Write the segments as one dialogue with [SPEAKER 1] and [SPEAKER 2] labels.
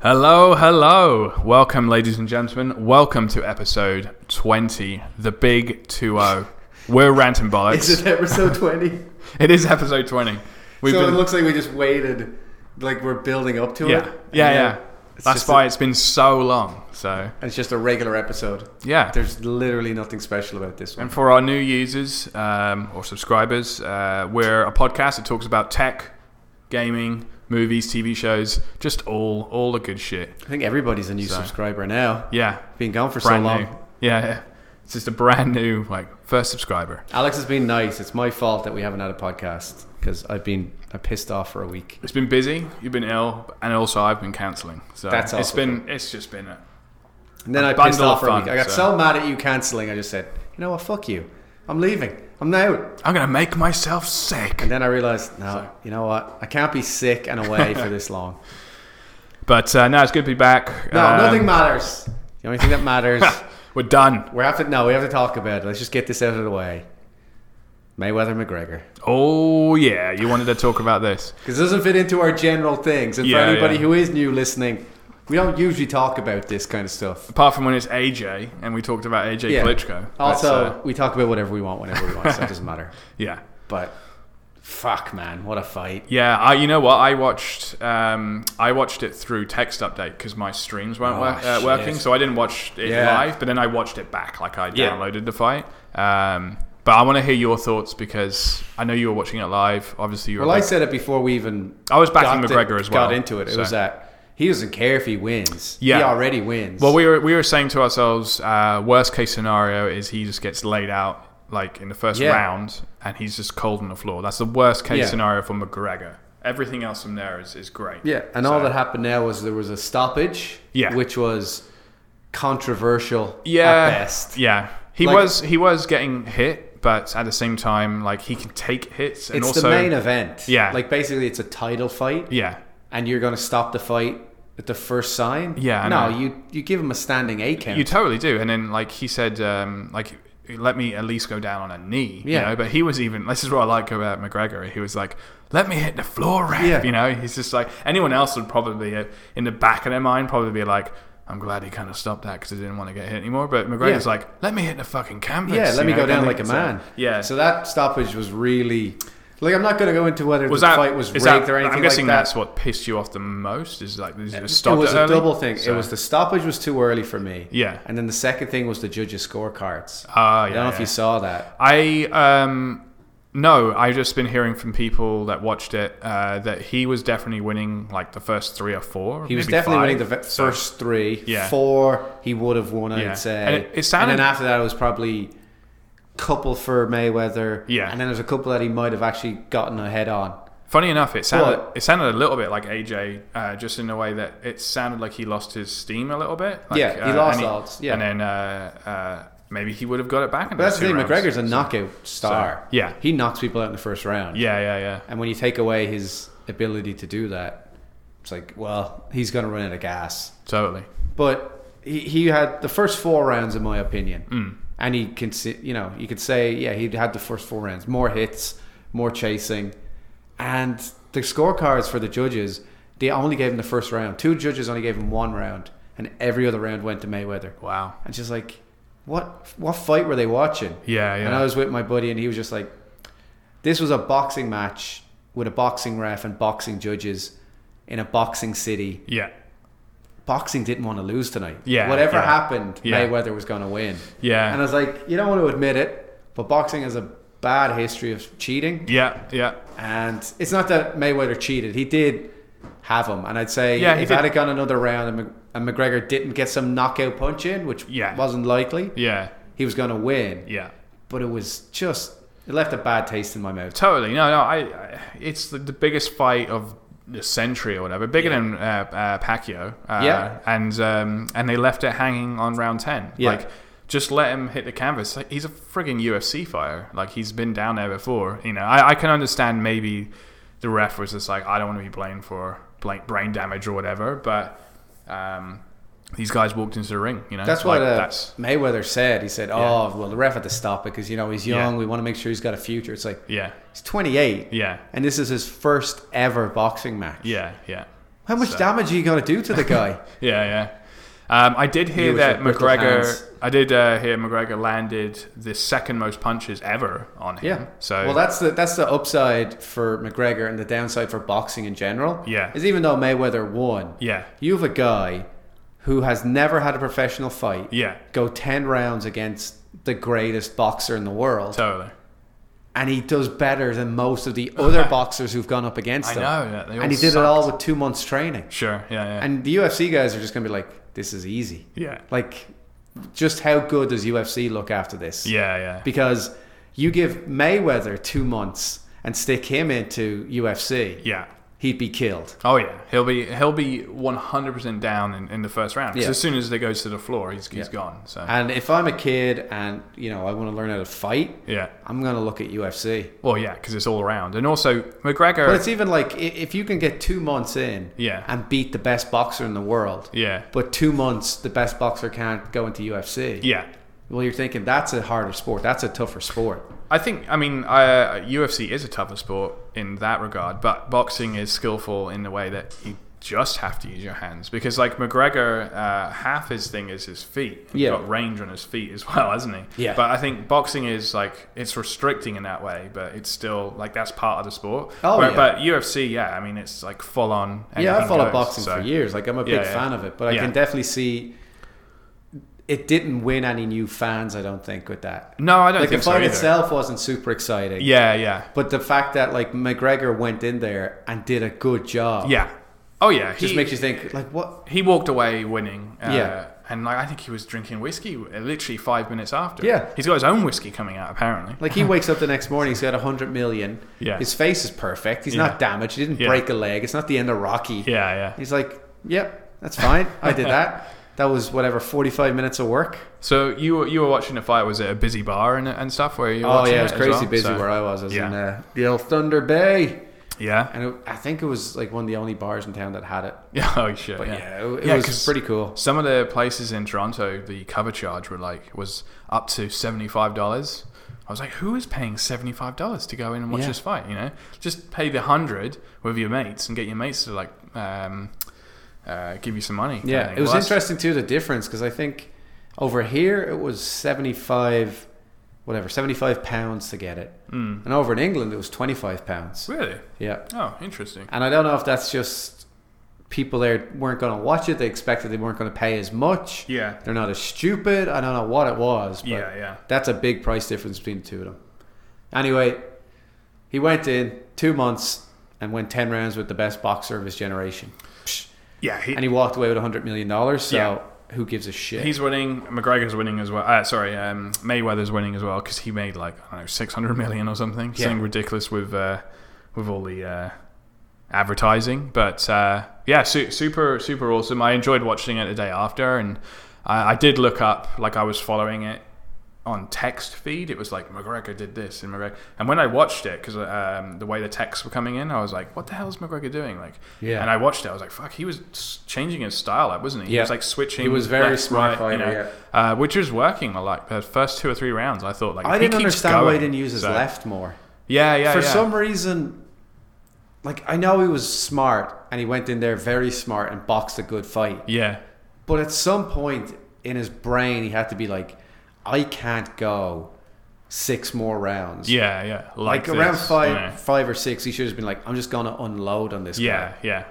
[SPEAKER 1] Hello, hello. Welcome, ladies and gentlemen. Welcome to episode 20, the big 2 0. We're Ranting Bollocks.
[SPEAKER 2] Is it episode 20?
[SPEAKER 1] It is episode 20. We've
[SPEAKER 2] so
[SPEAKER 1] been-
[SPEAKER 2] it looks like we just waited, like we're building up to
[SPEAKER 1] yeah,
[SPEAKER 2] it.
[SPEAKER 1] yeah,
[SPEAKER 2] And
[SPEAKER 1] yeah.
[SPEAKER 2] then It's
[SPEAKER 1] That's
[SPEAKER 2] just a-
[SPEAKER 1] why it's been so long. So,
[SPEAKER 2] and it's just a regular episode.
[SPEAKER 1] yeah.
[SPEAKER 2] There's literally nothing special about this one.
[SPEAKER 1] And for our new users um, or subscribers, uh, we're a podcast that talks about tech, gaming, movies, TV shows, just all all the good shit.
[SPEAKER 2] I think everybody's a new
[SPEAKER 1] So-
[SPEAKER 2] subscriber now.
[SPEAKER 1] Yeah,
[SPEAKER 2] Been gone for
[SPEAKER 1] brand
[SPEAKER 2] so long.
[SPEAKER 1] new. Yeah, yeah, it's just a brand new like first subscriber.
[SPEAKER 2] Alex has been nice. It's my fault that we haven't had a podcast because I've been I pissed off for a week.
[SPEAKER 1] It's been busy. You've been ill, and also I've been counselling. So
[SPEAKER 2] That's
[SPEAKER 1] it's
[SPEAKER 2] awful.
[SPEAKER 1] been it's just been a,
[SPEAKER 2] And then
[SPEAKER 1] A
[SPEAKER 2] I pissed
[SPEAKER 1] bundle
[SPEAKER 2] off
[SPEAKER 1] of
[SPEAKER 2] for a
[SPEAKER 1] fun,
[SPEAKER 2] week. I got
[SPEAKER 1] so-
[SPEAKER 2] so mad at you cancelling. I just said, you know what, fuck you. I'm leaving. I'm out.
[SPEAKER 1] I'm gonna make myself sick.
[SPEAKER 2] And then I realized, no, you know what? I can't be sick and away for this long.
[SPEAKER 1] But uh, no, it's good to be back.
[SPEAKER 2] No,
[SPEAKER 1] Um,
[SPEAKER 2] nothing matters. The only thing that matters.
[SPEAKER 1] We're done.
[SPEAKER 2] We have to no. We have to talk about it. Let's just get this out of the way. Mayweather McGregor,
[SPEAKER 1] Oh yeah, you wanted to talk about this.
[SPEAKER 2] because it doesn't fit into our general things. And
[SPEAKER 1] Yeah,
[SPEAKER 2] for anybody
[SPEAKER 1] yeah.
[SPEAKER 2] who is new listening, we don't usually talk about this kind of stuff.
[SPEAKER 1] Apart from when it's AJ, and we talked about AJ Klitschko. But,
[SPEAKER 2] Also,
[SPEAKER 1] uh,
[SPEAKER 2] we talk about whatever we want whenever we want, so it doesn't matter.
[SPEAKER 1] yeah,
[SPEAKER 2] But fuck, man, what a fight!
[SPEAKER 1] yeah. I, you know what? I watched. Um, I watched it through text update because my streams weren't
[SPEAKER 2] Oh,
[SPEAKER 1] wor- uh,
[SPEAKER 2] shit.
[SPEAKER 1] working, so I didn't watch it
[SPEAKER 2] Yeah.
[SPEAKER 1] live. But then I watched it back, like I
[SPEAKER 2] Yeah.
[SPEAKER 1] downloaded the fight. Um, but I want to hear your thoughts because I know you were watching it live. Obviously, you were.
[SPEAKER 2] Well, I
[SPEAKER 1] back-
[SPEAKER 2] said it before we even.
[SPEAKER 1] I was backing
[SPEAKER 2] got
[SPEAKER 1] McGregor
[SPEAKER 2] to-
[SPEAKER 1] as well,
[SPEAKER 2] Got into it. It
[SPEAKER 1] so.
[SPEAKER 2] was that he doesn't care if he wins.
[SPEAKER 1] Yeah.
[SPEAKER 2] he already wins.
[SPEAKER 1] well, we were we were saying to ourselves, uh, worst case scenario is he just gets laid out like in the first
[SPEAKER 2] Yeah.
[SPEAKER 1] round, and he's just cold on the floor. That's the worst case
[SPEAKER 2] Yeah.
[SPEAKER 1] scenario for McGregor. Everything else from there is, is great.
[SPEAKER 2] Yeah, and all that happened now was there was a stoppage,
[SPEAKER 1] Yeah.
[SPEAKER 2] which was controversial
[SPEAKER 1] yeah,
[SPEAKER 2] at best.
[SPEAKER 1] Yeah, he
[SPEAKER 2] Like-
[SPEAKER 1] was he was getting hit, but at the same time, like he can take hits and
[SPEAKER 2] It's
[SPEAKER 1] also
[SPEAKER 2] the main event.
[SPEAKER 1] Yeah.
[SPEAKER 2] Like basically it's a title fight
[SPEAKER 1] yeah,
[SPEAKER 2] and you're going to stop the fight at the first sign?
[SPEAKER 1] Yeah, I
[SPEAKER 2] No,
[SPEAKER 1] know.
[SPEAKER 2] you you give him a standing A count.
[SPEAKER 1] you totally do. And then like he said, um, like let me at least go down on a knee.
[SPEAKER 2] Yeah.
[SPEAKER 1] you know? but he was even. This is what I like about McGregor. He was like. Let me hit the floor ramp.
[SPEAKER 2] Yeah.
[SPEAKER 1] You know, he's just like anyone else would probably, uh, in the back of their mind, probably be like, "I'm glad he kind of stopped that because he didn't want to get hit anymore." But McGregor's
[SPEAKER 2] Yeah.
[SPEAKER 1] like, "Let me hit the fucking canvas."
[SPEAKER 2] yeah,
[SPEAKER 1] you
[SPEAKER 2] let me
[SPEAKER 1] know,
[SPEAKER 2] go down
[SPEAKER 1] kinda
[SPEAKER 2] like a
[SPEAKER 1] thing. So,
[SPEAKER 2] man.
[SPEAKER 1] yeah.
[SPEAKER 2] So that stoppage was really like I'm not going to go into whether
[SPEAKER 1] was
[SPEAKER 2] the
[SPEAKER 1] that
[SPEAKER 2] fight was
[SPEAKER 1] is
[SPEAKER 2] rigged
[SPEAKER 1] that-
[SPEAKER 2] or anything
[SPEAKER 1] I'm guessing
[SPEAKER 2] like that.
[SPEAKER 1] that's what pissed you off the most. Is like is it
[SPEAKER 2] it
[SPEAKER 1] stopped
[SPEAKER 2] was
[SPEAKER 1] it
[SPEAKER 2] a
[SPEAKER 1] early?
[SPEAKER 2] double thing.
[SPEAKER 1] So-
[SPEAKER 2] It was the stoppage was too early for me.
[SPEAKER 1] Yeah.
[SPEAKER 2] And then the second thing was the judges' scorecards.
[SPEAKER 1] Ah,
[SPEAKER 2] I
[SPEAKER 1] yeah.
[SPEAKER 2] don't know
[SPEAKER 1] yeah.
[SPEAKER 2] if you saw that.
[SPEAKER 1] I um no, I've just been hearing from people that watched it uh, that he was definitely winning like the first three or four.
[SPEAKER 2] He was
[SPEAKER 1] maybe
[SPEAKER 2] definitely
[SPEAKER 1] five.
[SPEAKER 2] winning the ve-
[SPEAKER 1] So-
[SPEAKER 2] first three.
[SPEAKER 1] Yeah.
[SPEAKER 2] Four, he would have won,
[SPEAKER 1] Yeah.
[SPEAKER 2] I'd say.
[SPEAKER 1] And it- it sounded-
[SPEAKER 2] And then after that, it was probably couple for Mayweather.
[SPEAKER 1] Yeah.
[SPEAKER 2] And then there's a couple that he might have actually gotten a head on.
[SPEAKER 1] Funny enough, it sounded
[SPEAKER 2] But-
[SPEAKER 1] it sounded a little bit like AJ, uh, just in the way that it sounded like he lost his steam a little bit. Like,
[SPEAKER 2] Yeah, he
[SPEAKER 1] uh,
[SPEAKER 2] lost
[SPEAKER 1] and
[SPEAKER 2] all- yeah.
[SPEAKER 1] and then uh, uh, maybe he would have got it back. In
[SPEAKER 2] But that's
[SPEAKER 1] two
[SPEAKER 2] the thing.
[SPEAKER 1] rounds.
[SPEAKER 2] McGregor's a knockout star.
[SPEAKER 1] yeah.
[SPEAKER 2] He knocks people out in the first round.
[SPEAKER 1] Yeah, yeah, yeah.
[SPEAKER 2] And when you take away his ability to do that, it's like, well, he's going to run out of gas.
[SPEAKER 1] Totally.
[SPEAKER 2] But he, he had the first four rounds, in my opinion.
[SPEAKER 1] Hmm.
[SPEAKER 2] And he can, si- you know, you could say, yeah, he'd had the first four rounds, more hits, more chasing, and the scorecards for the judges. They only gave him the first round. Two judges only gave him one round, and every other round went to Mayweather.
[SPEAKER 1] Wow.
[SPEAKER 2] And she's like, "What? What fight were they watching?"
[SPEAKER 1] Yeah, yeah.
[SPEAKER 2] And I was with my buddy, and he was just like, "This was a boxing match with a boxing ref and boxing judges in a boxing city."
[SPEAKER 1] Yeah.
[SPEAKER 2] boxing didn't want to lose tonight.
[SPEAKER 1] Yeah,
[SPEAKER 2] Whatever
[SPEAKER 1] yeah.
[SPEAKER 2] happened,
[SPEAKER 1] Yeah.
[SPEAKER 2] Mayweather was going to win.
[SPEAKER 1] Yeah.
[SPEAKER 2] And I was like, you don't want to admit it, but boxing has a bad history of cheating.
[SPEAKER 1] Yeah, yeah.
[SPEAKER 2] And it's not that Mayweather cheated. He did have him. And I'd say
[SPEAKER 1] Yeah, he
[SPEAKER 2] if
[SPEAKER 1] did.
[SPEAKER 2] had it gone another round and, Mc- and McGregor didn't get some knockout punch in, which
[SPEAKER 1] Yeah.
[SPEAKER 2] wasn't likely,
[SPEAKER 1] Yeah,
[SPEAKER 2] he was going to win.
[SPEAKER 1] yeah,
[SPEAKER 2] But it was just, it left a bad taste in my mouth.
[SPEAKER 1] totally. No, no, I. I it's the, the biggest fight of the century or whatever, bigger than uh, uh, Pacquiao. Uh,
[SPEAKER 2] Yeah.
[SPEAKER 1] and um, and they left it hanging on round ten.
[SPEAKER 2] Yeah.
[SPEAKER 1] Like, just let him hit the canvas. Like, he's a frigging UFC fighter. Like, he's been down there before. You know, I, I can understand maybe the ref was just like, I don't want to be blamed for bla- brain damage or whatever, but. Um, these guys walked into the ring, you know.
[SPEAKER 2] That's
[SPEAKER 1] Like,
[SPEAKER 2] what uh,
[SPEAKER 1] that's
[SPEAKER 2] Mayweather said. He said, oh, well, the ref had to stop it because, you know, he's
[SPEAKER 1] Yeah.
[SPEAKER 2] young. We want to make sure he's got a future. It's like,
[SPEAKER 1] yeah,
[SPEAKER 2] he's 28.
[SPEAKER 1] yeah,
[SPEAKER 2] and this is his first ever boxing match.
[SPEAKER 1] yeah, yeah.
[SPEAKER 2] How much
[SPEAKER 1] So-
[SPEAKER 2] damage are you going to do to the guy?
[SPEAKER 1] Yeah, yeah. Um, I did hear
[SPEAKER 2] You with
[SPEAKER 1] that
[SPEAKER 2] your brittle
[SPEAKER 1] McGregor.
[SPEAKER 2] hands.
[SPEAKER 1] I did uh, hear McGregor landed the second most punches ever on him.
[SPEAKER 2] yeah.
[SPEAKER 1] So
[SPEAKER 2] Mm-hmm. well, that's the that's the upside for McGregor and the downside for boxing in general.
[SPEAKER 1] Yeah.
[SPEAKER 2] Is even though Mayweather won,
[SPEAKER 1] yeah,
[SPEAKER 2] you have a guy who has never had a professional fight
[SPEAKER 1] yeah,
[SPEAKER 2] go ten rounds against the greatest boxer in the world,
[SPEAKER 1] totally.
[SPEAKER 2] and he does better than most of the other boxers who've gone up against
[SPEAKER 1] I
[SPEAKER 2] him.
[SPEAKER 1] know. Yeah, they all
[SPEAKER 2] and he did it
[SPEAKER 1] suck.
[SPEAKER 2] all with two months training.
[SPEAKER 1] Sure. Yeah, yeah,
[SPEAKER 2] And the UFC guys are just going to be like, "This is easy."
[SPEAKER 1] yeah,
[SPEAKER 2] Like, just how good does UFC look after this?
[SPEAKER 1] yeah, yeah.
[SPEAKER 2] Because you give Mayweather two months and stick him into UFC,
[SPEAKER 1] yeah.
[SPEAKER 2] he'd be killed.
[SPEAKER 1] Oh yeah, he'll be he'll be one hundred percent down in, in the first round. 'Cause
[SPEAKER 2] Yeah.
[SPEAKER 1] as soon as they goes to the floor, he's he's gone. So
[SPEAKER 2] And if I'm a kid and you know I want to learn how to fight,
[SPEAKER 1] yeah,
[SPEAKER 2] I'm going to look at UFC.
[SPEAKER 1] well yeah, because it's all around. And also McGregor,
[SPEAKER 2] But it's even like i- if you can get two months in
[SPEAKER 1] Yeah.
[SPEAKER 2] and beat the best boxer in the world,
[SPEAKER 1] yeah,
[SPEAKER 2] but two months the best boxer can't go into UFC.
[SPEAKER 1] yeah.
[SPEAKER 2] Well, you're thinking that's a harder sport. That's a tougher sport.
[SPEAKER 1] I think I mean uh, UFC is a tougher sport in that regard, but boxing is skillful in the way that you just have to use your hands because like McGregor, uh, half his thing is his feet. He's
[SPEAKER 2] Yeah.
[SPEAKER 1] got range on his feet as well, hasn't he?
[SPEAKER 2] Yeah.
[SPEAKER 1] But I think boxing is like it's restricting in that way, but it's still like that's part of the sport.
[SPEAKER 2] Oh,
[SPEAKER 1] Where-
[SPEAKER 2] yeah.
[SPEAKER 1] But UFC, yeah, I mean it's like full on.
[SPEAKER 2] yeah, I
[SPEAKER 1] anything
[SPEAKER 2] followed
[SPEAKER 1] goes,
[SPEAKER 2] boxing
[SPEAKER 1] so-
[SPEAKER 2] for years. Like I'm a big
[SPEAKER 1] Yeah, yeah.
[SPEAKER 2] fan of it, but I
[SPEAKER 1] Yeah.
[SPEAKER 2] can definitely see it didn't win any new fans. I don't think with that.
[SPEAKER 1] No, I don't
[SPEAKER 2] Like the
[SPEAKER 1] think so
[SPEAKER 2] fight
[SPEAKER 1] either.
[SPEAKER 2] itself wasn't super exciting.
[SPEAKER 1] Yeah, yeah,
[SPEAKER 2] But the fact that like McGregor went in there and did a good job,
[SPEAKER 1] yeah. Oh yeah,
[SPEAKER 2] just
[SPEAKER 1] he-
[SPEAKER 2] makes you think like what?
[SPEAKER 1] he walked away winning. Uh,
[SPEAKER 2] Yeah.
[SPEAKER 1] And like I think he was drinking whiskey uh, literally five minutes after.
[SPEAKER 2] Yeah.
[SPEAKER 1] He's got his own whiskey coming out apparently.
[SPEAKER 2] Like he wakes up the next morning, he's got a hundred million.
[SPEAKER 1] Yeah.
[SPEAKER 2] his face is perfect. He's
[SPEAKER 1] Yeah.
[SPEAKER 2] not damaged. He didn't
[SPEAKER 1] Yeah.
[SPEAKER 2] break a leg. It's not the end of Rocky.
[SPEAKER 1] yeah, yeah.
[SPEAKER 2] He's like, yep, that's fine. I did that. That was whatever forty five minutes of work.
[SPEAKER 1] So you were, you were watching the fight? Was it a busy bar and, and stuff? Where you? were
[SPEAKER 2] Oh
[SPEAKER 1] watching
[SPEAKER 2] yeah, it was
[SPEAKER 1] as
[SPEAKER 2] crazy
[SPEAKER 1] well?
[SPEAKER 2] busy
[SPEAKER 1] So-
[SPEAKER 2] where I was. I was
[SPEAKER 1] yeah.
[SPEAKER 2] in uh, the old Thunder Bay,
[SPEAKER 1] Yeah.
[SPEAKER 2] and it, I think it was like one of the only bars in town that had it.
[SPEAKER 1] Yeah. Oh shit.
[SPEAKER 2] But yeah, it, it
[SPEAKER 1] Yeah,
[SPEAKER 2] was
[SPEAKER 1] 'cause
[SPEAKER 2] pretty cool.
[SPEAKER 1] Some of the places in Toronto, the cover charge were like was up to seventy five dollars. I was like, who is paying seventy five dollars to go in and watch
[SPEAKER 2] Yeah.
[SPEAKER 1] this fight? You know, just pay the hundred with your mates and get your mates to like um, uh, give you some money. kind of
[SPEAKER 2] Yeah,
[SPEAKER 1] thing.
[SPEAKER 2] it was
[SPEAKER 1] Well, that's-
[SPEAKER 2] interesting too the difference because I think over here it was seventy five, whatever seventy five pounds to get it,
[SPEAKER 1] Mm.
[SPEAKER 2] and over in England it was twenty five pounds.
[SPEAKER 1] Really?
[SPEAKER 2] Yeah,
[SPEAKER 1] Oh, interesting.
[SPEAKER 2] and I don't know if that's just people there weren't going to watch it. They expected they weren't going to pay as much.
[SPEAKER 1] Yeah.
[SPEAKER 2] They're not as stupid. I don't know what it was. But
[SPEAKER 1] Yeah, yeah.
[SPEAKER 2] That's a big price difference between the two of them. Anyway, he went in two months and went 10 rounds with the best boxer of his generation.
[SPEAKER 1] Yeah, he,
[SPEAKER 2] And he walked away with $100 million. So
[SPEAKER 1] Yeah.
[SPEAKER 2] who gives a shit?
[SPEAKER 1] he's winning. McGregor's winning as well. Uh, sorry, um, Mayweather's winning as well because he made like I don't know six hundred million or something,
[SPEAKER 2] Yeah.
[SPEAKER 1] something ridiculous with uh, with all the uh, advertising. But uh, yeah, su- super super awesome. I enjoyed watching it the day after, and I, I did look up like I was following it on text feed. It was like McGregor did this and McGregor. And when I watched it, because um, the way the texts were coming in, I was like, "What the hell is McGregor doing?" Like,
[SPEAKER 2] Yeah.
[SPEAKER 1] And I watched it. I was like, "Fuck!" He was s- changing his style up, wasn't he? He
[SPEAKER 2] Yeah.
[SPEAKER 1] was like switching.
[SPEAKER 2] He was very
[SPEAKER 1] left,
[SPEAKER 2] smart
[SPEAKER 1] right, you
[SPEAKER 2] fighter,
[SPEAKER 1] know, uh, which was working. I Like the first two or three rounds, I thought like
[SPEAKER 2] I
[SPEAKER 1] if he
[SPEAKER 2] didn't
[SPEAKER 1] keeps
[SPEAKER 2] understand why
[SPEAKER 1] going,
[SPEAKER 2] he didn't use his
[SPEAKER 1] so-
[SPEAKER 2] left more.
[SPEAKER 1] Yeah, yeah.
[SPEAKER 2] For
[SPEAKER 1] yeah.
[SPEAKER 2] some reason, like, I know he was smart and he went in there very smart and boxed a good fight.
[SPEAKER 1] yeah,
[SPEAKER 2] But at some point in his brain, he had to be like, I can't go six more rounds.
[SPEAKER 1] yeah, yeah. Like,
[SPEAKER 2] Like, around
[SPEAKER 1] this,
[SPEAKER 2] five,
[SPEAKER 1] you know.
[SPEAKER 2] five or six, he should have been like, "I'm just gonna unload on this guy,"
[SPEAKER 1] Yeah, yeah,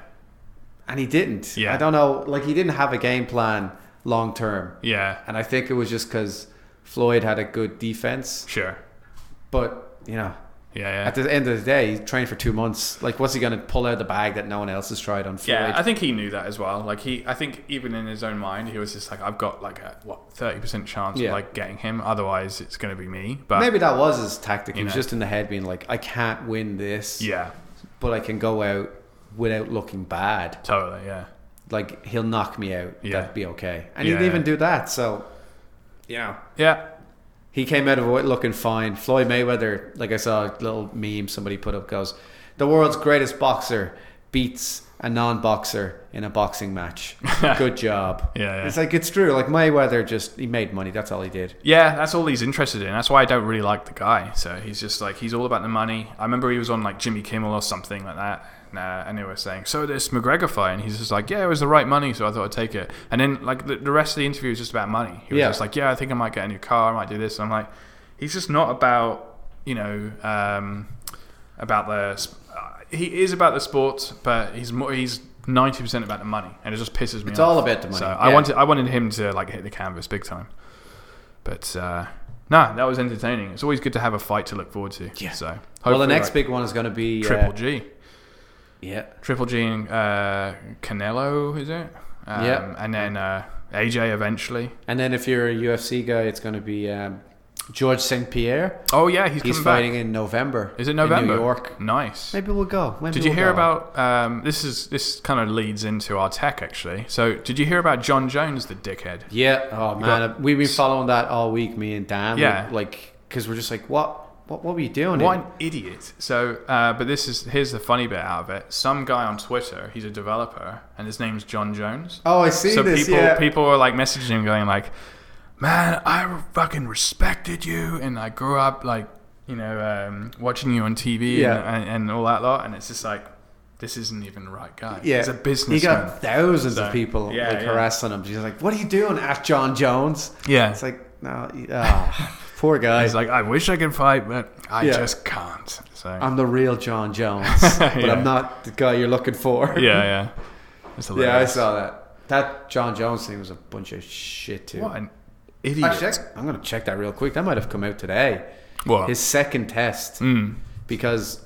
[SPEAKER 2] and he didn't.
[SPEAKER 1] Yeah.
[SPEAKER 2] I don't know. Like, he didn't have a game plan long term,
[SPEAKER 1] yeah.
[SPEAKER 2] and I think it was just because Floyd had a good defense.
[SPEAKER 1] Sure.
[SPEAKER 2] But you know,
[SPEAKER 1] Yeah, yeah.
[SPEAKER 2] at the end of the day, he trained for two months. Like, what's he gonna pull out of the bag that no one else has tried on Floyd?
[SPEAKER 1] Yeah, I think he knew that as well. Like he, I think even in his own mind, he was just like, "I've got like a what thirty percent chance
[SPEAKER 2] Yeah.
[SPEAKER 1] of like getting him. Otherwise, it's going to be me." But
[SPEAKER 2] Maybe that was his tactic. He
[SPEAKER 1] You
[SPEAKER 2] was
[SPEAKER 1] know.
[SPEAKER 2] just in the head being like, I can't win this,
[SPEAKER 1] yeah,
[SPEAKER 2] but I can go out without looking bad.
[SPEAKER 1] totally, yeah,
[SPEAKER 2] Like, he'll knock me out.
[SPEAKER 1] Yeah.
[SPEAKER 2] That'd be okay. And he
[SPEAKER 1] Yeah,
[SPEAKER 2] didn't even
[SPEAKER 1] yeah.
[SPEAKER 2] do that. So, you know,
[SPEAKER 1] yeah,
[SPEAKER 2] he came out of it looking fine. Floyd Mayweather, like I saw a little meme somebody put up, goes, the world's greatest boxer beats a non-boxer in a boxing match. Good job.
[SPEAKER 1] Yeah, yeah.
[SPEAKER 2] It's like it's true. Like Mayweather just he made money. That's all he did.
[SPEAKER 1] Yeah, that's all he's interested in. That's why I don't really like the guy. So he's just like he's all about the money. I remember he was on like Jimmy Kimmel or something like that. Nah, and they were saying, "So this McGregor fight," and he's just like, "Yeah, it was the right money, so I thought I'd take it." And then like the, the rest of the interview was just about money. He was
[SPEAKER 2] Yeah.
[SPEAKER 1] just like, "Yeah, I think I might get a new car. I might do this." And I'm like, he's just not about you know um, about the. sp- Uh, he is about the sports, but he's more he's. Ninety percent about the money, and it just pisses me
[SPEAKER 2] It's
[SPEAKER 1] off.
[SPEAKER 2] all about the money.
[SPEAKER 1] So I
[SPEAKER 2] Yeah.
[SPEAKER 1] wanted, I wanted him to like hit the canvas big time. But uh, nah, that was entertaining. It's always good to have a fight to look forward to.
[SPEAKER 2] Yeah.
[SPEAKER 1] So
[SPEAKER 2] well, the
[SPEAKER 1] hopefully,
[SPEAKER 2] next
[SPEAKER 1] like,
[SPEAKER 2] big one is going to be uh,
[SPEAKER 1] Triple G,
[SPEAKER 2] Yeah.
[SPEAKER 1] Triple G and uh, Canelo, is it? Um,
[SPEAKER 2] Yeah.
[SPEAKER 1] And then uh, AJ eventually.
[SPEAKER 2] And then if you're a UFC guy, it's going to be um, George St Pierre.
[SPEAKER 1] Oh yeah, he's,
[SPEAKER 2] He's
[SPEAKER 1] coming
[SPEAKER 2] fighting
[SPEAKER 1] back.
[SPEAKER 2] in November.
[SPEAKER 1] Is it
[SPEAKER 2] in
[SPEAKER 1] November?
[SPEAKER 2] New York.
[SPEAKER 1] Nice.
[SPEAKER 2] Maybe we'll go. Maybe
[SPEAKER 1] Did you
[SPEAKER 2] we'll
[SPEAKER 1] hear
[SPEAKER 2] go.
[SPEAKER 1] about um, this? Is this kind of leads into our tech actually? So did you hear about John Jones, the dickhead?
[SPEAKER 2] Yeah. Oh man,
[SPEAKER 1] got-
[SPEAKER 2] we've been following that all week. Me and Dan.
[SPEAKER 1] Yeah.
[SPEAKER 2] We- Like, because we're just like, what? What? What were you doing?
[SPEAKER 1] What
[SPEAKER 2] here?
[SPEAKER 1] an idiot! So, uh, but this is here's the funny bit out of it. Some guy on Twitter, he's a developer, and his name's John Jones.
[SPEAKER 2] Oh, I see
[SPEAKER 1] so
[SPEAKER 2] this.
[SPEAKER 1] people
[SPEAKER 2] yeah.
[SPEAKER 1] people are like messaging him, going like, "Man, I fucking respected you, and I grew up like you know um, watching you on TV
[SPEAKER 2] Yeah.
[SPEAKER 1] and, and, and all that lot." And it's just like, this isn't even the right guy.
[SPEAKER 2] yeah.
[SPEAKER 1] he's a
[SPEAKER 2] He
[SPEAKER 1] businessman.
[SPEAKER 2] got thousands
[SPEAKER 1] So,
[SPEAKER 2] of people
[SPEAKER 1] yeah,
[SPEAKER 2] like
[SPEAKER 1] yeah.
[SPEAKER 2] harassing him. He's like, what are you doing at John Jones?
[SPEAKER 1] yeah,
[SPEAKER 2] It's like, no, he- ah, poor guy.
[SPEAKER 1] he's like, I wish I could fight, but I
[SPEAKER 2] Yeah.
[SPEAKER 1] just can't. So
[SPEAKER 2] I'm the real John Jones, but
[SPEAKER 1] Yeah.
[SPEAKER 2] I'm not the guy you're looking for.
[SPEAKER 1] yeah, yeah, It's
[SPEAKER 2] Yeah, I
[SPEAKER 1] hilarious.
[SPEAKER 2] saw that. That John Jones thing was a bunch of shit too.
[SPEAKER 1] What an idiot! Oh.
[SPEAKER 2] Actually, I- I'm gonna check that real quick. That might have come out today.
[SPEAKER 1] What?
[SPEAKER 2] His second test,
[SPEAKER 1] Mm.
[SPEAKER 2] because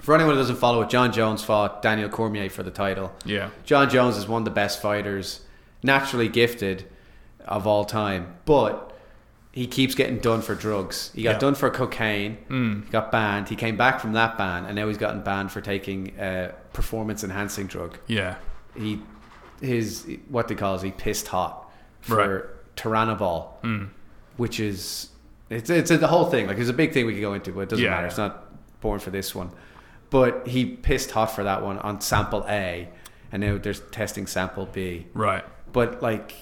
[SPEAKER 2] for anyone who doesn't follow it, John Jones fought Daniel Cormier for the title.
[SPEAKER 1] Yeah.
[SPEAKER 2] John Jones is one of the best fighters, naturally gifted of all time, but he keeps getting done for drugs. He got
[SPEAKER 1] Yeah.
[SPEAKER 2] done for cocaine,
[SPEAKER 1] Hmm,
[SPEAKER 2] he got banned. He came back from that ban, and now he's gotten banned for taking a performance enhancing drug.
[SPEAKER 1] Yeah.
[SPEAKER 2] He, his, what they call is he pissed hot for Tyranobol,
[SPEAKER 1] Hmm,
[SPEAKER 2] which is, it's, it's the whole thing. Like, it's a big thing we could go into, but it doesn't
[SPEAKER 1] Yeah.
[SPEAKER 2] matter. It's not born for this one. But he pissed hot for that one on sample A, and now they're testing sample B.
[SPEAKER 1] Right.
[SPEAKER 2] But like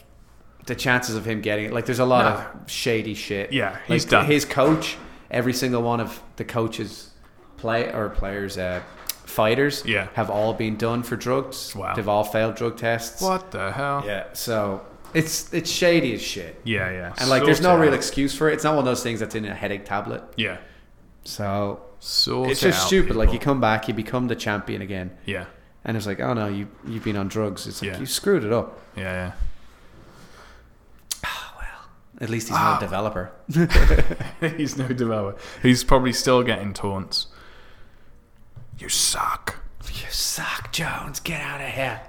[SPEAKER 2] the chances of him getting it, like there's a lot of shady shit.
[SPEAKER 1] Yeah, he's
[SPEAKER 2] like,
[SPEAKER 1] done.
[SPEAKER 2] His coach, every single one of the coaches, play or players, uh, fighters,
[SPEAKER 1] Yeah.
[SPEAKER 2] have all been done for drugs.
[SPEAKER 1] Wow.
[SPEAKER 2] they've all failed drug tests.
[SPEAKER 1] What the hell?
[SPEAKER 2] Yeah, so it's it's shady as shit.
[SPEAKER 1] Yeah. Yeah.
[SPEAKER 2] And like, there's no
[SPEAKER 1] Sort it
[SPEAKER 2] real
[SPEAKER 1] out.
[SPEAKER 2] excuse for it. It's not one of those things that's in a headache tablet.
[SPEAKER 1] yeah.
[SPEAKER 2] So
[SPEAKER 1] Sort
[SPEAKER 2] it's
[SPEAKER 1] it
[SPEAKER 2] just
[SPEAKER 1] out,
[SPEAKER 2] stupid. Like you
[SPEAKER 1] people.
[SPEAKER 2] come back, you become the champion again,
[SPEAKER 1] Yeah.
[SPEAKER 2] and it's like, oh no, you you've been on drugs. It's like
[SPEAKER 1] Yeah.
[SPEAKER 2] you screwed it up.
[SPEAKER 1] Yeah. Yeah.
[SPEAKER 2] At least he's not
[SPEAKER 1] Ah.
[SPEAKER 2] a developer.
[SPEAKER 1] He's no developer. He's probably still getting taunts. You suck.
[SPEAKER 2] You suck, Jones. Get out of here.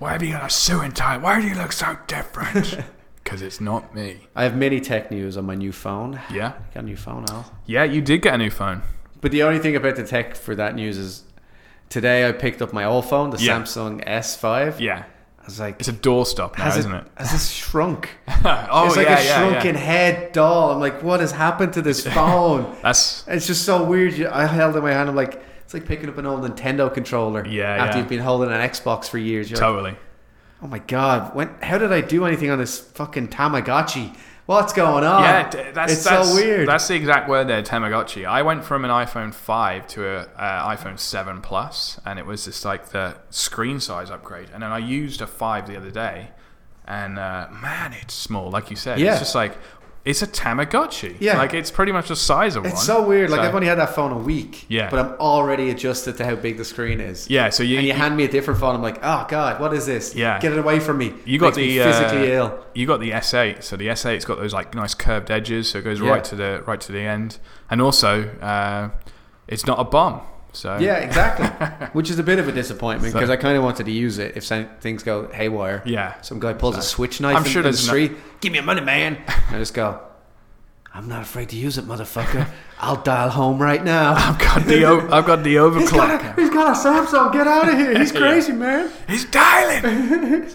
[SPEAKER 1] Why have you got a suit and tie? Why do you look so different? Because it's not me.
[SPEAKER 2] I have mini tech news on my new phone.
[SPEAKER 1] Yeah.
[SPEAKER 2] I got a new phone now.
[SPEAKER 1] Yeah. You did get a new phone.
[SPEAKER 2] But the only thing about the tech for that news is today I picked up my old phone, the
[SPEAKER 1] Yeah.
[SPEAKER 2] Samsung S5.
[SPEAKER 1] Yeah.
[SPEAKER 2] I was like,
[SPEAKER 1] It's a doorstop now,
[SPEAKER 2] has
[SPEAKER 1] isn't it?
[SPEAKER 2] Has this shrunk?
[SPEAKER 1] oh
[SPEAKER 2] it's like
[SPEAKER 1] yeah.
[SPEAKER 2] a
[SPEAKER 1] yeah,
[SPEAKER 2] shrunken
[SPEAKER 1] yeah.
[SPEAKER 2] head doll. I'm like, what has happened to this phone?
[SPEAKER 1] That's
[SPEAKER 2] it's just so weird. You- I held it in my hand. I'm like, it's like picking up an old Nintendo controller.
[SPEAKER 1] Yeah,
[SPEAKER 2] After
[SPEAKER 1] yeah.
[SPEAKER 2] you've been holding an Xbox for years. You're like,
[SPEAKER 1] totally.
[SPEAKER 2] oh my god, when? How did I do anything on this fucking Tamagotchi? What's going on?
[SPEAKER 1] Yeah, d- that's
[SPEAKER 2] it's
[SPEAKER 1] that's,
[SPEAKER 2] so weird.
[SPEAKER 1] That's the exact word there, Tamagotchi. I went from an iPhone five to a uh, iPhone seven plus, and it was just like the screen size upgrade. And then I used a five the other day, and uh, man, it's small. Like you said,
[SPEAKER 2] Yeah.
[SPEAKER 1] it's just like it's a Tamagotchi.
[SPEAKER 2] Yeah.
[SPEAKER 1] like it's pretty much the size of one.
[SPEAKER 2] it's so weird. Like
[SPEAKER 1] So-
[SPEAKER 2] I've only had that phone a week.
[SPEAKER 1] Yeah.
[SPEAKER 2] but I'm already adjusted to how big the screen is.
[SPEAKER 1] yeah. So you
[SPEAKER 2] And you
[SPEAKER 1] you,
[SPEAKER 2] hand me a different phone, I'm like, oh god, what is this?
[SPEAKER 1] Yeah.
[SPEAKER 2] get it away from me.
[SPEAKER 1] you got
[SPEAKER 2] Makes me
[SPEAKER 1] the
[SPEAKER 2] physically
[SPEAKER 1] uh,
[SPEAKER 2] ill.
[SPEAKER 1] You got the S8. So the S8's got those like nice curved edges, so it goes
[SPEAKER 2] Yeah.
[SPEAKER 1] right to the right to the end, and also uh, it's not a bomb. So
[SPEAKER 2] Yeah, exactly. Which is a bit of a disappointment because I kind of wanted to use it if some, things go haywire.
[SPEAKER 1] Yeah.
[SPEAKER 2] Some guy pulls a switch knife
[SPEAKER 1] I'm
[SPEAKER 2] I'm
[SPEAKER 1] sure
[SPEAKER 2] sure in the
[SPEAKER 1] there's no-
[SPEAKER 2] street. Give me your money, man. And I just go, I'm not afraid to use it, motherfucker. I'll dial home right now.
[SPEAKER 1] I've got the o- I've got the overclock.
[SPEAKER 2] He's got, a, he's got a Samsung. Get out of here. He's
[SPEAKER 1] Yeah.
[SPEAKER 2] crazy, man.
[SPEAKER 1] He's dialing.
[SPEAKER 2] I'm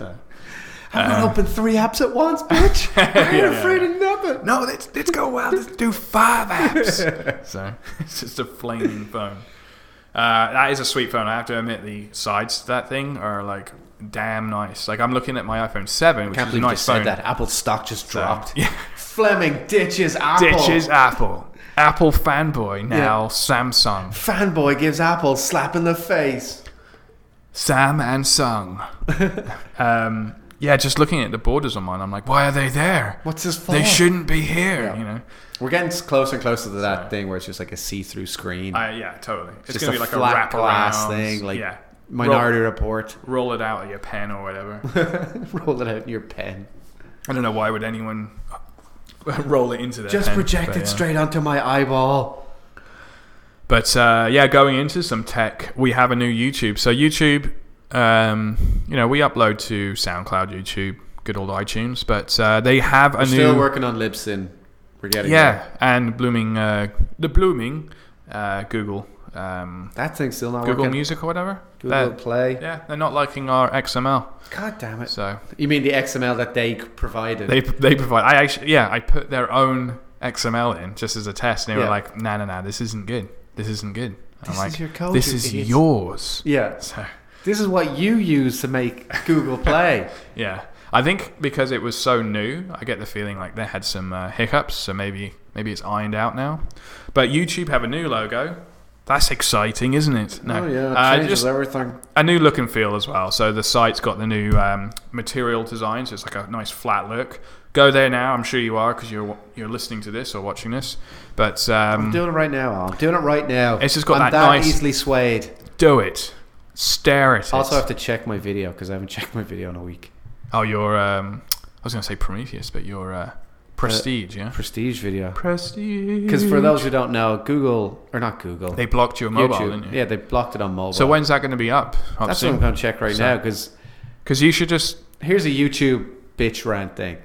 [SPEAKER 2] gonna open three apps at once, bitch. I ain't
[SPEAKER 1] Uh-huh. Yeah, yeah,
[SPEAKER 2] afraid of nothing.
[SPEAKER 1] no, let's let's go wild. Let's do five apps. so it's just a flaming phone. Uh, that is a sweet phone. I have to admit, the sides to that thing are like damn nice. Like I'm looking at my iPhone 7, which
[SPEAKER 2] Can't
[SPEAKER 1] is a
[SPEAKER 2] believe you
[SPEAKER 1] nice
[SPEAKER 2] just
[SPEAKER 1] phone.
[SPEAKER 2] said that. Apple stock just
[SPEAKER 1] So,
[SPEAKER 2] dropped.
[SPEAKER 1] yeah.
[SPEAKER 2] Fleming ditches Apple.
[SPEAKER 1] Ditches Apple. Apple fanboy now. Samsung.
[SPEAKER 2] Fanboy gives Apple slap in the face.
[SPEAKER 1] Sam and Sung. um, yeah, just looking at the borders on mine, I'm like, why are they there?
[SPEAKER 2] What's this for?
[SPEAKER 1] They shouldn't be here.
[SPEAKER 2] Yeah.
[SPEAKER 1] You know.
[SPEAKER 2] We're getting s- closer and closer to that
[SPEAKER 1] So-
[SPEAKER 2] thing where it's just like a see-through screen.
[SPEAKER 1] I, yeah, totally. It's
[SPEAKER 2] just
[SPEAKER 1] gonna be like
[SPEAKER 2] flat
[SPEAKER 1] a wrap
[SPEAKER 2] glass thing, like
[SPEAKER 1] yeah.
[SPEAKER 2] Minority Report.
[SPEAKER 1] Roll, roll it out of your pen or whatever.
[SPEAKER 2] Roll it out in your pen.
[SPEAKER 1] I don't know why would anyone roll it into their
[SPEAKER 2] Just
[SPEAKER 1] pen,
[SPEAKER 2] project
[SPEAKER 1] but,
[SPEAKER 2] it
[SPEAKER 1] yeah.
[SPEAKER 2] straight onto my eyeball.
[SPEAKER 1] But uh, yeah, going into some tech, we have a new YouTube. So YouTube, um, you know, we upload to SoundCloud, YouTube, good old iTunes, but uh, they have a new
[SPEAKER 2] Still working on Libsyn. We're getting
[SPEAKER 1] yeah,
[SPEAKER 2] there.
[SPEAKER 1] and blooming uh, the blooming uh, Google um,
[SPEAKER 2] That thing's still not
[SPEAKER 1] Google
[SPEAKER 2] working.
[SPEAKER 1] Music or whatever. They're-
[SPEAKER 2] Google Play.
[SPEAKER 1] yeah, they're not liking our XML,
[SPEAKER 2] God damn it.
[SPEAKER 1] so
[SPEAKER 2] You mean the XML that they c- provided?
[SPEAKER 1] they they provide. I actually yeah, I put their own XML in just as a test, and they
[SPEAKER 2] Yeah.
[SPEAKER 1] were like, "Nah, nah, nah, this isn't good. This isn't good." I'm
[SPEAKER 2] This
[SPEAKER 1] like,
[SPEAKER 2] is your code,
[SPEAKER 1] "This
[SPEAKER 2] you
[SPEAKER 1] is
[SPEAKER 2] idiots."
[SPEAKER 1] yours."
[SPEAKER 2] yeah.
[SPEAKER 1] So
[SPEAKER 2] This is what you use to make Google Play.
[SPEAKER 1] yeah, I think because it was so new, I get the feeling like they had some uh, hiccups. So maybe maybe it's ironed out now. But YouTube have a new logo. That's exciting, isn't it?
[SPEAKER 2] Oh yeah, it
[SPEAKER 1] uh,
[SPEAKER 2] changes
[SPEAKER 1] just
[SPEAKER 2] everything.
[SPEAKER 1] a new look and feel as well. So the site's got the new um, material design, so it's like a nice flat look. Go there now. I'm sure you are because you're wa- you're listening to this or watching this. But um,
[SPEAKER 2] I'm doing it right now. Al. I'm doing it right now.
[SPEAKER 1] It's just got
[SPEAKER 2] I'm
[SPEAKER 1] that nice-
[SPEAKER 2] easily swayed.
[SPEAKER 1] do it. Stare at
[SPEAKER 2] Also, I have
[SPEAKER 1] it.
[SPEAKER 2] to check my video because I haven't checked my video in a week.
[SPEAKER 1] Oh, your um, I was gonna say Prometheus, but your uh, Prestige, yeah.
[SPEAKER 2] Prestige video.
[SPEAKER 1] Prestige.
[SPEAKER 2] Because for those who don't know, Google or not Google,
[SPEAKER 1] they blocked your mobile, didn't you?
[SPEAKER 2] Yeah, they blocked it on mobile.
[SPEAKER 1] So when's that going to be up?
[SPEAKER 2] That's what I'm going to check right
[SPEAKER 1] So-
[SPEAKER 2] now because
[SPEAKER 1] Because you should just
[SPEAKER 2] here's a YouTube bitch rant thing.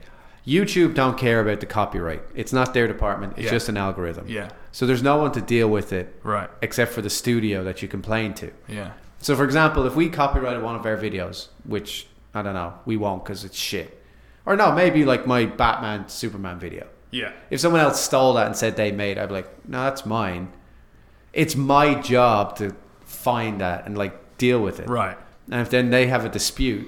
[SPEAKER 2] YouTube don't care about the copyright. It's not their department. It's
[SPEAKER 1] Yeah.
[SPEAKER 2] just an algorithm.
[SPEAKER 1] yeah,
[SPEAKER 2] So there's no one to deal with it
[SPEAKER 1] right,
[SPEAKER 2] except for the studio that you complain to.
[SPEAKER 1] yeah,
[SPEAKER 2] So, for example, if we copyrighted one of our videos, which I don't know, we won't because it's shit. Or no, maybe like my Batman Superman video.
[SPEAKER 1] yeah,
[SPEAKER 2] If someone else stole that and said they made, I'd be like, no, that's mine. It's my job to find that and like deal with it.
[SPEAKER 1] right,
[SPEAKER 2] And if then they have a dispute,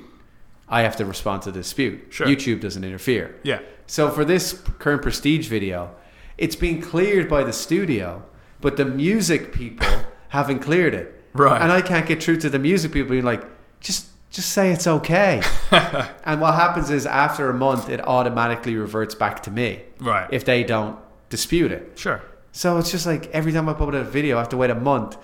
[SPEAKER 2] I have to respond to the dispute.
[SPEAKER 1] Sure.
[SPEAKER 2] YouTube doesn't interfere.
[SPEAKER 1] yeah,
[SPEAKER 2] So for this current prestige video, it's been cleared by the studio, but the music people haven't cleared it.
[SPEAKER 1] Right.
[SPEAKER 2] And I can't get through to the music people being like, just just say it's okay. and what happens is after a month it automatically reverts back to me
[SPEAKER 1] right,
[SPEAKER 2] if they don't dispute it.
[SPEAKER 1] sure,
[SPEAKER 2] So it's just like every time I put out a video, I have to wait a month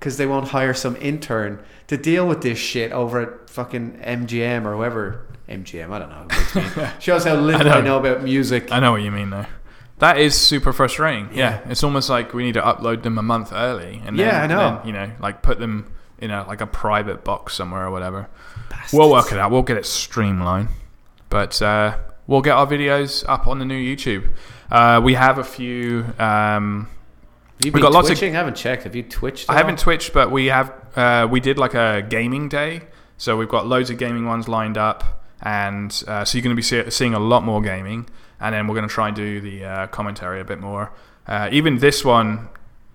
[SPEAKER 2] because they won't hire some intern to deal with this shit over at fucking MGM or whoever. MGM, I don't know. who makes music. Shows how little
[SPEAKER 1] I Uh,
[SPEAKER 2] I
[SPEAKER 1] know.
[SPEAKER 2] know. about music.
[SPEAKER 1] I know what you mean though. That is super frustrating. Yeah.
[SPEAKER 2] Yeah.
[SPEAKER 1] it's almost like we need to upload them a month early, and then,
[SPEAKER 2] Yeah, I know.
[SPEAKER 1] then, you know, like put them in a like a private box somewhere or whatever.
[SPEAKER 2] Bastards.
[SPEAKER 1] We'll work it out. We'll get it streamlined, but uh, we'll get our videos up on the new YouTube. Uh, we have a few. Um,
[SPEAKER 2] You've
[SPEAKER 1] we
[SPEAKER 2] been
[SPEAKER 1] got lots of-
[SPEAKER 2] twitching? I haven't checked. Have you twitched?
[SPEAKER 1] I
[SPEAKER 2] at
[SPEAKER 1] haven't twitched, but we have. Uh, we did like a gaming day, so we've got loads of gaming ones lined up, and uh, so you're going to be see- seeing a lot more gaming. And then we're going to try and do the uh, commentary a bit more. Uh, even this one,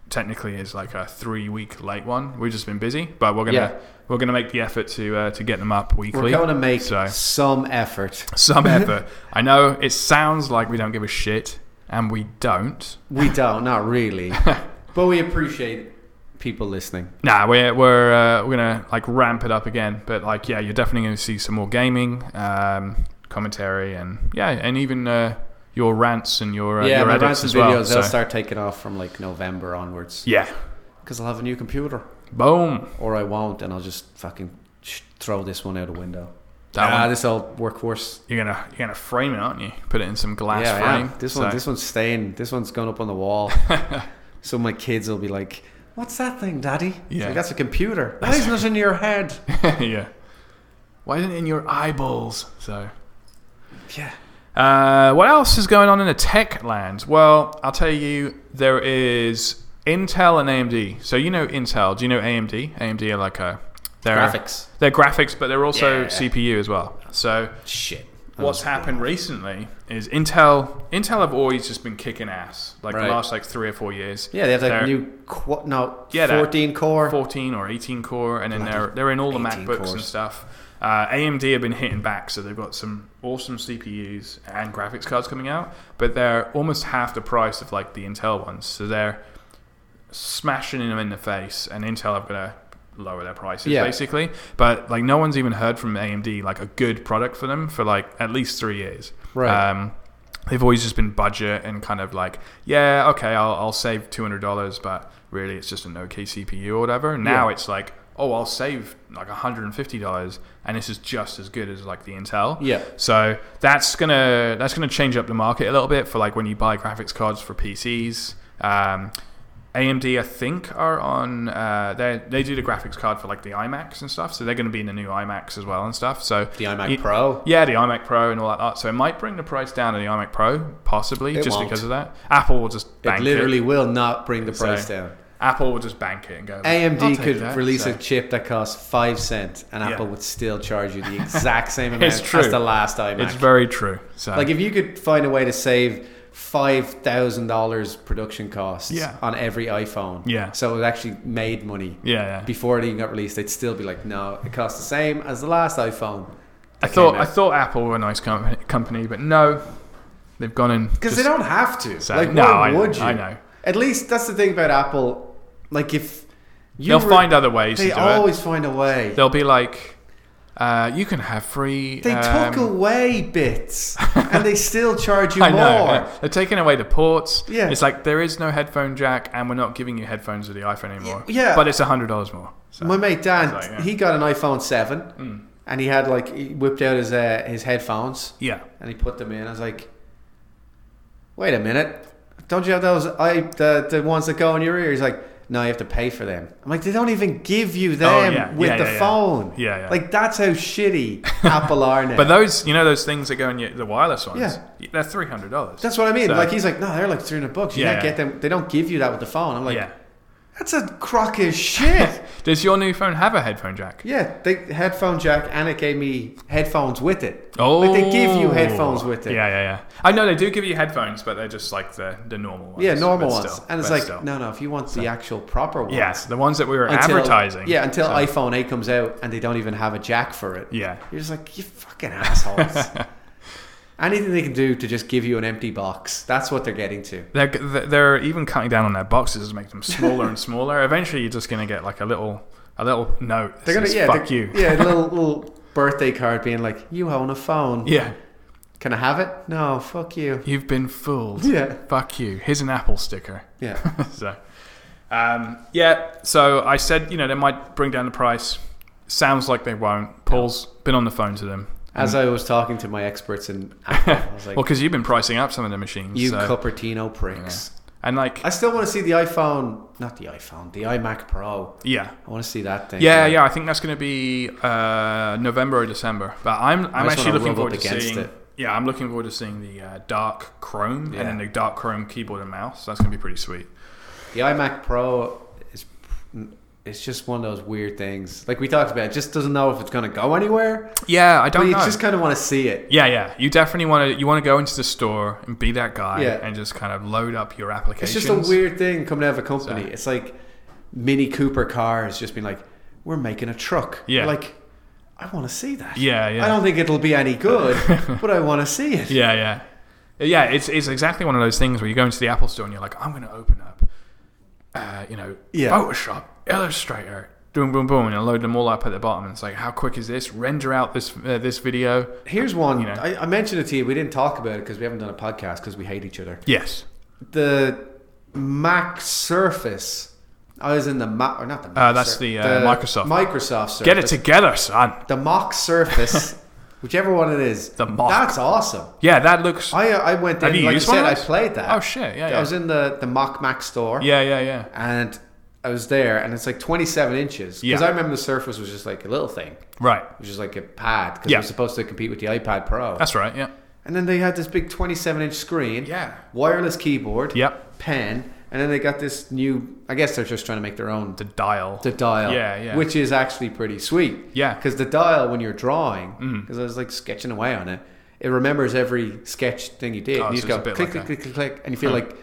[SPEAKER 1] technically, is like a three-week late one. We've just been busy, but we're gonna
[SPEAKER 2] Yeah.
[SPEAKER 1] we're gonna make the effort to uh, to get them up
[SPEAKER 2] all?
[SPEAKER 1] weekly.
[SPEAKER 2] We're going to make
[SPEAKER 1] So-
[SPEAKER 2] some effort.
[SPEAKER 1] Some effort. I know it sounds like we don't give a shit, and we don't.
[SPEAKER 2] We don't, not really, but we appreciate people listening.
[SPEAKER 1] Nah, we're we're uh, we're gonna like ramp it up again, but like yeah, you're definitely gonna see some more gaming, um, commentary, and yeah, and even uh, your rants and your uh,
[SPEAKER 2] yeah,
[SPEAKER 1] your
[SPEAKER 2] my
[SPEAKER 1] edits
[SPEAKER 2] rants and
[SPEAKER 1] as
[SPEAKER 2] videos
[SPEAKER 1] well.
[SPEAKER 2] they'll
[SPEAKER 1] so-
[SPEAKER 2] start taking off from like November onwards
[SPEAKER 1] Yeah,
[SPEAKER 2] because I'll have a new computer.
[SPEAKER 1] boom.
[SPEAKER 2] or I won't, and I'll just fucking sh- throw this one out the window.
[SPEAKER 1] That
[SPEAKER 2] Ah,
[SPEAKER 1] one.
[SPEAKER 2] this old workhorse.
[SPEAKER 1] You're gonna you're gonna frame it, aren't you? Put it in some glass
[SPEAKER 2] yeah, I am.
[SPEAKER 1] frame.
[SPEAKER 2] This
[SPEAKER 1] so-
[SPEAKER 2] one, this one's staying. This one's going up on the wall. so my kids will be like, "What's that thing, Daddy?" It's
[SPEAKER 1] Yeah.
[SPEAKER 2] like, that's a computer. Why isn't it in your head?
[SPEAKER 1] yeah. Why isn't it in your eyeballs? So.
[SPEAKER 2] yeah,
[SPEAKER 1] Uh, what else is going on in the tech land? Well, I'll tell you, there is Intel and AMD. So you know Intel. Do you know AMD? AMD are like a they're
[SPEAKER 2] graphics.
[SPEAKER 1] They're graphics, but they're also
[SPEAKER 2] Yeah.
[SPEAKER 1] CPU as well. So
[SPEAKER 2] Shit,
[SPEAKER 1] what's happened recently is Intel. Intel have always just been kicking ass. Like
[SPEAKER 2] Right.
[SPEAKER 1] the last like three or four years.
[SPEAKER 2] Yeah, they have
[SPEAKER 1] They're
[SPEAKER 2] that new qu- no
[SPEAKER 1] Yeah, that-
[SPEAKER 2] fourteen core.
[SPEAKER 1] 14 or 18 core, and then
[SPEAKER 2] Bloody
[SPEAKER 1] they're they're in all the
[SPEAKER 2] 18
[SPEAKER 1] MacBooks and
[SPEAKER 2] cores.
[SPEAKER 1] stuff. Uh, AMD have been hitting back, so they've got some awesome CPUs and graphics cards coming out, but they're almost half the price of like the Intel ones. So they're smashing them in the face, and Intel have got to lower their prices
[SPEAKER 2] Yeah.
[SPEAKER 1] basically. But like no one's even heard from AMD like a good product for them for like at least three years.
[SPEAKER 2] Right.
[SPEAKER 1] Um, they've always just been budget and kind of like, yeah, okay, I'll, I'll save two hundred dollars, but really it's just an okay CPU or whatever. Now
[SPEAKER 2] Yeah.
[SPEAKER 1] it's like, oh, I'll save like one hundred and fifty dollars, and this is just as good as like the Intel.
[SPEAKER 2] Yeah.
[SPEAKER 1] So that's gonna that's gonna change up the market a little bit for like when you buy graphics cards for PCs. Um, AMD, I think, are on. Uh, they they do the graphics card for like the iMacs and stuff, so they're going to be in the new iMacs as well and stuff. So
[SPEAKER 2] The iMac
[SPEAKER 1] you-
[SPEAKER 2] Pro.
[SPEAKER 1] yeah, the iMac Pro and all that. So it might bring the price down to the iMac Pro, possibly,
[SPEAKER 2] It
[SPEAKER 1] just
[SPEAKER 2] won't.
[SPEAKER 1] because of that. Apple will just bank
[SPEAKER 2] It
[SPEAKER 1] it.
[SPEAKER 2] literally will not bring the price
[SPEAKER 1] So-
[SPEAKER 2] down.
[SPEAKER 1] Apple will just bank it and go. "I'll
[SPEAKER 2] AMD
[SPEAKER 1] take
[SPEAKER 2] could
[SPEAKER 1] that."
[SPEAKER 2] release
[SPEAKER 1] So-
[SPEAKER 2] a chip that costs five cents, and
[SPEAKER 1] Yeah.
[SPEAKER 2] Apple would still charge you the exact same amount
[SPEAKER 1] true.
[SPEAKER 2] as the last iMac.
[SPEAKER 1] It's very true. So
[SPEAKER 2] like if you could find a way to save five thousand dollars production costs
[SPEAKER 1] Yeah.
[SPEAKER 2] on every iPhone,
[SPEAKER 1] Yeah.
[SPEAKER 2] so it actually made money
[SPEAKER 1] yeah, yeah.
[SPEAKER 2] before it even got released, they'd still be like, no, it costs the same as the last iPhone
[SPEAKER 1] I thought
[SPEAKER 2] came
[SPEAKER 1] I
[SPEAKER 2] out.
[SPEAKER 1] thought Apple were a nice company, company but no, they've gone in
[SPEAKER 2] because
[SPEAKER 1] just-
[SPEAKER 2] they don't have to.
[SPEAKER 1] So-
[SPEAKER 2] like,
[SPEAKER 1] no,
[SPEAKER 2] why
[SPEAKER 1] I know,
[SPEAKER 2] would you?
[SPEAKER 1] I know.
[SPEAKER 2] At least that's the thing about Apple. Like if you
[SPEAKER 1] They'll
[SPEAKER 2] were-
[SPEAKER 1] find other ways
[SPEAKER 2] they
[SPEAKER 1] to do it.
[SPEAKER 2] always find a way.
[SPEAKER 1] They'll be like, uh, you can have free.
[SPEAKER 2] They
[SPEAKER 1] um,
[SPEAKER 2] took away bits, and they still charge you
[SPEAKER 1] I
[SPEAKER 2] more.
[SPEAKER 1] know. yeah. They're taking away the ports.
[SPEAKER 2] Yeah.
[SPEAKER 1] It's like there is no headphone jack, and we're not giving you headphones with the iPhone anymore.
[SPEAKER 2] yeah.
[SPEAKER 1] But it's hundred dollars more. So.
[SPEAKER 2] My mate Dan,
[SPEAKER 1] It's like, yeah. Hmm.
[SPEAKER 2] he got an iPhone seven, and he had like he whipped out his uh, his headphones
[SPEAKER 1] yeah.
[SPEAKER 2] and he put them in. I was like, wait a minute, don't you have those I the the ones that go in your ear? He's like. No, you have to pay for them. I'm like, they don't even give you them
[SPEAKER 1] Oh, yeah.
[SPEAKER 2] with
[SPEAKER 1] Yeah,
[SPEAKER 2] the
[SPEAKER 1] yeah, yeah.
[SPEAKER 2] phone.
[SPEAKER 1] Yeah, yeah.
[SPEAKER 2] Like that's how shitty Apple are now.
[SPEAKER 1] But those, you know, those things that go in your, the wireless ones,
[SPEAKER 2] Yeah.
[SPEAKER 1] they're three hundred dollars.
[SPEAKER 2] that's what I mean.
[SPEAKER 1] So-
[SPEAKER 2] like he's like, no, they're like 300 bucks. You
[SPEAKER 1] Yeah,
[SPEAKER 2] can't
[SPEAKER 1] yeah.
[SPEAKER 2] get them. They don't give you that with the phone. I'm like,
[SPEAKER 1] yeah.
[SPEAKER 2] that's a crock of shit.
[SPEAKER 1] Does your new phone have a headphone jack?
[SPEAKER 2] Yeah, they headphone jack, and it gave me headphones with it.
[SPEAKER 1] Oh,
[SPEAKER 2] like they give you headphones with it.
[SPEAKER 1] Yeah, yeah, yeah. I know they do give you headphones, but they're just like the, the normal ones.
[SPEAKER 2] yeah, normal
[SPEAKER 1] but
[SPEAKER 2] ones.
[SPEAKER 1] still-
[SPEAKER 2] and it's
[SPEAKER 1] but
[SPEAKER 2] like,
[SPEAKER 1] still.
[SPEAKER 2] no, no, if you want the actual proper ones,
[SPEAKER 1] yes, the ones that we were
[SPEAKER 2] until-
[SPEAKER 1] advertising.
[SPEAKER 2] Yeah, until
[SPEAKER 1] So-
[SPEAKER 2] iPhone eight comes out, and they don't even have a jack for it.
[SPEAKER 1] yeah,
[SPEAKER 2] You're just like, you fucking assholes. Anything they can do to just give you an empty box, that's what they're getting to.
[SPEAKER 1] they're they're even cutting down on their boxes to make them smaller and smaller. Eventually, you're just gonna get like a little a little note. That
[SPEAKER 2] They're gonna,
[SPEAKER 1] says,
[SPEAKER 2] yeah,
[SPEAKER 1] fuck
[SPEAKER 2] they-
[SPEAKER 1] you.
[SPEAKER 2] yeah, a little little birthday card being like, you own a phone.
[SPEAKER 1] yeah,
[SPEAKER 2] Can I have it? No, fuck you.
[SPEAKER 1] you've been fooled.
[SPEAKER 2] Yeah,
[SPEAKER 1] Fuck you. Here's an Apple sticker.
[SPEAKER 2] yeah,
[SPEAKER 1] so, um, yeah. So I said, you know, they might bring down the price. Sounds like they won't. Paul's been on the phone to them.
[SPEAKER 2] As I was talking to my experts in Apple, I was like,
[SPEAKER 1] Mm. Well, because you've been pricing up some of the machines.
[SPEAKER 2] "You
[SPEAKER 1] so-
[SPEAKER 2] Cupertino pricks."
[SPEAKER 1] and like,
[SPEAKER 2] I still want to see the iPhone, not the iPhone, the iMac Pro.
[SPEAKER 1] yeah.
[SPEAKER 2] I want to see that thing.
[SPEAKER 1] Yeah, yeah, I think that's going to be uh, November or December. But I'm, I'm
[SPEAKER 2] just
[SPEAKER 1] actually
[SPEAKER 2] wanna
[SPEAKER 1] looking
[SPEAKER 2] rub
[SPEAKER 1] forward
[SPEAKER 2] up
[SPEAKER 1] to
[SPEAKER 2] against
[SPEAKER 1] seeing.
[SPEAKER 2] it.
[SPEAKER 1] Yeah, I'm looking forward to seeing the uh, dark chrome
[SPEAKER 2] Yeah.
[SPEAKER 1] and then the dark chrome keyboard and mouse. That's going to be pretty sweet.
[SPEAKER 2] The iMac Pro is mm, it's just one of those weird things. Like we talked about, it just doesn't know if it's going to go anywhere.
[SPEAKER 1] Yeah, I
[SPEAKER 2] But
[SPEAKER 1] don't
[SPEAKER 2] you
[SPEAKER 1] know.
[SPEAKER 2] just kind of want to see it.
[SPEAKER 1] yeah, yeah. You definitely want to you want to go into the store and be that guy
[SPEAKER 2] Yeah.
[SPEAKER 1] and just kind of load up your applications.
[SPEAKER 2] It's just a weird thing coming out of a company.
[SPEAKER 1] So-
[SPEAKER 2] It's like Mini Cooper cars just being like, "We're making a truck."
[SPEAKER 1] Yeah.
[SPEAKER 2] You're like I want to see that.
[SPEAKER 1] Yeah, yeah.
[SPEAKER 2] I don't think it'll be any good, but I want to see it.
[SPEAKER 1] Yeah, yeah. Yeah, it's, it's exactly one of those things where you go into the Apple store and you're like, I'm going to open up, uh, you know,
[SPEAKER 2] Yeah.
[SPEAKER 1] Photoshop, Illustrator, boom, boom, boom, and I load them all up at the bottom. And it's like, how quick is this? Render out this uh, this video.
[SPEAKER 2] Here's one.
[SPEAKER 1] You know.
[SPEAKER 2] I, I mentioned it to you. We didn't talk about it because we haven't done a podcast because we hate each other.
[SPEAKER 1] Yes.
[SPEAKER 2] The Mac Surface. I was in the Mac, or not the Mac.
[SPEAKER 1] Uh, that's the, uh, Microsoft.
[SPEAKER 2] Microsoft Surface.
[SPEAKER 1] Get it together, son.
[SPEAKER 2] The Mock Surface, whichever one it is.
[SPEAKER 1] The mock.
[SPEAKER 2] That's awesome.
[SPEAKER 1] Yeah, that looks.
[SPEAKER 2] I uh, I went
[SPEAKER 1] Have
[SPEAKER 2] in.
[SPEAKER 1] you
[SPEAKER 2] Like I
[SPEAKER 1] used one
[SPEAKER 2] said,
[SPEAKER 1] of
[SPEAKER 2] I
[SPEAKER 1] those?
[SPEAKER 2] played that.
[SPEAKER 1] oh, shit. Yeah, yeah.
[SPEAKER 2] I was in the the Mock Mac store.
[SPEAKER 1] yeah, yeah, yeah.
[SPEAKER 2] And I was there, and it's like 27 inches. Because
[SPEAKER 1] Yeah.
[SPEAKER 2] I remember the Surface was just like a little thing,
[SPEAKER 1] Right.
[SPEAKER 2] which is like a pad because
[SPEAKER 1] Yeah.
[SPEAKER 2] it was supposed to compete with the iPad Pro.
[SPEAKER 1] That's right. Yeah.
[SPEAKER 2] And then they had this big 27 inch screen.
[SPEAKER 1] Yeah.
[SPEAKER 2] Wireless keyboard.
[SPEAKER 1] Yep.
[SPEAKER 2] Pen. And then they got this new, I guess they're just trying to make their own,
[SPEAKER 1] The dial.
[SPEAKER 2] the dial.
[SPEAKER 1] Yeah, yeah.
[SPEAKER 2] Which is actually pretty sweet.
[SPEAKER 1] Yeah. Mm-hmm.
[SPEAKER 2] Because the dial, when you're drawing, because I was like sketching away on it, it remembers every sketch thing you did.
[SPEAKER 1] Oh,
[SPEAKER 2] and you
[SPEAKER 1] so
[SPEAKER 2] just
[SPEAKER 1] it's
[SPEAKER 2] go
[SPEAKER 1] a bit
[SPEAKER 2] click,
[SPEAKER 1] like
[SPEAKER 2] click, click, click, click, and you feel
[SPEAKER 1] Huh.
[SPEAKER 2] like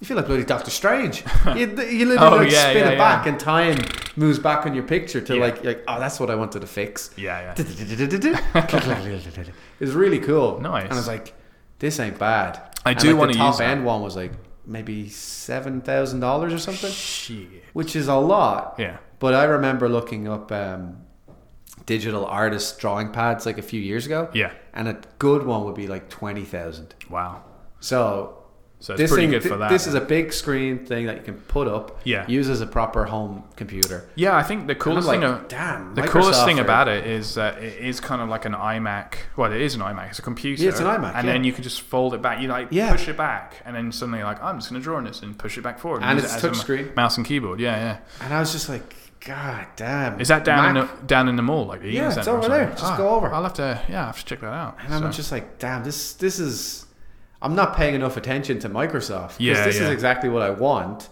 [SPEAKER 2] you feel like bloody Doctor Strange. you, you literally
[SPEAKER 1] Oh,
[SPEAKER 2] like
[SPEAKER 1] yeah,
[SPEAKER 2] spin
[SPEAKER 1] yeah,
[SPEAKER 2] it
[SPEAKER 1] yeah.
[SPEAKER 2] back, and time moves back on your picture to
[SPEAKER 1] Yeah.
[SPEAKER 2] like like oh, that's what I wanted to fix.
[SPEAKER 1] Yeah, yeah.
[SPEAKER 2] it was really cool.
[SPEAKER 1] Nice.
[SPEAKER 2] And I was like, this ain't bad.
[SPEAKER 1] I
[SPEAKER 2] And,
[SPEAKER 1] do
[SPEAKER 2] like,
[SPEAKER 1] wanna
[SPEAKER 2] the top
[SPEAKER 1] use that.
[SPEAKER 2] end one was like maybe seven thousand dollars or something,
[SPEAKER 1] Shit.
[SPEAKER 2] which is a lot.
[SPEAKER 1] Yeah.
[SPEAKER 2] But I remember looking up um, digital artist drawing pads like a few years ago.
[SPEAKER 1] Yeah.
[SPEAKER 2] And a good one would be like twenty thousand.
[SPEAKER 1] Wow.
[SPEAKER 2] So
[SPEAKER 1] So it's pretty
[SPEAKER 2] thing,
[SPEAKER 1] good
[SPEAKER 2] thi-
[SPEAKER 1] for that.
[SPEAKER 2] This
[SPEAKER 1] then.
[SPEAKER 2] is a big screen thing that you can put up.
[SPEAKER 1] Yeah.
[SPEAKER 2] Use as a proper home computer.
[SPEAKER 1] Yeah, I think the coolest
[SPEAKER 2] like,
[SPEAKER 1] thing. of-
[SPEAKER 2] damn,
[SPEAKER 1] the coolest
[SPEAKER 2] Microsoft
[SPEAKER 1] thing
[SPEAKER 2] are-
[SPEAKER 1] about it is that it is kind of like an iMac. Well, it is an iMac. It's a computer.
[SPEAKER 2] Yeah, it's an iMac,
[SPEAKER 1] And
[SPEAKER 2] yeah.
[SPEAKER 1] then you can just fold it back. You like
[SPEAKER 2] Yeah.
[SPEAKER 1] push it back, and then suddenly you're like I'm just going to draw on this and push it back forward.
[SPEAKER 2] And
[SPEAKER 1] use
[SPEAKER 2] it's
[SPEAKER 1] it as a m-
[SPEAKER 2] touchscreen.
[SPEAKER 1] mouse and keyboard. Yeah, yeah.
[SPEAKER 2] And I was just like, God damn.
[SPEAKER 1] Is that down
[SPEAKER 2] Mac-
[SPEAKER 1] in the, down in the mall? Like the Eaton
[SPEAKER 2] Yeah, it's
[SPEAKER 1] Centre or
[SPEAKER 2] over there.
[SPEAKER 1] something?
[SPEAKER 2] Just
[SPEAKER 1] Ah,
[SPEAKER 2] go over.
[SPEAKER 1] I'll have to. Yeah, I have to check that out.
[SPEAKER 2] And I'm
[SPEAKER 1] So-
[SPEAKER 2] just like, damn, this this is. I'm not paying enough attention to Microsoft. 'cause
[SPEAKER 1] Yeah,
[SPEAKER 2] this
[SPEAKER 1] yeah.
[SPEAKER 2] is exactly what I want.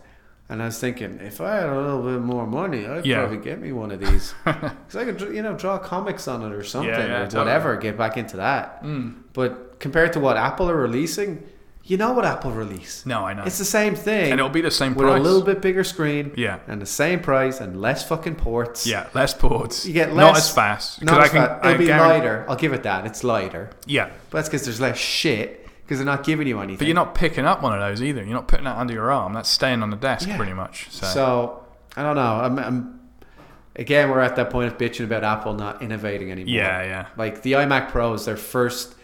[SPEAKER 2] And I was thinking, if I had a little bit more money, I'd
[SPEAKER 1] Yeah.
[SPEAKER 2] probably get me one of these because I could, dr- you know, draw comics on it or something
[SPEAKER 1] yeah,
[SPEAKER 2] or
[SPEAKER 1] totally. Mm.
[SPEAKER 2] whatever. Get back into that. But compared to what Apple are releasing, you know what Apple release?
[SPEAKER 1] no, I know.
[SPEAKER 2] It's the same thing.
[SPEAKER 1] and it'll be the same
[SPEAKER 2] with
[SPEAKER 1] price.
[SPEAKER 2] a little bit bigger screen.
[SPEAKER 1] Yeah.
[SPEAKER 2] And the same price and less fucking ports.
[SPEAKER 1] Yeah, less ports.
[SPEAKER 2] You get
[SPEAKER 1] not
[SPEAKER 2] less-
[SPEAKER 1] as fast. 'cause
[SPEAKER 2] Not
[SPEAKER 1] I
[SPEAKER 2] as
[SPEAKER 1] can-
[SPEAKER 2] fat. It'll
[SPEAKER 1] I
[SPEAKER 2] be
[SPEAKER 1] guaran-
[SPEAKER 2] lighter. I'll give it that. It's lighter.
[SPEAKER 1] Yeah,
[SPEAKER 2] But that's because there's less shit because they're not giving you anything.
[SPEAKER 1] but you're not picking up one of those either. You're not putting that under your arm. That's staying on the desk
[SPEAKER 2] Yeah.
[SPEAKER 1] pretty much. So,
[SPEAKER 2] So I don't know. I'm, I'm again we're at that point of bitching about Apple not innovating anymore.
[SPEAKER 1] Yeah, yeah.
[SPEAKER 2] Like the iMac Pro is their first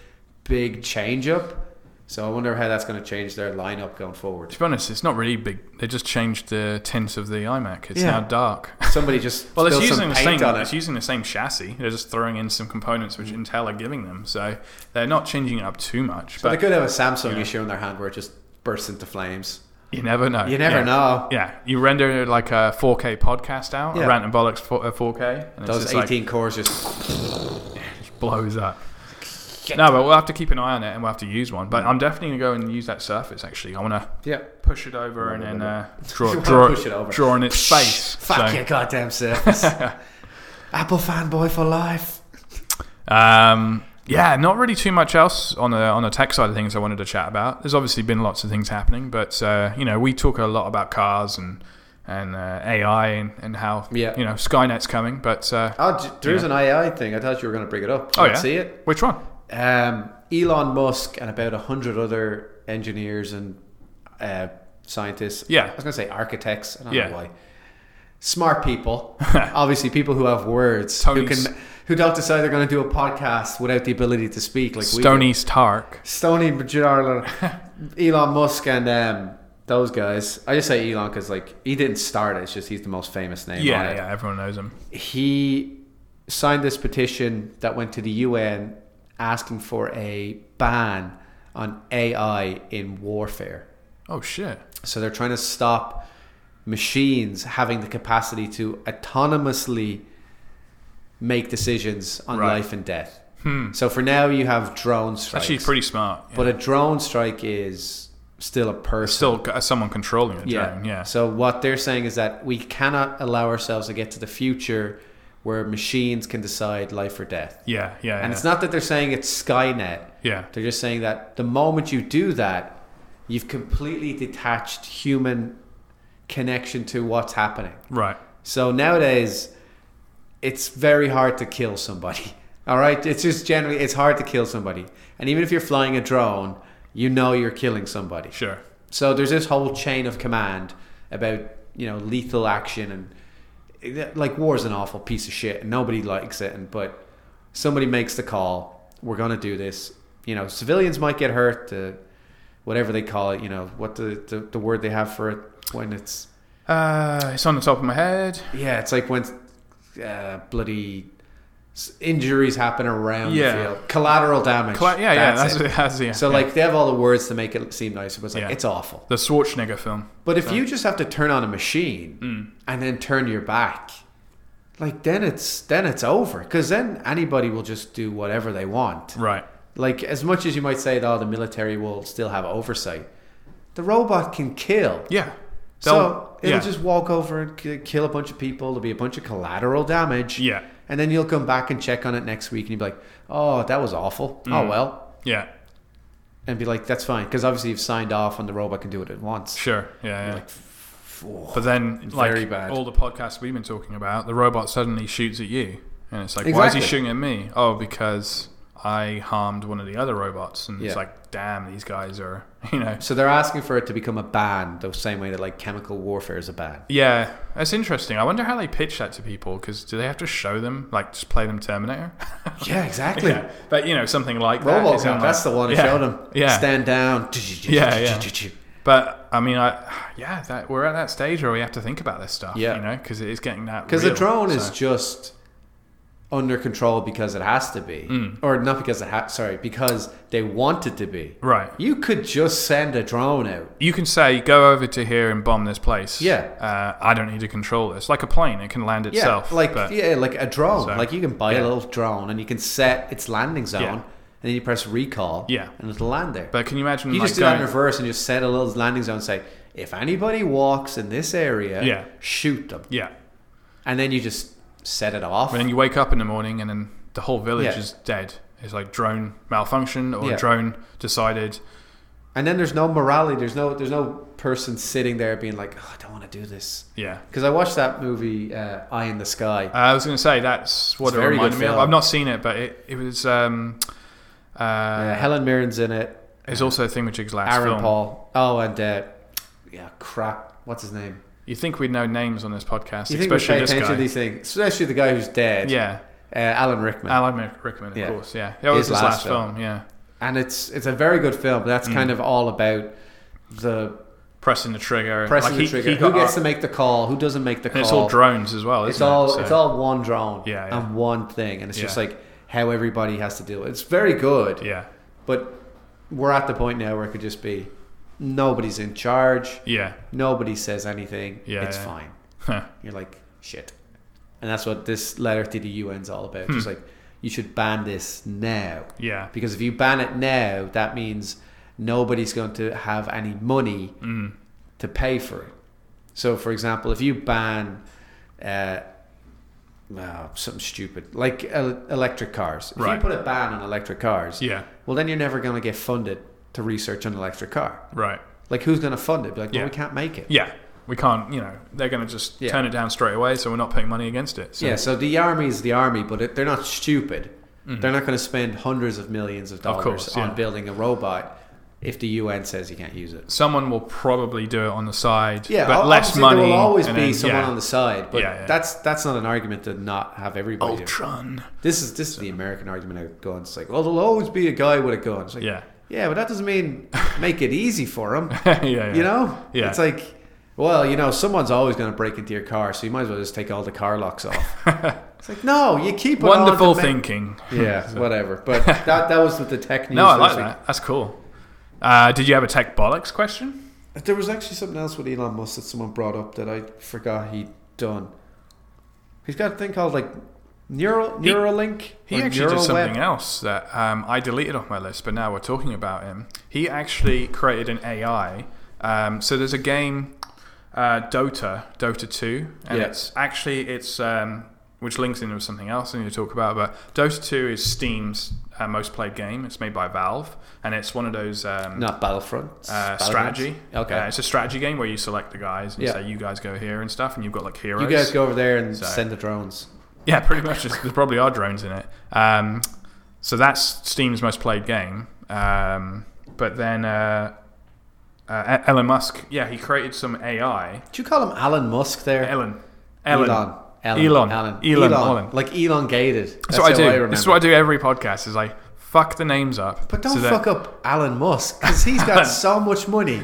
[SPEAKER 2] big change up. So I wonder how that's going to change their lineup going forward.
[SPEAKER 1] to be honest, it's not really big. They just changed the tint of the iMac. It's
[SPEAKER 2] Yeah.
[SPEAKER 1] now dark.
[SPEAKER 2] Somebody just
[SPEAKER 1] well, it's
[SPEAKER 2] spilled
[SPEAKER 1] using
[SPEAKER 2] some
[SPEAKER 1] the
[SPEAKER 2] paint
[SPEAKER 1] same.
[SPEAKER 2] on
[SPEAKER 1] It's
[SPEAKER 2] it. Mm.
[SPEAKER 1] using the same chassis. They're just throwing in some components which Intel are giving them. So they're not changing it up too much.
[SPEAKER 2] But they
[SPEAKER 1] but
[SPEAKER 2] could have a Samsung issue in their hand where it just bursts into flames.
[SPEAKER 1] you never know.
[SPEAKER 2] You never
[SPEAKER 1] Yeah.
[SPEAKER 2] know.
[SPEAKER 1] Yeah, you render like a 4K podcast out,
[SPEAKER 2] Yeah.
[SPEAKER 1] a Rant and Bollocks 4, uh, 4K, and it's
[SPEAKER 2] Those
[SPEAKER 1] just like-
[SPEAKER 2] 18 cores just
[SPEAKER 1] blows up. No, but we'll have to keep an eye on it and we'll have to use one. But I'm definitely going to go and use that surface actually. I want to
[SPEAKER 2] yeah.
[SPEAKER 1] push it over and then uh, draw,
[SPEAKER 2] You wanna
[SPEAKER 1] draw,
[SPEAKER 2] push it over.
[SPEAKER 1] draw in its face.
[SPEAKER 2] Fuck
[SPEAKER 1] So,
[SPEAKER 2] your goddamn surface. Apple fanboy for life.
[SPEAKER 1] Um, yeah, not really too much else on the on the tech side of things I wanted to chat about. There's obviously been lots of things happening, but uh, you know we talk a lot about cars and and uh, AI and, and how
[SPEAKER 2] Yeah.
[SPEAKER 1] you know Skynet's coming. But uh,
[SPEAKER 2] Oh, j- there's an AI thing. I thought you were going to bring it up.
[SPEAKER 1] oh
[SPEAKER 2] Did you
[SPEAKER 1] yeah,
[SPEAKER 2] see it.
[SPEAKER 1] Which one?
[SPEAKER 2] um, Elon Musk and about a hundred other engineers and uh, scientists.
[SPEAKER 1] Yeah.
[SPEAKER 2] I was going to say architects. I don't
[SPEAKER 1] Yeah.
[SPEAKER 2] know why. Smart people, obviously people who have words, who
[SPEAKER 1] Tony's-
[SPEAKER 2] can, who don't decide they're going to do a podcast without the ability to speak, like we do.
[SPEAKER 1] Stony Stark.
[SPEAKER 2] Stony Bajarla, Elon Musk, and um, those guys. I just say Elon because like he didn't start it. It's just he's the most famous name. on
[SPEAKER 1] Yeah,
[SPEAKER 2] it
[SPEAKER 1] yeah, everyone knows him.
[SPEAKER 2] he signed this petition that went to the UN asking for a ban on AI in warfare.
[SPEAKER 1] Oh shit.
[SPEAKER 2] So they're trying to stop machines having the capacity to autonomously make decisions on
[SPEAKER 1] Right. Hmm.
[SPEAKER 2] life and death. So for now, you have drone strikes.
[SPEAKER 1] Actually, pretty smart. yeah.
[SPEAKER 2] But a drone strike is still a person.
[SPEAKER 1] still got someone controlling the drone. Yeah.
[SPEAKER 2] So what they're saying is that we cannot allow ourselves to get to the future where machines can decide life or death.
[SPEAKER 1] Yeah, yeah,
[SPEAKER 2] And
[SPEAKER 1] yeah.
[SPEAKER 2] it's not that they're saying it's Skynet.
[SPEAKER 1] yeah.
[SPEAKER 2] They're just saying that the moment you do that, you've completely detached human connection to what's happening.
[SPEAKER 1] Right.
[SPEAKER 2] So nowadays, it's very hard to kill somebody. All right, it's just generally it's hard to kill somebody, and even if you're flying a drone, you know you're killing somebody.
[SPEAKER 1] Sure.
[SPEAKER 2] So there's this whole chain of command about you know lethal action and like war is an awful piece of shit and nobody likes it. And but somebody makes the call. We're gonna do this. You know, civilians might get hurt. Uh, whatever they call it. You know what the, the the word they have for it when it's
[SPEAKER 1] Uh, it's on the top of my head.
[SPEAKER 2] yeah, it's like when uh, bloody s- injuries happen around
[SPEAKER 1] Yeah.
[SPEAKER 2] the field, collateral damage.
[SPEAKER 1] Cla- yeah, yeah. That's, it. that's yeah.
[SPEAKER 2] So
[SPEAKER 1] yeah.
[SPEAKER 2] like they have all the words to make it seem nicer, but it's like
[SPEAKER 1] Yeah.
[SPEAKER 2] it's awful.
[SPEAKER 1] the Schwarzenegger film.
[SPEAKER 2] But if you just have to turn on a machine
[SPEAKER 1] Mm.
[SPEAKER 2] and then turn your back, like then it's then it's over because then anybody will just do whatever they want.
[SPEAKER 1] Right.
[SPEAKER 2] Like as much as you might say that oh, the military will still have oversight, the robot can kill.
[SPEAKER 1] Yeah.
[SPEAKER 2] So
[SPEAKER 1] They'll-
[SPEAKER 2] it'll
[SPEAKER 1] yeah.
[SPEAKER 2] just walk over and k- kill a bunch of people. There'll be a bunch of collateral damage.
[SPEAKER 1] Yeah. Mm.
[SPEAKER 2] And then you'll come back and check on it next week and you'll be like, oh, that was awful. Oh, well.
[SPEAKER 1] Yeah.
[SPEAKER 2] and be like, that's fine. Because obviously you've signed off on the robot can do it at once.
[SPEAKER 1] Sure. Yeah. yeah.
[SPEAKER 2] Like, f- oh.
[SPEAKER 1] but then, like
[SPEAKER 2] very bad.
[SPEAKER 1] all the podcasts we've been talking about, the robot suddenly shoots at you, and it's like, why is he
[SPEAKER 2] Exactly.
[SPEAKER 1] shooting at me? Oh, because I harmed one of the other robots, and it's
[SPEAKER 2] Yeah.
[SPEAKER 1] like, damn, these guys are, you know.
[SPEAKER 2] So they're asking for it to become a ban, the same way that like chemical warfare is a ban.
[SPEAKER 1] Yeah, that's interesting. I wonder how they pitch that to people because do they have to show them, like, just play them Terminator?
[SPEAKER 2] Yeah, exactly.
[SPEAKER 1] yeah, but you know, something like that
[SPEAKER 2] Robocop,
[SPEAKER 1] is on, like-
[SPEAKER 2] that's the one.
[SPEAKER 1] Yeah,
[SPEAKER 2] Show them.
[SPEAKER 1] Yeah,
[SPEAKER 2] Stand down.
[SPEAKER 1] Yeah, yeah. But I mean, I yeah, that we're at that stage where we have to think about this stuff.
[SPEAKER 2] Yeah.
[SPEAKER 1] you know, because it is getting that.
[SPEAKER 2] Because the
[SPEAKER 1] real,
[SPEAKER 2] drone is
[SPEAKER 1] so-
[SPEAKER 2] just under control because it has to be,
[SPEAKER 1] Mm.
[SPEAKER 2] or not because it ha Sorry, because they want it to be.
[SPEAKER 1] right.
[SPEAKER 2] You could just send a drone out.
[SPEAKER 1] You can say, "Go over to here and bomb this place."
[SPEAKER 2] Yeah.
[SPEAKER 1] uh, I don't need to control this. Like a plane, it can land
[SPEAKER 2] Yeah,
[SPEAKER 1] itself.
[SPEAKER 2] like
[SPEAKER 1] but,
[SPEAKER 2] yeah, like a drone.
[SPEAKER 1] So,
[SPEAKER 2] like you can buy
[SPEAKER 1] yeah.
[SPEAKER 2] a little drone and you can set its landing zone,
[SPEAKER 1] Yeah.
[SPEAKER 2] and then you press recall.
[SPEAKER 1] Yeah.
[SPEAKER 2] and it'll land there.
[SPEAKER 1] but can you imagine?
[SPEAKER 2] you
[SPEAKER 1] like,
[SPEAKER 2] just do that in
[SPEAKER 1] going-
[SPEAKER 2] reverse and just set a little landing zone. and Say if anybody walks in this area,
[SPEAKER 1] Yeah.
[SPEAKER 2] shoot them,
[SPEAKER 1] yeah,
[SPEAKER 2] and then you just set it off.
[SPEAKER 1] and then you wake up in the morning, and then the whole village
[SPEAKER 2] Yeah.
[SPEAKER 1] is dead. It's like drone malfunction or
[SPEAKER 2] Yeah.
[SPEAKER 1] drone decided.
[SPEAKER 2] And then there's no morality. There's no there's no person sitting there being like, oh, I don't want to do this.
[SPEAKER 1] Yeah,
[SPEAKER 2] Because I watched that movie, uh, Eye in the Sky.
[SPEAKER 1] Uh, I was going to say that's what
[SPEAKER 2] It's
[SPEAKER 1] it
[SPEAKER 2] a very good
[SPEAKER 1] reminded me of.
[SPEAKER 2] film.
[SPEAKER 1] I've not seen it, but it it was. Um, uh,
[SPEAKER 2] Uh, Helen Mirren's in it.
[SPEAKER 1] it's also a thing with Jigs last
[SPEAKER 2] Aaron
[SPEAKER 1] film.
[SPEAKER 2] Paul. Oh, and uh, yeah, crap. What's his name?
[SPEAKER 1] You think we'd know names on this podcast,
[SPEAKER 2] You think we
[SPEAKER 1] especially
[SPEAKER 2] pay
[SPEAKER 1] this
[SPEAKER 2] attention
[SPEAKER 1] guy?
[SPEAKER 2] to these things, especially the guy who's dead?
[SPEAKER 1] yeah,
[SPEAKER 2] uh, Alan Rickman.
[SPEAKER 1] Alan Rick- Rickman, of
[SPEAKER 2] Yeah.
[SPEAKER 1] course. Yeah, that was his last, film. Yeah,
[SPEAKER 2] and it's it's a very good film. But
[SPEAKER 1] Mm.
[SPEAKER 2] that's kind of all about the
[SPEAKER 1] pressing the trigger.
[SPEAKER 2] pressing
[SPEAKER 1] Like,
[SPEAKER 2] the
[SPEAKER 1] he-
[SPEAKER 2] trigger.
[SPEAKER 1] he
[SPEAKER 2] Who
[SPEAKER 1] got
[SPEAKER 2] gets
[SPEAKER 1] up-
[SPEAKER 2] to make the call? Who doesn't make the call?
[SPEAKER 1] And it's all drones as well. Isn't
[SPEAKER 2] it's all
[SPEAKER 1] it?
[SPEAKER 2] it's
[SPEAKER 1] So-
[SPEAKER 2] all one drone
[SPEAKER 1] Yeah, yeah.
[SPEAKER 2] and one thing, and it's just
[SPEAKER 1] Yeah.
[SPEAKER 2] like how everybody has to deal. with it. It's very good,
[SPEAKER 1] Yeah,
[SPEAKER 2] but we're at the point now where it could just be nobody's in charge,
[SPEAKER 1] yeah.
[SPEAKER 2] nobody says anything.
[SPEAKER 1] Yeah,
[SPEAKER 2] it's
[SPEAKER 1] yeah.
[SPEAKER 2] fine.
[SPEAKER 1] Huh.
[SPEAKER 2] You're like shit, and that's what this letter to the UN's all
[SPEAKER 1] Hmm.
[SPEAKER 2] about. Just like you should ban this now
[SPEAKER 1] Yeah,
[SPEAKER 2] because if you ban it now, that means nobody's going to have any money
[SPEAKER 1] mm.
[SPEAKER 2] to pay for it. So, for example, if you ban uh, oh, something stupid like el- electric cars, if
[SPEAKER 1] Right.
[SPEAKER 2] you put a ban on electric cars,
[SPEAKER 1] yeah.
[SPEAKER 2] well, then you're never going to get funded to research an electric car.
[SPEAKER 1] Right.
[SPEAKER 2] Like, who's going to fund it? Be like, well,
[SPEAKER 1] Yeah.
[SPEAKER 2] we can't make it.
[SPEAKER 1] Yeah, we can't. You know, they're going to just
[SPEAKER 2] Yeah.
[SPEAKER 1] turn it down straight away, so we're not putting money against it. So.
[SPEAKER 2] Yeah, so the army is the army, but it, they're not stupid. They're not going to spend hundreds of millions of dollars
[SPEAKER 1] Mm-hmm. course, yeah.
[SPEAKER 2] on building a robot if the UN says you can't use it.
[SPEAKER 1] someone will probably do it on the side.
[SPEAKER 2] Yeah,
[SPEAKER 1] but
[SPEAKER 2] ob-
[SPEAKER 1] less
[SPEAKER 2] obviously
[SPEAKER 1] money.
[SPEAKER 2] There will always be
[SPEAKER 1] and then-
[SPEAKER 2] someone
[SPEAKER 1] yeah.
[SPEAKER 2] on the side, but
[SPEAKER 1] Yeah, yeah. Oh,
[SPEAKER 2] that's that's not an argument to not have everybody. do it.
[SPEAKER 1] Ultron.
[SPEAKER 2] This is this is the American argument out guns. It's like, well, there'll always be a guy with a gun. It's like,
[SPEAKER 1] Yeah.
[SPEAKER 2] yeah, but that doesn't mean make it easy for him.
[SPEAKER 1] yeah, yeah.
[SPEAKER 2] You know,
[SPEAKER 1] Yeah.
[SPEAKER 2] it's like, well, you know, someone's always going to break into your car, so you might as well just take all the car locks off. it's like, no, you keep it on to
[SPEAKER 1] Wonderful
[SPEAKER 2] make-
[SPEAKER 1] thinking.
[SPEAKER 2] Yeah, whatever. But that that was with the tech news.
[SPEAKER 1] No, I
[SPEAKER 2] this
[SPEAKER 1] like
[SPEAKER 2] week.
[SPEAKER 1] that. That's cool. Uh, did you have a tech bollocks question?
[SPEAKER 2] There was actually something else with Elon Musk that someone brought up that I forgot he'd done. He's got a thing called like Neural
[SPEAKER 1] He-
[SPEAKER 2] Neuralink.
[SPEAKER 1] He
[SPEAKER 2] or
[SPEAKER 1] actually did
[SPEAKER 2] Neuralweb.
[SPEAKER 1] something else that um, I deleted off my list, but now we're talking about him. He actually created an AI. Um, so there's a game, uh, Dota, Dota 2, and
[SPEAKER 2] Yeah.
[SPEAKER 1] it's actually it's um, which links in with something else I need to talk about. But Dota 2 is Steam's uh, most played game. It's made by Valve, and it's one of those um,
[SPEAKER 2] Not Battlefront. it's
[SPEAKER 1] uh,
[SPEAKER 2] Battlefront.
[SPEAKER 1] strategy.
[SPEAKER 2] Okay.
[SPEAKER 1] Uh, it's a strategy game where you select the guys and
[SPEAKER 2] Yeah.
[SPEAKER 1] say, you guys go here and stuff, and you've got like heroes.
[SPEAKER 2] you guys go over there and
[SPEAKER 1] So-
[SPEAKER 2] send the drones.
[SPEAKER 1] Yeah, pretty much. There's- There probably are drones in it. Um, so that's Steam's most played game. Um, but then uh, uh, E- Elon Musk, yeah, he created some AI.
[SPEAKER 2] Do you call him Alan Musk there?
[SPEAKER 1] Ellen. Ellen.
[SPEAKER 2] Elon.
[SPEAKER 1] Elon.
[SPEAKER 2] Alan.
[SPEAKER 1] Elon. Elon.
[SPEAKER 2] Like elongated.
[SPEAKER 1] That's, what I
[SPEAKER 2] how
[SPEAKER 1] do.
[SPEAKER 2] remember.
[SPEAKER 1] this is what I do every podcast is I fuck the names up.
[SPEAKER 2] But don't
[SPEAKER 1] so that-
[SPEAKER 2] fuck up Alan Musk because he's got so much money.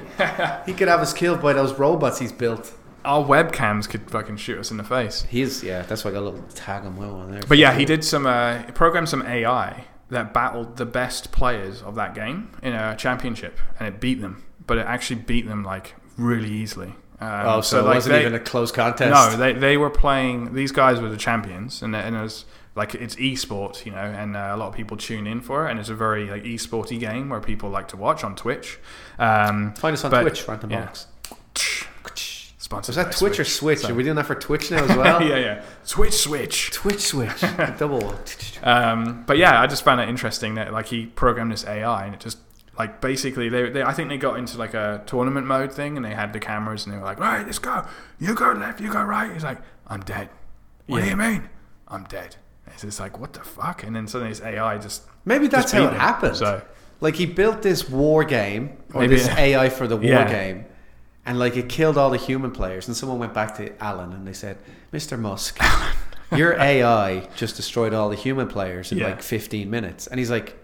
[SPEAKER 2] He could have us killed by those robots he's built.
[SPEAKER 1] Our webcams could fucking shoot us in the face.
[SPEAKER 2] He's yeah. That's why I got a little tag on my one there.
[SPEAKER 1] But yeah, he did some uh, he programmed some AI that battled the best players of that game in a championship, and it beat them. But it actually beat them like really easily. Um,
[SPEAKER 2] Oh, so, it
[SPEAKER 1] like,
[SPEAKER 2] wasn't
[SPEAKER 1] they-
[SPEAKER 2] even a close contest.
[SPEAKER 1] No, they, they were playing. These guys were the champions, and, and it was like it's esports, you know, and uh, a lot of people tune in for it, and it's a very like esporty game where people like to watch on Twitch. Um,
[SPEAKER 2] Find us on
[SPEAKER 1] But-
[SPEAKER 2] Twitch, Phantom
[SPEAKER 1] yeah.
[SPEAKER 2] Box.
[SPEAKER 1] sponsored.
[SPEAKER 2] Was that
[SPEAKER 1] by
[SPEAKER 2] Twitch or Switch?
[SPEAKER 1] So-
[SPEAKER 2] Are we doing that for Twitch now as well?
[SPEAKER 1] yeah, yeah. Switch, switch.
[SPEAKER 2] Twitch Switch. Double.
[SPEAKER 1] Um, but yeah, I just found it interesting that like he programmed this AI and it just like basically they, they I think they got into like a tournament mode thing and they had the cameras and they were like, right, let's go. You go left, you go right. He's like, I'm dead. What do
[SPEAKER 2] Yeah.
[SPEAKER 1] you mean? I'm dead. It's just like what the fuck, and then suddenly this AI just
[SPEAKER 2] Maybe that's
[SPEAKER 1] Just
[SPEAKER 2] how
[SPEAKER 1] beat
[SPEAKER 2] it
[SPEAKER 1] him.
[SPEAKER 2] happened.
[SPEAKER 1] So-
[SPEAKER 2] Like he built this war game or
[SPEAKER 1] Maybe-
[SPEAKER 2] this AI for the war
[SPEAKER 1] Yeah.
[SPEAKER 2] game, and like it killed all the human players. And someone went back to Alan and they said, "Mr. Musk, your AI just destroyed all the human players in
[SPEAKER 1] Yeah.
[SPEAKER 2] like 15 minutes." And he's like,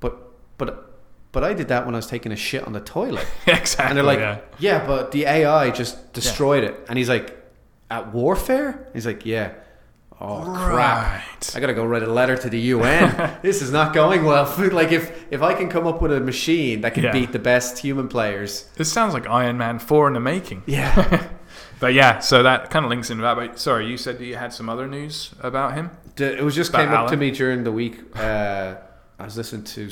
[SPEAKER 2] "But, but, but I did that when I was taking a shit on the toilet."
[SPEAKER 1] exactly.
[SPEAKER 2] And they're like,
[SPEAKER 1] yeah.
[SPEAKER 2] yeah. but the AI just destroyed it." And he's like, "At warfare?" He's like, "Yeah." Oh crap.
[SPEAKER 1] Right.
[SPEAKER 2] I gotta go write a letter to the UN. this is not going well. like if if I can come up with a machine that can
[SPEAKER 1] Yeah.
[SPEAKER 2] beat the best human players,
[SPEAKER 1] This sounds like Iron Man four in the making.
[SPEAKER 2] yeah.
[SPEAKER 1] But yeah, so that kind of links into that. But sorry, you said that you had some other news about him.
[SPEAKER 2] it was just
[SPEAKER 1] About
[SPEAKER 2] came up to
[SPEAKER 1] Alan?
[SPEAKER 2] me during the week. Uh, I was listening to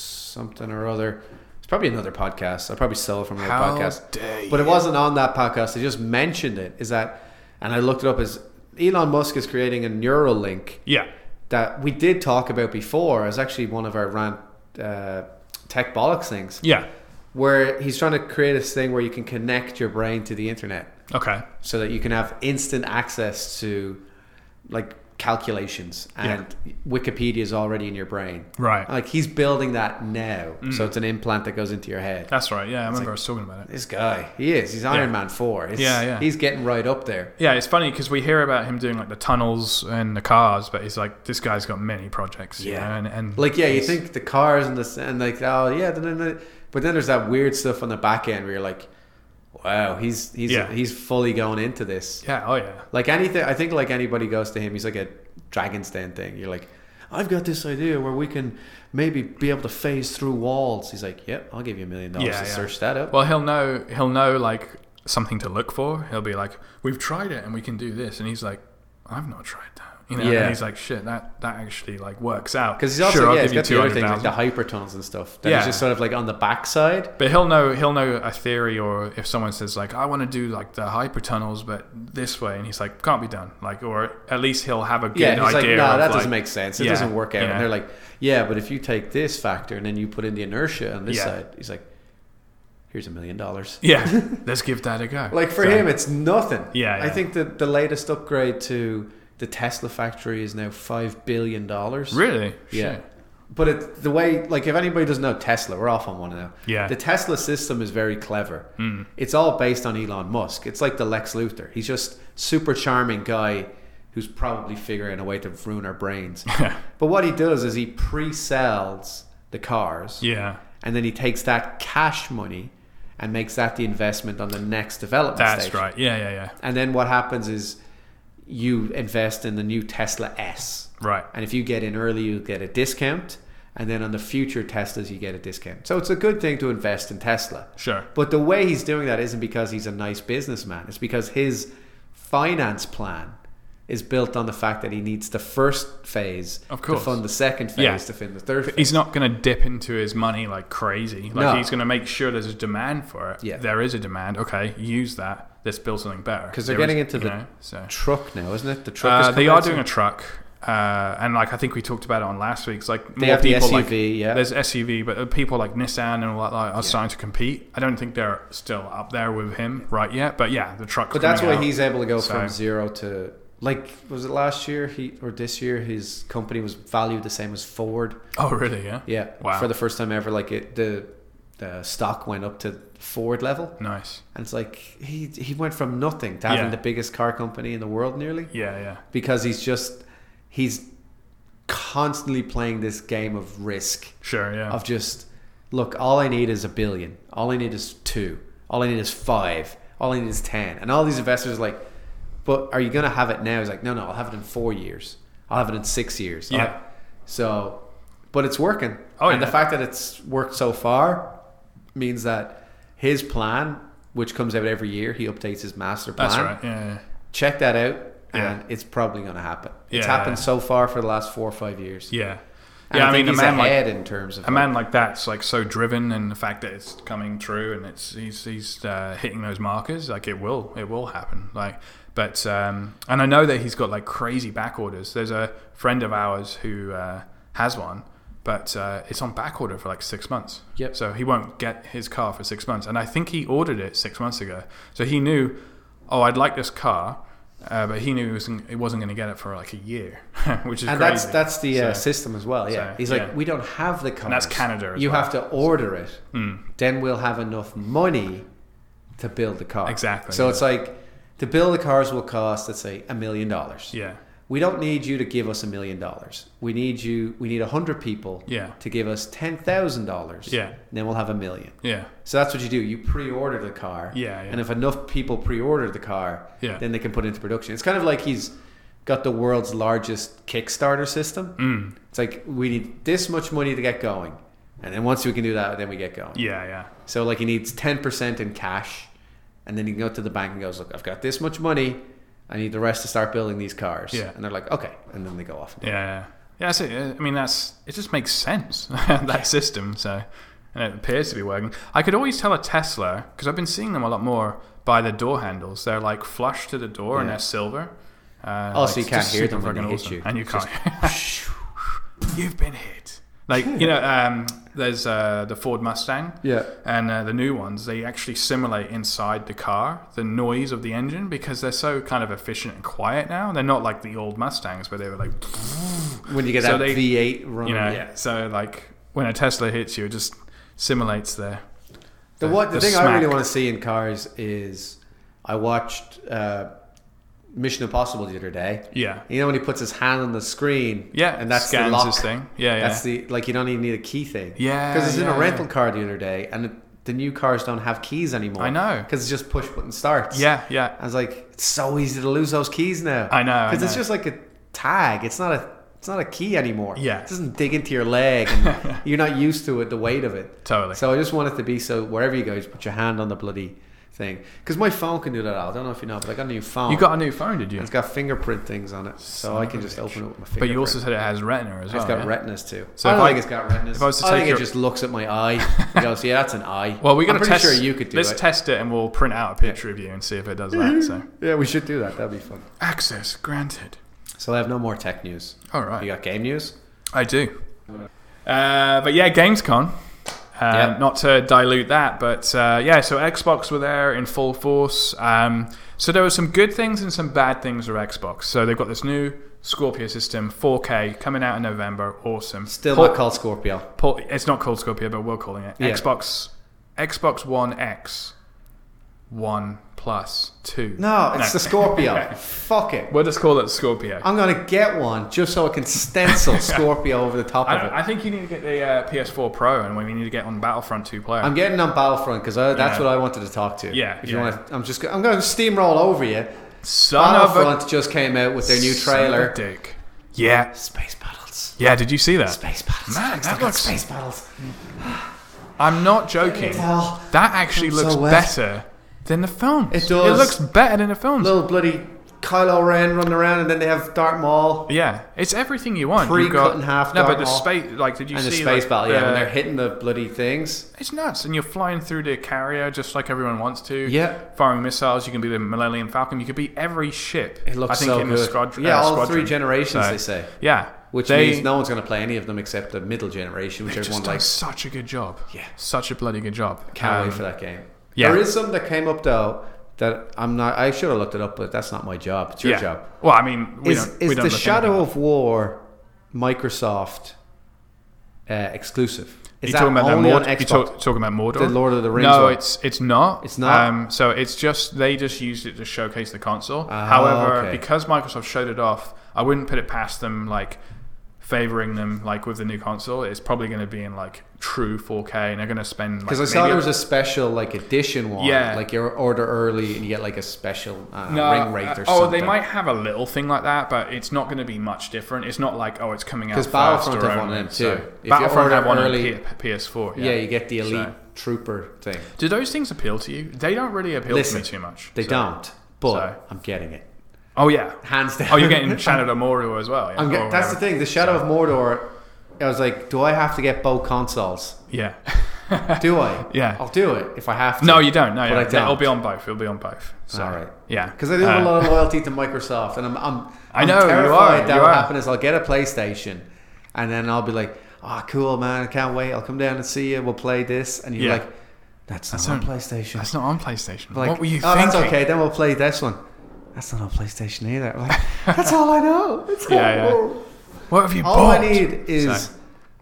[SPEAKER 2] something or other. It's probably another podcast. I probably stole it from another
[SPEAKER 1] How
[SPEAKER 2] podcast,
[SPEAKER 1] dare
[SPEAKER 2] but it
[SPEAKER 1] you.
[SPEAKER 2] wasn't on that podcast. They just mentioned it. Is that? And I looked it up as Elon Musk is creating a neural link
[SPEAKER 1] Yeah.
[SPEAKER 2] that we did talk about before. As actually one of our rant uh, tech bollocks things.
[SPEAKER 1] Yeah.
[SPEAKER 2] where he's trying to create this thing where you can connect your brain to the internet
[SPEAKER 1] Okay.
[SPEAKER 2] so that you can have instant access to like calculations and wikipedia is already in your brain
[SPEAKER 1] Right. Mm.
[SPEAKER 2] like he's building that now so it's an implant that goes into your head
[SPEAKER 1] That's right. Yeah, I remember I was talking about it.
[SPEAKER 2] this guy he is he's iron
[SPEAKER 1] Yeah.
[SPEAKER 2] man 4 It's-
[SPEAKER 1] Yeah, yeah.
[SPEAKER 2] he's getting right up there
[SPEAKER 1] Yeah, it's funny because we hear about him doing like the tunnels and the cars, but he's like this guy's got many projects. Yeah,
[SPEAKER 2] Yeah.
[SPEAKER 1] and, and
[SPEAKER 2] like yeah you
[SPEAKER 1] he's-
[SPEAKER 2] think the cars and this and like oh yeah da- da- da. but then there's that weird stuff on the back end where you're like wow he's he's
[SPEAKER 1] Yeah.
[SPEAKER 2] he's fully going into this
[SPEAKER 1] yeah, oh yeah,
[SPEAKER 2] Like anything, I think like anybody goes to him, he's like a Dragon's Den thing. You're like, I've got this idea where we can maybe be able to phase through walls. He's like, Yep, I'll give you a million dollars
[SPEAKER 1] Yeah,
[SPEAKER 2] to
[SPEAKER 1] yeah.
[SPEAKER 2] search that up.
[SPEAKER 1] well he'll know he'll know like something to look for. He'll be like, we've tried it and we can do this, and he's like, I've not tried that. You know,
[SPEAKER 2] Yeah.
[SPEAKER 1] and he's like, shit, that that actually like works out
[SPEAKER 2] Because he's also
[SPEAKER 1] sure,
[SPEAKER 2] yeah,
[SPEAKER 1] I'll
[SPEAKER 2] he's
[SPEAKER 1] give you
[SPEAKER 2] got
[SPEAKER 1] two
[SPEAKER 2] the other
[SPEAKER 1] hundred
[SPEAKER 2] things like
[SPEAKER 1] thousand.
[SPEAKER 2] the hypertones and stuff. That
[SPEAKER 1] Yeah.
[SPEAKER 2] he's just sort of like on the backside.
[SPEAKER 1] but he'll know he'll know a theory or if someone says like I want to do like the hyper tunnels but this way and he's like can't be done like or at least he'll have a good
[SPEAKER 2] Yeah, he's like,
[SPEAKER 1] idea
[SPEAKER 2] no,
[SPEAKER 1] of,
[SPEAKER 2] that
[SPEAKER 1] like-
[SPEAKER 2] doesn't make sense. It
[SPEAKER 1] Yeah,
[SPEAKER 2] doesn't work out.
[SPEAKER 1] yeah.
[SPEAKER 2] And they're like, yeah, but if you take this factor and then you put in the inertia on this
[SPEAKER 1] Yeah.
[SPEAKER 2] side, he's like, here's a million dollars.
[SPEAKER 1] yeah let's give that a go
[SPEAKER 2] Like for
[SPEAKER 1] So-
[SPEAKER 2] him, it's nothing.
[SPEAKER 1] Yeah,
[SPEAKER 2] I
[SPEAKER 1] yeah.
[SPEAKER 2] think that the latest upgrade to the Tesla factory is now five billion dollars.
[SPEAKER 1] really
[SPEAKER 2] Yeah.
[SPEAKER 1] Shit.
[SPEAKER 2] But it, the way, like, if anybody doesn't know Tesla, we're off on one now.
[SPEAKER 1] Yeah. Mm.
[SPEAKER 2] The Tesla system is very clever. It's all based on Elon Musk. It's like the Lex Luthor. He's just super charming guy who's probably figuring a way to ruin our brains. but what he does is he pre-sells the cars
[SPEAKER 1] Yeah,
[SPEAKER 2] and then he takes that cash money and makes that the investment on the next development
[SPEAKER 1] that's
[SPEAKER 2] stage.
[SPEAKER 1] right. Yeah, yeah, yeah.
[SPEAKER 2] And then what happens is you invest in the new Tesla S.
[SPEAKER 1] Right.
[SPEAKER 2] And if you get in early, you get a discount. And then on the future Teslas, you get a discount. So it's a good thing to invest in Tesla.
[SPEAKER 1] Sure.
[SPEAKER 2] But the way he's doing that isn't because he's a nice businessman, it's because his finance plan is built on the fact that he needs the first phase
[SPEAKER 1] Of
[SPEAKER 2] to
[SPEAKER 1] course.
[SPEAKER 2] fund the second phase
[SPEAKER 1] Yeah.
[SPEAKER 2] to fund the third phase.
[SPEAKER 1] He's not going to dip into his money like crazy. Like
[SPEAKER 2] No.
[SPEAKER 1] he's going to make sure there's a demand for it.
[SPEAKER 2] Yeah.
[SPEAKER 1] There is a demand. Okay, use that. Let's build something better.
[SPEAKER 2] 'Cause they're
[SPEAKER 1] There
[SPEAKER 2] getting
[SPEAKER 1] is-
[SPEAKER 2] into
[SPEAKER 1] you
[SPEAKER 2] the
[SPEAKER 1] know, so.
[SPEAKER 2] truck now, isn't it? The truck.
[SPEAKER 1] Uh, they
[SPEAKER 2] is coming
[SPEAKER 1] are
[SPEAKER 2] out soon.
[SPEAKER 1] doing a truck, uh, and like I think we talked about it on last week's. Like more
[SPEAKER 2] have the
[SPEAKER 1] people like
[SPEAKER 2] SUV, yeah.
[SPEAKER 1] there's SUV, but uh, people like Nissan and all that like, are starting to compete. I don't think they're still up there with him right yet, but yeah, the truck.
[SPEAKER 2] But that's why
[SPEAKER 1] coming out.
[SPEAKER 2] he's able to go
[SPEAKER 1] So-
[SPEAKER 2] from zero to like was it last year he or this year his company was valued the same as Ford.
[SPEAKER 1] Oh really? Yeah.
[SPEAKER 2] Yeah.
[SPEAKER 1] Wow.
[SPEAKER 2] For the first time ever, like it the the stock went up to Ford level,
[SPEAKER 1] Nice.
[SPEAKER 2] and it's like he he went from nothing to having
[SPEAKER 1] Yeah.
[SPEAKER 2] the biggest car company in the world nearly
[SPEAKER 1] Yeah, yeah.
[SPEAKER 2] because he's just he's constantly playing this game of risk
[SPEAKER 1] Sure. Yeah.
[SPEAKER 2] of just look all i need is a billion all i need is two all i need is five all i need is ten and all these investors are like but are you going to have it now he's like no no i'll have it in four years i'll have it in six years I'll
[SPEAKER 1] Yeah.
[SPEAKER 2] have-" so but it's working
[SPEAKER 1] Oh,
[SPEAKER 2] and
[SPEAKER 1] yeah.
[SPEAKER 2] the fact that it's worked so far means that his plan which comes out every year he updates his master plan
[SPEAKER 1] that's right. Yeah. yeah.
[SPEAKER 2] check that out
[SPEAKER 1] Yeah.
[SPEAKER 2] and it's probably going to happen it's
[SPEAKER 1] Yeah.
[SPEAKER 2] happened so far for the last four or five years
[SPEAKER 1] Yeah.
[SPEAKER 2] And
[SPEAKER 1] Yeah, I
[SPEAKER 2] think
[SPEAKER 1] mean, a
[SPEAKER 2] he's
[SPEAKER 1] man like-
[SPEAKER 2] ahead in terms of
[SPEAKER 1] a man like that's like so driven and the fact that it's coming true and it's he's he's uh, hitting those markers like it will it will happen like but um, and I know that he's got like crazy back orders there's a friend of ours who uh, has one but uh, it's on back order for like six months
[SPEAKER 2] Yep.
[SPEAKER 1] so he won't get his car for six months and I think he ordered it six months ago so he knew oh I'd like this car uh, but he knew he wasn't, he wasn't going to get it for like a year which is
[SPEAKER 2] and
[SPEAKER 1] crazy.
[SPEAKER 2] that's that's the uh,
[SPEAKER 1] So-
[SPEAKER 2] system as well. Yeah,
[SPEAKER 1] so,
[SPEAKER 2] he's like,
[SPEAKER 1] yeah.
[SPEAKER 2] we don't have the cars.
[SPEAKER 1] that's Canada as
[SPEAKER 2] you
[SPEAKER 1] well. Hmm.
[SPEAKER 2] have to order it. Then we'll have enough money to build the car.
[SPEAKER 1] Exactly,
[SPEAKER 2] So
[SPEAKER 1] yeah.
[SPEAKER 2] it's like to build the cars will cost, let's say, a million dollars.
[SPEAKER 1] yeah
[SPEAKER 2] We don't need you to give us a million dollars. We need you. We need a hundred people.
[SPEAKER 1] Yeah.
[SPEAKER 2] To give us ten thousand dollars.
[SPEAKER 1] Yeah.
[SPEAKER 2] Then we'll have a million.
[SPEAKER 1] yeah
[SPEAKER 2] So that's what you do. You pre-order the car.
[SPEAKER 1] Yeah, yeah.
[SPEAKER 2] And if enough people pre-order the car,
[SPEAKER 1] Yeah.
[SPEAKER 2] then they can put it into production. It's kind of like he's got the world's largest Kickstarter system.
[SPEAKER 1] Mm.
[SPEAKER 2] It's like we need this much money to get going, and then once we can do that, then we get going.
[SPEAKER 1] yeah yeah
[SPEAKER 2] So like he needs ten percent in cash, and then he can go to the bank and goes, "Look, I've got this much money. I need the rest to start building these cars."
[SPEAKER 1] Yeah.
[SPEAKER 2] And they're like, "Okay," and then they go off.
[SPEAKER 1] Yeah, yeah, yeah. That's it. I mean, that's it. Just makes sense that system. So, and it appears to be working. I could always tell a Tesla because I've been seeing them a lot more by the door handles. They're like flush to the door and
[SPEAKER 2] Yeah.
[SPEAKER 1] they're silver. Uh,
[SPEAKER 2] Oh, so you
[SPEAKER 1] it's
[SPEAKER 2] can't
[SPEAKER 1] just
[SPEAKER 2] hear
[SPEAKER 1] super
[SPEAKER 2] them when
[SPEAKER 1] fucking
[SPEAKER 2] they hit you.
[SPEAKER 1] and you
[SPEAKER 2] It's
[SPEAKER 1] can't. You've been hit. Like you know, um, there's uh, the Ford Mustang.
[SPEAKER 2] Yeah.
[SPEAKER 1] And uh, the new ones, they actually simulate inside the car the noise of the engine because they're so kind of efficient and quiet now. They're not like the old Mustangs where they were like
[SPEAKER 2] When you get
[SPEAKER 1] So
[SPEAKER 2] that
[SPEAKER 1] they-
[SPEAKER 2] V8 run,
[SPEAKER 1] you know,
[SPEAKER 2] yeah.
[SPEAKER 1] so like when a Tesla hits you, it just simulates there.
[SPEAKER 2] The,
[SPEAKER 1] the-
[SPEAKER 2] what the,
[SPEAKER 1] the
[SPEAKER 2] thing I really
[SPEAKER 1] smack.
[SPEAKER 2] want to see in cars is I watched uh, Mission Impossible the other day.
[SPEAKER 1] Yeah,
[SPEAKER 2] You know when he puts his hand on the screen,
[SPEAKER 1] yeah,
[SPEAKER 2] and that's
[SPEAKER 1] scans
[SPEAKER 2] the lock.
[SPEAKER 1] this thing. Yeah, yeah,
[SPEAKER 2] That's the like you don't even need a key thing.
[SPEAKER 1] Yeah,
[SPEAKER 2] because it's in
[SPEAKER 1] yeah,
[SPEAKER 2] a rental
[SPEAKER 1] yeah.
[SPEAKER 2] car the other day, and it, the new cars don't have keys anymore.
[SPEAKER 1] I know.
[SPEAKER 2] because it's just push button starts.
[SPEAKER 1] yeah, yeah.
[SPEAKER 2] I was like, it's so easy to lose those keys now.
[SPEAKER 1] I know, I
[SPEAKER 2] because it's
[SPEAKER 1] know.
[SPEAKER 2] just like a tag. It's not a it's not a key anymore.
[SPEAKER 1] Yeah.
[SPEAKER 2] it doesn't dig into your leg. And you're not used to it, the weight of it.
[SPEAKER 1] Totally.
[SPEAKER 2] So I just want it to be so wherever you go, just put your hand on the bloody thing. Because my phone can do that. Al. I don't know if you know, but I got a new phone.
[SPEAKER 1] You got a new phone, did
[SPEAKER 2] And
[SPEAKER 1] you?
[SPEAKER 2] it's got fingerprint things on it, so
[SPEAKER 1] Son
[SPEAKER 2] I
[SPEAKER 1] of
[SPEAKER 2] can
[SPEAKER 1] a
[SPEAKER 2] just
[SPEAKER 1] bitch.
[SPEAKER 2] open it with my fingerprint.
[SPEAKER 1] But you also said it has Retina as well.
[SPEAKER 2] It's got
[SPEAKER 1] yeah?
[SPEAKER 2] retinas too.
[SPEAKER 1] So
[SPEAKER 2] I
[SPEAKER 1] if
[SPEAKER 2] don't
[SPEAKER 1] I-
[SPEAKER 2] think it's got retinas.
[SPEAKER 1] if I was to
[SPEAKER 2] I think
[SPEAKER 1] take your-
[SPEAKER 2] it just looks at my eye and goes, "Yeah, that's an eye."
[SPEAKER 1] Well, we're
[SPEAKER 2] I'm
[SPEAKER 1] gonna
[SPEAKER 2] pretty
[SPEAKER 1] test.
[SPEAKER 2] sure you could do
[SPEAKER 1] let's
[SPEAKER 2] it.
[SPEAKER 1] test it, and we'll print out a picture of you and see if it does that. So
[SPEAKER 2] yeah, we should do that. That'd be fun.
[SPEAKER 1] access granted.
[SPEAKER 2] So I have no more tech news.
[SPEAKER 1] All
[SPEAKER 2] You
[SPEAKER 1] right,
[SPEAKER 2] got game news?
[SPEAKER 1] I do. Uh, but yeah, GamesCon. Uh,
[SPEAKER 2] Yep.
[SPEAKER 1] Not to dilute that, but uh, yeah, so Xbox were there in full force. Um, so there were some good things and some bad things with Xbox. So they've got this new Scorpio system, 4K, coming out in November. Awesome.
[SPEAKER 2] Still
[SPEAKER 1] Port-
[SPEAKER 2] not called Scorpio.
[SPEAKER 1] port- it's not called Scorpio, but we're calling it
[SPEAKER 2] Yeah.
[SPEAKER 1] Xbox Xbox One X, One Plus Two.
[SPEAKER 2] No, it's the Scorpio. Fuck it.
[SPEAKER 1] We'll just call it Scorpio.
[SPEAKER 2] I'm gonna get one just so I can stencil Scorpio over the top
[SPEAKER 1] I,
[SPEAKER 2] of
[SPEAKER 1] don't,
[SPEAKER 2] it.
[SPEAKER 1] I think you need to get the uh, PS4 Pro, and we need to get on Battlefront 2 player.
[SPEAKER 2] I'm getting on Battlefront because that's
[SPEAKER 1] Yeah.
[SPEAKER 2] what I wanted to talk to.
[SPEAKER 1] Yeah,
[SPEAKER 2] If you
[SPEAKER 1] yeah.
[SPEAKER 2] want, to, I'm just. go- I'm going to steamroll over you.
[SPEAKER 1] Son of a
[SPEAKER 2] Battlefront just came out with their new
[SPEAKER 1] Son of a
[SPEAKER 2] trailer.
[SPEAKER 1] Dick. Yeah,
[SPEAKER 2] Space battles.
[SPEAKER 1] yeah. Did you see that?
[SPEAKER 2] Space battles.
[SPEAKER 1] Man,
[SPEAKER 2] Looks
[SPEAKER 1] that
[SPEAKER 2] like it's
[SPEAKER 1] looks-
[SPEAKER 2] space battles.
[SPEAKER 1] I'm not joking.
[SPEAKER 2] Hell.
[SPEAKER 1] That actually
[SPEAKER 2] I'm
[SPEAKER 1] looks
[SPEAKER 2] so wet.
[SPEAKER 1] better than the films.
[SPEAKER 2] It does.
[SPEAKER 1] It looks better than the films.
[SPEAKER 2] Little bloody Kylo Ren running around, and then they have Darth Maul
[SPEAKER 1] yeah, it's everything you want.
[SPEAKER 2] Pre-
[SPEAKER 1] You've got-
[SPEAKER 2] cut in half,
[SPEAKER 1] No, but
[SPEAKER 2] Darth
[SPEAKER 1] the
[SPEAKER 2] Maul.
[SPEAKER 1] space. Like, did you
[SPEAKER 2] and
[SPEAKER 1] see
[SPEAKER 2] the space
[SPEAKER 1] like,
[SPEAKER 2] battle. Yeah,
[SPEAKER 1] the-
[SPEAKER 2] when they're hitting the bloody things.
[SPEAKER 1] It's nuts, and you're flying through the carrier just like everyone wants to.
[SPEAKER 2] Yeah.
[SPEAKER 1] firing missiles. You can be the Millennium Falcon. You could be every ship.
[SPEAKER 2] It looks
[SPEAKER 1] I think
[SPEAKER 2] so
[SPEAKER 1] in
[SPEAKER 2] good.
[SPEAKER 1] the squadron.
[SPEAKER 2] yeah,
[SPEAKER 1] uh,
[SPEAKER 2] all
[SPEAKER 1] squadron.
[SPEAKER 2] three generations
[SPEAKER 1] So,
[SPEAKER 2] they say,
[SPEAKER 1] Yeah,
[SPEAKER 2] which
[SPEAKER 1] they,
[SPEAKER 2] means no one's going to play any of them except the middle generation, which
[SPEAKER 1] They just
[SPEAKER 2] everyone
[SPEAKER 1] done
[SPEAKER 2] likes.
[SPEAKER 1] such a good job.
[SPEAKER 2] Yeah.
[SPEAKER 1] such a bloody good job.
[SPEAKER 2] Can't
[SPEAKER 1] Um,
[SPEAKER 2] wait for that game.
[SPEAKER 1] yeah.
[SPEAKER 2] There is something that came up though that I'm not. I should have looked it up, but that's not my job. It's your
[SPEAKER 1] yeah.
[SPEAKER 2] job.
[SPEAKER 1] Well, I mean, we
[SPEAKER 2] is
[SPEAKER 1] don't. we
[SPEAKER 2] is
[SPEAKER 1] don't
[SPEAKER 2] the
[SPEAKER 1] look
[SPEAKER 2] Shadow
[SPEAKER 1] anything.
[SPEAKER 2] of War Microsoft uh, exclusive? Is
[SPEAKER 1] you talking about that
[SPEAKER 2] only on
[SPEAKER 1] Mord-
[SPEAKER 2] Xbox?
[SPEAKER 1] you talk, talking about Mordor?
[SPEAKER 2] The Lord of the Rings
[SPEAKER 1] No,
[SPEAKER 2] one.
[SPEAKER 1] it's it's not.
[SPEAKER 2] It's not?
[SPEAKER 1] Um, so it's just they just used it to showcase the console.
[SPEAKER 2] Ah,
[SPEAKER 1] However,
[SPEAKER 2] okay.
[SPEAKER 1] because Microsoft showed it off, I wouldn't put it past them like favoring them like with the new console. It's probably going to be in like true 4K, and they're going to spend
[SPEAKER 2] Because
[SPEAKER 1] like,
[SPEAKER 2] I saw
[SPEAKER 1] maybe
[SPEAKER 2] there
[SPEAKER 1] a-
[SPEAKER 2] was a special like edition one.
[SPEAKER 1] Yeah.
[SPEAKER 2] Like you order early and you get like a special uh, ring rate or
[SPEAKER 1] uh, oh,
[SPEAKER 2] something.
[SPEAKER 1] they might have a little thing like that, but it's not going to be much different. It's not like oh, it's coming out
[SPEAKER 2] Because
[SPEAKER 1] first
[SPEAKER 2] Battlefront
[SPEAKER 1] or
[SPEAKER 2] have one of
[SPEAKER 1] only,
[SPEAKER 2] them too.
[SPEAKER 1] so-
[SPEAKER 2] If you
[SPEAKER 1] Battlefront
[SPEAKER 2] order
[SPEAKER 1] have one
[SPEAKER 2] early-
[SPEAKER 1] on P- PS4.
[SPEAKER 2] Yeah, you get the elite
[SPEAKER 1] So-
[SPEAKER 2] trooper thing.
[SPEAKER 1] Do those things appeal to you? They don't really appeal
[SPEAKER 2] Listen,
[SPEAKER 1] to me too much.
[SPEAKER 2] They
[SPEAKER 1] so-
[SPEAKER 2] don't. But
[SPEAKER 1] so-
[SPEAKER 2] I'm getting it.
[SPEAKER 1] Oh yeah.
[SPEAKER 2] Hands down.
[SPEAKER 1] Oh, you're getting Shadow of Mordor as well. Yeah.
[SPEAKER 2] I'm get,
[SPEAKER 1] Or
[SPEAKER 2] that's
[SPEAKER 1] whatever.
[SPEAKER 2] the thing. The Shadow of Mordor I was like, do I have to get both consoles?
[SPEAKER 1] Yeah.
[SPEAKER 2] Do I?
[SPEAKER 1] Yeah.
[SPEAKER 2] I'll do it if I have to.
[SPEAKER 1] No, you don't. No,
[SPEAKER 2] But I
[SPEAKER 1] yeah.
[SPEAKER 2] don't.
[SPEAKER 1] it'll be on both. It'll be on both. So,
[SPEAKER 2] All right.
[SPEAKER 1] Yeah.
[SPEAKER 2] Because I do have
[SPEAKER 1] Uh,
[SPEAKER 2] a lot of loyalty to Microsoft, and I'm, I'm, I'm
[SPEAKER 1] I know, you
[SPEAKER 2] terrified
[SPEAKER 1] are,
[SPEAKER 2] that
[SPEAKER 1] you
[SPEAKER 2] will
[SPEAKER 1] are.
[SPEAKER 2] happen is I'll get a PlayStation, and then I'll be like, "Ah, cool, man! I can't wait. I'll come down and see you. We'll play this." And you're
[SPEAKER 1] Yeah.
[SPEAKER 2] like, "That's not
[SPEAKER 1] That's
[SPEAKER 2] on
[SPEAKER 1] not-
[SPEAKER 2] PlayStation."
[SPEAKER 1] That's not on PlayStation.
[SPEAKER 2] Like,
[SPEAKER 1] what were you
[SPEAKER 2] oh,
[SPEAKER 1] thinking?
[SPEAKER 2] that's okay. Then we'll play this one. That's not on PlayStation either. I'm like, that's all I know. That's all,
[SPEAKER 1] Yeah, yeah. What have you
[SPEAKER 2] all
[SPEAKER 1] bought?
[SPEAKER 2] I need is
[SPEAKER 1] So-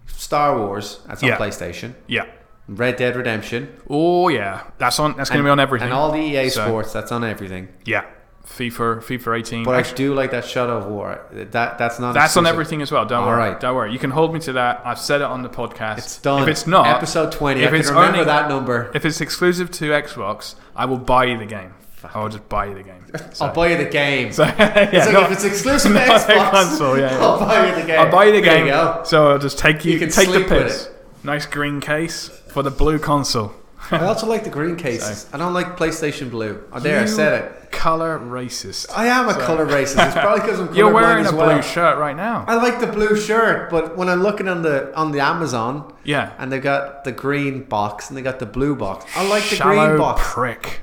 [SPEAKER 2] Star Wars. That's on
[SPEAKER 1] Yeah.
[SPEAKER 2] PlayStation.
[SPEAKER 1] Yeah.
[SPEAKER 2] Red Dead Redemption.
[SPEAKER 1] Oh yeah. That's on. That's going to be on everything.
[SPEAKER 2] And all the EA
[SPEAKER 1] So-
[SPEAKER 2] Sports. That's on everything.
[SPEAKER 1] yeah. FIFA. FIFA 18.
[SPEAKER 2] But
[SPEAKER 1] Actually,
[SPEAKER 2] I do like that Shadow of War. That that's not.
[SPEAKER 1] that's on
[SPEAKER 2] exclusive.
[SPEAKER 1] everything as well. Don't
[SPEAKER 2] All
[SPEAKER 1] worry.
[SPEAKER 2] right.
[SPEAKER 1] Don't worry. You can hold me to that. I've said it on the podcast.
[SPEAKER 2] It's done.
[SPEAKER 1] If it's not
[SPEAKER 2] episode twenty,
[SPEAKER 1] if
[SPEAKER 2] I
[SPEAKER 1] it's
[SPEAKER 2] can remember
[SPEAKER 1] only-
[SPEAKER 2] that number.
[SPEAKER 1] if it's exclusive to Xbox, I will buy you the game. I will just buy you the game. So-
[SPEAKER 2] I'll buy you the game.
[SPEAKER 1] So, yeah,
[SPEAKER 2] it's like
[SPEAKER 1] not-
[SPEAKER 2] if it's exclusive to
[SPEAKER 1] not a
[SPEAKER 2] Xbox,
[SPEAKER 1] console, yeah, yeah.
[SPEAKER 2] I'll buy you the game.
[SPEAKER 1] I'll buy you the
[SPEAKER 2] There
[SPEAKER 1] game.
[SPEAKER 2] go.
[SPEAKER 1] So I'll just take you,
[SPEAKER 2] You can
[SPEAKER 1] take the
[SPEAKER 2] sleep with
[SPEAKER 1] piss. Nice green case for the blue console.
[SPEAKER 2] I also like the green cases. I don't like PlayStation Blue. Oh, there, I
[SPEAKER 1] You
[SPEAKER 2] said it.
[SPEAKER 1] Color racist.
[SPEAKER 2] I am a
[SPEAKER 1] So-
[SPEAKER 2] color racist. It's probably because I'm
[SPEAKER 1] You're
[SPEAKER 2] colorblind
[SPEAKER 1] wearing
[SPEAKER 2] as
[SPEAKER 1] a
[SPEAKER 2] well.
[SPEAKER 1] blue shirt right now.
[SPEAKER 2] I like the blue shirt, but when I'm looking on the on the Amazon,
[SPEAKER 1] Yeah.
[SPEAKER 2] and they got the green box and they got the blue box. I like the
[SPEAKER 1] Shallow
[SPEAKER 2] green box.
[SPEAKER 1] prick.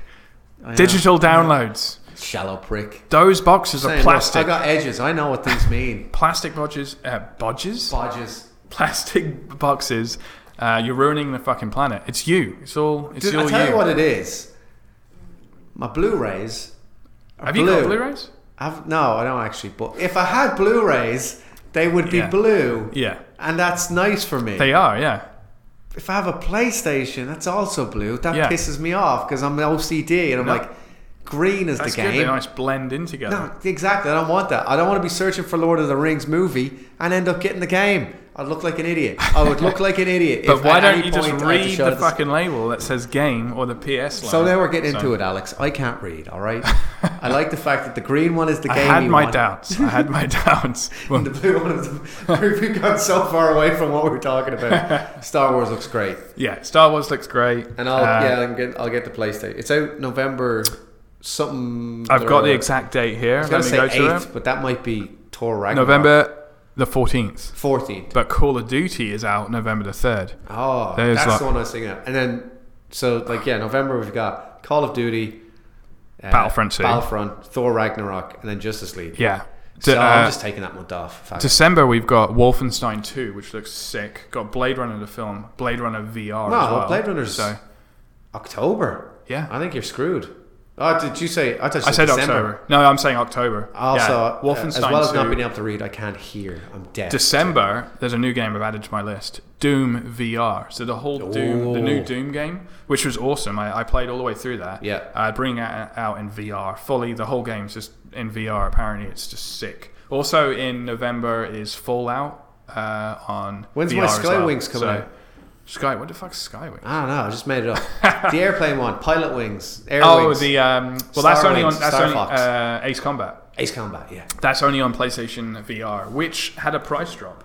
[SPEAKER 2] I know.
[SPEAKER 1] Digital downloads.
[SPEAKER 2] shallow prick.
[SPEAKER 1] Those boxes are
[SPEAKER 2] Saying, look,
[SPEAKER 1] plastic.
[SPEAKER 2] I got edges. I know what things mean.
[SPEAKER 1] plastic bodges. Uh, bodges?
[SPEAKER 2] Bodges.
[SPEAKER 1] plastic boxes. Uh, you're ruining the fucking planet. It's you. It's all. It's
[SPEAKER 2] Dude,
[SPEAKER 1] all
[SPEAKER 2] I tell you.
[SPEAKER 1] you.
[SPEAKER 2] what it is. My Blu-rays. are
[SPEAKER 1] Have you got
[SPEAKER 2] blue.
[SPEAKER 1] Blu-rays?
[SPEAKER 2] I've, no, I don't actually. But if I had Blu-rays, they would be
[SPEAKER 1] Yeah.
[SPEAKER 2] blue,
[SPEAKER 1] Yeah,
[SPEAKER 2] and that's nice for me.
[SPEAKER 1] they are. Yeah.
[SPEAKER 2] if I have a PlayStation, that's also blue. That
[SPEAKER 1] Yeah.
[SPEAKER 2] pisses me off because I'm OCD and I'm
[SPEAKER 1] No.
[SPEAKER 2] like, green is
[SPEAKER 1] That's
[SPEAKER 2] the
[SPEAKER 1] good. They
[SPEAKER 2] game.
[SPEAKER 1] nice blend in together.
[SPEAKER 2] No, exactly. I don't want that. I don't want to be searching for Lord of the Rings movie and end up getting the game. I'd look like an idiot. I would look like an idiot.
[SPEAKER 1] But
[SPEAKER 2] if
[SPEAKER 1] why
[SPEAKER 2] at
[SPEAKER 1] don't
[SPEAKER 2] any
[SPEAKER 1] you just
[SPEAKER 2] point I had to
[SPEAKER 1] read
[SPEAKER 2] show
[SPEAKER 1] the
[SPEAKER 2] this-
[SPEAKER 1] fucking label that says game or the PS line?
[SPEAKER 2] So now we're getting into
[SPEAKER 1] So-
[SPEAKER 2] it, Alex. I can't read. All right. I like the fact that the green one is the
[SPEAKER 1] I
[SPEAKER 2] game.
[SPEAKER 1] had
[SPEAKER 2] you
[SPEAKER 1] my
[SPEAKER 2] want.
[SPEAKER 1] doubts. I had my doubts. Well,
[SPEAKER 2] The blue one is the, we've gone so far away from what we were talking about. Star Wars looks great,
[SPEAKER 1] yeah, Star Wars looks great.
[SPEAKER 2] and I'll
[SPEAKER 1] Uh,
[SPEAKER 2] yeah, I'm get, I'll get the PlayStation. It's out November something.
[SPEAKER 1] I've got the
[SPEAKER 2] or-
[SPEAKER 1] exact date here.
[SPEAKER 2] I
[SPEAKER 1] Let
[SPEAKER 2] was gonna
[SPEAKER 1] me
[SPEAKER 2] say
[SPEAKER 1] go to
[SPEAKER 2] eighth,
[SPEAKER 1] it.
[SPEAKER 2] but that might be Tor Ragnarok.
[SPEAKER 1] November the 14th.
[SPEAKER 2] fourteenth.
[SPEAKER 1] But Call of Duty is out November the 3rd.
[SPEAKER 2] Oh,
[SPEAKER 1] There's
[SPEAKER 2] that's
[SPEAKER 1] like-
[SPEAKER 2] the one I was thinking of. And then, so like yeah, November we've got Call of Duty, uh,
[SPEAKER 1] Battlefront 2.
[SPEAKER 2] Battlefront, Thor Ragnarok, and then Justice League.
[SPEAKER 1] Yeah.
[SPEAKER 2] So
[SPEAKER 1] De-
[SPEAKER 2] I'm
[SPEAKER 1] uh,
[SPEAKER 2] just taking that month off. in fact.
[SPEAKER 1] December, we've got Wolfenstein 2, which looks sick. Got Blade Runner, the film. Blade Runner VR.
[SPEAKER 2] No,
[SPEAKER 1] as well.
[SPEAKER 2] Blade Runner's-
[SPEAKER 1] So,
[SPEAKER 2] October.
[SPEAKER 1] yeah.
[SPEAKER 2] I think you're screwed. Oh, did you say? I, thought you
[SPEAKER 1] I said
[SPEAKER 2] December.
[SPEAKER 1] October. No, I'm saying October.
[SPEAKER 2] Also,
[SPEAKER 1] yeah.
[SPEAKER 2] uh,
[SPEAKER 1] Wolfenstein
[SPEAKER 2] as well as
[SPEAKER 1] 2.
[SPEAKER 2] not being able to read, I can't hear. I'm deaf.
[SPEAKER 1] December, there's a new game I've added to my list, Doom VR. So the whole Doom, the new
[SPEAKER 2] Ooh.
[SPEAKER 1] Doom game, which was awesome. I, I played all the way through that.
[SPEAKER 2] Yeah.
[SPEAKER 1] uh, bringing it out in VR fully. The whole game's just in VR. Apparently, it's just sick. Also in November is Fallout uh, on.
[SPEAKER 2] When's
[SPEAKER 1] VR
[SPEAKER 2] my
[SPEAKER 1] as well.
[SPEAKER 2] Skywings coming out?
[SPEAKER 1] Sky, what the fuck's Skywings?
[SPEAKER 2] I don't know. I just made it up. the airplane one, Pilot Wings, Air
[SPEAKER 1] Oh,
[SPEAKER 2] Wings,
[SPEAKER 1] the um, well,
[SPEAKER 2] Star
[SPEAKER 1] that's only
[SPEAKER 2] Wings,
[SPEAKER 1] on that's
[SPEAKER 2] Star
[SPEAKER 1] only
[SPEAKER 2] Fox.
[SPEAKER 1] uh, Ace Combat.
[SPEAKER 2] Ace Combat. Yeah,
[SPEAKER 1] That's only on PlayStation VR, which had a price drop.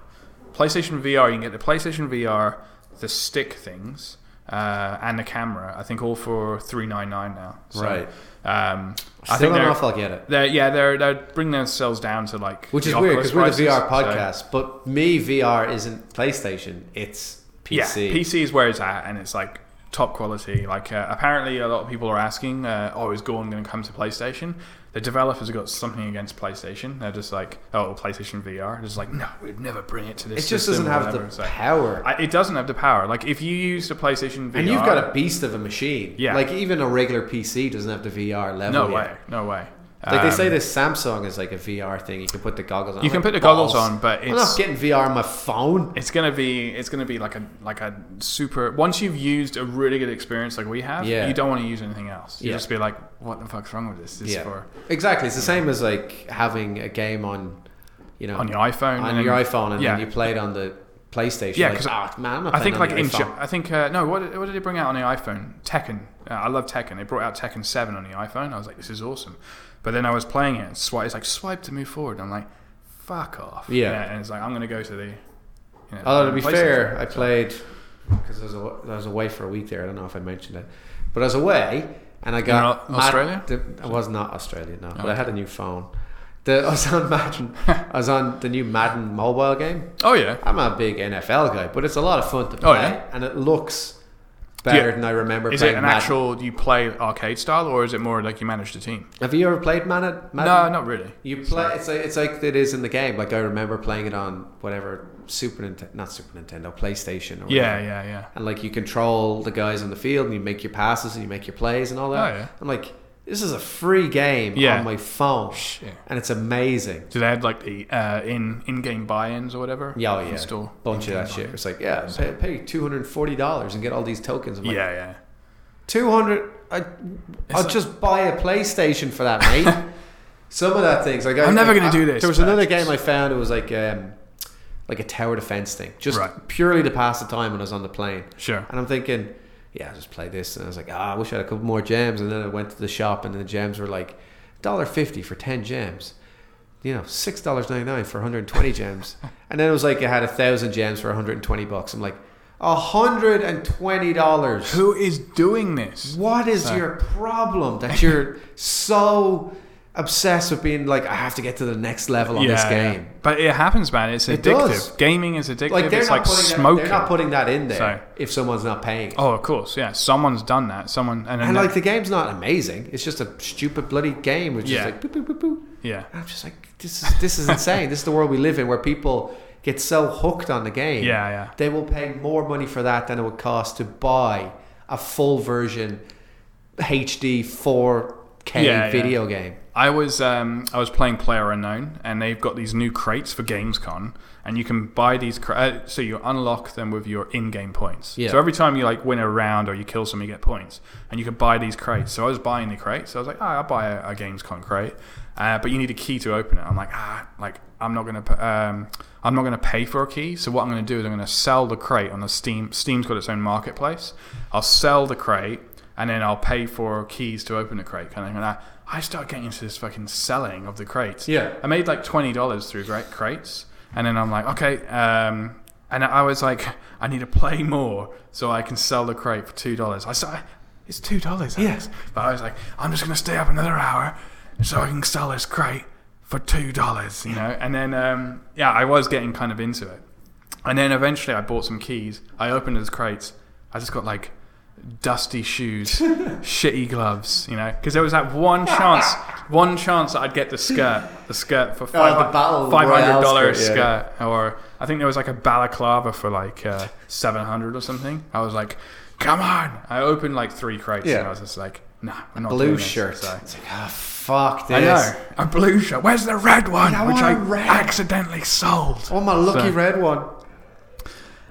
[SPEAKER 1] PlayStation VR, you can get the PlayStation VR, the stick things, uh, and the camera. I think all for three nine nine now. So,
[SPEAKER 2] Right.
[SPEAKER 1] Um,
[SPEAKER 2] still
[SPEAKER 1] I think
[SPEAKER 2] don't
[SPEAKER 1] they're,
[SPEAKER 2] know if I'll get it.
[SPEAKER 1] they're yeah they're they're bringing themselves down to like
[SPEAKER 2] Which
[SPEAKER 1] the
[SPEAKER 2] is weird
[SPEAKER 1] Oculus
[SPEAKER 2] because we're the VR
[SPEAKER 1] prices, so-
[SPEAKER 2] podcast, but me VR isn't PlayStation. It's PC.
[SPEAKER 1] Yeah, PC is where it's at, and it's like top quality. Like uh, apparently, a lot of people are asking, uh, "Oh, is Gorn going to come to PlayStation?" The developers have got something against PlayStation. They're just like, "Oh, PlayStation VR." It's like, no, we'd never bring it to
[SPEAKER 2] it
[SPEAKER 1] this.
[SPEAKER 2] just
[SPEAKER 1] system
[SPEAKER 2] doesn't
[SPEAKER 1] or
[SPEAKER 2] have
[SPEAKER 1] whatever.
[SPEAKER 2] the
[SPEAKER 1] So,
[SPEAKER 2] power.
[SPEAKER 1] I, it doesn't have the power. Like if you use the PlayStation VR,
[SPEAKER 2] and you've got a beast of a machine.
[SPEAKER 1] Yeah.
[SPEAKER 2] Like even a regular PC doesn't have the VR level.
[SPEAKER 1] no
[SPEAKER 2] yet.
[SPEAKER 1] way, no way.
[SPEAKER 2] Like they
[SPEAKER 1] Um,
[SPEAKER 2] say this Samsung is like a VR thing. You can put the goggles on.
[SPEAKER 1] You
[SPEAKER 2] I'm
[SPEAKER 1] can
[SPEAKER 2] like,
[SPEAKER 1] put the goggles
[SPEAKER 2] balls.
[SPEAKER 1] on, but
[SPEAKER 2] I'm not
[SPEAKER 1] it's
[SPEAKER 2] getting VR on my phone.
[SPEAKER 1] it's gonna be it's gonna be like a like a super once you've used a really good experience like we have
[SPEAKER 2] Yeah.
[SPEAKER 1] you don't want to use anything else you
[SPEAKER 2] Yeah.
[SPEAKER 1] just be like what the fuck's wrong with this this is
[SPEAKER 2] Yeah.
[SPEAKER 1] for
[SPEAKER 2] Exactly. It's the same as like having a game on, you know,
[SPEAKER 1] on your iphone
[SPEAKER 2] on
[SPEAKER 1] and then-
[SPEAKER 2] your iPhone, and
[SPEAKER 1] yeah.
[SPEAKER 2] then you play it on the PlayStation.
[SPEAKER 1] Yeah,
[SPEAKER 2] like,
[SPEAKER 1] 'cause
[SPEAKER 2] "Ah, man, I'm not
[SPEAKER 1] i
[SPEAKER 2] playing
[SPEAKER 1] think
[SPEAKER 2] on
[SPEAKER 1] like
[SPEAKER 2] the
[SPEAKER 1] in
[SPEAKER 2] iPhone."
[SPEAKER 1] Ja- i think uh, no what, did- what did it bring out on the iphone tekken uh, i love tekken they brought out tekken 7 on the iphone i was like this is awesome but then i was playing it and swipe it's like swipe to move forward and i'm like fuck off
[SPEAKER 2] Yeah.
[SPEAKER 1] and it's like i'm gonna go to the you know, um,
[SPEAKER 2] Although to be
[SPEAKER 1] PlayStation.
[SPEAKER 2] fair, I played because I, was aw- I was away for a week there. I don't know if I mentioned it, but I was away and I got
[SPEAKER 1] Au- Australia?
[SPEAKER 2] the- I was not Australia, no. But I had a new phone, The, I was on Madden. I was on the new Madden mobile game.
[SPEAKER 1] Oh yeah.
[SPEAKER 2] I'm not a big NFL guy, but it's a lot of fun to play,
[SPEAKER 1] Oh, yeah?
[SPEAKER 2] and it looks better
[SPEAKER 1] Yeah.
[SPEAKER 2] than I remember.
[SPEAKER 1] Is it
[SPEAKER 2] playing
[SPEAKER 1] an
[SPEAKER 2] Madden.
[SPEAKER 1] actual you play arcade style, or is it more like you manage the team?
[SPEAKER 2] Have you ever played Madden?
[SPEAKER 1] No,
[SPEAKER 2] Madden?
[SPEAKER 1] not really.
[SPEAKER 2] You play. It's like it's like it is in the game. Like I remember playing it on whatever Super Nintendo, not Super Nintendo, PlayStation. Or
[SPEAKER 1] Yeah,
[SPEAKER 2] whatever.
[SPEAKER 1] yeah, yeah.
[SPEAKER 2] And like you control the guys on the field, and you make your passes, and you make your plays, and all that.
[SPEAKER 1] Oh, yeah.
[SPEAKER 2] I'm like, this is a free game
[SPEAKER 1] Yeah.
[SPEAKER 2] on my phone,
[SPEAKER 1] Shit.
[SPEAKER 2] and it's amazing.
[SPEAKER 1] Do they have like the uh, in in game buy-ins or whatever?
[SPEAKER 2] Yeah, oh, yeah.
[SPEAKER 1] Still
[SPEAKER 2] Bunch of that shit. It's like, yeah, pay, pay two hundred and forty dollars and get all these tokens. I'm like,
[SPEAKER 1] yeah, yeah.
[SPEAKER 2] Two hundred. I I'll
[SPEAKER 1] like-
[SPEAKER 2] just buy a PlayStation for that, mate. Some of that things like I,
[SPEAKER 1] I'm never
[SPEAKER 2] like,
[SPEAKER 1] gonna
[SPEAKER 2] I-
[SPEAKER 1] do this,
[SPEAKER 2] There was
[SPEAKER 1] but-
[SPEAKER 2] another game I found. It was like um, like a tower defense thing, just
[SPEAKER 1] Right.
[SPEAKER 2] purely to pass the time when I was on the plane.
[SPEAKER 1] Sure.
[SPEAKER 2] And I'm thinking, yeah, I'll just play this. And I was like, ah, I wish I had a couple more gems. And then I went to the shop, and the gems were like $1.50 for 10 gems. You know, $6.99 for 120 gems. And then it was like I had a 1,000 gems for 120 bucks. I'm like, $120.
[SPEAKER 1] Who is doing this?
[SPEAKER 2] What is your problem that you're so obsessed with being like, I have to get to the next level on this game?
[SPEAKER 1] But it happens, man. It's
[SPEAKER 2] It
[SPEAKER 1] addictive.
[SPEAKER 2] does.
[SPEAKER 1] Gaming is addictive.
[SPEAKER 2] Like, they're
[SPEAKER 1] it's
[SPEAKER 2] not,
[SPEAKER 1] like
[SPEAKER 2] putting
[SPEAKER 1] smoking.
[SPEAKER 2] That, they're not putting that in there
[SPEAKER 1] Sorry.
[SPEAKER 2] if someone's not paying.
[SPEAKER 1] oh, of course. Yeah. Someone's done that. Someone and, then
[SPEAKER 2] And
[SPEAKER 1] they-
[SPEAKER 2] like the game's not amazing. It's just a stupid bloody game, which
[SPEAKER 1] Yeah.
[SPEAKER 2] is like boop, boop, boop, boop.
[SPEAKER 1] yeah.
[SPEAKER 2] And I'm just like, this is this is insane. this is the world we live in, where people get so hooked on the game.
[SPEAKER 1] Yeah, yeah.
[SPEAKER 2] They will pay more money for that than it would cost to buy a full version HD 4K
[SPEAKER 1] Yeah, yeah.
[SPEAKER 2] video game.
[SPEAKER 1] I was um, I was playing Player Unknown, and they've got these new crates for GamesCon, and you can buy these. Cra- uh, so you unlock them with your in-game points.
[SPEAKER 2] Yeah.
[SPEAKER 1] So every time you like win a round or you kill someone, you get points, and you can buy these crates. So I was buying the crates. So I was like, oh, I'll buy a, a GamesCon crate, uh, but you need a key to open it. I'm like, ah, like I'm not gonna. p- Um, I'm not going to pay for a key, so what I'm going to do is I'm going to sell the crate on the Steam. Steam's got its own marketplace. I'll sell the crate, and then I'll pay for keys to open the crate kind of thing. And I, I started getting into this fucking selling of the crates.
[SPEAKER 2] Yeah.
[SPEAKER 1] I made like twenty dollars through great crates, and then I'm like, okay, um, and I was like, I need to play more so I can sell the crate for two dollars. I said, it's two dollars.
[SPEAKER 2] Yes.
[SPEAKER 1] but I was like, I'm just gonna stay up another hour so I can sell this crate for two dollars. You know, and then um, yeah, I was getting kind of into it, and then eventually I bought some keys. I opened those crates. I just got like dusty shoes, shitty gloves, you know, because there was that one chance, one chance that I'd get the skirt, the skirt for
[SPEAKER 2] the Oh, battle
[SPEAKER 1] five hundred
[SPEAKER 2] royale
[SPEAKER 1] dollars
[SPEAKER 2] skirt,
[SPEAKER 1] skirt,
[SPEAKER 2] yeah.
[SPEAKER 1] uh, or I think there was like a balaclava for like uh, seven hundred or something. I was like, come on! I opened like three crates,
[SPEAKER 2] Yeah.
[SPEAKER 1] and I was just like, no, I'm not doing
[SPEAKER 2] Blue
[SPEAKER 1] this.
[SPEAKER 2] shirt.
[SPEAKER 1] So-
[SPEAKER 2] It's like, ah, fuck
[SPEAKER 1] I
[SPEAKER 2] this.
[SPEAKER 1] know a blue shirt. Where's the red one,
[SPEAKER 2] I
[SPEAKER 1] which
[SPEAKER 2] want
[SPEAKER 1] I
[SPEAKER 2] a red.
[SPEAKER 1] accidentally sold?
[SPEAKER 2] Oh my lucky
[SPEAKER 1] So-
[SPEAKER 2] red one.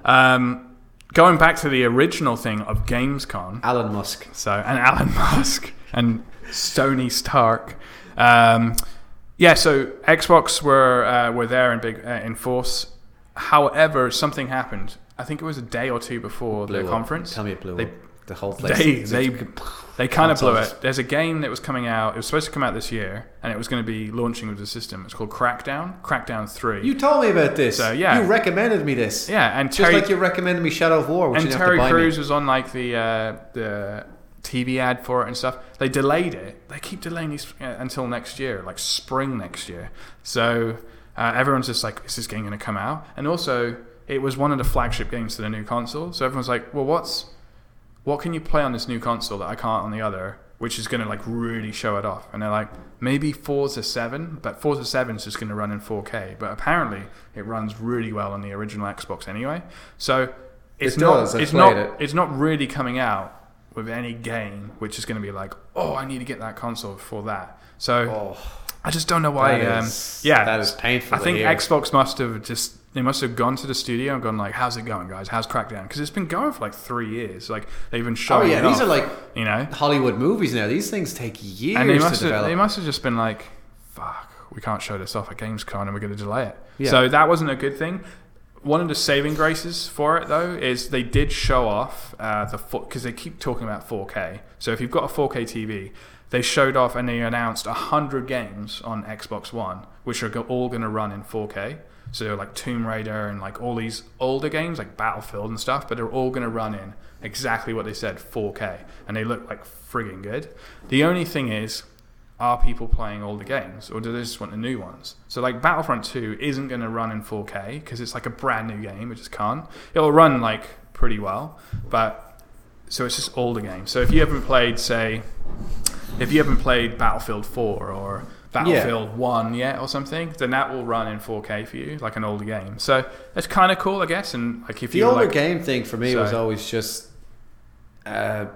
[SPEAKER 1] Um, going back to the original thing of GamesCon,
[SPEAKER 2] Alan Musk.
[SPEAKER 1] So, and Alan Musk and Sony Stark. Um, yeah, so Xbox were uh, were there in big uh, in force. However, something happened. I think it was a day or two before the
[SPEAKER 2] Blew up.
[SPEAKER 1] conference.
[SPEAKER 2] Tell me it blew
[SPEAKER 1] They-
[SPEAKER 2] up. The whole place.
[SPEAKER 1] They
[SPEAKER 2] It's
[SPEAKER 1] they
[SPEAKER 2] like-
[SPEAKER 1] they kind of blew
[SPEAKER 2] Consoles.
[SPEAKER 1] it. There's a game that was coming out. It was supposed to come out this year, and it was going to be launching with the system. It's called Crackdown. Crackdown Three.
[SPEAKER 2] You told me about this.
[SPEAKER 1] So, yeah.
[SPEAKER 2] You recommended me this.
[SPEAKER 1] yeah, and
[SPEAKER 2] Just
[SPEAKER 1] Terry
[SPEAKER 2] like you recommended me Shadow of War, which
[SPEAKER 1] and
[SPEAKER 2] you
[SPEAKER 1] Terry
[SPEAKER 2] Oh, have to buy
[SPEAKER 1] Crews
[SPEAKER 2] me.
[SPEAKER 1] was on like the uh, the TV ad for it and stuff. They delayed it. They keep delaying these uh, until next year, like spring next year. So uh, everyone's just like, "Is this game going to come out?" And also, it was one of the flagship games to the new console. So everyone's like, "Well, what's what can you play on this new console that I can't on the other?" Which is going to like really show it off, and they're like, maybe Forza Seven, but Forza Seven is just going to run in 4K. But apparently, it runs really well on the original Xbox anyway. So it's
[SPEAKER 2] It
[SPEAKER 1] not.
[SPEAKER 2] does, I've
[SPEAKER 1] it's not.
[SPEAKER 2] played it.
[SPEAKER 1] It's not really coming out with any game, which is going to be like, oh, I need to get that console for that. So
[SPEAKER 2] Oh,
[SPEAKER 1] I just don't know why.
[SPEAKER 2] that is-
[SPEAKER 1] um, yeah,
[SPEAKER 2] that is painful.
[SPEAKER 1] I
[SPEAKER 2] to
[SPEAKER 1] think
[SPEAKER 2] hear.
[SPEAKER 1] Xbox must have just they must have gone to the studio and gone like, how's it going, guys? How's Crackdown? Because it's been going for like three years. Like they've been
[SPEAKER 2] Oh
[SPEAKER 1] showing.
[SPEAKER 2] yeah,
[SPEAKER 1] it off,
[SPEAKER 2] these are like
[SPEAKER 1] you know,
[SPEAKER 2] Hollywood movies now. These things take years
[SPEAKER 1] and they
[SPEAKER 2] to
[SPEAKER 1] must have
[SPEAKER 2] develop.
[SPEAKER 1] they must have just been like, fuck, we can't show this off at GamesCon and we're going to delay it.
[SPEAKER 2] Yeah.
[SPEAKER 1] So that wasn't a good thing. One of the saving graces for it though is they did show off uh, the because they keep talking about 4K. So if you've got a 4K TV, they showed off and they announced hundred games on Xbox One, which are go- all going to run in 4K. So they're like Tomb Raider and like all these older games like Battlefield and stuff, but they're all going to run in exactly what they said 4K, and they look like frigging good. The only thing is are people playing all the games or do they just want the new ones? So like Battlefront 2 isn't going to run in 4K because it's like a brand new game. It just can't. It'll run like pretty well, but so it's just older games. So if you haven't played, say, if you haven't played Battlefield 4 or Battlefield 1 yet or something, then that will run in 4K for you, like an older game. So that's kind of cool, I guess. And like if
[SPEAKER 2] The
[SPEAKER 1] you
[SPEAKER 2] older
[SPEAKER 1] like,
[SPEAKER 2] game thing for me was
[SPEAKER 1] Sorry.
[SPEAKER 2] always just uh,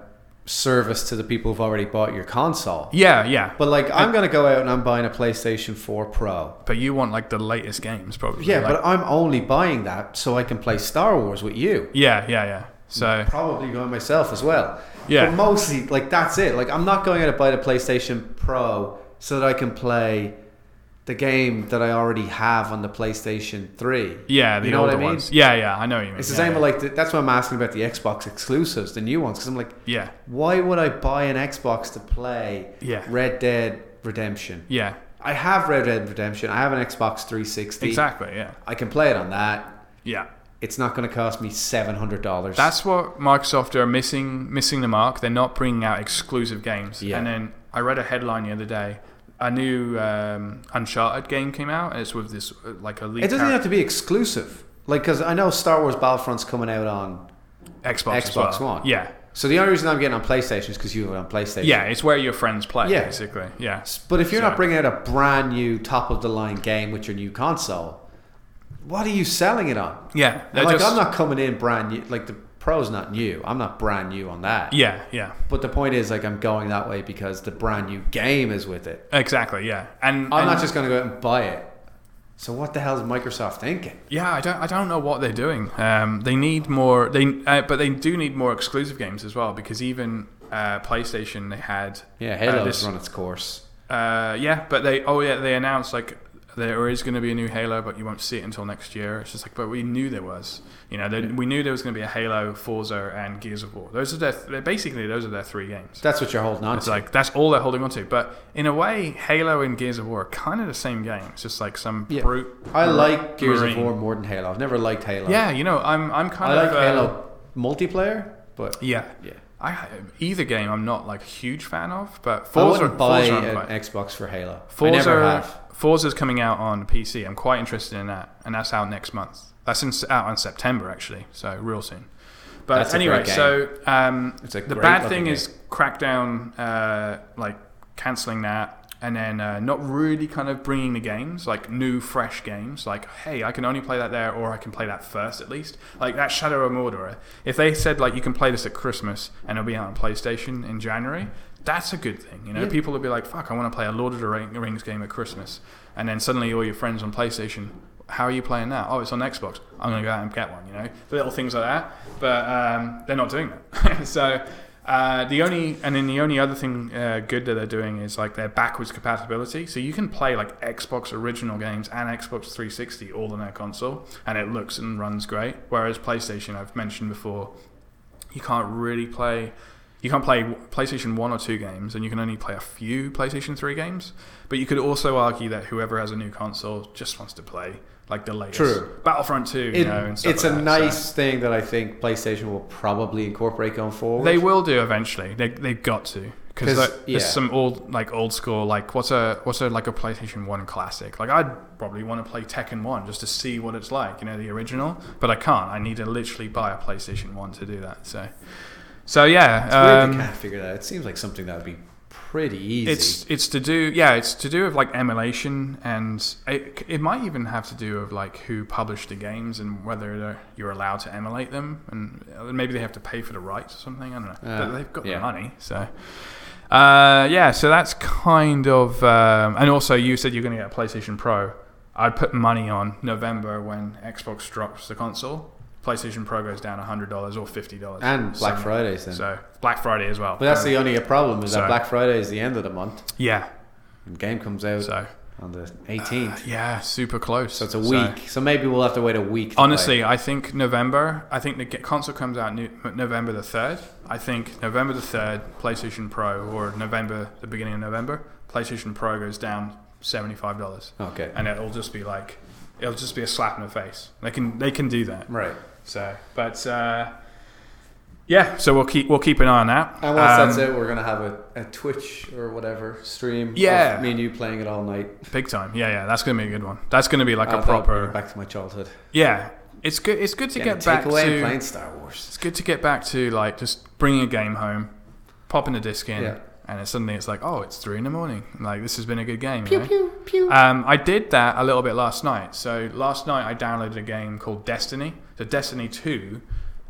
[SPEAKER 2] service to the people who've already bought your console.
[SPEAKER 1] yeah, yeah, but,
[SPEAKER 2] But like, I'm gonna go out and I'm buying a PlayStation 4 Pro.
[SPEAKER 1] you want like the latest games probably.
[SPEAKER 2] Yeah,
[SPEAKER 1] like-
[SPEAKER 2] but I'm only buying that so I can play Star Wars with you.
[SPEAKER 1] yeah, yeah, yeah. So
[SPEAKER 2] Probably going myself as well.
[SPEAKER 1] Yeah.
[SPEAKER 2] But mostly, like that's it. Like I'm not going out to buy the PlayStation Pro so that I can play the game that I already have on the PlayStation 3.
[SPEAKER 1] yeah, the
[SPEAKER 2] you know
[SPEAKER 1] older
[SPEAKER 2] what I mean?
[SPEAKER 1] ones. Yeah, yeah, I know what you mean.
[SPEAKER 2] It's the
[SPEAKER 1] yeah,
[SPEAKER 2] same
[SPEAKER 1] yeah.
[SPEAKER 2] with like the, that's why I'm asking about the Xbox exclusives, the new ones, because I'm like,
[SPEAKER 1] yeah,
[SPEAKER 2] why would I buy an Xbox to play
[SPEAKER 1] Yeah.
[SPEAKER 2] Red Dead Redemption?
[SPEAKER 1] yeah,
[SPEAKER 2] I have Red Dead Redemption. I have an Xbox 360.
[SPEAKER 1] exactly. Yeah,
[SPEAKER 2] I can play it on that.
[SPEAKER 1] yeah.
[SPEAKER 2] It's not going to cost me seven hundred dollars.
[SPEAKER 1] That's what Microsoft are missing missing the mark. They're not bringing out exclusive games.
[SPEAKER 2] Yeah.
[SPEAKER 1] And then I read a headline the other day. A new um, Uncharted game came out, and it's with this uh, like a lead
[SPEAKER 2] it doesn't even
[SPEAKER 1] character-
[SPEAKER 2] have to be exclusive. Like, because I know Star Wars Battlefront's coming out on.
[SPEAKER 1] Xbox, as
[SPEAKER 2] Xbox
[SPEAKER 1] well.
[SPEAKER 2] One.
[SPEAKER 1] Yeah,
[SPEAKER 2] So the only reason I'm getting on PlayStation is because you have it on PlayStation.
[SPEAKER 1] yeah, it's where your friends play
[SPEAKER 2] Yeah.
[SPEAKER 1] basically. Yeah,
[SPEAKER 2] But if you're
[SPEAKER 1] So-
[SPEAKER 2] not bringing out a brand new top of the line game with your new console, what are you selling it on?
[SPEAKER 1] yeah.
[SPEAKER 2] And,
[SPEAKER 1] they're
[SPEAKER 2] like
[SPEAKER 1] just-
[SPEAKER 2] I'm not coming in brand new. Like the Pro's not new. I'm not brand new on that.
[SPEAKER 1] Yeah, yeah,
[SPEAKER 2] But the point is, like, I'm going that way because the brand new game is with it.
[SPEAKER 1] exactly. Yeah, and
[SPEAKER 2] I'm
[SPEAKER 1] and-
[SPEAKER 2] not just going to go out and buy it. So what the hell is Microsoft thinking?
[SPEAKER 1] Yeah, I don't. I don't know what they're doing. Um, they need more. They uh, but they do need more exclusive games as well because even uh, PlayStation they had.
[SPEAKER 2] Yeah,
[SPEAKER 1] uh,
[SPEAKER 2] Halo's
[SPEAKER 1] this-
[SPEAKER 2] run its course.
[SPEAKER 1] uh, yeah, but they. Oh yeah, they announced like there is going to be a new Halo, but you won't see it until next year. It's just like, but we knew there was. You know, they, we knew there was going to be a Halo, Forza, and Gears of War. Those are their. They're basically, those are their three games.
[SPEAKER 2] That's what you're holding on
[SPEAKER 1] It's
[SPEAKER 2] to.
[SPEAKER 1] like that's all they're holding on to. But in a way, Halo and Gears of War are kind of the same game. It's just like some
[SPEAKER 2] Yeah.
[SPEAKER 1] brute.
[SPEAKER 2] I like Gears
[SPEAKER 1] Marine.
[SPEAKER 2] of War more than Halo. I've never liked Halo.
[SPEAKER 1] Yeah, you know, I'm. I'm kind
[SPEAKER 2] Oh. I
[SPEAKER 1] of
[SPEAKER 2] like
[SPEAKER 1] uh,
[SPEAKER 2] Halo multiplayer, but
[SPEAKER 1] Yeah.
[SPEAKER 2] yeah.
[SPEAKER 1] I either game I'm not like a huge fan of, but
[SPEAKER 2] I
[SPEAKER 1] Forza
[SPEAKER 2] wouldn't buy
[SPEAKER 1] Forza, I'm
[SPEAKER 2] an
[SPEAKER 1] quite-
[SPEAKER 2] Xbox for Halo.
[SPEAKER 1] Forza
[SPEAKER 2] I never have.
[SPEAKER 1] Forza's coming out on PC. I'm quite interested in that, and that's out next month. That's in, out in September actually, so real soon. But
[SPEAKER 2] That's a
[SPEAKER 1] anyway,
[SPEAKER 2] great game.
[SPEAKER 1] so um,
[SPEAKER 2] It's a
[SPEAKER 1] the
[SPEAKER 2] great
[SPEAKER 1] bad
[SPEAKER 2] looking
[SPEAKER 1] thing
[SPEAKER 2] game.
[SPEAKER 1] is Crackdown, uh, like canceling that, and then uh, not really kind of bringing the games like new, fresh games. Like, hey, I can only play that there, or I can play that first at least. Like that Shadow of Mordor. If they said like you can play this at Christmas and it'll be out on PlayStation in January, that's a good thing. You know,
[SPEAKER 2] Yeah.
[SPEAKER 1] people will be like, fuck, I want to play a Lord of the Ring- Rings game at Christmas, and then suddenly all your friends on PlayStation. How are you playing that? Oh, it's on Xbox. I'm gonna go out and get one. You know, little things like that. But um, they're not doing that. so uh, the only and then the only other thing uh, good that they're doing is like their backwards compatibility. So you can play like Xbox original games and Xbox 360 all on their console, and it looks and runs great. Whereas PlayStation, I've mentioned before, you can't really play. You can't play PlayStation 1 or 2 games, and you can only play a few PlayStation 3 games. But you could also argue that whoever has a new console just wants to play, like, the latest.
[SPEAKER 2] True.
[SPEAKER 1] Battlefront 2, you
[SPEAKER 2] It-
[SPEAKER 1] know, and stuff
[SPEAKER 2] it's
[SPEAKER 1] like
[SPEAKER 2] a
[SPEAKER 1] that, so-
[SPEAKER 2] nice thing that I think PlayStation will probably incorporate going forward.
[SPEAKER 1] They will do eventually. They they've got to because
[SPEAKER 2] 'Cause,
[SPEAKER 1] there's
[SPEAKER 2] yeah.
[SPEAKER 1] some old like old school like what's a what's a like a PlayStation One classic. Like I'd probably want to play Tekken One just to see what it's like, you know, the original. But I can't. I need to literally buy a PlayStation One to do that. So, so yeah,
[SPEAKER 2] It's weird they
[SPEAKER 1] um,
[SPEAKER 2] can't figure that. out. It seems like something that would be pretty easy.
[SPEAKER 1] it's it's to do yeah, it's to do with like emulation and it, it might even have to do with like who published the games and whether they're- you're allowed to emulate them and maybe they have to pay for the rights or something. I don't know,
[SPEAKER 2] Ah,
[SPEAKER 1] but they've got the
[SPEAKER 2] yeah.
[SPEAKER 1] money, so. Uh, yeah, so that's kind of, um, and also you said you're going to get a PlayStation Pro. I'd put money on November when Xbox drops the console. PlayStation Pro goes down hundred dollars or fifty dollars,
[SPEAKER 2] and Black
[SPEAKER 1] so,
[SPEAKER 2] Fridays then.
[SPEAKER 1] So Black Friday as well.
[SPEAKER 2] but that's
[SPEAKER 1] Um,
[SPEAKER 2] the only problem is
[SPEAKER 1] so-
[SPEAKER 2] that Black Friday is the end of the month
[SPEAKER 1] yeah.
[SPEAKER 2] and game comes out
[SPEAKER 1] So
[SPEAKER 2] on the 18th.
[SPEAKER 1] Yeah, super close.
[SPEAKER 2] so it's a week. So, maybe we'll have to wait a week. to play.
[SPEAKER 1] honestly, I think November. I think the ge- console comes out new, November the third. I think November the third, PlayStation Pro, or November the beginning of November, PlayStation Pro goes down seventy five dollars,
[SPEAKER 2] Okay.
[SPEAKER 1] and it'll just be like, it'll just be a slap in the face. They can they can do that.
[SPEAKER 2] Right.
[SPEAKER 1] So, but uh, Yeah, so we'll keep we'll keep an eye on that.
[SPEAKER 2] And once
[SPEAKER 1] Um,
[SPEAKER 2] that's it, we're gonna have a, a Twitch or whatever stream. of
[SPEAKER 1] Yeah.
[SPEAKER 2] me and you playing it all night.
[SPEAKER 1] Big time. Yeah, yeah. That's gonna be a good one. That's gonna be like
[SPEAKER 2] Uh,
[SPEAKER 1] a
[SPEAKER 2] that'll bring me
[SPEAKER 1] proper.
[SPEAKER 2] back to my childhood.
[SPEAKER 1] Yeah, it's good. It's good to
[SPEAKER 2] Getting
[SPEAKER 1] get
[SPEAKER 2] a
[SPEAKER 1] back
[SPEAKER 2] takeaway and
[SPEAKER 1] to.
[SPEAKER 2] playing Star Wars.
[SPEAKER 1] It's good to get back to like just bringing a game home, popping a disc in,
[SPEAKER 2] Yeah.
[SPEAKER 1] and it, suddenly it's like, oh, it's three in the morning. Like this has been a good game. you
[SPEAKER 2] Pew
[SPEAKER 1] know?
[SPEAKER 2] pew pew.
[SPEAKER 1] Um, I did that a little bit last night. So last night I downloaded a game called Destiny. So Destiny Two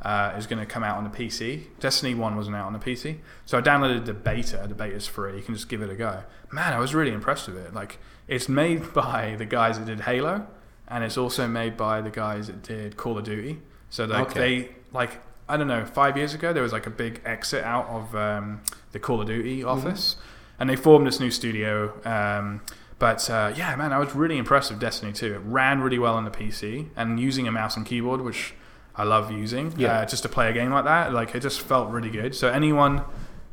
[SPEAKER 1] uh, is going to come out on the PC. Destiny One wasn't out on the PC, so I downloaded the beta. The beta's free. You can just give it a go. Man, I was really impressed with it. Like it's made by the guys that did Halo, and it's also made by the guys that did Call of Duty. So like
[SPEAKER 2] Okay.
[SPEAKER 1] they like I don't know five years ago there was like a big exit out of um, the Call of Duty office, and they formed this new studio. Um, but uh, yeah, man, I was really impressed with Destiny 2. It ran really well on the PC and using a mouse and keyboard, which I love using,
[SPEAKER 2] Yeah.
[SPEAKER 1] uh, just to play a game like that, like it just felt really good. So anyone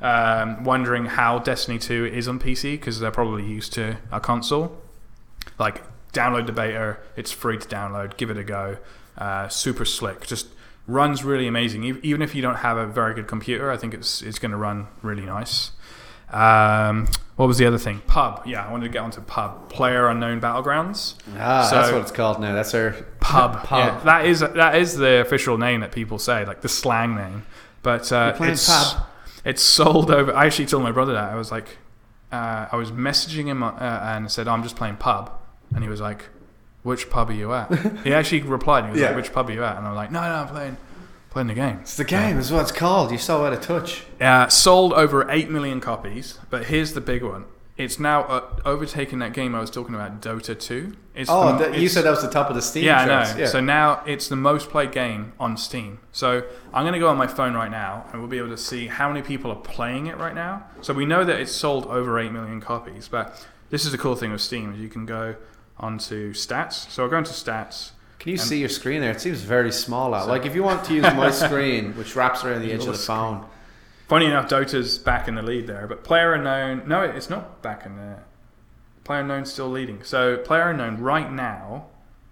[SPEAKER 1] um, wondering how Destiny 2 is on PC, because they're probably used to a console, like download the beta. It's free to download. Give it a go. Uh, super slick. Just runs really amazing. Ev- Even if you don't have a very good computer, I think it's it's going to run really nice. Um, what was the other thing? Pub. Yeah, I wanted to get onto Pub. Player Unknown Battlegrounds.
[SPEAKER 2] ah, that's
[SPEAKER 1] so-
[SPEAKER 2] what it's called now. That's our
[SPEAKER 1] Pub.
[SPEAKER 2] Pub.
[SPEAKER 1] Yeah, that is that is the official name that people say, like the slang name. But uh,
[SPEAKER 2] You're playing
[SPEAKER 1] it's
[SPEAKER 2] pub.
[SPEAKER 1] it's sold over. I actually told my brother that I was like, uh, I was messaging him uh, and said I'm just playing pub, and he was like, which pub are you at? he actually replied. He was
[SPEAKER 2] Yeah.
[SPEAKER 1] like, which pub are you at? And I'm like, no, no, I'm playing playing the game.
[SPEAKER 2] It's the game. Is what it's called. You're so out of touch.
[SPEAKER 1] Uh, sold over 8 million copies, but here's the big one. It's now uh, overtaking that game I was talking about, Dota 2. It's
[SPEAKER 2] Oh,
[SPEAKER 1] the-
[SPEAKER 2] that, you
[SPEAKER 1] it's-
[SPEAKER 2] said that was the top of the Steam.
[SPEAKER 1] Yeah,
[SPEAKER 2] charts.
[SPEAKER 1] I know. So now it's the most played game on Steam. So I'm going to go on my phone right now and we'll be able to see how many people are playing it right now. So we know that it's sold over 8 million copies, but this is the cool thing with Steam is you can go onto stats. So I'll go into stats.
[SPEAKER 2] Can you see your screen there? It seems very small out. Like if you want to use my screen, which wraps around the edge of
[SPEAKER 1] Your
[SPEAKER 2] the phone.
[SPEAKER 1] Funny enough, Dota's back in the lead there, but Player Unknown. No, it's not back in there. Player Unknown's still leading. So Player Unknown right now,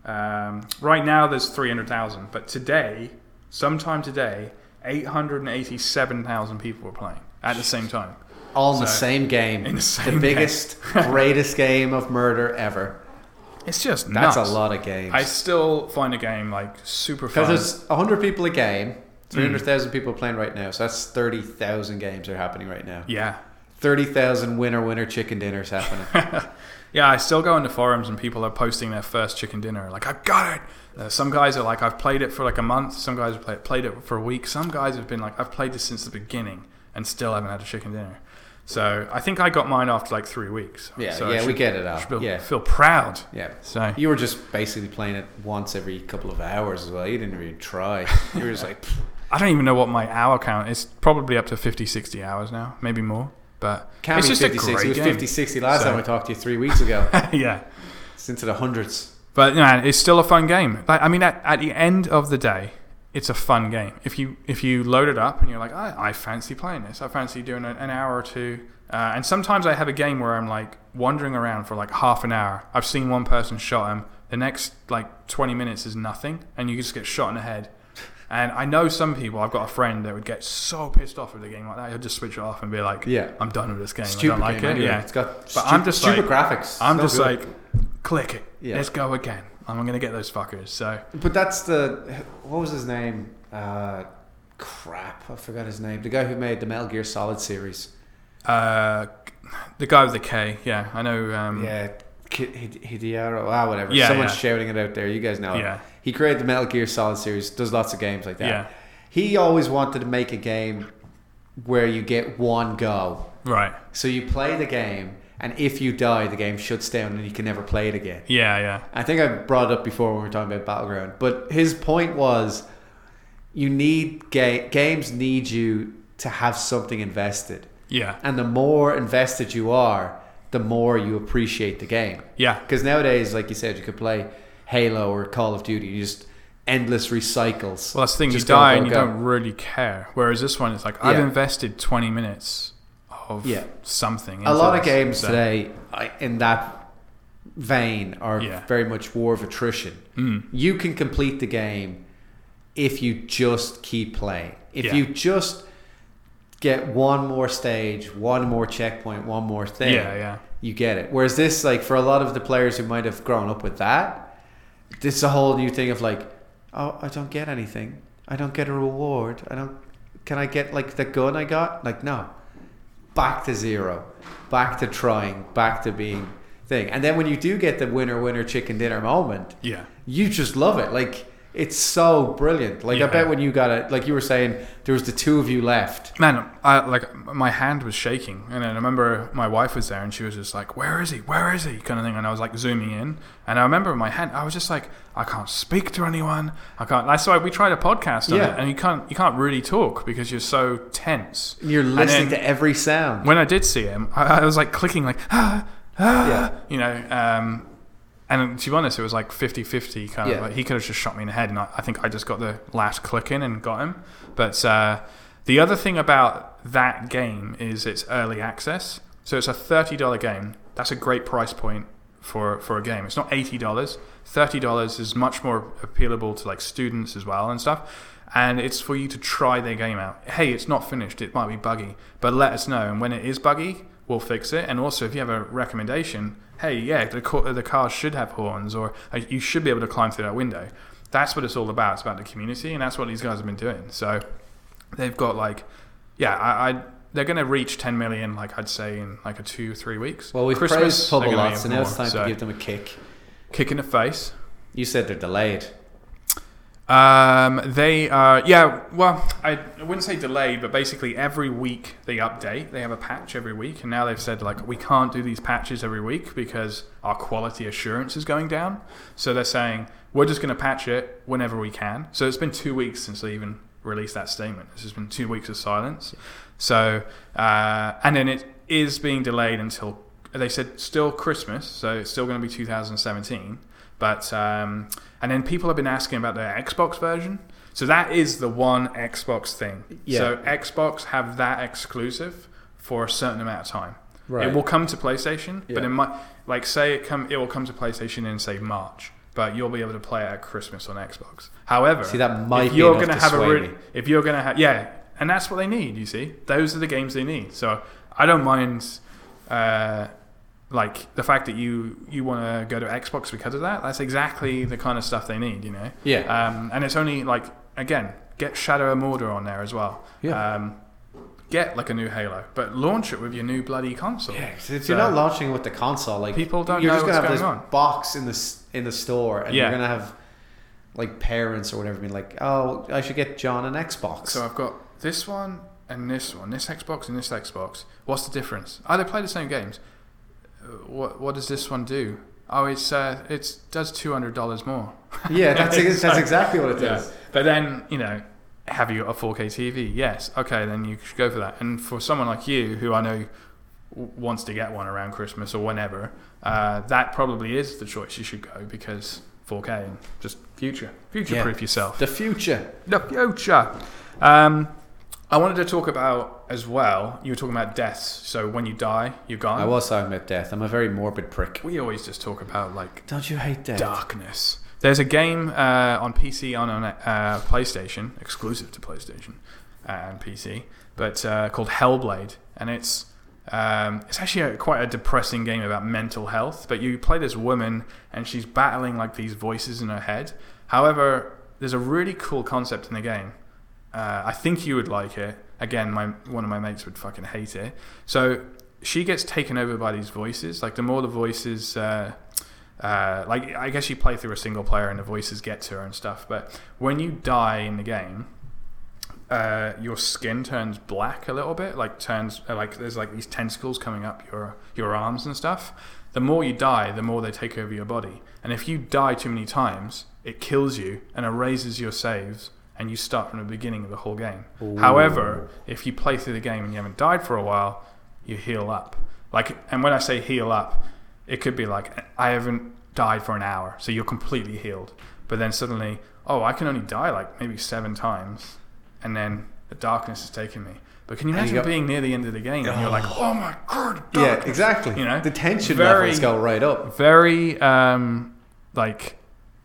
[SPEAKER 1] um, right now there's three hundred thousand, but today, sometime today, eight hundred and eighty-seven thousand people were playing at the same time.
[SPEAKER 2] All in the
[SPEAKER 1] So,
[SPEAKER 2] same game.
[SPEAKER 1] in the same game.
[SPEAKER 2] biggest, greatest game of murder ever.
[SPEAKER 1] It's just
[SPEAKER 2] That's
[SPEAKER 1] nuts.
[SPEAKER 2] a lot of games.
[SPEAKER 1] I still find a game like super
[SPEAKER 2] Because
[SPEAKER 1] fun.
[SPEAKER 2] there's 100 people a game,
[SPEAKER 1] Mm.
[SPEAKER 2] 300,000 people playing right now. So that's 30,000 games are happening right now.
[SPEAKER 1] Yeah,
[SPEAKER 2] 30,000 winner, winner chicken dinners happening.
[SPEAKER 1] Yeah, I still go into forums and people are posting their first chicken dinner. Like, I've got it. Uh, some guys are like, I've played it for like a month. Some guys have play, played it for a week. Some guys have been like, I've played this since the beginning and still haven't had a chicken dinner. So I think I got mine after like three weeks.
[SPEAKER 2] Yeah,
[SPEAKER 1] so I
[SPEAKER 2] yeah, we
[SPEAKER 1] should-
[SPEAKER 2] get it
[SPEAKER 1] should
[SPEAKER 2] out.
[SPEAKER 1] feel,
[SPEAKER 2] Yeah.
[SPEAKER 1] feel proud.
[SPEAKER 2] Yeah.
[SPEAKER 1] So
[SPEAKER 2] You were just basically playing it once every couple of hours as well. You didn't really try. You were just like, "Pfft."
[SPEAKER 1] I don't even know what my hour count is. Probably up to 50, 60 hours now, maybe more. But
[SPEAKER 2] can't
[SPEAKER 1] it's
[SPEAKER 2] be
[SPEAKER 1] just
[SPEAKER 2] 56.
[SPEAKER 1] a great
[SPEAKER 2] it was
[SPEAKER 1] game.
[SPEAKER 2] 50, 60 last
[SPEAKER 1] So-
[SPEAKER 2] time I talked to you three weeks ago.
[SPEAKER 1] yeah.
[SPEAKER 2] it's into the hundreds.
[SPEAKER 1] But man, it's still a fun game. Like, I mean, at, at the end of the day, it's a fun game. If you if you load it up and you're like, I, I fancy playing this. I fancy doing an, an hour or two. Uh, and sometimes I have a game where I'm like wandering around for like half an hour. I've seen one person shot him. The next like 20 minutes is nothing, and you just get shot in the head. And I know some people. I've got a friend that would get so pissed off with a game like that. He'll just switch it off and be like,
[SPEAKER 2] Yeah.
[SPEAKER 1] I'm done with this game. I
[SPEAKER 2] Stupid
[SPEAKER 1] don't like
[SPEAKER 2] game,
[SPEAKER 1] it.
[SPEAKER 2] anyway.
[SPEAKER 1] Yeah,
[SPEAKER 2] It's got
[SPEAKER 1] But
[SPEAKER 2] stu-
[SPEAKER 1] I'm just
[SPEAKER 2] stupid
[SPEAKER 1] like-
[SPEAKER 2] graphics.
[SPEAKER 1] I'm
[SPEAKER 2] No
[SPEAKER 1] just
[SPEAKER 2] good.
[SPEAKER 1] like, click it.
[SPEAKER 2] Yeah.
[SPEAKER 1] Let's go again. I'm going to get those fuckers. So,
[SPEAKER 2] But that's the what was his name? Uh, crap, I forgot his name. The guy who made the Metal Gear Solid series.
[SPEAKER 1] uh, the guy with the K. Yeah, I know. Um, yeah.
[SPEAKER 2] Yeah, Ki- Hide- Hidearo. Ah, whatever.
[SPEAKER 1] Yeah,
[SPEAKER 2] Someone's
[SPEAKER 1] yeah.
[SPEAKER 2] shouting it out there. You guys know. it.
[SPEAKER 1] Yeah.
[SPEAKER 2] He created the Metal Gear Solid series. Does lots of games like that.
[SPEAKER 1] Yeah.
[SPEAKER 2] He always wanted to make a game where you get one go.
[SPEAKER 1] Right.
[SPEAKER 2] So you play the game, and if you die, the game shuts down, and you can never play it again.
[SPEAKER 1] Yeah, yeah.
[SPEAKER 2] I think I brought it up before when we were talking about Battleground, but his point was you need ga- games need you to have something invested.
[SPEAKER 1] Yeah.
[SPEAKER 2] And the more invested you are, the more you appreciate the game.
[SPEAKER 1] Yeah.
[SPEAKER 2] Because nowadays, like you said, you could play Halo or Call of Duty, you just endless recycles.
[SPEAKER 1] Well, that's the thing.
[SPEAKER 2] Just
[SPEAKER 1] you
[SPEAKER 2] go,
[SPEAKER 1] die
[SPEAKER 2] go,
[SPEAKER 1] and you
[SPEAKER 2] go.
[SPEAKER 1] don't really care. Whereas this one, it's like, I've
[SPEAKER 2] Yeah.
[SPEAKER 1] invested 20 minutes of
[SPEAKER 2] Yeah.
[SPEAKER 1] something.
[SPEAKER 2] A
[SPEAKER 1] into
[SPEAKER 2] lot of
[SPEAKER 1] this.
[SPEAKER 2] games
[SPEAKER 1] So-
[SPEAKER 2] today, I- in that vein, are
[SPEAKER 1] Yeah. mm.
[SPEAKER 2] very much war of attrition. You can complete the game if you just keep playing. If
[SPEAKER 1] Yeah.
[SPEAKER 2] you just get one more stage, one more checkpoint, one more thing,
[SPEAKER 1] Yeah, yeah.
[SPEAKER 2] you get it. Whereas this, like for a lot of the players who might have grown up with that, this is a whole new thing of like, oh, I don't get anything. I don't get a reward. I don't. Can I get like the gun I got? Like no. Back to zero. Back to trying. Back to being thing. And then when you do get the winner, winner chicken dinner moment,
[SPEAKER 1] Yeah.
[SPEAKER 2] you just love it. Like it's so brilliant. Like
[SPEAKER 1] Yeah.
[SPEAKER 2] I bet when you got it, like you were saying, there was the two of you left.
[SPEAKER 1] Man, I like my hand was shaking, and I remember my wife was there, and she was just like, "Where is he? Where is he?" kind of thing, and I was like zooming in, and I remember my hand. I was just like, "I can't speak to anyone. I can't." That's why we tried a podcast on
[SPEAKER 2] Yeah.
[SPEAKER 1] it, and you can't you can't really talk because you're so tense.
[SPEAKER 2] You're
[SPEAKER 1] And
[SPEAKER 2] listening
[SPEAKER 1] then
[SPEAKER 2] to every sound.
[SPEAKER 1] when I did see him, I, I was like clicking, like ah, ah,
[SPEAKER 2] Yeah.
[SPEAKER 1] you know. Um, and to be honest, it was like 50-50 kind
[SPEAKER 2] Yeah.
[SPEAKER 1] of. Like, he could have just shot me in the head, and I, I think I just got the last click in and got him. But uh, the other thing about that game is it's early access, so it's a thirty dollar game. That's a great price point for for a game. It's not eighty dollars. Thirty dollars is much more appealable to like students as well and stuff. And it's for you to try their game out. Hey, it's not finished. It might be buggy, but let us know. And when it is buggy, we'll fix it. And also, if you have a recommendation, hey, yeah, the car, the car should have horns, or uh, you should be able to climb through that window. That's what it's all about. It's about the community, and that's what these guys have been doing. So they've got like, yeah, I, I they're going to reach 10 million, like I'd say, in like a two three weeks.
[SPEAKER 2] well, we've
[SPEAKER 1] Christmas,
[SPEAKER 2] praised Pub
[SPEAKER 1] they're
[SPEAKER 2] a
[SPEAKER 1] gonna
[SPEAKER 2] lot,
[SPEAKER 1] need
[SPEAKER 2] so now it's
[SPEAKER 1] more.
[SPEAKER 2] time
[SPEAKER 1] So,
[SPEAKER 2] to give them a kick.
[SPEAKER 1] kick in the face.
[SPEAKER 2] You said they're delayed.
[SPEAKER 1] Um, they are, yeah, well, I I wouldn't say delayed, but basically every week they update. They have a patch every week, and now they've said, like, we can't do these patches every week because our quality assurance is going down. So they're saying, we're just going to patch it whenever we can. So it's been two weeks since they even released that statement. This has been two weeks of silence. So, uh, and then it is being delayed until they said still Christmas, so it's still going to be 2017. But um, and then people have been asking about their Xbox version. So that is the one Xbox thing.
[SPEAKER 2] Yeah.
[SPEAKER 1] So Xbox have that exclusive for a certain amount of time.
[SPEAKER 2] Right.
[SPEAKER 1] It will come to PlayStation, but
[SPEAKER 2] Yeah.
[SPEAKER 1] it might like say it come it will come to PlayStation in say March, but you'll be able to play it at Christmas on Xbox. However,
[SPEAKER 2] See, that might
[SPEAKER 1] if
[SPEAKER 2] be
[SPEAKER 1] you're
[SPEAKER 2] enough
[SPEAKER 1] gonna
[SPEAKER 2] to
[SPEAKER 1] have a
[SPEAKER 2] sway
[SPEAKER 1] really
[SPEAKER 2] me.
[SPEAKER 1] if you're gonna have yeah, and that's what they need. You see, those are the games they need. So I don't mind. Uh, like the fact that you you want to go to Xbox because of that. That's exactly the kind of stuff they need, you know.
[SPEAKER 2] Yeah.
[SPEAKER 1] Um, and it's only like again, get Shadow of Mordor on there as well.
[SPEAKER 2] Yeah.
[SPEAKER 1] Um, get like a new Halo, but launch it with your new bloody console.
[SPEAKER 2] Yeah, 'cause if
[SPEAKER 1] So-
[SPEAKER 2] you're not launching with the console, like
[SPEAKER 1] People don't
[SPEAKER 2] you're
[SPEAKER 1] know
[SPEAKER 2] just gonna
[SPEAKER 1] what's
[SPEAKER 2] have
[SPEAKER 1] going
[SPEAKER 2] this
[SPEAKER 1] on.
[SPEAKER 2] box in the s- in the store, and
[SPEAKER 1] Yeah.
[SPEAKER 2] you're gonna have like parents or whatever being like, "Oh, I should get John an Xbox."
[SPEAKER 1] So I've got this one and this one, this Xbox and this Xbox. What's the difference? Oh, they play the same games. Uh, What what does this one do? Oh, it's uh, it's does two hundred dollars more.
[SPEAKER 2] yeah, that's ex- that's
[SPEAKER 1] So-
[SPEAKER 2] exactly what it is.
[SPEAKER 1] Yeah. But then, you know, have you got a 4K TV? Yes. Okay, then you should go for that. And for someone like you, who I know w- wants to get one around Christmas or whenever, uh, that probably is the choice you should go because 4K and just future, future proof yourself
[SPEAKER 2] The future.
[SPEAKER 1] the future. Um, I wanted to talk about as well. You were talking about deaths. So when you die, you're gone.
[SPEAKER 2] I was talking about death. I'm a very morbid prick.
[SPEAKER 1] We always just talk about like
[SPEAKER 2] Don't you hate death?
[SPEAKER 1] darkness. There's a game uh, on PC on on, uh, PlayStation, exclusive to PlayStation uh, and PC, but uh, called Hellblade, and it's um, it's actually a, quite a depressing game about mental health. But you play this woman, and she's battling like these voices in her head. However, there's a really cool concept in the game. Uh, I think you would like it. Again, my one of my mates would fucking hate it. So she gets taken over by these voices. Like the more the voices, uh, uh, like I guess you play through a single player and the voices get to her and stuff. But when you die in the game, uh, your skin turns black a little bit, like turns uh, like there's like these tentacles coming up your your arms and stuff. The more you die, the more they take over your body. And if you die too many times, it kills you and erases your saves, and you start from the beginning of the whole game. However, if you play through the game and you haven't died for a while, you heal up. Like, and when I say heal up, it could be like I haven't died for an hour, so you're completely healed. But then suddenly, oh, I can only die like maybe seven times, and then the darkness has taken me. But can you
[SPEAKER 2] And
[SPEAKER 1] imagine
[SPEAKER 2] you go-
[SPEAKER 1] being near the end of the game and you're like, oh my god,
[SPEAKER 2] Yeah,
[SPEAKER 1] darkness.
[SPEAKER 2] exactly.
[SPEAKER 1] You know,
[SPEAKER 2] the tension
[SPEAKER 1] very-
[SPEAKER 2] levels go right up.
[SPEAKER 1] Very um, like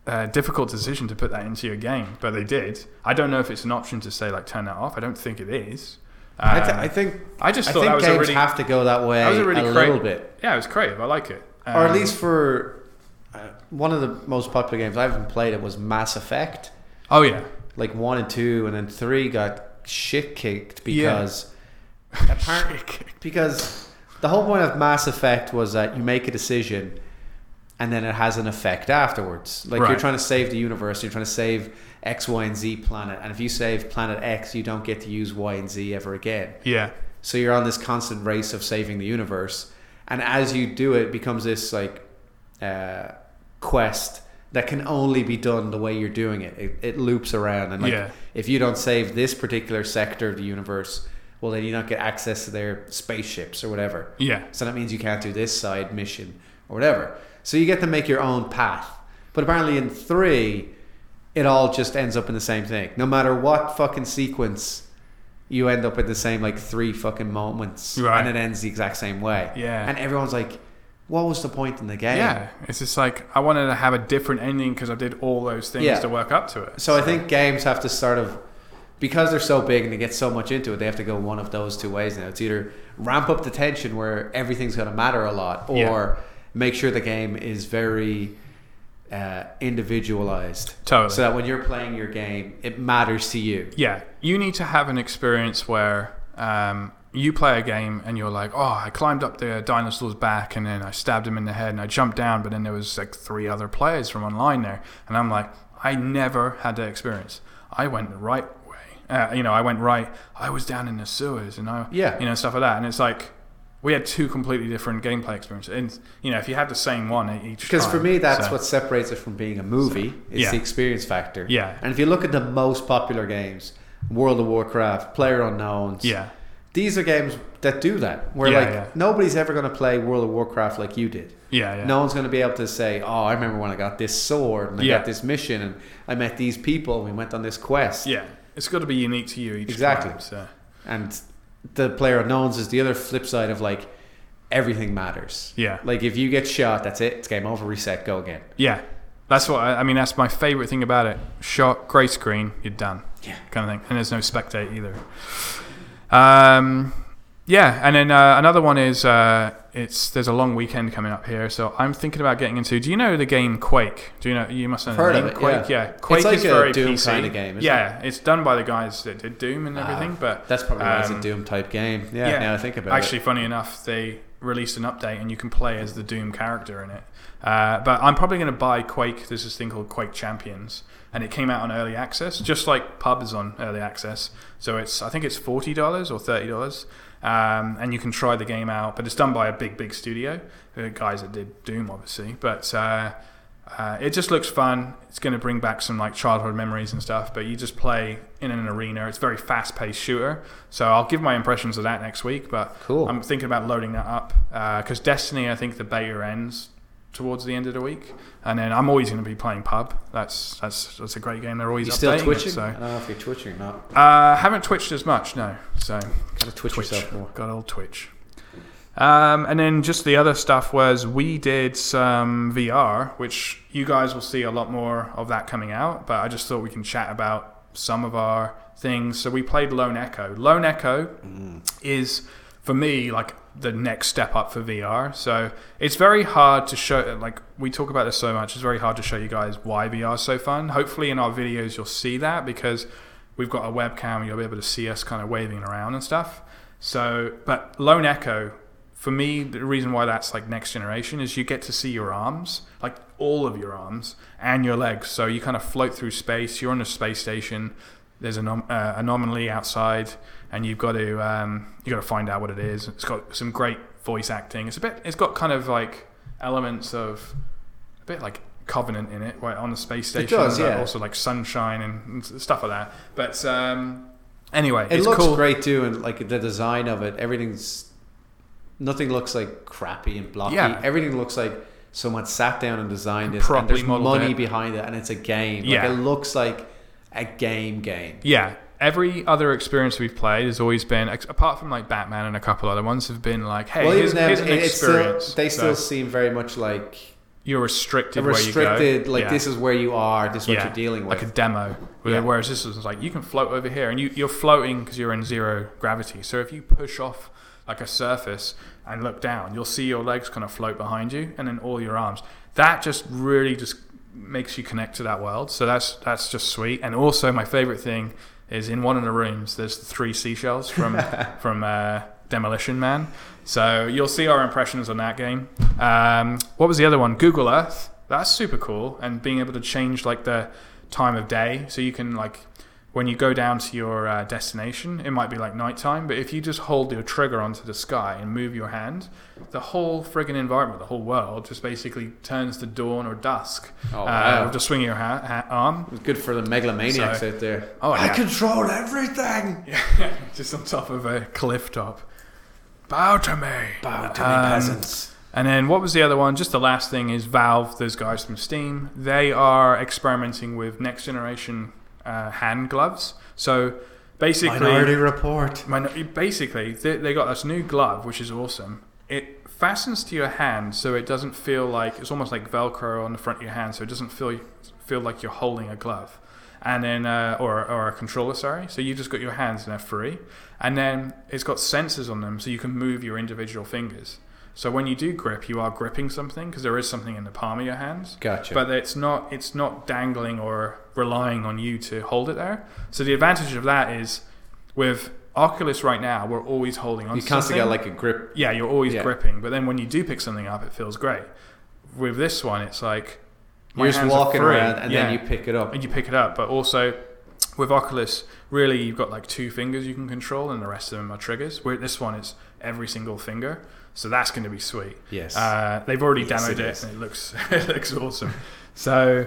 [SPEAKER 1] uh, difficult decision to put that into your game, but they did. I don't know if it's an option to say like turn that off. I don't think it is.
[SPEAKER 2] I, th-
[SPEAKER 1] Um,
[SPEAKER 2] I think
[SPEAKER 1] I just
[SPEAKER 2] I
[SPEAKER 1] thought
[SPEAKER 2] think
[SPEAKER 1] that was
[SPEAKER 2] games
[SPEAKER 1] a really
[SPEAKER 2] have to go that way
[SPEAKER 1] that was a really
[SPEAKER 2] a
[SPEAKER 1] creative,
[SPEAKER 2] little bit,
[SPEAKER 1] Yeah, it was creative. I like it.
[SPEAKER 2] or at
[SPEAKER 1] Um,
[SPEAKER 2] least for uh, one of the most popular games I haven't played. It was Mass Effect.
[SPEAKER 1] Oh yeah,
[SPEAKER 2] like one and two, and then three got shit kicked
[SPEAKER 1] Yeah.
[SPEAKER 2] because apparently because the whole point of Mass Effect was that you make a decision and then it has an effect afterwards. Like
[SPEAKER 1] Right.
[SPEAKER 2] you're trying to save the universe, you're trying to save X, Y, and Z planet, and if you save planet X, you don't get to use Y and Z ever again.
[SPEAKER 1] yeah,
[SPEAKER 2] So you're on this constant race of saving the universe, and as you do it, it becomes this like uh, quest that can only be done the way you're doing it. It, it loops around, and like
[SPEAKER 1] Yeah.
[SPEAKER 2] if you don't save this particular sector of the universe, well, then you don't get access to their spaceships or whatever.
[SPEAKER 1] yeah.
[SPEAKER 2] So that means you can't do this side mission or whatever. So you get to make your own path. But apparently in three, it all just ends up in the same thing. No matter what fucking sequence, you end up in the same like three fucking moments,
[SPEAKER 1] Right.
[SPEAKER 2] and it ends the exact same way.
[SPEAKER 1] Yeah.
[SPEAKER 2] and everyone's like, "What was the point in the game?"
[SPEAKER 1] Yeah, it's just like I wanted to have a different ending because I did all those things
[SPEAKER 2] Yeah.
[SPEAKER 1] to work up to it.
[SPEAKER 2] So I think games have to sort of because they're so big and they get so much into it, they have to go one of those two ways now. It's either ramp up the tension where everything's going to matter a lot, or
[SPEAKER 1] Yeah.
[SPEAKER 2] make sure the game is very uh, individualized,
[SPEAKER 1] Totally.
[SPEAKER 2] so that when you're playing your game, it matters to you.
[SPEAKER 1] yeah, you need to have an experience where um, you play a game and you're like, oh, I climbed up the dinosaur's back and then I stabbed him in the head and I jumped down, but then there was like three other players from online there, and I'm like, I never had that experience. I went the right way. Uh, you know, I went right. I was down in the sewers, and I,
[SPEAKER 2] Yeah.
[SPEAKER 1] you know, stuff like that. And it's like we had two completely different gameplay experiences. And you know, if you have the same one at each,
[SPEAKER 2] Because for
[SPEAKER 1] time,
[SPEAKER 2] me, that's
[SPEAKER 1] so-
[SPEAKER 2] what separates it from being a movie. It's
[SPEAKER 1] Yeah.
[SPEAKER 2] the experience factor.
[SPEAKER 1] Yeah.
[SPEAKER 2] And if you look at the most popular games, World of Warcraft, Player Unknowns,
[SPEAKER 1] Yeah,
[SPEAKER 2] these are games that do that where
[SPEAKER 1] Yeah,
[SPEAKER 2] like
[SPEAKER 1] yeah.
[SPEAKER 2] nobody's ever going to play world of warcraft like you did
[SPEAKER 1] yeah, yeah.
[SPEAKER 2] no one's going to be able to say oh i remember when i got this sword and i
[SPEAKER 1] Yeah.
[SPEAKER 2] got this mission and i met these people and we went on this quest
[SPEAKER 1] Yeah, it's got to be unique to you each
[SPEAKER 2] Exactly.
[SPEAKER 1] time. So.
[SPEAKER 2] and the player unknowns is the other flip side of like everything matters
[SPEAKER 1] Yeah,
[SPEAKER 2] like if you get shot that's it it's game over reset go again
[SPEAKER 1] yeah. That's what I, I mean. That's my favorite thing about it. Shot, grey screen, you're done.
[SPEAKER 2] Yeah.
[SPEAKER 1] kind of thing. And there's no spectate either. Um, yeah, and then uh, another one is uh, it's there's a long weekend coming up here, so I'm thinking about getting into. Do you know the game Quake? Do you know you must know the
[SPEAKER 2] Heard of
[SPEAKER 1] name
[SPEAKER 2] it,
[SPEAKER 1] Quake?
[SPEAKER 2] yeah.
[SPEAKER 1] Yeah, Quake
[SPEAKER 2] It's like
[SPEAKER 1] is
[SPEAKER 2] a
[SPEAKER 1] very
[SPEAKER 2] Doom
[SPEAKER 1] PC.
[SPEAKER 2] kinda game, isn't
[SPEAKER 1] yeah, it's done by the guys that did Doom and everything,
[SPEAKER 2] Ah,
[SPEAKER 1] but
[SPEAKER 2] that's probably why it's a
[SPEAKER 1] Uh, um,
[SPEAKER 2] doom type game yeah, now i think about
[SPEAKER 1] Actually, funny enough, they released an update and you can play as the Doom character in it. Uh, but I'm probably going to buy Quake. There's this thing called Quake Champions, and it came out on early access, just like Pub is on early access. So it's I think it's forty dollars or thirty dollars, um, and you can try the game out. But it's done by a big, big studio, the guys that did Doom, obviously. But uh, uh, it just looks fun. It's going to bring back some like childhood memories and stuff. But you just play in an arena. It's a very fast-paced shooter. So I'll give my impressions of that next week. But
[SPEAKER 2] Cool.
[SPEAKER 1] I'm thinking about loading that up because Destiny. I think the beta ends towards the end of the week, and then I'm always going to be playing Pub. That's that's that's a great game. They're always
[SPEAKER 2] it you still
[SPEAKER 1] updating it,
[SPEAKER 2] twitching i
[SPEAKER 1] so
[SPEAKER 2] don't know if you're twitching or not
[SPEAKER 1] uh, haven't twitched as much. No, so
[SPEAKER 2] gotta twitch, yourself more
[SPEAKER 1] Got old Twitch. Um, and then just the other stuff was we did some VR, which you guys will see a lot more of that coming out. But I just thought we can chat about some of our things. So we played Lone Echo. Lone Echo is for me like the next step up for VR. So it's very hard to show. Like we talk about this so much, it's very hard to show you guys why VR is so fun. Hopefully, in our videos, you'll see that because we've got a webcam. You'll be able to see us kind of waving around and stuff. So, but Lone Echo, for me, the reason why that's like next generation is you get to see your arms, like all of your arms and your legs. So you kind of float through space. You're on a space station. There's an anom- uh, anomaly outside, and you've got to um, you got to find out what it is. It's got some great voice acting. It's a bit. It's got kind of like elements of a bit like Covenant in it, right on the space station.
[SPEAKER 2] does,
[SPEAKER 1] but
[SPEAKER 2] yeah.
[SPEAKER 1] Also like sunshine and and stuff like that. But um, anyway,
[SPEAKER 2] It
[SPEAKER 1] it's
[SPEAKER 2] looks
[SPEAKER 1] cool.
[SPEAKER 2] great too, and like the design of it, everything's nothing looks like crappy and blocky.
[SPEAKER 1] Yeah.
[SPEAKER 2] Everything looks like someone sat down and designed it. and
[SPEAKER 1] Properly
[SPEAKER 2] there's
[SPEAKER 1] modeled
[SPEAKER 2] money
[SPEAKER 1] it.
[SPEAKER 2] behind it, and it's a game.
[SPEAKER 1] Yeah.
[SPEAKER 2] Like it looks like a game game.
[SPEAKER 1] Yeah. Every other experience we've played has always been, ex- apart from like Batman and a couple other ones, have been like, hey,
[SPEAKER 2] well,
[SPEAKER 1] here's,
[SPEAKER 2] even then,
[SPEAKER 1] here's an
[SPEAKER 2] it, it's still,
[SPEAKER 1] experience.
[SPEAKER 2] they
[SPEAKER 1] So-
[SPEAKER 2] still seem very much like
[SPEAKER 1] you're restricted.
[SPEAKER 2] A
[SPEAKER 1] where you go.
[SPEAKER 2] restricted, like
[SPEAKER 1] Yeah.
[SPEAKER 2] this is where you are, this is what
[SPEAKER 1] Yeah,
[SPEAKER 2] you're dealing with.
[SPEAKER 1] like a demo.
[SPEAKER 2] Yeah.
[SPEAKER 1] Whereas this was like you can float over here, and you, you're floating because you're in zero gravity. So if you push off like a surface and look down, you'll see your legs kind of float behind you, and then all your arms. That just really just makes you connect to that world. So that's that's just sweet. And also my favorite thing is in one of the rooms there's the three seashells from from uh, Demolition Man. So you'll see our impressions on that game. Um, what was the other one? Google Earth. That's super cool. And being able to change like the time of day, so you can like when you go down to your uh, destination, it might be like nighttime. But if you just hold your trigger onto the sky and move your hand, the whole friggin' environment, the whole world, just basically turns to dawn or dusk.
[SPEAKER 2] Oh,
[SPEAKER 1] uh,
[SPEAKER 2] wow.
[SPEAKER 1] with Just swing your ha- ha- arm.
[SPEAKER 2] It's good for the megalomaniacs
[SPEAKER 1] So-
[SPEAKER 2] out there.
[SPEAKER 1] Oh,
[SPEAKER 2] I
[SPEAKER 1] yeah.
[SPEAKER 2] control everything.
[SPEAKER 1] just on top of a cliff top. Bow to me.
[SPEAKER 2] Bow to
[SPEAKER 1] Um,
[SPEAKER 2] me, peasants.
[SPEAKER 1] And then what was the other one? Just the last thing is Valve, those guys from Steam. They are experimenting with next generation uh, hand gloves. So basically,
[SPEAKER 2] report.
[SPEAKER 1] Minor- basically they, they got this new glove, which is awesome. It fastens to your hand, so it doesn't feel like it's almost like Velcro on the front of your hand, so it doesn't feel feel like you're holding a glove, and then uh, or or a controller, sorry. So you just got your hands and they're free, and then it's got sensors on them, so you can move your individual fingers. So when you do grip, you are gripping something because there is something in the palm of your hands.
[SPEAKER 2] Gotcha.
[SPEAKER 1] But it's not it's not dangling or relying on you to hold it there. So the advantage of that is with Oculus right now, we're always holding on.
[SPEAKER 2] you
[SPEAKER 1] to
[SPEAKER 2] constantly got
[SPEAKER 1] something.
[SPEAKER 2] like a grip.
[SPEAKER 1] yeah, you're always
[SPEAKER 2] Yeah.
[SPEAKER 1] gripping. But then when you do pick something up, it feels great. With this one, it's like my
[SPEAKER 2] You're just
[SPEAKER 1] hands are
[SPEAKER 2] walking
[SPEAKER 1] free.
[SPEAKER 2] around and
[SPEAKER 1] Yeah
[SPEAKER 2] then you pick it up.
[SPEAKER 1] and you pick it up. But also with Oculus, really you've got like two fingers you can control, and the rest of them are triggers. Where this one is every single finger, so that's going to be sweet.
[SPEAKER 2] Yes.
[SPEAKER 1] uh, they've already
[SPEAKER 2] Yes,
[SPEAKER 1] demoed
[SPEAKER 2] it
[SPEAKER 1] it,
[SPEAKER 2] is.
[SPEAKER 1] and it looks it looks awesome. So.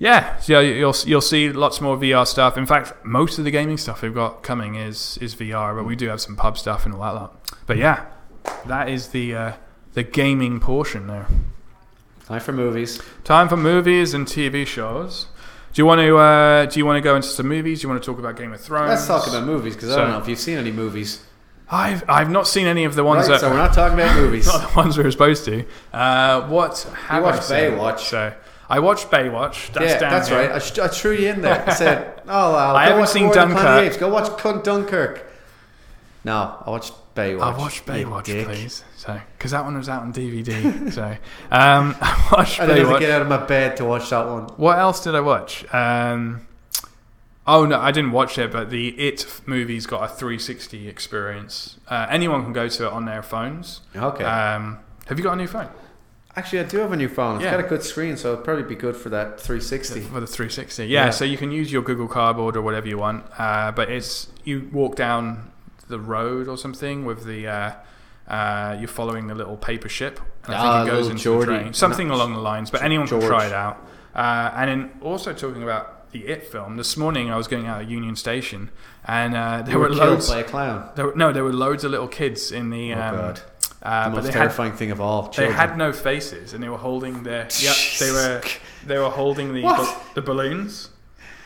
[SPEAKER 1] Yeah, so you'll you'll- you'll see lots more VR stuff. In fact, most of the gaming stuff we've got coming is is VR, but we do have some pub stuff and all that lot. But yeah, that is the uh, the gaming portion there.
[SPEAKER 2] Time for movies.
[SPEAKER 1] Time for movies and TV shows. Do you want to? Uh, do you want to go into some movies? Do you want to talk about Game of Thrones?
[SPEAKER 2] Let's talk about movies because I
[SPEAKER 1] So-
[SPEAKER 2] don't know if you've seen any movies.
[SPEAKER 1] I've I've not seen any of the ones Oh, that
[SPEAKER 2] Right, so we're not talking about movies.
[SPEAKER 1] not the ones we were supposed to. Uh, what have I
[SPEAKER 2] watched
[SPEAKER 1] seen?
[SPEAKER 2] Baywatch.
[SPEAKER 1] So I watched Baywatch. That's
[SPEAKER 2] yeah,
[SPEAKER 1] down
[SPEAKER 2] that's
[SPEAKER 1] here.
[SPEAKER 2] right. I, sh- I threw you in there. I said, "Oh, well,
[SPEAKER 1] I
[SPEAKER 2] go
[SPEAKER 1] haven't
[SPEAKER 2] watch
[SPEAKER 1] seen
[SPEAKER 2] War of the Planet of
[SPEAKER 1] Dunkirk.
[SPEAKER 2] the Apes. Go watch Cunt Dunkirk." No, I watched Baywatch.
[SPEAKER 1] I watched
[SPEAKER 2] you
[SPEAKER 1] Baywatch,
[SPEAKER 2] dick.
[SPEAKER 1] please. So because that one was out on DVD. so um, I watched
[SPEAKER 2] I didn't even
[SPEAKER 1] Baywatch.
[SPEAKER 2] get out of my bed to watch that one.
[SPEAKER 1] What else did I watch? Um, oh no, I didn't watch it, but the It movie's got a 360 experience. Uh, anyone can go to it on their phones.
[SPEAKER 2] Okay.
[SPEAKER 1] Um, have you got a new phone
[SPEAKER 2] Uh, Actually, I do have a new phone. It's
[SPEAKER 1] Yeah.
[SPEAKER 2] got a good screen, so it'll probably be good for that 360.
[SPEAKER 1] for the 360? Yeah,
[SPEAKER 2] Yeah.
[SPEAKER 1] so you can use your Google Cardboard or whatever you want. Uh, but it's you walk down the road or something with the uh, uh, you're following the little paper ship. And
[SPEAKER 2] Ah,
[SPEAKER 1] I think it goes
[SPEAKER 2] little
[SPEAKER 1] into
[SPEAKER 2] Geordie.
[SPEAKER 1] the train. Something along the lines. But anyone
[SPEAKER 2] George.
[SPEAKER 1] can try it out. Uh, and then also talking about the It film. This morning I was going out of Union Station, and uh, there
[SPEAKER 2] You
[SPEAKER 1] were,
[SPEAKER 2] were killed
[SPEAKER 1] loads. Uh,
[SPEAKER 2] by a clown.
[SPEAKER 1] There were, no, there were loads of little kids in the.
[SPEAKER 2] Oh,
[SPEAKER 1] Um,
[SPEAKER 2] God.
[SPEAKER 1] Uh,
[SPEAKER 2] the
[SPEAKER 1] but
[SPEAKER 2] most
[SPEAKER 1] they had
[SPEAKER 2] terrifying thing of all.
[SPEAKER 1] They
[SPEAKER 2] Children.
[SPEAKER 1] had no faces, and they were holding their. Yeah, they were they were holding the
[SPEAKER 2] What?
[SPEAKER 1] bal- the balloons.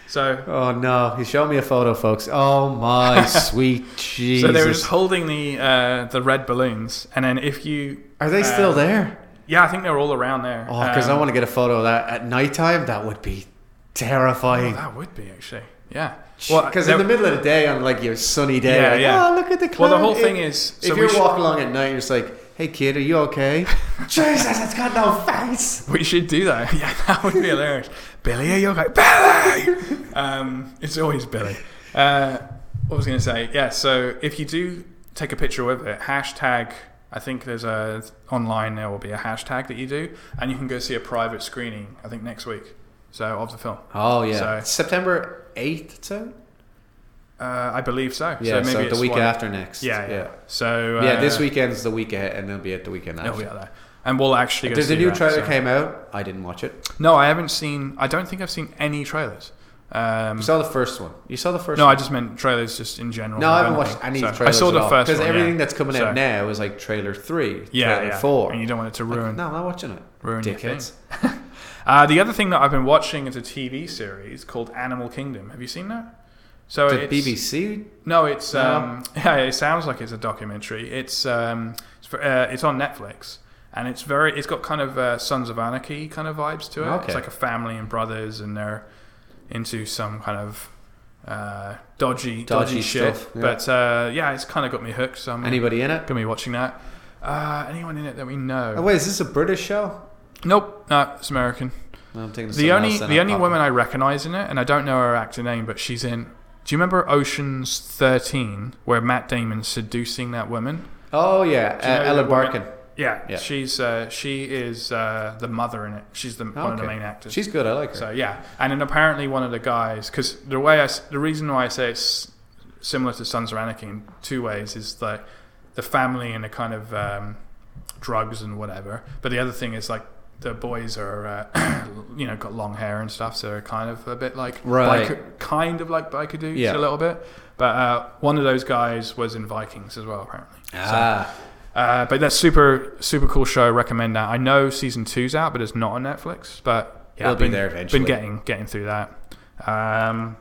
[SPEAKER 1] So
[SPEAKER 2] Oh no! He showed me a photo, folks. Oh my sweet Jesus!
[SPEAKER 1] so they were just holding the uh, the red balloons, and then if you
[SPEAKER 2] Are they still
[SPEAKER 1] uh,
[SPEAKER 2] there?
[SPEAKER 1] Yeah, I think they were all around there.
[SPEAKER 2] Oh, because I
[SPEAKER 1] Um,
[SPEAKER 2] want to get a photo of that at nighttime. That would be terrifying.
[SPEAKER 1] That would be actually yeah. Well,
[SPEAKER 2] Because
[SPEAKER 1] there-
[SPEAKER 2] in the middle of the day, on like your sunny day,
[SPEAKER 1] Yeah,
[SPEAKER 2] like,
[SPEAKER 1] yeah.
[SPEAKER 2] oh look at the
[SPEAKER 1] well,
[SPEAKER 2] cloud.
[SPEAKER 1] the whole
[SPEAKER 2] If-
[SPEAKER 1] thing is so
[SPEAKER 2] if
[SPEAKER 1] we
[SPEAKER 2] you
[SPEAKER 1] should,
[SPEAKER 2] walk along at night, you're just like, "Hey kid, are you okay?" Jesus, it's got no face.
[SPEAKER 1] we should do that. Yeah, that would be hilarious. Billy, are you okay? Billy. Um, it's always Billy. Uh, what was I going to say? Yeah. So if you do take a picture with it, hashtag. I think there's a online. There will be a hashtag that you do, and you can go see a private screening. I think next week. So of the film,
[SPEAKER 2] Oh yeah,
[SPEAKER 1] So-
[SPEAKER 2] It's September eighth. It's out.
[SPEAKER 1] uh, I believe so.
[SPEAKER 2] Yeah, so,
[SPEAKER 1] so maybe it's
[SPEAKER 2] the week
[SPEAKER 1] one-
[SPEAKER 2] after next.
[SPEAKER 1] Yeah, yeah.
[SPEAKER 2] yeah.
[SPEAKER 1] So uh,
[SPEAKER 2] Yeah, this weekend's the week ahead, and they'll be at the weekend
[SPEAKER 1] It'll be
[SPEAKER 2] after.
[SPEAKER 1] out there, and we'll actually. Go
[SPEAKER 2] There's a
[SPEAKER 1] see
[SPEAKER 2] new
[SPEAKER 1] that,
[SPEAKER 2] trailer
[SPEAKER 1] so-
[SPEAKER 2] came out. I didn't watch it.
[SPEAKER 1] No, I haven't seen. I don't think I've seen any trailers. Um,
[SPEAKER 2] You saw the first one. You saw the first.
[SPEAKER 1] no,
[SPEAKER 2] one?
[SPEAKER 1] I just meant trailers just in general.
[SPEAKER 2] No, I haven't
[SPEAKER 1] Apparently.
[SPEAKER 2] watched any
[SPEAKER 1] So,
[SPEAKER 2] of the trailers.
[SPEAKER 1] I saw
[SPEAKER 2] at
[SPEAKER 1] the
[SPEAKER 2] all,
[SPEAKER 1] first
[SPEAKER 2] because
[SPEAKER 1] one, yeah.
[SPEAKER 2] everything that's coming
[SPEAKER 1] So-
[SPEAKER 2] out now is like trailer three,
[SPEAKER 1] Yeah,
[SPEAKER 2] trailer
[SPEAKER 1] yeah.
[SPEAKER 2] four.
[SPEAKER 1] and you don't want it to
[SPEAKER 2] Like,
[SPEAKER 1] ruin.
[SPEAKER 2] no, I'm not watching it.
[SPEAKER 1] ruin your
[SPEAKER 2] Dickheads.
[SPEAKER 1] Uh, the other thing that I've been watching is a TV series called Animal Kingdom. Have you seen that? So it's,
[SPEAKER 2] The BBC.
[SPEAKER 1] No, it's
[SPEAKER 2] No.
[SPEAKER 1] um, yeah, it sounds like it's a documentary. It's um, it's, for, uh, it's on Netflix, and it's very it's got kind of uh, Sons of Anarchy kind of vibes to it.
[SPEAKER 2] Okay.
[SPEAKER 1] It's like a family and brothers, and they're into some kind of uh, dodgy, dodgy
[SPEAKER 2] Dodgy
[SPEAKER 1] shit.
[SPEAKER 2] stuff, yeah.
[SPEAKER 1] But uh, yeah, it's kind of got me hooked. So I'm
[SPEAKER 2] Anybody in it?
[SPEAKER 1] gonna be watching that. Uh, anyone in it that we know?
[SPEAKER 2] Oh, wait, is this a British show?
[SPEAKER 1] Nope, no, it's American.
[SPEAKER 2] No, I'm thinking
[SPEAKER 1] The
[SPEAKER 2] of something
[SPEAKER 1] only
[SPEAKER 2] else then,
[SPEAKER 1] the
[SPEAKER 2] I'm
[SPEAKER 1] only
[SPEAKER 2] popping.
[SPEAKER 1] woman I recognize in it, and I don't know her actor name, but she's in. Do you remember Ocean's Thirteen, where Matt Damon's seducing that woman?
[SPEAKER 2] Oh yeah,
[SPEAKER 1] Do you know
[SPEAKER 2] uh, Ellen
[SPEAKER 1] the woman-
[SPEAKER 2] Barkin.
[SPEAKER 1] Yeah,
[SPEAKER 2] Yeah.
[SPEAKER 1] she's uh, she is uh, the mother in it. She's the one of the
[SPEAKER 2] Oh, Okay.
[SPEAKER 1] main actors.
[SPEAKER 2] She's good. I like her.
[SPEAKER 1] so yeah, and then apparently one of the guys, because the way I, s- the reason why I say it's similar to Sons of Anarchy in two ways is like the family and the kind of um, drugs and whatever. But the other thing is like the boys are, uh, you know, got long hair and stuff, so they're kind of a bit like
[SPEAKER 2] Right.
[SPEAKER 1] biker, kind of like biker dudes
[SPEAKER 2] Yeah.
[SPEAKER 1] a little bit. But uh, one of those guys was in Vikings as well, apparently.
[SPEAKER 2] ah,
[SPEAKER 1] Uh, but that's super super cool show. Recommend that. I know season two's out, but it's not on Netflix. But yeah,
[SPEAKER 2] It'll
[SPEAKER 1] I've
[SPEAKER 2] be
[SPEAKER 1] been,
[SPEAKER 2] there eventually.
[SPEAKER 1] Been getting getting through that. Um,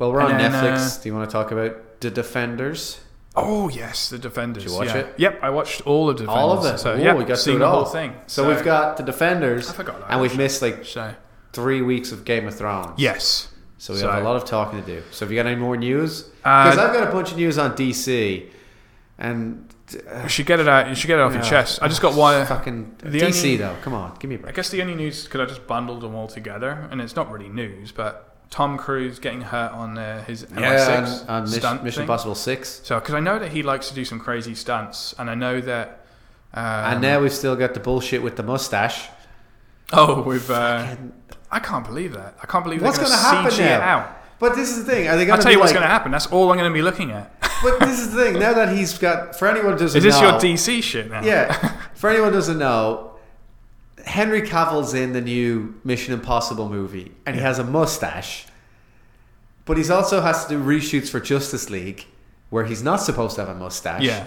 [SPEAKER 2] well, we're on
[SPEAKER 1] and then, uh,
[SPEAKER 2] Netflix. Do you want to talk about The Defenders?
[SPEAKER 1] oh yes, the Defenders.
[SPEAKER 2] Did you watch
[SPEAKER 1] yeah.
[SPEAKER 2] it?
[SPEAKER 1] Yep, I watched all of the Defenders.
[SPEAKER 2] All of it.
[SPEAKER 1] So
[SPEAKER 2] Ooh,
[SPEAKER 1] yeah,
[SPEAKER 2] we got
[SPEAKER 1] seen
[SPEAKER 2] through it
[SPEAKER 1] the
[SPEAKER 2] all.
[SPEAKER 1] whole thing.
[SPEAKER 2] So, we've got The Defenders,
[SPEAKER 1] I forgot that
[SPEAKER 2] and we've
[SPEAKER 1] actually.
[SPEAKER 2] missed like
[SPEAKER 1] so
[SPEAKER 2] three weeks of Game of Thrones.
[SPEAKER 1] yes.
[SPEAKER 2] So we
[SPEAKER 1] So-
[SPEAKER 2] have a lot of talking to do. So have you got any more news?
[SPEAKER 1] Uh,
[SPEAKER 2] Because I've got a bunch of news on DC, and uh,
[SPEAKER 1] You should get it out. You should get it off your
[SPEAKER 2] yeah.
[SPEAKER 1] chest. I just got one.
[SPEAKER 2] Fucking
[SPEAKER 1] the
[SPEAKER 2] DC
[SPEAKER 1] only-
[SPEAKER 2] though. Come on, give me a
[SPEAKER 1] I
[SPEAKER 2] break.
[SPEAKER 1] guess the only news because I just bundled them all together, and it's not really news, but Tom Cruise getting hurt on uh, his MI6
[SPEAKER 2] on, on Mission,
[SPEAKER 1] stunt
[SPEAKER 2] Mission
[SPEAKER 1] thing.
[SPEAKER 2] Impossible Six,
[SPEAKER 1] So, because I know that he likes to do some crazy stunts, and I know that. Um,
[SPEAKER 2] and now we've still got the bullshit with the mustache.
[SPEAKER 1] oh, we've. Uh, I can't believe that. I can't believe
[SPEAKER 2] What's
[SPEAKER 1] they're going to
[SPEAKER 2] gonna happen
[SPEAKER 1] CG it
[SPEAKER 2] now?
[SPEAKER 1] out.
[SPEAKER 2] But this is the thing. Are they
[SPEAKER 1] I'll
[SPEAKER 2] going to
[SPEAKER 1] tell you what's
[SPEAKER 2] like,
[SPEAKER 1] going to happen. That's all I'm going to be looking at.
[SPEAKER 2] But this is the thing. Now that he's got, for anyone who doesn't
[SPEAKER 1] Is this
[SPEAKER 2] know,
[SPEAKER 1] your DC shit now?
[SPEAKER 2] Yeah, for anyone who doesn't know, Henry Cavill's in the new Mission Impossible movie, and he has a mustache. But he's also has to do reshoots for Justice League, where he's not supposed to have a mustache.
[SPEAKER 1] yeah.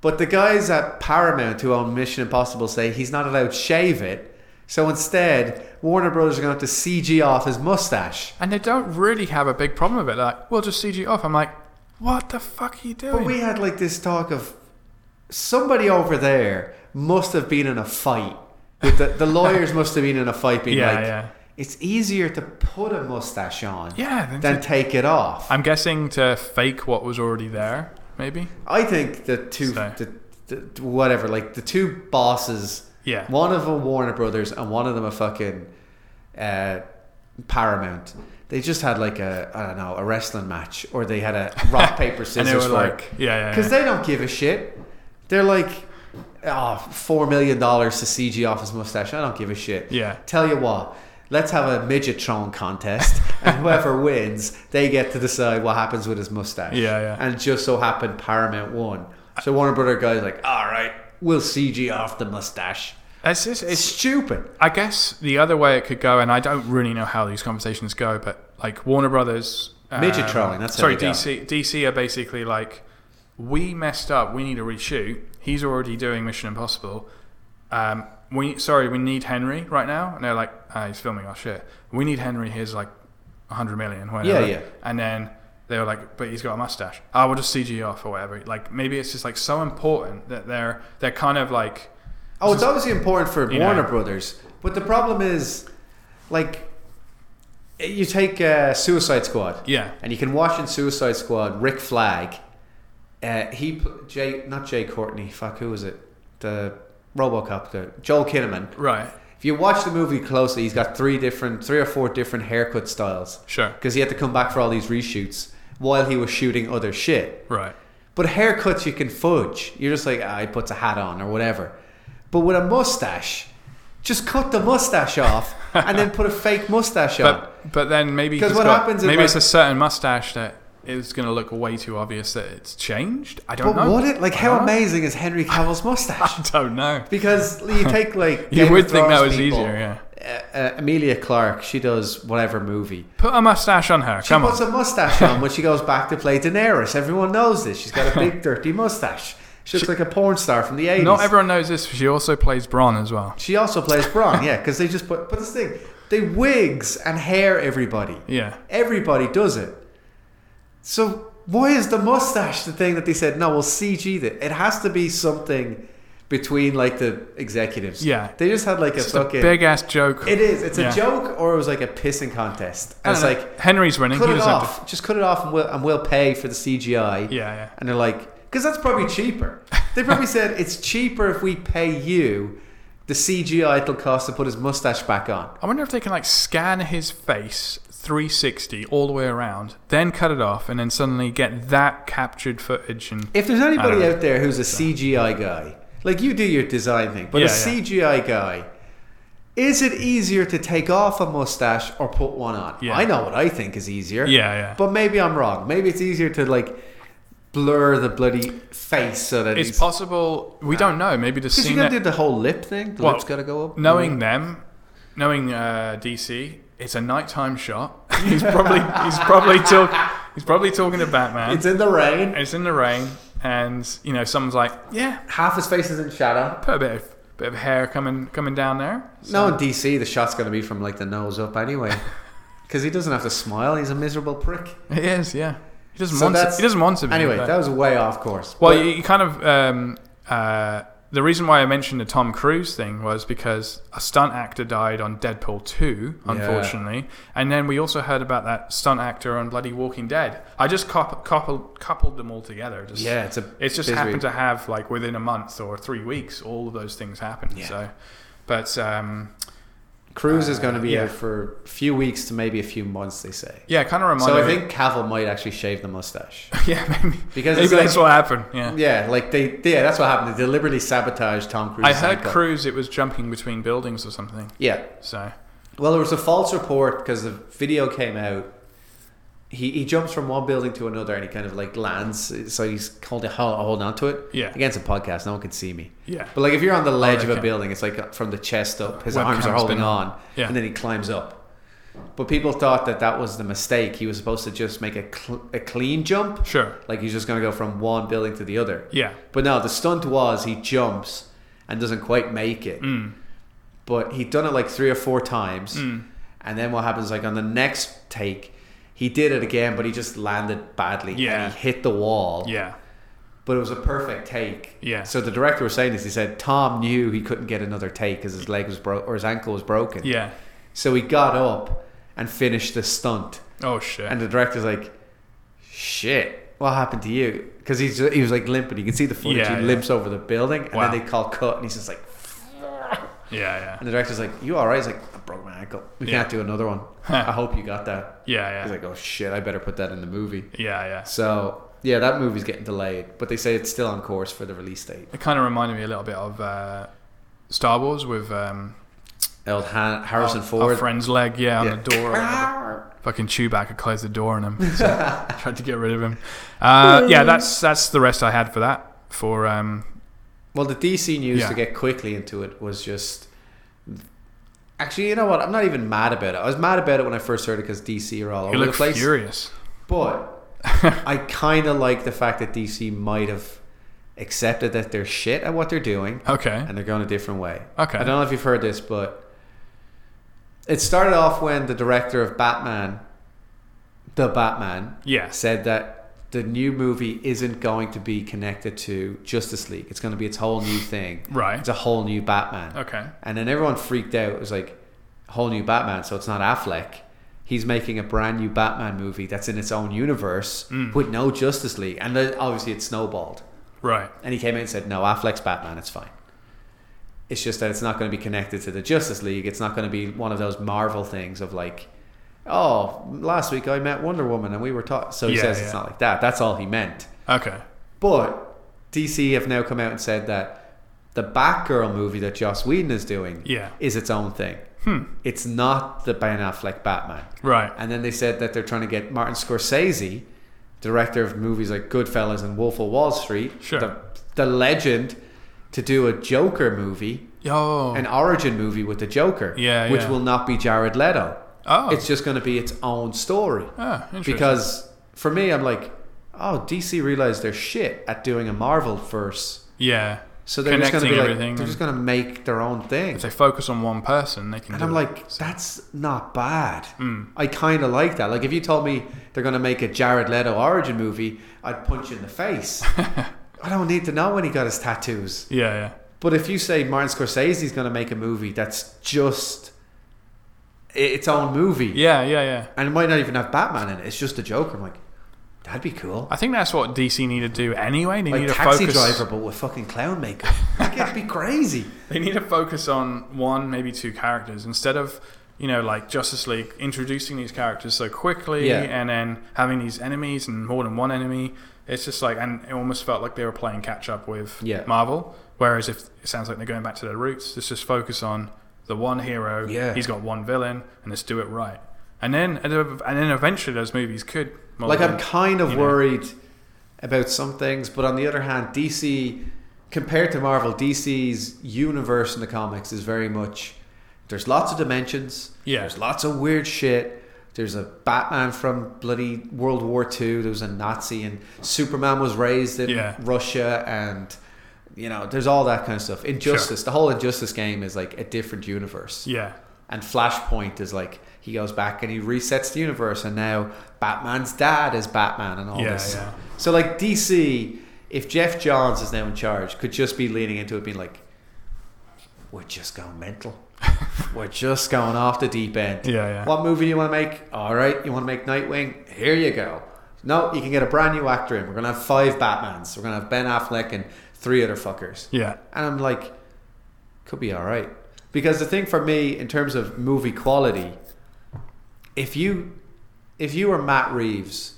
[SPEAKER 2] But the guys at Paramount who own Mission Impossible say he's not allowed to shave it. So instead, Warner Brothers are going to have to CG off his mustache.
[SPEAKER 1] And they don't really have a big problem with it. Like, we'll just CG off. I'm like, what the fuck are you doing?
[SPEAKER 2] But we had like this talk of somebody over there must have been in a fight. With the, the lawyers must have been in a fight, being
[SPEAKER 1] Yeah,
[SPEAKER 2] like,
[SPEAKER 1] yeah.
[SPEAKER 2] it's easier to put a mustache on
[SPEAKER 1] yeah. then-
[SPEAKER 2] than take it off. i
[SPEAKER 1] I'm guessing to fake what was already there, maybe.
[SPEAKER 2] think the two,
[SPEAKER 1] So-
[SPEAKER 2] the, the, whatever, like the two bosses,
[SPEAKER 1] Yeah.
[SPEAKER 2] one of them Warner Brothers and one of them a fucking uh, Paramount. They just had like a I don't know a wrestling match, or they had a rock paper
[SPEAKER 1] And
[SPEAKER 2] scissors
[SPEAKER 1] they were
[SPEAKER 2] fight.
[SPEAKER 1] like, yeah, yeah.
[SPEAKER 2] Because
[SPEAKER 1] yeah.
[SPEAKER 2] they don't give a shit. They're like, oh, four million dollars to CG off his mustache. I don't give a shit.
[SPEAKER 1] Yeah.
[SPEAKER 2] Tell you what, let's have a midget throne contest, and whoever wins, they get to decide what happens with his mustache.
[SPEAKER 1] Yeah, yeah.
[SPEAKER 2] And it just so happened Paramount won. So Warner Brother guy's like, all right, we'll CG off the mustache.
[SPEAKER 1] It's just, it's
[SPEAKER 2] It's stupid.
[SPEAKER 1] I guess the other way it could go, and I don't really know how these conversations go, but like Warner Brothers, um,
[SPEAKER 2] Midget trolling, that's how
[SPEAKER 1] sorry,
[SPEAKER 2] they go.
[SPEAKER 1] DC. DC are basically like, we messed up. We need a reshoot. He's already doing Mission Impossible. Um, we sorry, we need Henry right now, and they're like, ah, he's filming our shit. We need Henry. Here's like hundred million, whatever.
[SPEAKER 2] yeah.
[SPEAKER 1] And then they were like, but he's got a mustache. I will just CG off or whatever. Like maybe it's just like so important that they're they're kind of like.
[SPEAKER 2] Oh, it's obviously important for
[SPEAKER 1] You
[SPEAKER 2] Warner
[SPEAKER 1] know.
[SPEAKER 2] Brothers, but the problem is, like, you take uh, Suicide Squad,
[SPEAKER 1] Yeah.
[SPEAKER 2] and you can watch in Suicide Squad Rick Flag. Uh, he pl- Jay, not Jay Courtney. Fuck, who was it? The RoboCop, the Joel Kinnaman.
[SPEAKER 1] Right.
[SPEAKER 2] If you watch the movie closely, he's got three different, three or four different haircut styles
[SPEAKER 1] Sure.
[SPEAKER 2] because he had to come back for all these reshoots while he was shooting other shit.
[SPEAKER 1] Right.
[SPEAKER 2] But haircuts you can fudge. You're just like, ah, he puts a hat on or whatever. But with a mustache, just cut the mustache off and then put a fake mustache on.
[SPEAKER 1] But but then maybe
[SPEAKER 2] 'Cause
[SPEAKER 1] he's
[SPEAKER 2] what
[SPEAKER 1] got-
[SPEAKER 2] happens is,
[SPEAKER 1] maybe
[SPEAKER 2] like-
[SPEAKER 1] it's a certain mustache that is going to look way too obvious that it's changed. I
[SPEAKER 2] But
[SPEAKER 1] don't know.
[SPEAKER 2] would it? Like,
[SPEAKER 1] I
[SPEAKER 2] how
[SPEAKER 1] don't know.
[SPEAKER 2] amazing is Henry Cavill's mustache?
[SPEAKER 1] I don't know.
[SPEAKER 2] Because you take like
[SPEAKER 1] You
[SPEAKER 2] Game
[SPEAKER 1] would
[SPEAKER 2] of
[SPEAKER 1] think that
[SPEAKER 2] Thrones
[SPEAKER 1] was
[SPEAKER 2] people,
[SPEAKER 1] easier,
[SPEAKER 2] Uh, uh, Amelia Clark, she does whatever movie.
[SPEAKER 1] Put a mustache on her.
[SPEAKER 2] She
[SPEAKER 1] Come
[SPEAKER 2] puts
[SPEAKER 1] on.
[SPEAKER 2] a mustache on when she goes back to play Daenerys. Everyone knows this. She's got a big dirty mustache. She looks like a porn star from the 80s.
[SPEAKER 1] Not everyone knows this. She also plays Bron as well.
[SPEAKER 2] She also plays Bron, yeah, because they just put. But this thing, they wigs and hair everybody.
[SPEAKER 1] Yeah.
[SPEAKER 2] Everybody does it. So why is the mustache the thing that they said no? We'll CG it. It has to be something between like the executives.
[SPEAKER 1] Yeah.
[SPEAKER 2] They just had like a
[SPEAKER 1] It's a
[SPEAKER 2] fucking.
[SPEAKER 1] big ass joke.
[SPEAKER 2] it is. It's
[SPEAKER 1] Yeah.
[SPEAKER 2] a joke, or it was like a pissing contest.
[SPEAKER 1] I
[SPEAKER 2] And
[SPEAKER 1] don't
[SPEAKER 2] it's
[SPEAKER 1] know.
[SPEAKER 2] like
[SPEAKER 1] Henry's winning.
[SPEAKER 2] cut
[SPEAKER 1] he
[SPEAKER 2] it
[SPEAKER 1] doesn't have to-
[SPEAKER 2] off. Just cut it off, and we'll and we'll pay for the CGI.
[SPEAKER 1] yeah, yeah.
[SPEAKER 2] And they're like, because that's probably cheaper. They probably said it's cheaper if we pay you the CGI it'll cost to put his mustache back on.
[SPEAKER 1] I wonder if they can like scan his face 360 all the way around, then cut it off, and then suddenly get that captured footage. And
[SPEAKER 2] If there's anybody
[SPEAKER 1] know.
[SPEAKER 2] out there who's a CGI guy, like you do your design thing, but
[SPEAKER 1] Yeah,
[SPEAKER 2] a
[SPEAKER 1] yeah.
[SPEAKER 2] CGI guy, is it easier to take off a mustache or put one on?
[SPEAKER 1] Yeah.
[SPEAKER 2] I know what I think is easier.
[SPEAKER 1] yeah, yeah.
[SPEAKER 2] But maybe I'm wrong. Maybe it's easier to like blur the bloody face so that
[SPEAKER 1] it's
[SPEAKER 2] it's because
[SPEAKER 1] possible. We don't know. Maybe the
[SPEAKER 2] you
[SPEAKER 1] scene
[SPEAKER 2] gotta
[SPEAKER 1] that
[SPEAKER 2] do the whole lip thing. The
[SPEAKER 1] Well,
[SPEAKER 2] lips gotta go up.
[SPEAKER 1] knowing them, knowing uh, DC, it's a nighttime shot. he's probably he's probably talking he's probably talking to Batman.
[SPEAKER 2] it's in the rain.
[SPEAKER 1] It's in the rain, and you know someone's like, yeah,
[SPEAKER 2] half his face is in shadow.
[SPEAKER 1] put a bit of bit of hair coming coming down there.
[SPEAKER 2] No, in DC, the shot's going to be from like the nose up anyway, because he doesn't have to smile. He's a miserable prick.
[SPEAKER 1] It is, yeah. He doesn't
[SPEAKER 2] So
[SPEAKER 1] want to,
[SPEAKER 2] that's-
[SPEAKER 1] he doesn't want to be
[SPEAKER 2] Anyway,
[SPEAKER 1] but-
[SPEAKER 2] that was way off course.
[SPEAKER 1] Well, you, you kind of um, uh, the reason why I mentioned the Tom Cruise thing was because a stunt actor died on Deadpool two, unfortunately, and then we also heard about that stunt actor on bloody Walking Dead. I just cop- coupled coupled them all together. Just,
[SPEAKER 2] yeah, it's a
[SPEAKER 1] it's just
[SPEAKER 2] busy-
[SPEAKER 1] happened to have like within a month or three weeks, all of those things happened.
[SPEAKER 2] Yeah.
[SPEAKER 1] So, but um,
[SPEAKER 2] Cruise is going to be
[SPEAKER 1] yeah.
[SPEAKER 2] out for a few weeks to maybe a few months. They say.
[SPEAKER 1] yeah, kind of reminded
[SPEAKER 2] So I
[SPEAKER 1] me-
[SPEAKER 2] think Cavill might actually shave the mustache.
[SPEAKER 1] yeah, maybe
[SPEAKER 2] Because
[SPEAKER 1] maybe
[SPEAKER 2] it's like-
[SPEAKER 1] that's what happened. Yeah,
[SPEAKER 2] yeah, like they, yeah, that's what happened. They deliberately sabotaged Tom Cruise.
[SPEAKER 1] I heard Cruise it was jumping between buildings or something.
[SPEAKER 2] Yeah,
[SPEAKER 1] So
[SPEAKER 2] well, there was a false report because the video came out. He, he jumps from one building to another and he kind of like lands. So he's called to hold, hold on to it.
[SPEAKER 1] yeah,
[SPEAKER 2] Against a podcast, no one can see me.
[SPEAKER 1] yeah.
[SPEAKER 2] But like if you're on the ledge of a
[SPEAKER 1] okay.
[SPEAKER 2] building, it's like uh, from the chest up. His
[SPEAKER 1] Webcam's
[SPEAKER 2] arms are holding
[SPEAKER 1] been-
[SPEAKER 2] on,
[SPEAKER 1] yeah.
[SPEAKER 2] and then he climbs up. But people thought that that was the mistake. He was supposed to just make a cl- a clean jump,
[SPEAKER 1] Sure.
[SPEAKER 2] like he's just going to go from one building to the other.
[SPEAKER 1] Yeah.
[SPEAKER 2] But no, the stunt was he jumps and doesn't quite make it.
[SPEAKER 1] Mm.
[SPEAKER 2] But he'd done it like three or four times,
[SPEAKER 1] Mm.
[SPEAKER 2] and then what happens? Like on the next take, he did it again, but he just landed badly.
[SPEAKER 1] Yeah.
[SPEAKER 2] and he hit the wall
[SPEAKER 1] Yeah.
[SPEAKER 2] but it was a perfect take.
[SPEAKER 1] Yeah.
[SPEAKER 2] So the director was saying this. He said Tom knew he couldn't get another take because his leg was broke or his ankle was broken.
[SPEAKER 1] Yeah.
[SPEAKER 2] So he got up and finished the stunt,
[SPEAKER 1] Oh shit.
[SPEAKER 2] and the director's like, "Shit, what happened to you?" Because he's he was like limping. You can see the footage.
[SPEAKER 1] Yeah,
[SPEAKER 2] he
[SPEAKER 1] yeah.
[SPEAKER 2] limps over the building, and
[SPEAKER 1] Wow.
[SPEAKER 2] then they call cut, and he's just like,
[SPEAKER 1] yeah,
[SPEAKER 2] and the director's like, "You all right?" He's like, "I broke my ankle. We
[SPEAKER 1] Yeah.
[SPEAKER 2] can't do another one.
[SPEAKER 1] Huh.
[SPEAKER 2] I hope you got that."
[SPEAKER 1] yeah. Yeah,
[SPEAKER 2] He's
[SPEAKER 1] yeah.
[SPEAKER 2] like, "Oh shit, I better put that in the movie."
[SPEAKER 1] yeah, yeah.
[SPEAKER 2] So yeah, that movie's getting delayed, but they say it's still on course for the release date.
[SPEAKER 1] It kind of reminded me a little bit of uh, Star Wars with um,
[SPEAKER 2] Old Han- Harrison
[SPEAKER 1] our, our
[SPEAKER 2] Ford.
[SPEAKER 1] friend's leg, yeah, on
[SPEAKER 2] Yeah.
[SPEAKER 1] the door. or whatever. Fucking Chewbacca closed the door on him. So tried to get rid of him. Uh, yeah, that's that's the rest I had for that. For um,
[SPEAKER 2] Well, the DC news
[SPEAKER 1] Yeah.
[SPEAKER 2] to get quickly into it was just. Actually, you know what? I'm not even mad about it. I was mad about it when I first heard it because DC are all
[SPEAKER 1] you
[SPEAKER 2] over the
[SPEAKER 1] look
[SPEAKER 2] place.
[SPEAKER 1] furious.
[SPEAKER 2] But I kind of like the fact that DC might have accepted that they're shit at what they're doing
[SPEAKER 1] Okay.
[SPEAKER 2] and they're going a different way.
[SPEAKER 1] Okay.
[SPEAKER 2] I don't know if you've heard this, but it started off when the director of Batman, the Batman,
[SPEAKER 1] Yes.
[SPEAKER 2] said that the new movie isn't going to be connected to Justice League. It's going to be its whole new thing.
[SPEAKER 1] Right.
[SPEAKER 2] It's a whole new Batman.
[SPEAKER 1] Okay.
[SPEAKER 2] And then everyone freaked out. It was like, whole new Batman. So it's not Affleck. He's making a brand new Batman movie that's in its own universe
[SPEAKER 1] Mm.
[SPEAKER 2] with no Justice League. And then obviously it snowballed.
[SPEAKER 1] Right.
[SPEAKER 2] And he came in and said, No, Affleck's Batman, it's fine. It's just that it's not going to be connected to the Justice League. It's not going to be one of those Marvel things of like, Oh, last week I met Wonder Woman and we were taught. So he
[SPEAKER 1] Yeah,
[SPEAKER 2] says
[SPEAKER 1] yeah.
[SPEAKER 2] it's not like that. That's all he meant.
[SPEAKER 1] Okay.
[SPEAKER 2] But DC have now come out and said that the Batgirl movie that Joss Whedon is doing
[SPEAKER 1] Yeah.
[SPEAKER 2] is its own thing.
[SPEAKER 1] Hmm.
[SPEAKER 2] It's not the Ben Affleck Batman.
[SPEAKER 1] Right.
[SPEAKER 2] And then they said that they're trying to get Martin Scorsese, director of movies like Goodfellas and Wolf of Wall Street,
[SPEAKER 1] Sure.
[SPEAKER 2] the, the legend, to do a Joker movie,
[SPEAKER 1] Yo.
[SPEAKER 2] an origin movie with the Joker,
[SPEAKER 1] Oh. Yeah,
[SPEAKER 2] which
[SPEAKER 1] yeah.
[SPEAKER 2] will not be Jared Leto.
[SPEAKER 1] oh.
[SPEAKER 2] It's just going to be its own story.
[SPEAKER 1] Ah, interesting.
[SPEAKER 2] Because for me, I'm like, oh, DC realized they're shit at doing a Marvel verse.
[SPEAKER 1] yeah.
[SPEAKER 2] So they're just going to
[SPEAKER 1] Connecting
[SPEAKER 2] be like,
[SPEAKER 1] everything
[SPEAKER 2] they're
[SPEAKER 1] and-
[SPEAKER 2] just going to make their own thing.
[SPEAKER 1] If they focus on one person, they can.
[SPEAKER 2] And
[SPEAKER 1] do
[SPEAKER 2] I'm
[SPEAKER 1] it.
[SPEAKER 2] like, that's not bad.
[SPEAKER 1] Mm.
[SPEAKER 2] I kind of like that. Like, if you told me they're going to make a Jared Leto origin movie, I'd punch you in the face. I don't need to know when he got his tattoos.
[SPEAKER 1] yeah, yeah.
[SPEAKER 2] But if you say Martin Scorsese's going to make a movie that's just i- its own movie,
[SPEAKER 1] Yeah, yeah, yeah.
[SPEAKER 2] and it might not even have Batman in it, it's just a Joker. I'm like, that'd be cool.
[SPEAKER 1] I think that's what DC need to do anyway. They
[SPEAKER 2] Like
[SPEAKER 1] need to
[SPEAKER 2] taxi
[SPEAKER 1] focus.
[SPEAKER 2] driver, but with fucking clown makeup. like, it'd be crazy.
[SPEAKER 1] They need to focus on one, maybe two characters instead of you know like Justice League introducing these characters so quickly
[SPEAKER 2] Yeah.
[SPEAKER 1] and then having these enemies and more than one enemy. It's just like and it almost felt like they were playing catch up with
[SPEAKER 2] Yeah.
[SPEAKER 1] Marvel. Whereas if it sounds like they're going back to their roots, let's just focus on the one hero.
[SPEAKER 2] Yeah.
[SPEAKER 1] he's got one villain, and let's do it right. And then and then eventually those movies could mold
[SPEAKER 2] like I'm
[SPEAKER 1] in.
[SPEAKER 2] kind of
[SPEAKER 1] you know.
[SPEAKER 2] worried about some things, but on the other hand, DC compared to Marvel, DC's universe in the comics is very much there's lots of dimensions.
[SPEAKER 1] Yeah.
[SPEAKER 2] There's lots of weird shit. There's a Batman from bloody World War II. There was a Nazi, and Superman was raised in
[SPEAKER 1] Yeah.
[SPEAKER 2] Russia, and you know, there's all that kind of stuff. Injustice, the whole Injustice game is like a different universe.
[SPEAKER 1] yeah.
[SPEAKER 2] And Flashpoint is like he goes back and he resets the universe, and now Batman's dad is Batman and all
[SPEAKER 1] Yeah,
[SPEAKER 2] this.
[SPEAKER 1] yeah.
[SPEAKER 2] So like DC, if Jeff Johns is now in charge, could just be leaning into it, being like, "We're just going mental. We're just going off the deep end.
[SPEAKER 1] Yeah, yeah.
[SPEAKER 2] What movie do you want to make? All right, you want to make Nightwing? Here you go. No, you can get a brand new actor in. We're gonna have five Batmans. We're gonna have Ben Affleck and three other fuckers.
[SPEAKER 1] Yeah.
[SPEAKER 2] And I'm like, could be all right. Because the thing for me in terms of movie quality, if you if you were Matt Reeves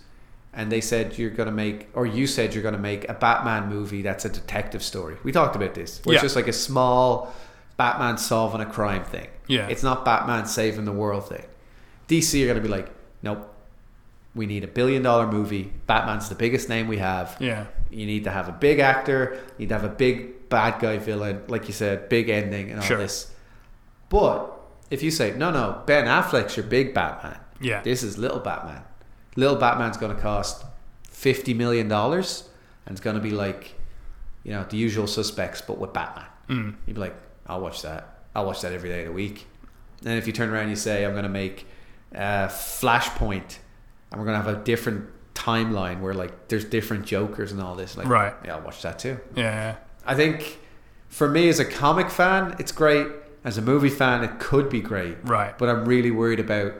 [SPEAKER 2] and they said you're gonna make or you said you're gonna make a Batman movie that's a detective story. We talked about this. Where
[SPEAKER 1] Yeah.
[SPEAKER 2] It's just like a small Batman solving a crime thing.
[SPEAKER 1] Yeah.
[SPEAKER 2] It's not Batman saving the world thing. DC are gonna be like, Nope. We need a billion dollar movie. Batman's the biggest name we have.
[SPEAKER 1] Yeah.
[SPEAKER 2] You need to have a big actor. You need to have a big bad guy villain, like you said, big ending and all
[SPEAKER 1] Sure.
[SPEAKER 2] this. But if you say no, no, Ben Affleck's your big Batman.
[SPEAKER 1] Yeah.
[SPEAKER 2] This is little Batman. Little Batman's going to cost fifty million dollars, and it's going to be like, you know, the usual suspects, but with Batman.
[SPEAKER 1] Mm.
[SPEAKER 2] You'd be like, I'll watch that. I'll watch that every day of the week. And if you turn around and you say, I'm going to make uh, Flashpoint, and we're going to have a different timeline where like there's different Jokers and all this, like,
[SPEAKER 1] Right.
[SPEAKER 2] Yeah, I'll watch that too.
[SPEAKER 1] Yeah.
[SPEAKER 2] I think for me as a comic fan, it's great. As a movie fan, it could be great.
[SPEAKER 1] Right.
[SPEAKER 2] But I'm really worried about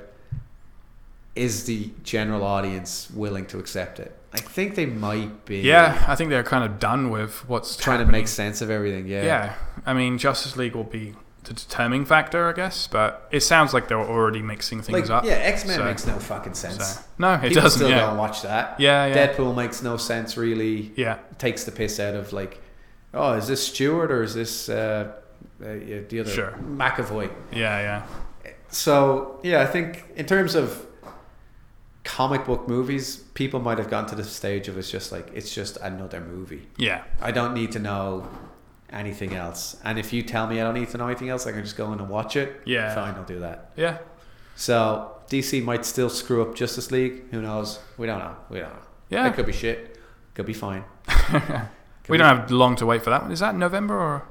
[SPEAKER 2] is the general audience willing to accept it? I think they might be.
[SPEAKER 1] Yeah, I think they're kind of done with what's
[SPEAKER 2] Trying to
[SPEAKER 1] happening.
[SPEAKER 2] make sense of everything. Yeah.
[SPEAKER 1] Yeah, I mean, Justice League will be the determining factor, I guess, but it sounds like they're already mixing things up.
[SPEAKER 2] Like, yeah, X Men
[SPEAKER 1] so-
[SPEAKER 2] makes no fucking sense.
[SPEAKER 1] So- No, it
[SPEAKER 2] People
[SPEAKER 1] doesn't.
[SPEAKER 2] still
[SPEAKER 1] Yeah.
[SPEAKER 2] don't watch that.
[SPEAKER 1] yeah, yeah,
[SPEAKER 2] Deadpool makes no sense really.
[SPEAKER 1] yeah,
[SPEAKER 2] Takes the piss out of like, oh, is this Stewart or is this uh, uh, yeah, the other
[SPEAKER 1] Sure.
[SPEAKER 2] McAvoy?
[SPEAKER 1] yeah,
[SPEAKER 2] So yeah, I think in terms of comic book movies, people might have gone to the stage of it's just like it's just another movie.
[SPEAKER 1] yeah,
[SPEAKER 2] I don't need to know anything else. And if you tell me I don't need to know anything else, I can just go in and watch it.
[SPEAKER 1] Yeah.
[SPEAKER 2] fine, I'll do that.
[SPEAKER 1] yeah, yeah.
[SPEAKER 2] So DC might still screw up Justice League. Who knows? We don't know. We don't know.
[SPEAKER 1] Yeah.
[SPEAKER 2] it could be shit. Could be fine.
[SPEAKER 1] we don't have long to wait for that one. Is that November or?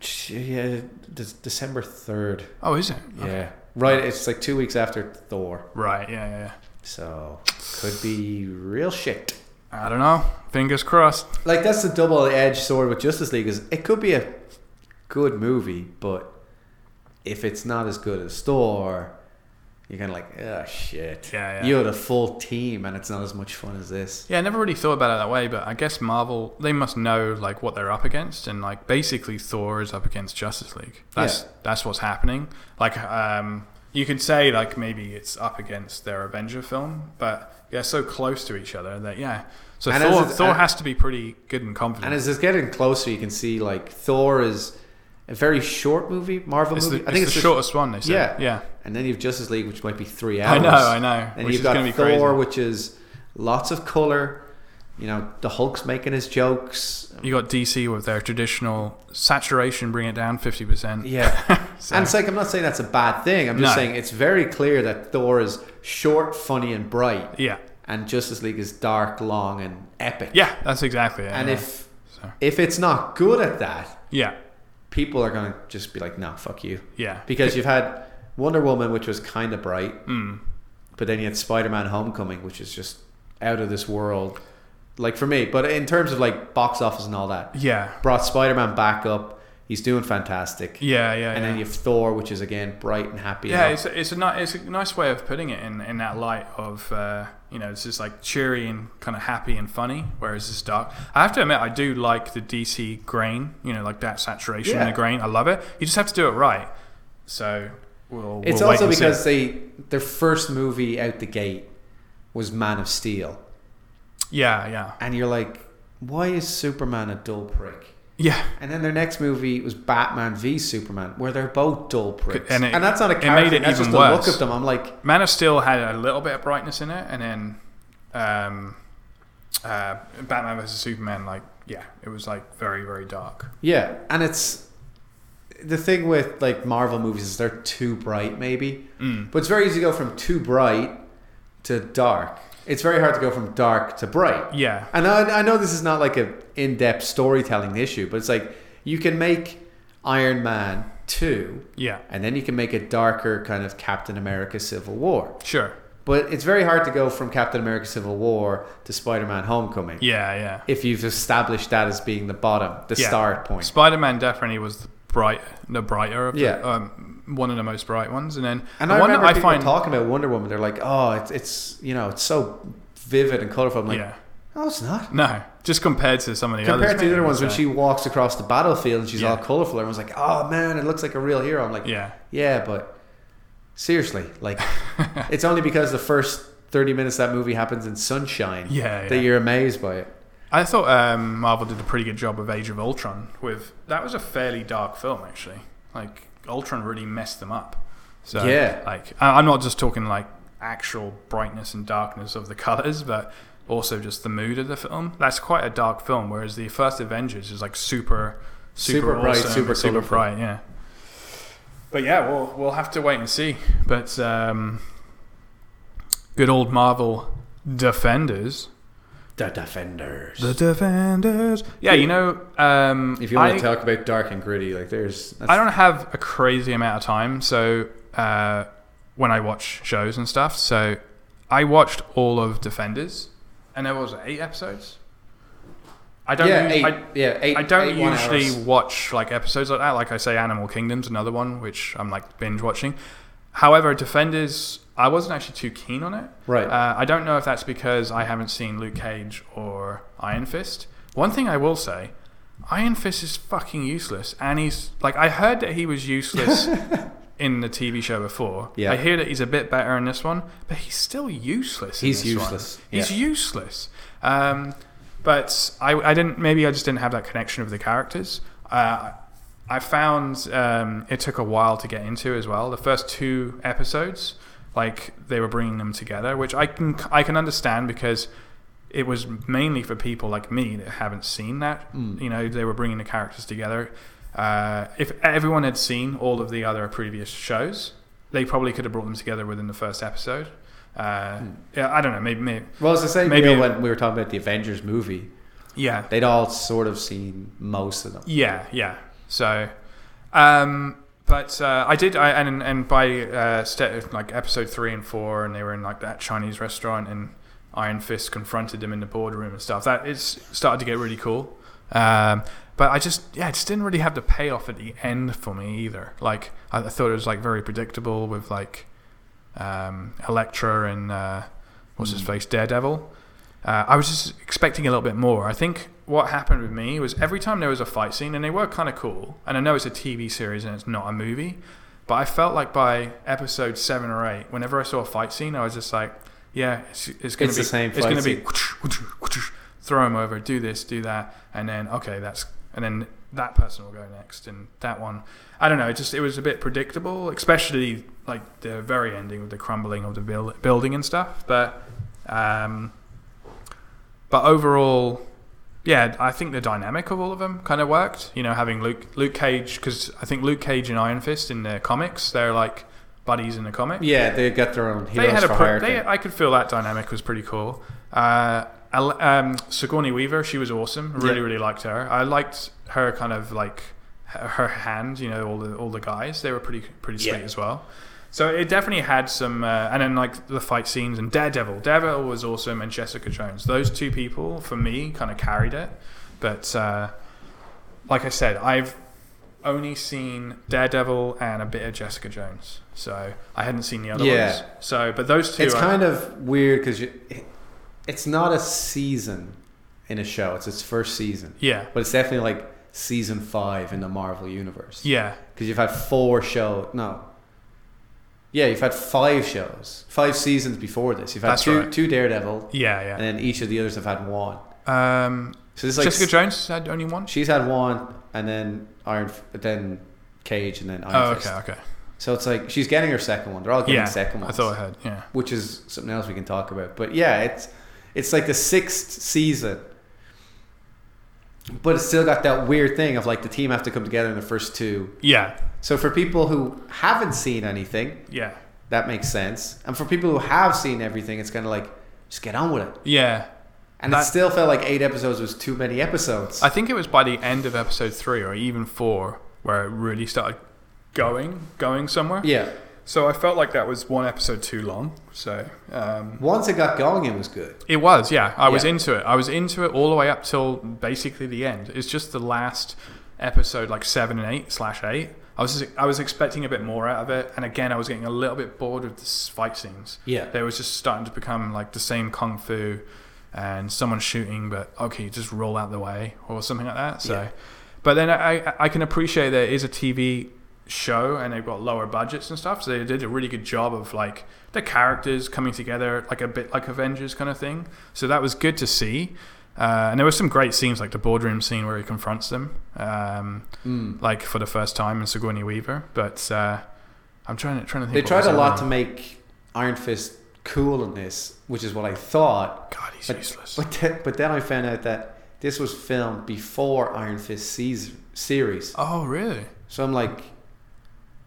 [SPEAKER 2] have. Yeah, De- December third.
[SPEAKER 1] Oh, is it?
[SPEAKER 2] Yeah, right. It's like two weeks after Thor,
[SPEAKER 1] Right. Yeah, yeah. yeah.
[SPEAKER 2] so could be real shit.
[SPEAKER 1] I don't know. Fingers crossed.
[SPEAKER 2] Like that's the double-edged sword with Justice League. Is it could be a good movie, but if it's not as good as Thor, you're kind of like, oh shit.
[SPEAKER 1] Yeah, yeah.
[SPEAKER 2] You had a full team, and it's not as much fun as this.
[SPEAKER 1] Yeah, I never really thought about it that way, but I guess Marvel they must know like what they're up against, and like basically Thor is up against Justice League. That's
[SPEAKER 2] Yeah.
[SPEAKER 1] that's what's happening. Like, um, you could say like maybe it's up against their Avenger film, but they're so close to each other that yeah. So
[SPEAKER 2] And
[SPEAKER 1] Thor,
[SPEAKER 2] as it-
[SPEAKER 1] Thor
[SPEAKER 2] and-
[SPEAKER 1] has to be pretty good and confident.
[SPEAKER 2] And as it's getting closer, you can see like Thor is a very short movie, Marvel
[SPEAKER 1] it's the,
[SPEAKER 2] movie.
[SPEAKER 1] it's the
[SPEAKER 2] just-
[SPEAKER 1] shortest one they
[SPEAKER 2] yeah.
[SPEAKER 1] said. Yeah,
[SPEAKER 2] And then you have Justice League, which might be three
[SPEAKER 1] I
[SPEAKER 2] hours.
[SPEAKER 1] know, I know. which
[SPEAKER 2] And you've
[SPEAKER 1] is
[SPEAKER 2] got
[SPEAKER 1] going to be
[SPEAKER 2] Thor,
[SPEAKER 1] crazy.
[SPEAKER 2] which is lots of color. You know, the Hulk's making his jokes.
[SPEAKER 1] you got DC with their traditional saturation, bring it down fifty percent.
[SPEAKER 2] Yeah.
[SPEAKER 1] So-
[SPEAKER 2] And it's like I'm not saying that's a bad thing. I'm just
[SPEAKER 1] No.
[SPEAKER 2] saying it's very clear that Thor is short, funny, and bright,
[SPEAKER 1] yeah,
[SPEAKER 2] and Justice League is dark, long, and epic.
[SPEAKER 1] yeah. That's exactly it.
[SPEAKER 2] And
[SPEAKER 1] yeah.
[SPEAKER 2] if
[SPEAKER 1] So-
[SPEAKER 2] if it's not good at that,
[SPEAKER 1] yeah,
[SPEAKER 2] people are gonna just be like, "No, fuck you."
[SPEAKER 1] yeah,
[SPEAKER 2] Because you've had Wonder Woman, which was kind of bright,
[SPEAKER 1] Mm.
[SPEAKER 2] but then you had Spider Man Homecoming, which is just out of this world. Like for me, but in terms of like box office and all that,
[SPEAKER 1] yeah.
[SPEAKER 2] brought Spider Man back up. He's doing fantastic.
[SPEAKER 1] Yeah, yeah. yeah.
[SPEAKER 2] And then you have Thor, which is again bright and happy.
[SPEAKER 1] Yeah,
[SPEAKER 2] and
[SPEAKER 1] it's a, it's a ni- it's a nice way of putting it in, in that light of uh, you know it's just like cheery and kind of happy and funny, whereas it's dark. I have to admit, I do like the DC grain, you know, like that saturation in
[SPEAKER 2] Yeah.
[SPEAKER 1] the grain. I love it. You just have to do it right. So we'll.
[SPEAKER 2] It's
[SPEAKER 1] we'll wait
[SPEAKER 2] also
[SPEAKER 1] and see.
[SPEAKER 2] because they their first movie out the gate was Man of Steel,
[SPEAKER 1] yeah, yeah,
[SPEAKER 2] and you're like, why is Superman a dull prick?
[SPEAKER 1] yeah.
[SPEAKER 2] And then their next movie was Batman v Superman, where they're both dull pricks,
[SPEAKER 1] And
[SPEAKER 2] and,
[SPEAKER 1] it-
[SPEAKER 2] that's not a
[SPEAKER 1] it
[SPEAKER 2] character.
[SPEAKER 1] made it
[SPEAKER 2] that's
[SPEAKER 1] even
[SPEAKER 2] just the
[SPEAKER 1] worse.
[SPEAKER 2] look of them. I'm like,
[SPEAKER 1] Man of Steel had a little bit of brightness in it, and then um, uh, Batman versus Superman, like yeah, it was like very very dark.
[SPEAKER 2] yeah, and it's the thing with like Marvel movies is they're too bright, maybe,
[SPEAKER 1] Mm.
[SPEAKER 2] but it's very easy to go from too bright to dark. It's very hard to go from dark to bright.
[SPEAKER 1] Yeah,
[SPEAKER 2] And I, I know this is not like a in-depth storytelling issue, but it's like you can make Iron Man two,
[SPEAKER 1] yeah,
[SPEAKER 2] and then you can make a darker kind of Captain America Civil War.
[SPEAKER 1] sure.
[SPEAKER 2] But it's very hard to go from Captain America Civil War to Spider-Man Homecoming
[SPEAKER 1] Yeah, yeah.
[SPEAKER 2] if you've established that as being the bottom, the
[SPEAKER 1] Yeah.
[SPEAKER 2] start point.
[SPEAKER 1] Spider-Man definitely was the bright, the brighter of the-
[SPEAKER 2] Yeah.
[SPEAKER 1] um, one of the most bright ones, and then
[SPEAKER 2] And
[SPEAKER 1] the
[SPEAKER 2] I
[SPEAKER 1] one
[SPEAKER 2] remember
[SPEAKER 1] that I
[SPEAKER 2] people
[SPEAKER 1] find,
[SPEAKER 2] talking about Wonder Woman. They're like, "Oh, it's it's you know, it's so vivid and colorful." I'm like,
[SPEAKER 1] yeah,
[SPEAKER 2] "No, it's not."
[SPEAKER 1] no, just compared to some of the others,
[SPEAKER 2] Compared to the other ones, when
[SPEAKER 1] yeah.
[SPEAKER 2] she walks across the battlefield and she's
[SPEAKER 1] Yeah.
[SPEAKER 2] all colorful, everyone's like, "Oh man, it looks like a real hero." I'm like,
[SPEAKER 1] yeah,
[SPEAKER 2] Yeah, but seriously, like it's only because the first thirty minutes of that movie happens in sunshine
[SPEAKER 1] yeah, yeah.
[SPEAKER 2] that you're amazed by it.
[SPEAKER 1] I thought um, Marvel did a pretty good job of Age of Ultron. With that was a fairly dark film, actually. Like Ultron really messed them up. So
[SPEAKER 2] Yeah.
[SPEAKER 1] like I- I'm not just talking like actual brightness and darkness of the colors, but also just the mood of the film. That's quite a dark film, whereas the first Avengers is like super, super,
[SPEAKER 2] Super bright,
[SPEAKER 1] awesome,
[SPEAKER 2] super
[SPEAKER 1] super
[SPEAKER 2] colourful.
[SPEAKER 1] bright, yeah. But yeah, we'll we'll have to wait and see. But um, good old Marvel defenders.
[SPEAKER 2] The Defenders.
[SPEAKER 1] The Defenders. Yeah, you know, um,
[SPEAKER 2] if you want
[SPEAKER 1] I,
[SPEAKER 2] to talk about dark and gritty, like there's that's,
[SPEAKER 1] I don't have a crazy amount of time, so uh, when I watch shows and stuff, so I watched all of Defenders, and there was eight episodes. I don't.
[SPEAKER 2] yeah,
[SPEAKER 1] us-
[SPEAKER 2] eight,
[SPEAKER 1] I,
[SPEAKER 2] yeah, eight.
[SPEAKER 1] I don't
[SPEAKER 2] eight one
[SPEAKER 1] usually
[SPEAKER 2] hours.
[SPEAKER 1] watch like episodes like that. Like I say, Animal Kingdom's another one which I'm like binge watching. However, Defenders, I wasn't actually too keen on it.
[SPEAKER 2] Right.
[SPEAKER 1] Uh, I don't know if that's because I haven't seen Luke Cage or Iron Fist. One thing I will say, Iron Fist is fucking useless, and he's like I heard that he was useless in the TV show before.
[SPEAKER 2] Yeah.
[SPEAKER 1] I hear that he's a bit better in this one, but he's still useless. in
[SPEAKER 2] He's
[SPEAKER 1] this one.
[SPEAKER 2] useless,
[SPEAKER 1] He's
[SPEAKER 2] yeah.
[SPEAKER 1] useless. Um, but I, I didn't. Maybe I just didn't have that connection with the characters. Uh, I found um, it took a while to get into as well. The first two episodes, like they were bringing them together, which I can I can understand because it was mainly for people like me that haven't seen that. You know, they were bringing the characters together. Uh, if everyone had seen all of the other previous shows, they probably could have brought them together within the first episode. Uh, Yeah, I don't know. Maybe, maybe
[SPEAKER 2] Well, it's the same
[SPEAKER 1] maybe-
[SPEAKER 2] maybe when we were talking about the Avengers movie.
[SPEAKER 1] yeah.
[SPEAKER 2] They'd all sort of seen most of them.
[SPEAKER 1] Yeah, yeah. So, um, but uh, I did, I, and and by uh, st- like episode three and four, and they were in like that Chinese restaurant, and Iron Fist confronted them in the boardroom and stuff. That is started to get really cool. Um, but I just, yeah, it just didn't really have the payoff at the end for me either. Like I, I thought it was like very predictable with like um, Elektra and uh, what's his face, Daredevil. Uh, I was just expecting a little bit more. I think what happened with me was every time there was a fight scene, and they were kind of cool. And I know it's a TV series and it's not a movie, but I felt like by episode seven or eight, whenever I saw a fight scene, I was just like, "Yeah, it's, it's going to
[SPEAKER 2] It's
[SPEAKER 1] be
[SPEAKER 2] the same
[SPEAKER 1] it's
[SPEAKER 2] fight
[SPEAKER 1] going to be throw him over, do this, do that, and then okay, that's and then that person will go next, and that one. I don't know. It just it was a bit predictable, especially like the very ending with the crumbling of the build, building and stuff. But um, but overall, yeah, I think the dynamic of all of them kind of worked. You know, having Luke Luke Cage because I think Luke Cage and Iron Fist in the comics they're like buddies in the comic
[SPEAKER 2] Yeah, they got their own heroes
[SPEAKER 1] they had a
[SPEAKER 2] for
[SPEAKER 1] pro-
[SPEAKER 2] hire.
[SPEAKER 1] they-
[SPEAKER 2] thing.
[SPEAKER 1] I could feel that dynamic was pretty cool. Uh, Al- um, Sigourney Weaver, she was awesome. Really,
[SPEAKER 2] Yeah.
[SPEAKER 1] really liked her. I liked her kind of like her her hand. You know, all the all the guys they were pretty pretty sweet
[SPEAKER 2] Yeah.
[SPEAKER 1] as well. So it definitely had some, uh, and then like the fight scenes and Daredevil. Daredevil was awesome, and Jessica Jones. Those two people for me kind of carried it. But uh, like I said, I've only seen Daredevil and a bit of Jessica Jones, so I hadn't seen the other
[SPEAKER 2] Yeah.
[SPEAKER 1] ones. So, but those two,
[SPEAKER 2] It's
[SPEAKER 1] I-
[SPEAKER 2] kind of weird because it's not a season in a show. It's its first season,
[SPEAKER 1] yeah,
[SPEAKER 2] but it's definitely like season five in the Marvel universe.
[SPEAKER 1] yeah,
[SPEAKER 2] because you've had four show no yeah you've had five shows five seasons before this you've had
[SPEAKER 1] That's
[SPEAKER 2] two
[SPEAKER 1] right.
[SPEAKER 2] two daredevil and
[SPEAKER 1] yeah,
[SPEAKER 2] then each of the others have had one
[SPEAKER 1] yeah. Um,
[SPEAKER 2] so it's like
[SPEAKER 1] Jessica Jones had only one.
[SPEAKER 2] she's had one and then iron F- then cage and then iron
[SPEAKER 1] Oh,
[SPEAKER 2] Fist.
[SPEAKER 1] okay, okay.
[SPEAKER 2] so it's like she's getting her second one they're all getting
[SPEAKER 1] Yeah,
[SPEAKER 2] second
[SPEAKER 1] I
[SPEAKER 2] ones
[SPEAKER 1] thought I had. Yeah,
[SPEAKER 2] which is something else we can talk about but yeah it's it's like the sixth season but it's still got that weird thing of like the team have to come together in the first two
[SPEAKER 1] yeah,
[SPEAKER 2] so for people who haven't seen anything
[SPEAKER 1] yeah,
[SPEAKER 2] That makes sense. And for people who have seen everything, it's kind of like just get on with it.
[SPEAKER 1] yeah.
[SPEAKER 2] And
[SPEAKER 1] That-
[SPEAKER 2] it still felt like eight episodes was too many episodes.
[SPEAKER 1] I think it was by the end of episode three or even four where it really started going, going somewhere.
[SPEAKER 2] yeah,
[SPEAKER 1] So I felt like that was one episode too long. So um,
[SPEAKER 2] once it got going, it was good.
[SPEAKER 1] it was, yeah. I was
[SPEAKER 2] Yeah.
[SPEAKER 1] into it. I was into it all the way up till basically the end. It's just the last episode, like seven and eight slash eight. I was I was expecting a bit more out of it, and again, I was getting a little bit bored with the s- fight scenes.
[SPEAKER 2] Yeah,
[SPEAKER 1] They was just starting to become like the same kung fu and someone shooting, but okay, just roll out the way or something like that. So,
[SPEAKER 2] Yeah.
[SPEAKER 1] but then I, I- I can appreciate there is a TV show and they've got lower budgets and stuff. So they did a really good job of like the characters coming together, like a bit like Avengers kind of thing. So that was good to see. Uh, and there were some great scenes, like the boardroom scene where he confronts them, um,
[SPEAKER 2] Mm.
[SPEAKER 1] like for the first time in Sigourney Weaver. But uh, I'm trying to trying to think.
[SPEAKER 2] they
[SPEAKER 1] what
[SPEAKER 2] tried
[SPEAKER 1] was
[SPEAKER 2] a
[SPEAKER 1] the
[SPEAKER 2] lot
[SPEAKER 1] other
[SPEAKER 2] to
[SPEAKER 1] one.
[SPEAKER 2] make Iron Fist cool in this, which is what I thought.
[SPEAKER 1] God, he's useless.
[SPEAKER 2] But then, but then I found out that this was filmed before Iron Fist season, series.
[SPEAKER 1] oh, really?
[SPEAKER 2] So I'm like,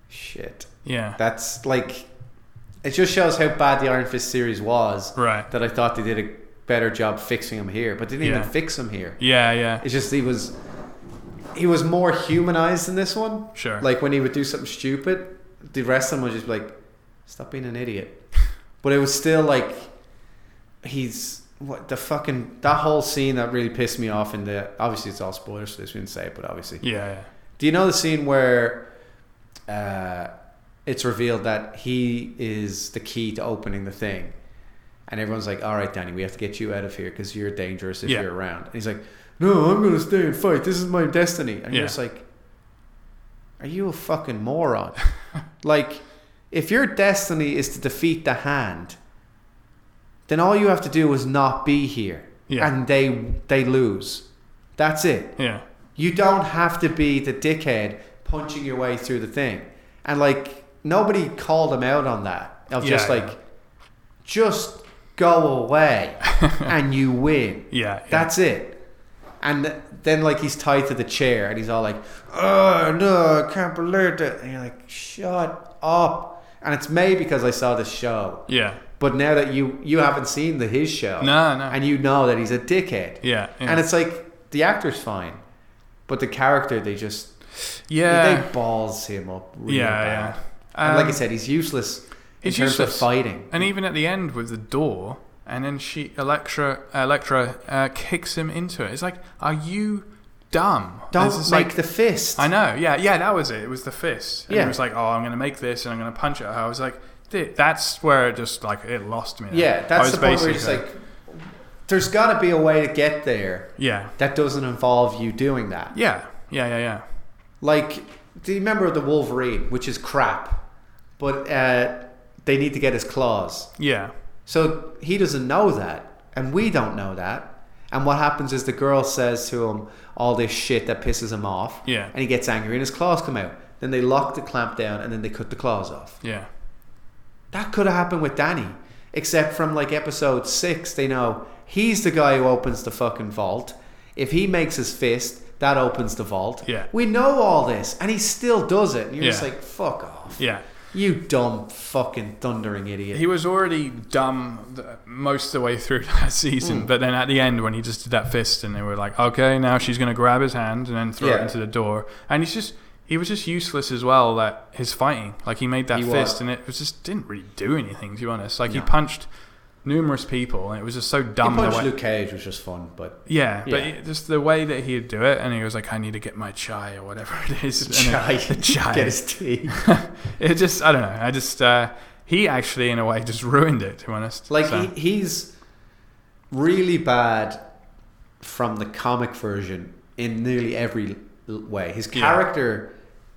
[SPEAKER 2] shit.
[SPEAKER 1] Yeah.
[SPEAKER 2] That's like, it just shows how bad the Iron Fist series was.
[SPEAKER 1] Right.
[SPEAKER 2] that I thought they did a better job fixing him here, but they didn't
[SPEAKER 1] Yeah.
[SPEAKER 2] even fix him here.
[SPEAKER 1] Yeah, yeah.
[SPEAKER 2] It's just he was he was more humanized in this one.
[SPEAKER 1] Sure.
[SPEAKER 2] Like when he would do something stupid, the rest of them was just like, "Stop being an idiot." But it was still like he's what the fucking that whole scene that really pissed me off. In the obviously it's all spoilers, so this we didn't say it, but obviously,
[SPEAKER 1] yeah,
[SPEAKER 2] do you know the scene where? Uh, it's revealed that he is the key to opening the thing. And everyone's like, all right, Danny, we have to get you out of here because you're dangerous if
[SPEAKER 1] Yeah.
[SPEAKER 2] you're around. And he's like, no, I'm going to stay and fight. This is my destiny. And
[SPEAKER 1] Yeah.
[SPEAKER 2] you're just like, are you a fucking moron? like, if your destiny is to defeat the hand, then all you have to do is not be here.
[SPEAKER 1] Yeah.
[SPEAKER 2] And they they lose. That's it.
[SPEAKER 1] yeah. Yeah.
[SPEAKER 2] You don't have to be the dickhead punching your way through the thing. And like nobody called him out on that. Of just
[SPEAKER 1] Yeah,
[SPEAKER 2] like just go away and you win.
[SPEAKER 1] Yeah. yeah.
[SPEAKER 2] That's it. And th- then like he's tied to the chair and he's all like, "Oh no, I can't believe that." And you're like, "Shut up." And it's made because I saw the show.
[SPEAKER 1] yeah.
[SPEAKER 2] But now that you you haven't seen the his show
[SPEAKER 1] No, no.
[SPEAKER 2] and you know that he's a dickhead.
[SPEAKER 1] yeah. Yeah.
[SPEAKER 2] And it's like the actor's fine, but the character they just
[SPEAKER 1] yeah.
[SPEAKER 2] they balls him up. Really
[SPEAKER 1] yeah.
[SPEAKER 2] bad.
[SPEAKER 1] Yeah.
[SPEAKER 2] and like I
[SPEAKER 1] Um,
[SPEAKER 2] said, he's useless
[SPEAKER 1] he's
[SPEAKER 2] in terms
[SPEAKER 1] useless.
[SPEAKER 2] of fighting.
[SPEAKER 1] and even at the end with the door, and then she Electra Electra uh, kicks him into it. It's like, are you dumb?
[SPEAKER 2] Don't
[SPEAKER 1] This is
[SPEAKER 2] make
[SPEAKER 1] like-
[SPEAKER 2] the fist.
[SPEAKER 1] I know. Yeah. Yeah. That was it. It was the fist. And
[SPEAKER 2] Yeah.
[SPEAKER 1] It was like, oh, I'm going to make this, and I'm going to punch it. at her. I was like, "Th- that's where it just like it lost me.
[SPEAKER 2] yeah,
[SPEAKER 1] I
[SPEAKER 2] that's
[SPEAKER 1] was
[SPEAKER 2] the point where you're just
[SPEAKER 1] basically-
[SPEAKER 2] like, there's got to be a way to get there
[SPEAKER 1] yeah,
[SPEAKER 2] that doesn't involve you doing that.
[SPEAKER 1] yeah, yeah, yeah, yeah.
[SPEAKER 2] Like, do you remember the Wolverine, which is crap, but uh, they need to get his claws.
[SPEAKER 1] Yeah.
[SPEAKER 2] So he doesn't know that, and we don't know that. And what happens is the girl says to him all this shit that pisses him off.
[SPEAKER 1] Yeah.
[SPEAKER 2] And he gets angry, and his claws come out. Then they lock the clamp down, and then they cut the claws off.
[SPEAKER 1] Yeah.
[SPEAKER 2] That could have happened with Danny, except from like episode six, they know he's the guy who opens the fucking vault. If he makes his fist, that opens the vault.
[SPEAKER 1] Yeah.
[SPEAKER 2] We know all this, and he still does it. And you're just
[SPEAKER 1] Yeah.
[SPEAKER 2] like, fuck off.
[SPEAKER 1] Yeah.
[SPEAKER 2] You dumb fucking thundering idiot.
[SPEAKER 1] He was already dumb th- most of the way through that
[SPEAKER 2] Mm.
[SPEAKER 1] season, but then at the end, when he just did that fist, and they were like, "Okay, now she's going to grab his hand and then throw it
[SPEAKER 2] Yeah.
[SPEAKER 1] into the door," and he's just he was just useless as well. That his fighting, like he made that
[SPEAKER 2] He
[SPEAKER 1] fist,
[SPEAKER 2] was.
[SPEAKER 1] and it was just didn't really do anything. To be honest, like he
[SPEAKER 2] No.
[SPEAKER 1] punched numerous people, and it was just so
[SPEAKER 2] He
[SPEAKER 1] dumb. the
[SPEAKER 2] punched
[SPEAKER 1] way-
[SPEAKER 2] Luke Cage, was just fun, but
[SPEAKER 1] Yeah, but
[SPEAKER 2] Yeah.
[SPEAKER 1] it- just the way that he'd do it, and he was like, "I need to get my chai or whatever it is." and
[SPEAKER 2] Chai.
[SPEAKER 1] it, the chai.
[SPEAKER 2] get his tea.
[SPEAKER 1] it just, I don't know. I just, uh, he actually, in a way, just ruined it. To be honest,
[SPEAKER 2] Like
[SPEAKER 1] So,
[SPEAKER 2] he, he's really bad from the comic version in nearly every l- way. His
[SPEAKER 1] Yeah.
[SPEAKER 2] character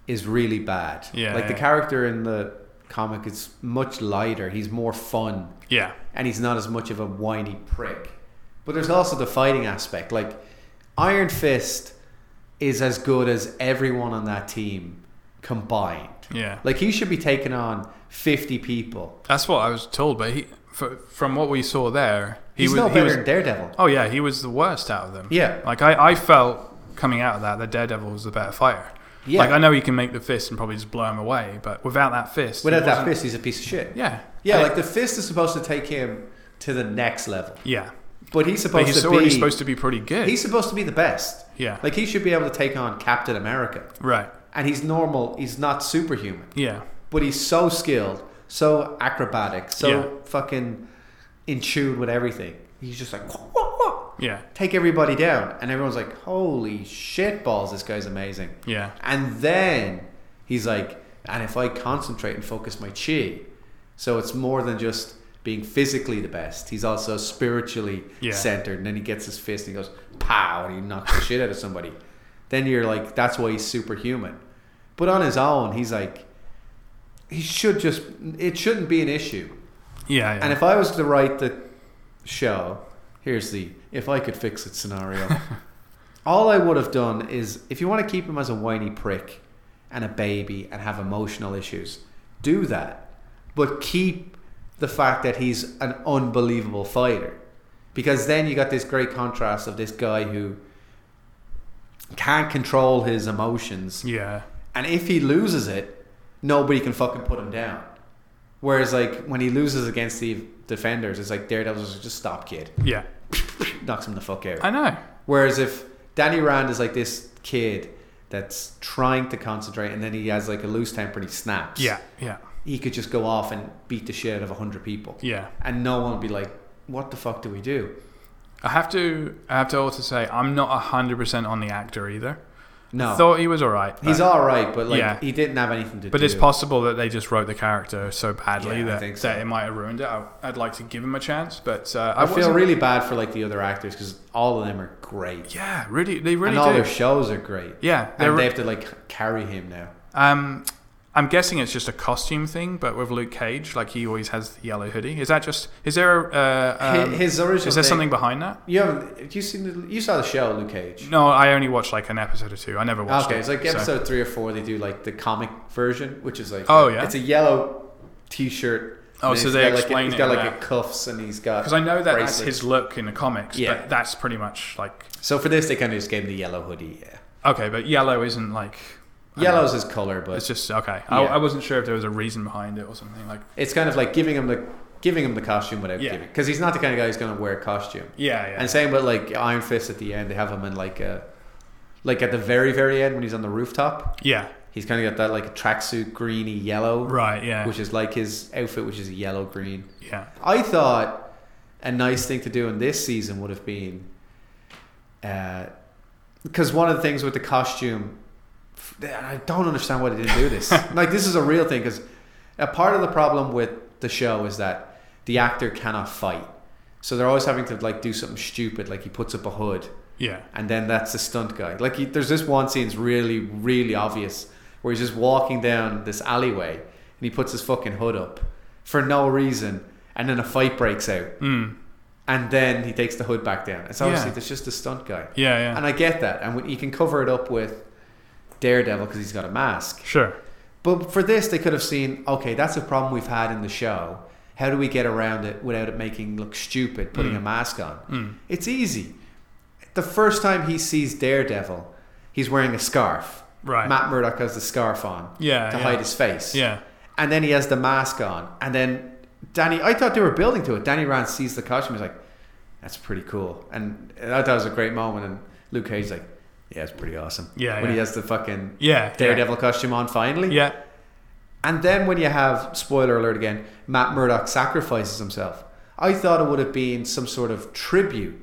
[SPEAKER 2] is really bad.
[SPEAKER 1] Yeah,
[SPEAKER 2] like the
[SPEAKER 1] yeah.
[SPEAKER 2] character in the comic is much lighter. He's more fun,
[SPEAKER 1] yeah,
[SPEAKER 2] and he's not as much of a whiny prick. But there's also the fighting aspect. Like Iron Fist is as good as everyone on that team combined.
[SPEAKER 1] yeah.
[SPEAKER 2] Like he should be taking on 50 people.
[SPEAKER 1] That's what I was told. But he, fr- from what we saw there, he
[SPEAKER 2] He's
[SPEAKER 1] was,
[SPEAKER 2] no
[SPEAKER 1] he
[SPEAKER 2] better
[SPEAKER 1] was.
[SPEAKER 2] than Daredevil.
[SPEAKER 1] Oh yeah, he was the worst out of them.
[SPEAKER 2] Yeah.
[SPEAKER 1] Like I, I felt coming out of that that Daredevil was the better fighter.
[SPEAKER 2] Yeah.
[SPEAKER 1] Like I know he can make the fist and probably just blow him away, but without that fist, he
[SPEAKER 2] Without that
[SPEAKER 1] wasn't-
[SPEAKER 2] fist, he's a piece of shit.
[SPEAKER 1] yeah,
[SPEAKER 2] Yeah, like the fist is supposed to take him to the next level,
[SPEAKER 1] yeah.
[SPEAKER 2] but he's supposed
[SPEAKER 1] But he's
[SPEAKER 2] to
[SPEAKER 1] already
[SPEAKER 2] be
[SPEAKER 1] supposed to be pretty good.
[SPEAKER 2] he's supposed to be the best.
[SPEAKER 1] yeah,
[SPEAKER 2] Like he should be able to take on Captain America,
[SPEAKER 1] right.
[SPEAKER 2] and he's normal. He's not superhuman,
[SPEAKER 1] Yeah,
[SPEAKER 2] but he's so skilled, so acrobatic, so
[SPEAKER 1] Yeah.
[SPEAKER 2] fucking in tune with everything. He's just like "Wah, wah, wah,"
[SPEAKER 1] yeah,
[SPEAKER 2] take everybody down, and everyone's like, "Holy shit balls! This guy's amazing."
[SPEAKER 1] yeah,
[SPEAKER 2] And then he's like, and if I concentrate and focus my chi, so it's more than just being physically the best. He's also spiritually
[SPEAKER 1] Yeah.
[SPEAKER 2] centered. And then he gets his fist and he goes, pow, and he knocks the shit out of somebody. Then you're like, that's why he's superhuman. But on his own, he's like, he should just, it shouldn't be an issue.
[SPEAKER 1] yeah. yeah.
[SPEAKER 2] And if I was to write the show, here's the if I could fix it scenario. all I would have done is if you want to keep him as a whiny prick and a baby and have emotional issues, do that. But keep the fact that he's an unbelievable fighter. Because then you got this great contrast of this guy who can't control his emotions
[SPEAKER 1] yeah,
[SPEAKER 2] and if he loses it, nobody can fucking put him down. Whereas, like, when he loses against the defenders, it's like Daredevil's like, just stop, kid.
[SPEAKER 1] yeah.
[SPEAKER 2] Knocks him the fuck out.
[SPEAKER 1] I know.
[SPEAKER 2] Whereas if Danny Rand is like this kid that's trying to concentrate and then he has like a loose temper and he snaps,
[SPEAKER 1] Yeah, yeah,
[SPEAKER 2] he could just go off and beat the shit out of 100 people.
[SPEAKER 1] yeah.
[SPEAKER 2] And no one would be like, what the fuck do we do?
[SPEAKER 1] I have to. I have to also say I'm not hundred percent on the actor either.
[SPEAKER 2] No.
[SPEAKER 1] Thought he was alright.
[SPEAKER 2] He's all right, but like,
[SPEAKER 1] uh, Yeah.
[SPEAKER 2] he didn't have anything to do.
[SPEAKER 1] But it's possible that they just wrote the character so badly
[SPEAKER 2] Yeah, I think
[SPEAKER 1] that,
[SPEAKER 2] so.
[SPEAKER 1] that it might have ruined it. I, I'd like to give him a chance, but uh, I,
[SPEAKER 2] I feel
[SPEAKER 1] wasn't-
[SPEAKER 2] really bad for like the other actors because all of them are great.
[SPEAKER 1] yeah, really, they really
[SPEAKER 2] and all
[SPEAKER 1] do.
[SPEAKER 2] their shows are great.
[SPEAKER 1] yeah,
[SPEAKER 2] And
[SPEAKER 1] they're,
[SPEAKER 2] they have to like carry him now.
[SPEAKER 1] um, I'm guessing it's just a costume thing, but with Luke Cage, like he always has the yellow hoodie. Is that just? Is there? Uh, um,
[SPEAKER 2] Hi- his original.
[SPEAKER 1] is there
[SPEAKER 2] thing-
[SPEAKER 1] something behind that?
[SPEAKER 2] You haven't? have You seen? The, you saw the show, Luke Cage.
[SPEAKER 1] No, I only watched like an episode or two. I never watched
[SPEAKER 2] okay,
[SPEAKER 1] it.
[SPEAKER 2] it's like
[SPEAKER 1] so-
[SPEAKER 2] episode three or four. They do like the comic version, which is like
[SPEAKER 1] Oh, yeah?
[SPEAKER 2] it's a yellow T-shirt.
[SPEAKER 1] Oh,
[SPEAKER 2] and
[SPEAKER 1] so
[SPEAKER 2] he's
[SPEAKER 1] they
[SPEAKER 2] got, like,
[SPEAKER 1] explain
[SPEAKER 2] He's
[SPEAKER 1] it
[SPEAKER 2] got
[SPEAKER 1] in
[SPEAKER 2] like
[SPEAKER 1] that.
[SPEAKER 2] a cuffs and he's got.
[SPEAKER 1] Because I know that that's
[SPEAKER 2] bracelets.
[SPEAKER 1] his look in the comics,
[SPEAKER 2] Yeah.
[SPEAKER 1] but that's pretty much like
[SPEAKER 2] So for this, they kind of just gave him the yellow hoodie. Yeah,
[SPEAKER 1] okay, but yellow isn't like I don't
[SPEAKER 2] yellow's his color,
[SPEAKER 1] know,
[SPEAKER 2] but
[SPEAKER 1] It's
[SPEAKER 2] it's,
[SPEAKER 1] just okay. I,
[SPEAKER 2] Yeah.
[SPEAKER 1] I wasn't sure if there was a reason behind it or something like
[SPEAKER 2] kind of like giving him the giving him the costume without
[SPEAKER 1] Yeah.
[SPEAKER 2] giving because he's not the kind of guy who's going to wear a costume.
[SPEAKER 1] yeah, yeah,
[SPEAKER 2] And same with like Iron Fist at the end, they have him in like a, like at the very very end when he's on the rooftop,
[SPEAKER 1] yeah,
[SPEAKER 2] he's kind of got that like tracksuit greeny yellow,
[SPEAKER 1] right, yeah,
[SPEAKER 2] which is like his outfit, which is yellow green.
[SPEAKER 1] yeah,
[SPEAKER 2] I thought a nice thing to do in this season would have been, because one of the things with the costume, f- I don't understand why they didn't do this. like this is a real thing because a part of the problem with the show is that the actor cannot fight, so they're always having to like do something stupid, like he puts up a hood
[SPEAKER 1] yeah,
[SPEAKER 2] and then that's the stunt guy. Like he, there's this one scene's really really obvious where he's just walking down this alleyway and he puts his fucking hood up for no reason, and then a fight breaks out,
[SPEAKER 1] mm,
[SPEAKER 2] and then he takes the hood back down. It's obviously
[SPEAKER 1] Yeah.
[SPEAKER 2] there's just a stunt guy,
[SPEAKER 1] yeah, yeah,
[SPEAKER 2] and I get that, and when- he can cover it up with Daredevil because he's got a mask.
[SPEAKER 1] sure,
[SPEAKER 2] But for this, they could have seen, okay, that's a problem we've had in the show. How do we get around it without it making look stupid, putting a mask on?
[SPEAKER 1] Mm.
[SPEAKER 2] It's easy. The first time he sees Daredevil, he's wearing a scarf.
[SPEAKER 1] right,
[SPEAKER 2] Matt Murdock has the scarf on
[SPEAKER 1] yeah,
[SPEAKER 2] to
[SPEAKER 1] yeah.
[SPEAKER 2] hide his face.
[SPEAKER 1] yeah,
[SPEAKER 2] And then he has the mask on. And then Danny, I thought they were building to it. Danny Rand sees the costume. He's like, that's pretty cool. And I thought it was a great moment. And Luke Cage's like, yeah, it's pretty awesome.
[SPEAKER 1] Yeah,
[SPEAKER 2] When
[SPEAKER 1] yeah.
[SPEAKER 2] he has the fucking
[SPEAKER 1] yeah, yeah.
[SPEAKER 2] Daredevil costume on finally.
[SPEAKER 1] yeah,
[SPEAKER 2] And then when you have spoiler alert again, Matt Murdock sacrifices himself. I thought it would have been some sort of tribute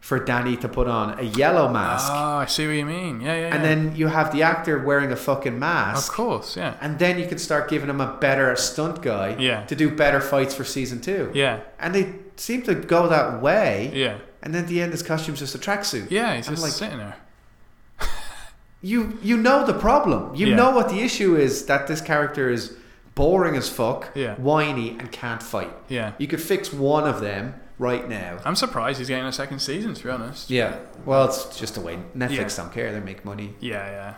[SPEAKER 2] for Danny to put on a yellow mask.
[SPEAKER 1] Ah, I see what you mean. Yeah, yeah. Oh, yeah.
[SPEAKER 2] and then you have the actor wearing a fucking
[SPEAKER 1] of
[SPEAKER 2] mask.
[SPEAKER 1] course, yeah,
[SPEAKER 2] And then you can start giving him a better stunt guy
[SPEAKER 1] Yeah.
[SPEAKER 2] to do better fights for season two.
[SPEAKER 1] yeah,
[SPEAKER 2] And they seem to go that way.
[SPEAKER 1] yeah,
[SPEAKER 2] And then at the end, his costume's just a tracksuit.
[SPEAKER 1] yeah. He's
[SPEAKER 2] I'm
[SPEAKER 1] just
[SPEAKER 2] like-
[SPEAKER 1] sitting there.
[SPEAKER 2] You you know the problem. You
[SPEAKER 1] Yeah.
[SPEAKER 2] know what the issue is that this character is boring as fuck,
[SPEAKER 1] Yeah.
[SPEAKER 2] whiny, and can't fight.
[SPEAKER 1] Yeah,
[SPEAKER 2] You could fix one of them right now.
[SPEAKER 1] I'm surprised he's getting a second season. To be honest.
[SPEAKER 2] Yeah. Well, it's just a way. Netflix
[SPEAKER 1] Yeah.
[SPEAKER 2] don't care. They make money.
[SPEAKER 1] Yeah, yeah,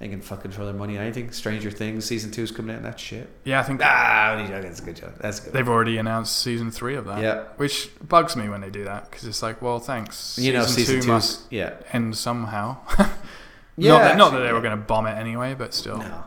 [SPEAKER 2] They can fucking throw their money at anything. Stranger Things season two is coming out. and That shit.
[SPEAKER 1] yeah. I think
[SPEAKER 2] Ah, only joking. That's a good joke. That's good.
[SPEAKER 1] they've already announced season three of that.
[SPEAKER 2] Yeah.
[SPEAKER 1] which bugs me when they do that because it's like, well, thanks.
[SPEAKER 2] you know, season, two.
[SPEAKER 1] must
[SPEAKER 2] Yeah.
[SPEAKER 1] end somehow.
[SPEAKER 2] Yeah,
[SPEAKER 1] not, that, not that
[SPEAKER 2] actually,
[SPEAKER 1] they were
[SPEAKER 2] yeah.
[SPEAKER 1] going to bomb it anyway, but still.
[SPEAKER 2] No.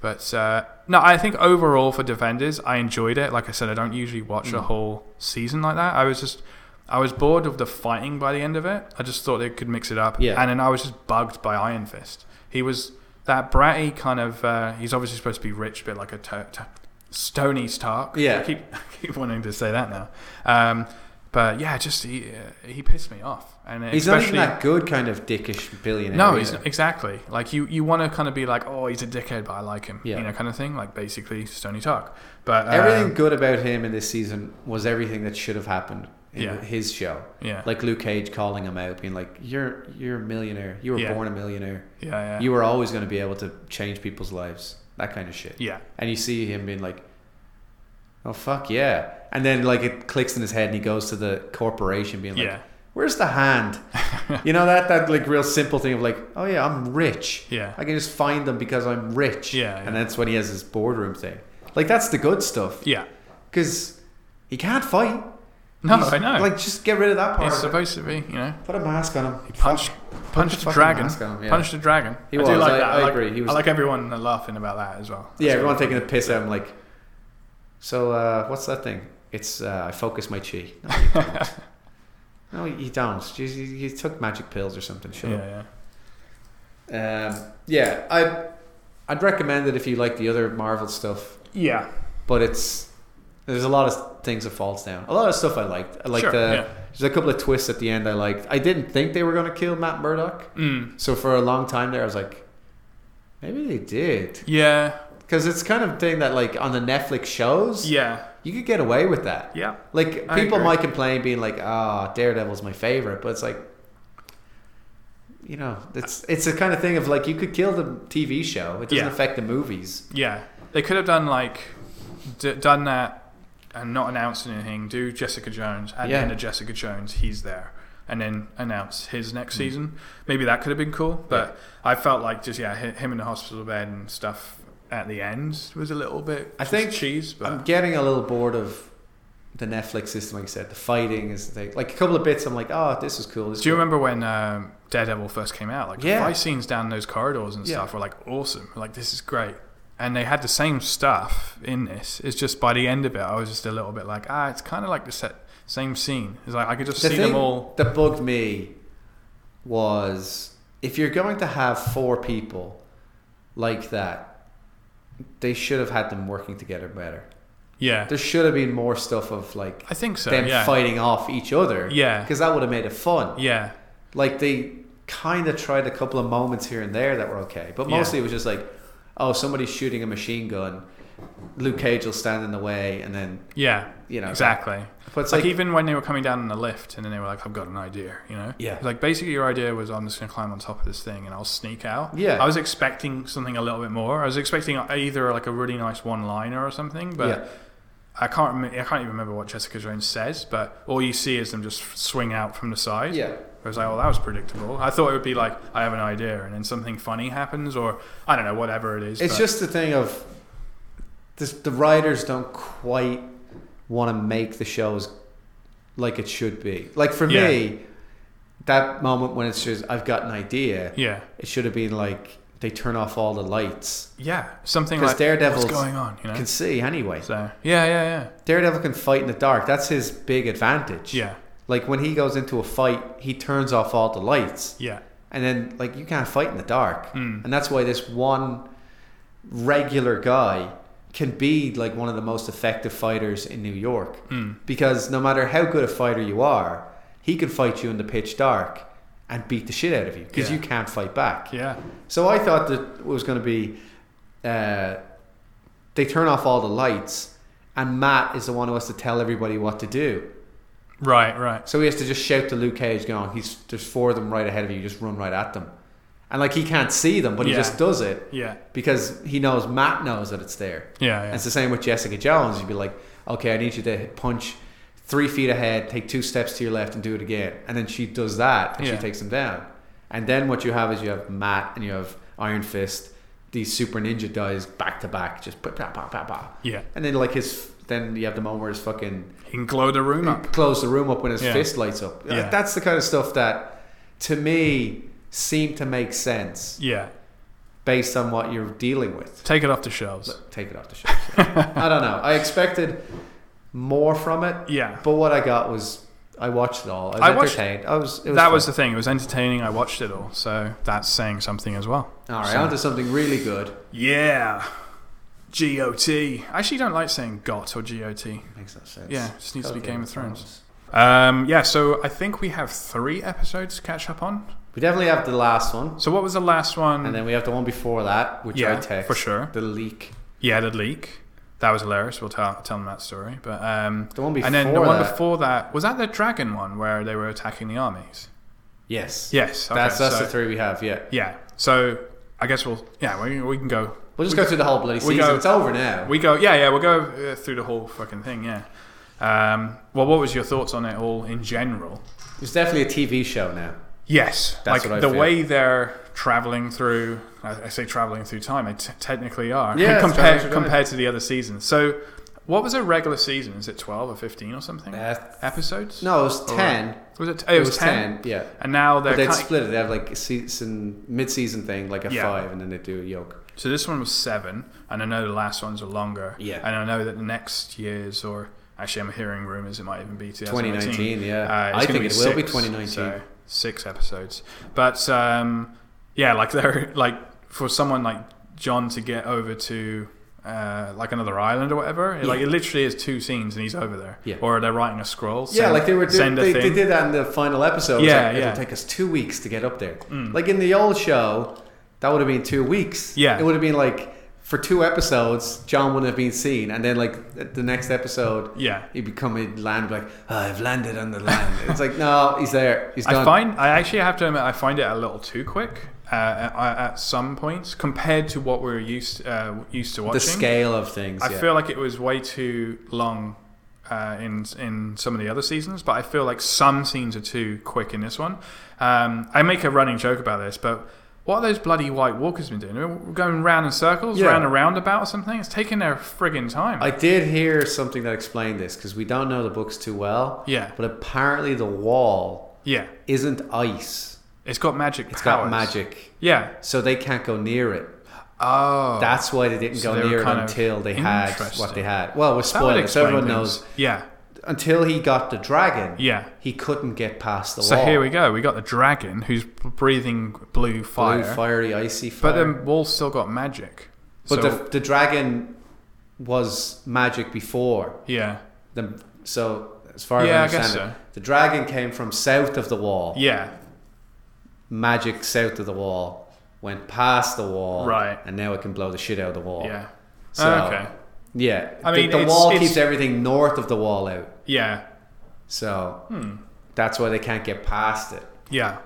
[SPEAKER 1] But uh, no, I think overall for Defenders, I enjoyed it. Like I said, I don't usually watch
[SPEAKER 2] Mm.
[SPEAKER 1] a whole season like that. I was just, I was bored of the fighting by the end of it. I just thought they could mix it up.
[SPEAKER 2] Yeah.
[SPEAKER 1] And then I was just bugged by Iron Fist. He was that bratty kind of. Uh, he's obviously supposed to be rich, but like a to- to- Stony Stark.
[SPEAKER 2] Yeah.
[SPEAKER 1] I keep I keep wanting to say that now. Um, but yeah, just he uh, he pissed me off, and
[SPEAKER 2] He's not
[SPEAKER 1] especially
[SPEAKER 2] even that good kind of dickish billionaire.
[SPEAKER 1] no, he's
[SPEAKER 2] either.
[SPEAKER 1] exactly like you. You want to kind of be like, oh, he's a dickhead, but I like him,
[SPEAKER 2] Yeah.
[SPEAKER 1] you know, kind of thing. Like basically Stony Talk, but um,
[SPEAKER 2] Everything good about him in this season was everything that should have happened in
[SPEAKER 1] Yeah.
[SPEAKER 2] his show.
[SPEAKER 1] Yeah,
[SPEAKER 2] Like Luke Cage calling him out, being like, "You're you're a millionaire. You were
[SPEAKER 1] Yeah.
[SPEAKER 2] born a millionaire.
[SPEAKER 1] yeah, yeah,
[SPEAKER 2] You were always going to be able to change people's lives. That kind of shit."
[SPEAKER 1] yeah,
[SPEAKER 2] And you see him being like, "Oh fuck yeah!" And then like it clicks in his head, and he goes to the corporation, being like,
[SPEAKER 1] yeah,
[SPEAKER 2] "Where's the hand?" you know that that like real simple thing of like, "Oh yeah, I'm rich.
[SPEAKER 1] yeah,
[SPEAKER 2] I can just find them because I'm rich."
[SPEAKER 1] Yeah, yeah.
[SPEAKER 2] And that's when he has his boardroom thing. Like that's the good stuff
[SPEAKER 1] yeah.
[SPEAKER 2] because he can't fight.
[SPEAKER 1] No,
[SPEAKER 2] He's-
[SPEAKER 1] I know.
[SPEAKER 2] Like just get rid of that part.
[SPEAKER 1] it's supposed to be, you know,
[SPEAKER 2] Put a mask on him.
[SPEAKER 1] he punched punched
[SPEAKER 2] fucking
[SPEAKER 1] a dragon,
[SPEAKER 2] mask on him, yeah.
[SPEAKER 1] punched a dragon.
[SPEAKER 2] He
[SPEAKER 1] I
[SPEAKER 2] was,
[SPEAKER 1] do like
[SPEAKER 2] I-
[SPEAKER 1] that.
[SPEAKER 2] I
[SPEAKER 1] like,
[SPEAKER 2] agree, he was-
[SPEAKER 1] I like everyone laughing about that as well.
[SPEAKER 2] Yeah,
[SPEAKER 1] That's
[SPEAKER 2] everyone
[SPEAKER 1] good.
[SPEAKER 2] taking a piss at him. Like, so uh, what's that thing? It's uh, I focus my chi. No, you don't. no, you don't. You, you, you took magic pills or something. Shut up.
[SPEAKER 1] Yeah,
[SPEAKER 2] Um, yeah, I I'd recommend it if you like the other Marvel stuff,
[SPEAKER 1] yeah, yeah,
[SPEAKER 2] but it's there's a lot of things that falls down. A lot of stuff I liked. I liked
[SPEAKER 1] sure,
[SPEAKER 2] the
[SPEAKER 1] yeah.
[SPEAKER 2] there's a couple of twists at the end I liked. I didn't think they were gonna kill Matt Murdock,
[SPEAKER 1] Mm.
[SPEAKER 2] so for a long time there I was like, maybe they did
[SPEAKER 1] yeah,
[SPEAKER 2] because it's kind of thing that like on the Netflix shows
[SPEAKER 1] yeah,
[SPEAKER 2] you could get away with that.
[SPEAKER 1] yeah.
[SPEAKER 2] Like
[SPEAKER 1] I
[SPEAKER 2] people
[SPEAKER 1] agree.
[SPEAKER 2] might complain, being like, "Ah, Daredevil's my favorite," but it's like, you know, it's it's the kind of thing of like you could kill the TV show; it
[SPEAKER 1] Yeah.
[SPEAKER 2] doesn't affect the movies.
[SPEAKER 1] Yeah, they could have done like d- done that and not announced anything. Do Jessica Jones at
[SPEAKER 2] Yeah.
[SPEAKER 1] the end of Jessica Jones, he's there, and then announce his next
[SPEAKER 2] Mm.
[SPEAKER 1] season. Maybe that could have been cool, but I felt like just yeah, hi- him in the hospital bed and stuff at the end was a little bit.
[SPEAKER 2] I
[SPEAKER 1] just
[SPEAKER 2] think
[SPEAKER 1] cheese, but
[SPEAKER 2] I'm getting a little bored of the Netflix system. Like I said, the fighting is the thing. Like a couple of bits, I'm like, "Oh, this is cool." This is
[SPEAKER 1] do you
[SPEAKER 2] cool."
[SPEAKER 1] remember when um, Daredevil first came out? Like
[SPEAKER 2] Yeah.
[SPEAKER 1] the fight scenes down those corridors and
[SPEAKER 2] Yeah.
[SPEAKER 1] stuff were like awesome. Like this is great. And they had the same stuff in this. It's just by the end of it, I was just a little bit like, ah, it's kind of like the set, same scene. It's like I could just
[SPEAKER 2] The
[SPEAKER 1] see
[SPEAKER 2] thing
[SPEAKER 1] them all.
[SPEAKER 2] that bugged me was if you're going to have four people like that, they should have had them working together better.
[SPEAKER 1] Yeah,
[SPEAKER 2] There should have been more stuff of like
[SPEAKER 1] I think so.
[SPEAKER 2] them
[SPEAKER 1] Yeah,
[SPEAKER 2] fighting off each other.
[SPEAKER 1] Yeah.
[SPEAKER 2] Because that would have made it fun.
[SPEAKER 1] yeah,
[SPEAKER 2] Like they kind of tried a couple of moments here and there that were okay. But
[SPEAKER 1] Yeah.
[SPEAKER 2] mostly it was just like, oh, somebody's shooting a machine gun. Luke Cage will stand in the way and then,
[SPEAKER 1] yeah.
[SPEAKER 2] you know.
[SPEAKER 1] Exactly.
[SPEAKER 2] But it's
[SPEAKER 1] It's like,
[SPEAKER 2] like,
[SPEAKER 1] even when they were coming down in the lift, and then they were like, "I've got an idea," you know.
[SPEAKER 2] Yeah.
[SPEAKER 1] It's Like basically, your idea was, "I'm just going to climb on top of this thing and I'll sneak out."
[SPEAKER 2] Yeah.
[SPEAKER 1] I was expecting something a little bit more. I was expecting either like a really nice one-liner or something, but
[SPEAKER 2] Yeah.
[SPEAKER 1] I can't. rem- I can't even remember what Jessica Jones says. But all you see is them just swing out from the side.
[SPEAKER 2] yeah.
[SPEAKER 1] I was like, "Oh, that was predictable." I thought it would be like, "I have an idea," and then something funny happens, or I don't know, whatever it is.
[SPEAKER 2] It's
[SPEAKER 1] but-
[SPEAKER 2] just the thing of this, the writers don't quite want to make the shows like it should be. Like for
[SPEAKER 1] Yeah.
[SPEAKER 2] me, that moment when it's just, I've got an idea.
[SPEAKER 1] yeah,
[SPEAKER 2] It should have been like they turn off all the lights
[SPEAKER 1] yeah, something
[SPEAKER 2] because
[SPEAKER 1] like
[SPEAKER 2] Daredevil
[SPEAKER 1] what's going on, you know.
[SPEAKER 2] can see anyway.
[SPEAKER 1] so yeah, yeah, yeah,
[SPEAKER 2] Daredevil can fight in the dark. That's his big advantage.
[SPEAKER 1] yeah,
[SPEAKER 2] Like when he goes into a fight, he turns off all the lights,
[SPEAKER 1] yeah.
[SPEAKER 2] and then like
[SPEAKER 1] Hmm.
[SPEAKER 2] you can't fight in the dark,
[SPEAKER 1] Mm.
[SPEAKER 2] and that's why this one regular guy can be like one of the most effective fighters in New York
[SPEAKER 1] Hmm.
[SPEAKER 2] because no matter how good a fighter you are, he can fight you in the pitch dark and beat the shit out of you because
[SPEAKER 1] Yeah.
[SPEAKER 2] you can't fight back.
[SPEAKER 1] Yeah.
[SPEAKER 2] So I thought that it was going to be uh, they turn off all the lights and Matt is the one who has to tell everybody what to do.
[SPEAKER 1] Right. Right.
[SPEAKER 2] So he has to just shout to Luke Cage, going, "He's there's four of them right ahead of you. Just run right at them." And like he can't see them, but he
[SPEAKER 1] Yeah.
[SPEAKER 2] just does it
[SPEAKER 1] Yeah.
[SPEAKER 2] because he knows Matt knows that it's there.
[SPEAKER 1] Yeah.
[SPEAKER 2] And
[SPEAKER 1] Yeah.
[SPEAKER 2] it's the same with Jessica Jones. You'd be like, okay, I need you to punch three feet ahead, take two steps to your left, and do it again. And then she does that, and
[SPEAKER 1] Yeah.
[SPEAKER 2] she takes him down. And then what you have is you have Matt and you have Iron Fist, these super ninja guys back to back, just pa pa pa pa pa.
[SPEAKER 1] yeah.
[SPEAKER 2] And then like his, then you have the moment where his fucking
[SPEAKER 1] He can glow the room up.
[SPEAKER 2] close the room up when his
[SPEAKER 1] Yeah.
[SPEAKER 2] fist lights up. Like,
[SPEAKER 1] Yeah.
[SPEAKER 2] That's the kind of stuff that, to me, seemed to make sense
[SPEAKER 1] Yeah.
[SPEAKER 2] based on what you're dealing with.
[SPEAKER 1] Take it off the shelves.
[SPEAKER 2] Look, take it off the shelf. I don't know. I expected more from it,
[SPEAKER 1] Yeah.
[SPEAKER 2] but what I got was I watched it all. I was
[SPEAKER 1] I watched-
[SPEAKER 2] entertained. I was. It was
[SPEAKER 1] that
[SPEAKER 2] fun.
[SPEAKER 1] was the thing. It was entertaining. I watched it all, so that's saying something as well.
[SPEAKER 2] all right.
[SPEAKER 1] so-
[SPEAKER 2] Onto something really good.
[SPEAKER 1] Yeah. GOT. I actually don't like saying GOT or GOT.
[SPEAKER 2] Makes no sense.
[SPEAKER 1] Yeah, just needs to be
[SPEAKER 2] Okay.
[SPEAKER 1] Game of Thrones. Um, yeah, so I think we have three episodes to catch up on.
[SPEAKER 2] We definitely have the last one,
[SPEAKER 1] So what was the last one?
[SPEAKER 2] and then we have the one before that, which I
[SPEAKER 1] yeah,
[SPEAKER 2] text
[SPEAKER 1] for sure.
[SPEAKER 2] the leak.
[SPEAKER 1] Yeah, the leak. That was hilarious. We'll tell, tell them that story. But um,
[SPEAKER 2] The one before
[SPEAKER 1] and then the one
[SPEAKER 2] that.
[SPEAKER 1] before that was that the dragon one where they were attacking the armies.
[SPEAKER 2] Yes.
[SPEAKER 1] Yes, okay,
[SPEAKER 2] That's that's
[SPEAKER 1] so-
[SPEAKER 2] the three we have. Yeah.
[SPEAKER 1] Yeah. So I guess we'll yeah we, we can go
[SPEAKER 2] We'll just go through the whole bloody
[SPEAKER 1] we
[SPEAKER 2] season.
[SPEAKER 1] go-
[SPEAKER 2] it's over now.
[SPEAKER 1] we go yeah yeah we'll go uh, through the whole fucking thing yeah. Um, well, what was your thoughts on it all in general?
[SPEAKER 2] it's definitely a TV show now.
[SPEAKER 1] Yes, like
[SPEAKER 2] That's what I
[SPEAKER 1] the
[SPEAKER 2] feel.
[SPEAKER 1] way they're traveling through. I I say traveling through time. They t- technically are
[SPEAKER 2] Yeah, it's traveling
[SPEAKER 1] compared
[SPEAKER 2] through time.
[SPEAKER 1] compared to the other seasons. So, what was a regular season? Is it twelve or fifteen or something?
[SPEAKER 2] Uh,
[SPEAKER 1] Episodes?
[SPEAKER 2] no, it was ten.
[SPEAKER 1] was it? It, was, ten.
[SPEAKER 2] Yeah.
[SPEAKER 1] And now they're
[SPEAKER 2] But they'd
[SPEAKER 1] kind
[SPEAKER 2] split it. They have like a season, mid-season thing, like a
[SPEAKER 1] Yeah.
[SPEAKER 2] five, and then they do a yoke.
[SPEAKER 1] so this one was seven, and I know the last ones are longer.
[SPEAKER 2] Yeah.
[SPEAKER 1] and I know that the next year's or actually I'm hearing rumors it might even be 2019.
[SPEAKER 2] 2019, yeah.
[SPEAKER 1] Uh,
[SPEAKER 2] I
[SPEAKER 1] it's gonna
[SPEAKER 2] think it will be
[SPEAKER 1] six,
[SPEAKER 2] 2019.
[SPEAKER 1] so six episodes, but um, yeah, like they're like for someone like John to get over to uh, like another island or whatever. it- Like
[SPEAKER 2] Yeah.
[SPEAKER 1] it literally is two scenes and he's over there.
[SPEAKER 2] Yeah.
[SPEAKER 1] Or they're writing a scroll.
[SPEAKER 2] yeah,
[SPEAKER 1] send-
[SPEAKER 2] like they were doing,
[SPEAKER 1] send a
[SPEAKER 2] they,
[SPEAKER 1] thing.
[SPEAKER 2] they did that in the final episode. It was
[SPEAKER 1] Yeah,
[SPEAKER 2] like,
[SPEAKER 1] yeah. Mm.
[SPEAKER 2] It'll take us two weeks to get up there. Like in the old show, that would have been two weeks.
[SPEAKER 1] Yeah.
[SPEAKER 2] it would have been like for two episodes, John wouldn't have been seen, and then like at the next episode,
[SPEAKER 1] Yeah.
[SPEAKER 2] he'd become a land like "Oh, I've landed on the land. it's like no, he's there. He's gone.
[SPEAKER 1] I find I actually have to admit I find it a little too quick uh, at, at some points compared to what we're used uh, used to watching.
[SPEAKER 2] the scale of things.
[SPEAKER 1] I
[SPEAKER 2] yeah.
[SPEAKER 1] feel like it was way too long uh, in in some of the other seasons, but I feel like some scenes are too quick in this one. Um, I make a running joke about this, but. What have those bloody White Walkers been doing? We're going round in circles,
[SPEAKER 2] Yeah.
[SPEAKER 1] round a roundabout or something. It's taking their friggin' time.
[SPEAKER 2] I did hear something that explained this because we don't know the books too well.
[SPEAKER 1] Yeah.
[SPEAKER 2] But apparently, the wall
[SPEAKER 1] yeah,
[SPEAKER 2] isn't ice,
[SPEAKER 1] it's got magic.
[SPEAKER 2] It's got
[SPEAKER 1] powers.
[SPEAKER 2] magic.
[SPEAKER 1] Yeah.
[SPEAKER 2] So they can't go near it.
[SPEAKER 1] Oh,
[SPEAKER 2] That's why they didn't
[SPEAKER 1] So they
[SPEAKER 2] go
[SPEAKER 1] were
[SPEAKER 2] near it
[SPEAKER 1] kind of
[SPEAKER 2] until they had what
[SPEAKER 1] interesting.
[SPEAKER 2] they had. Well, we're
[SPEAKER 1] that would
[SPEAKER 2] spoilers.
[SPEAKER 1] explain
[SPEAKER 2] Everyone
[SPEAKER 1] things.
[SPEAKER 2] knows.
[SPEAKER 1] Yeah,
[SPEAKER 2] Until he got the dragon,
[SPEAKER 1] yeah.
[SPEAKER 2] he couldn't get past the
[SPEAKER 1] So
[SPEAKER 2] wall.
[SPEAKER 1] here we go. We got the dragon who's breathing blue fire,
[SPEAKER 2] Blue, fiery, icy
[SPEAKER 1] but
[SPEAKER 2] fire.
[SPEAKER 1] then Wall's still got magic.
[SPEAKER 2] but
[SPEAKER 1] so,
[SPEAKER 2] the, the dragon was magic before.
[SPEAKER 1] yeah,
[SPEAKER 2] The, so, as far as
[SPEAKER 1] Yeah,
[SPEAKER 2] I
[SPEAKER 1] I guess
[SPEAKER 2] understand it, the dragon came from south of the wall.
[SPEAKER 1] yeah,
[SPEAKER 2] magic south of the wall, went past the wall,
[SPEAKER 1] Right.
[SPEAKER 2] and now it can blow the shit out of the wall.
[SPEAKER 1] yeah.
[SPEAKER 2] So,
[SPEAKER 1] Ah, okay.
[SPEAKER 2] yeah.
[SPEAKER 1] I
[SPEAKER 2] the-
[SPEAKER 1] mean,
[SPEAKER 2] the,
[SPEAKER 1] it's-
[SPEAKER 2] wall
[SPEAKER 1] it's-
[SPEAKER 2] keeps everything north of the wall out,
[SPEAKER 1] Yeah,
[SPEAKER 2] so
[SPEAKER 1] Hmm.
[SPEAKER 2] that's why they can't get past it.
[SPEAKER 1] yeah.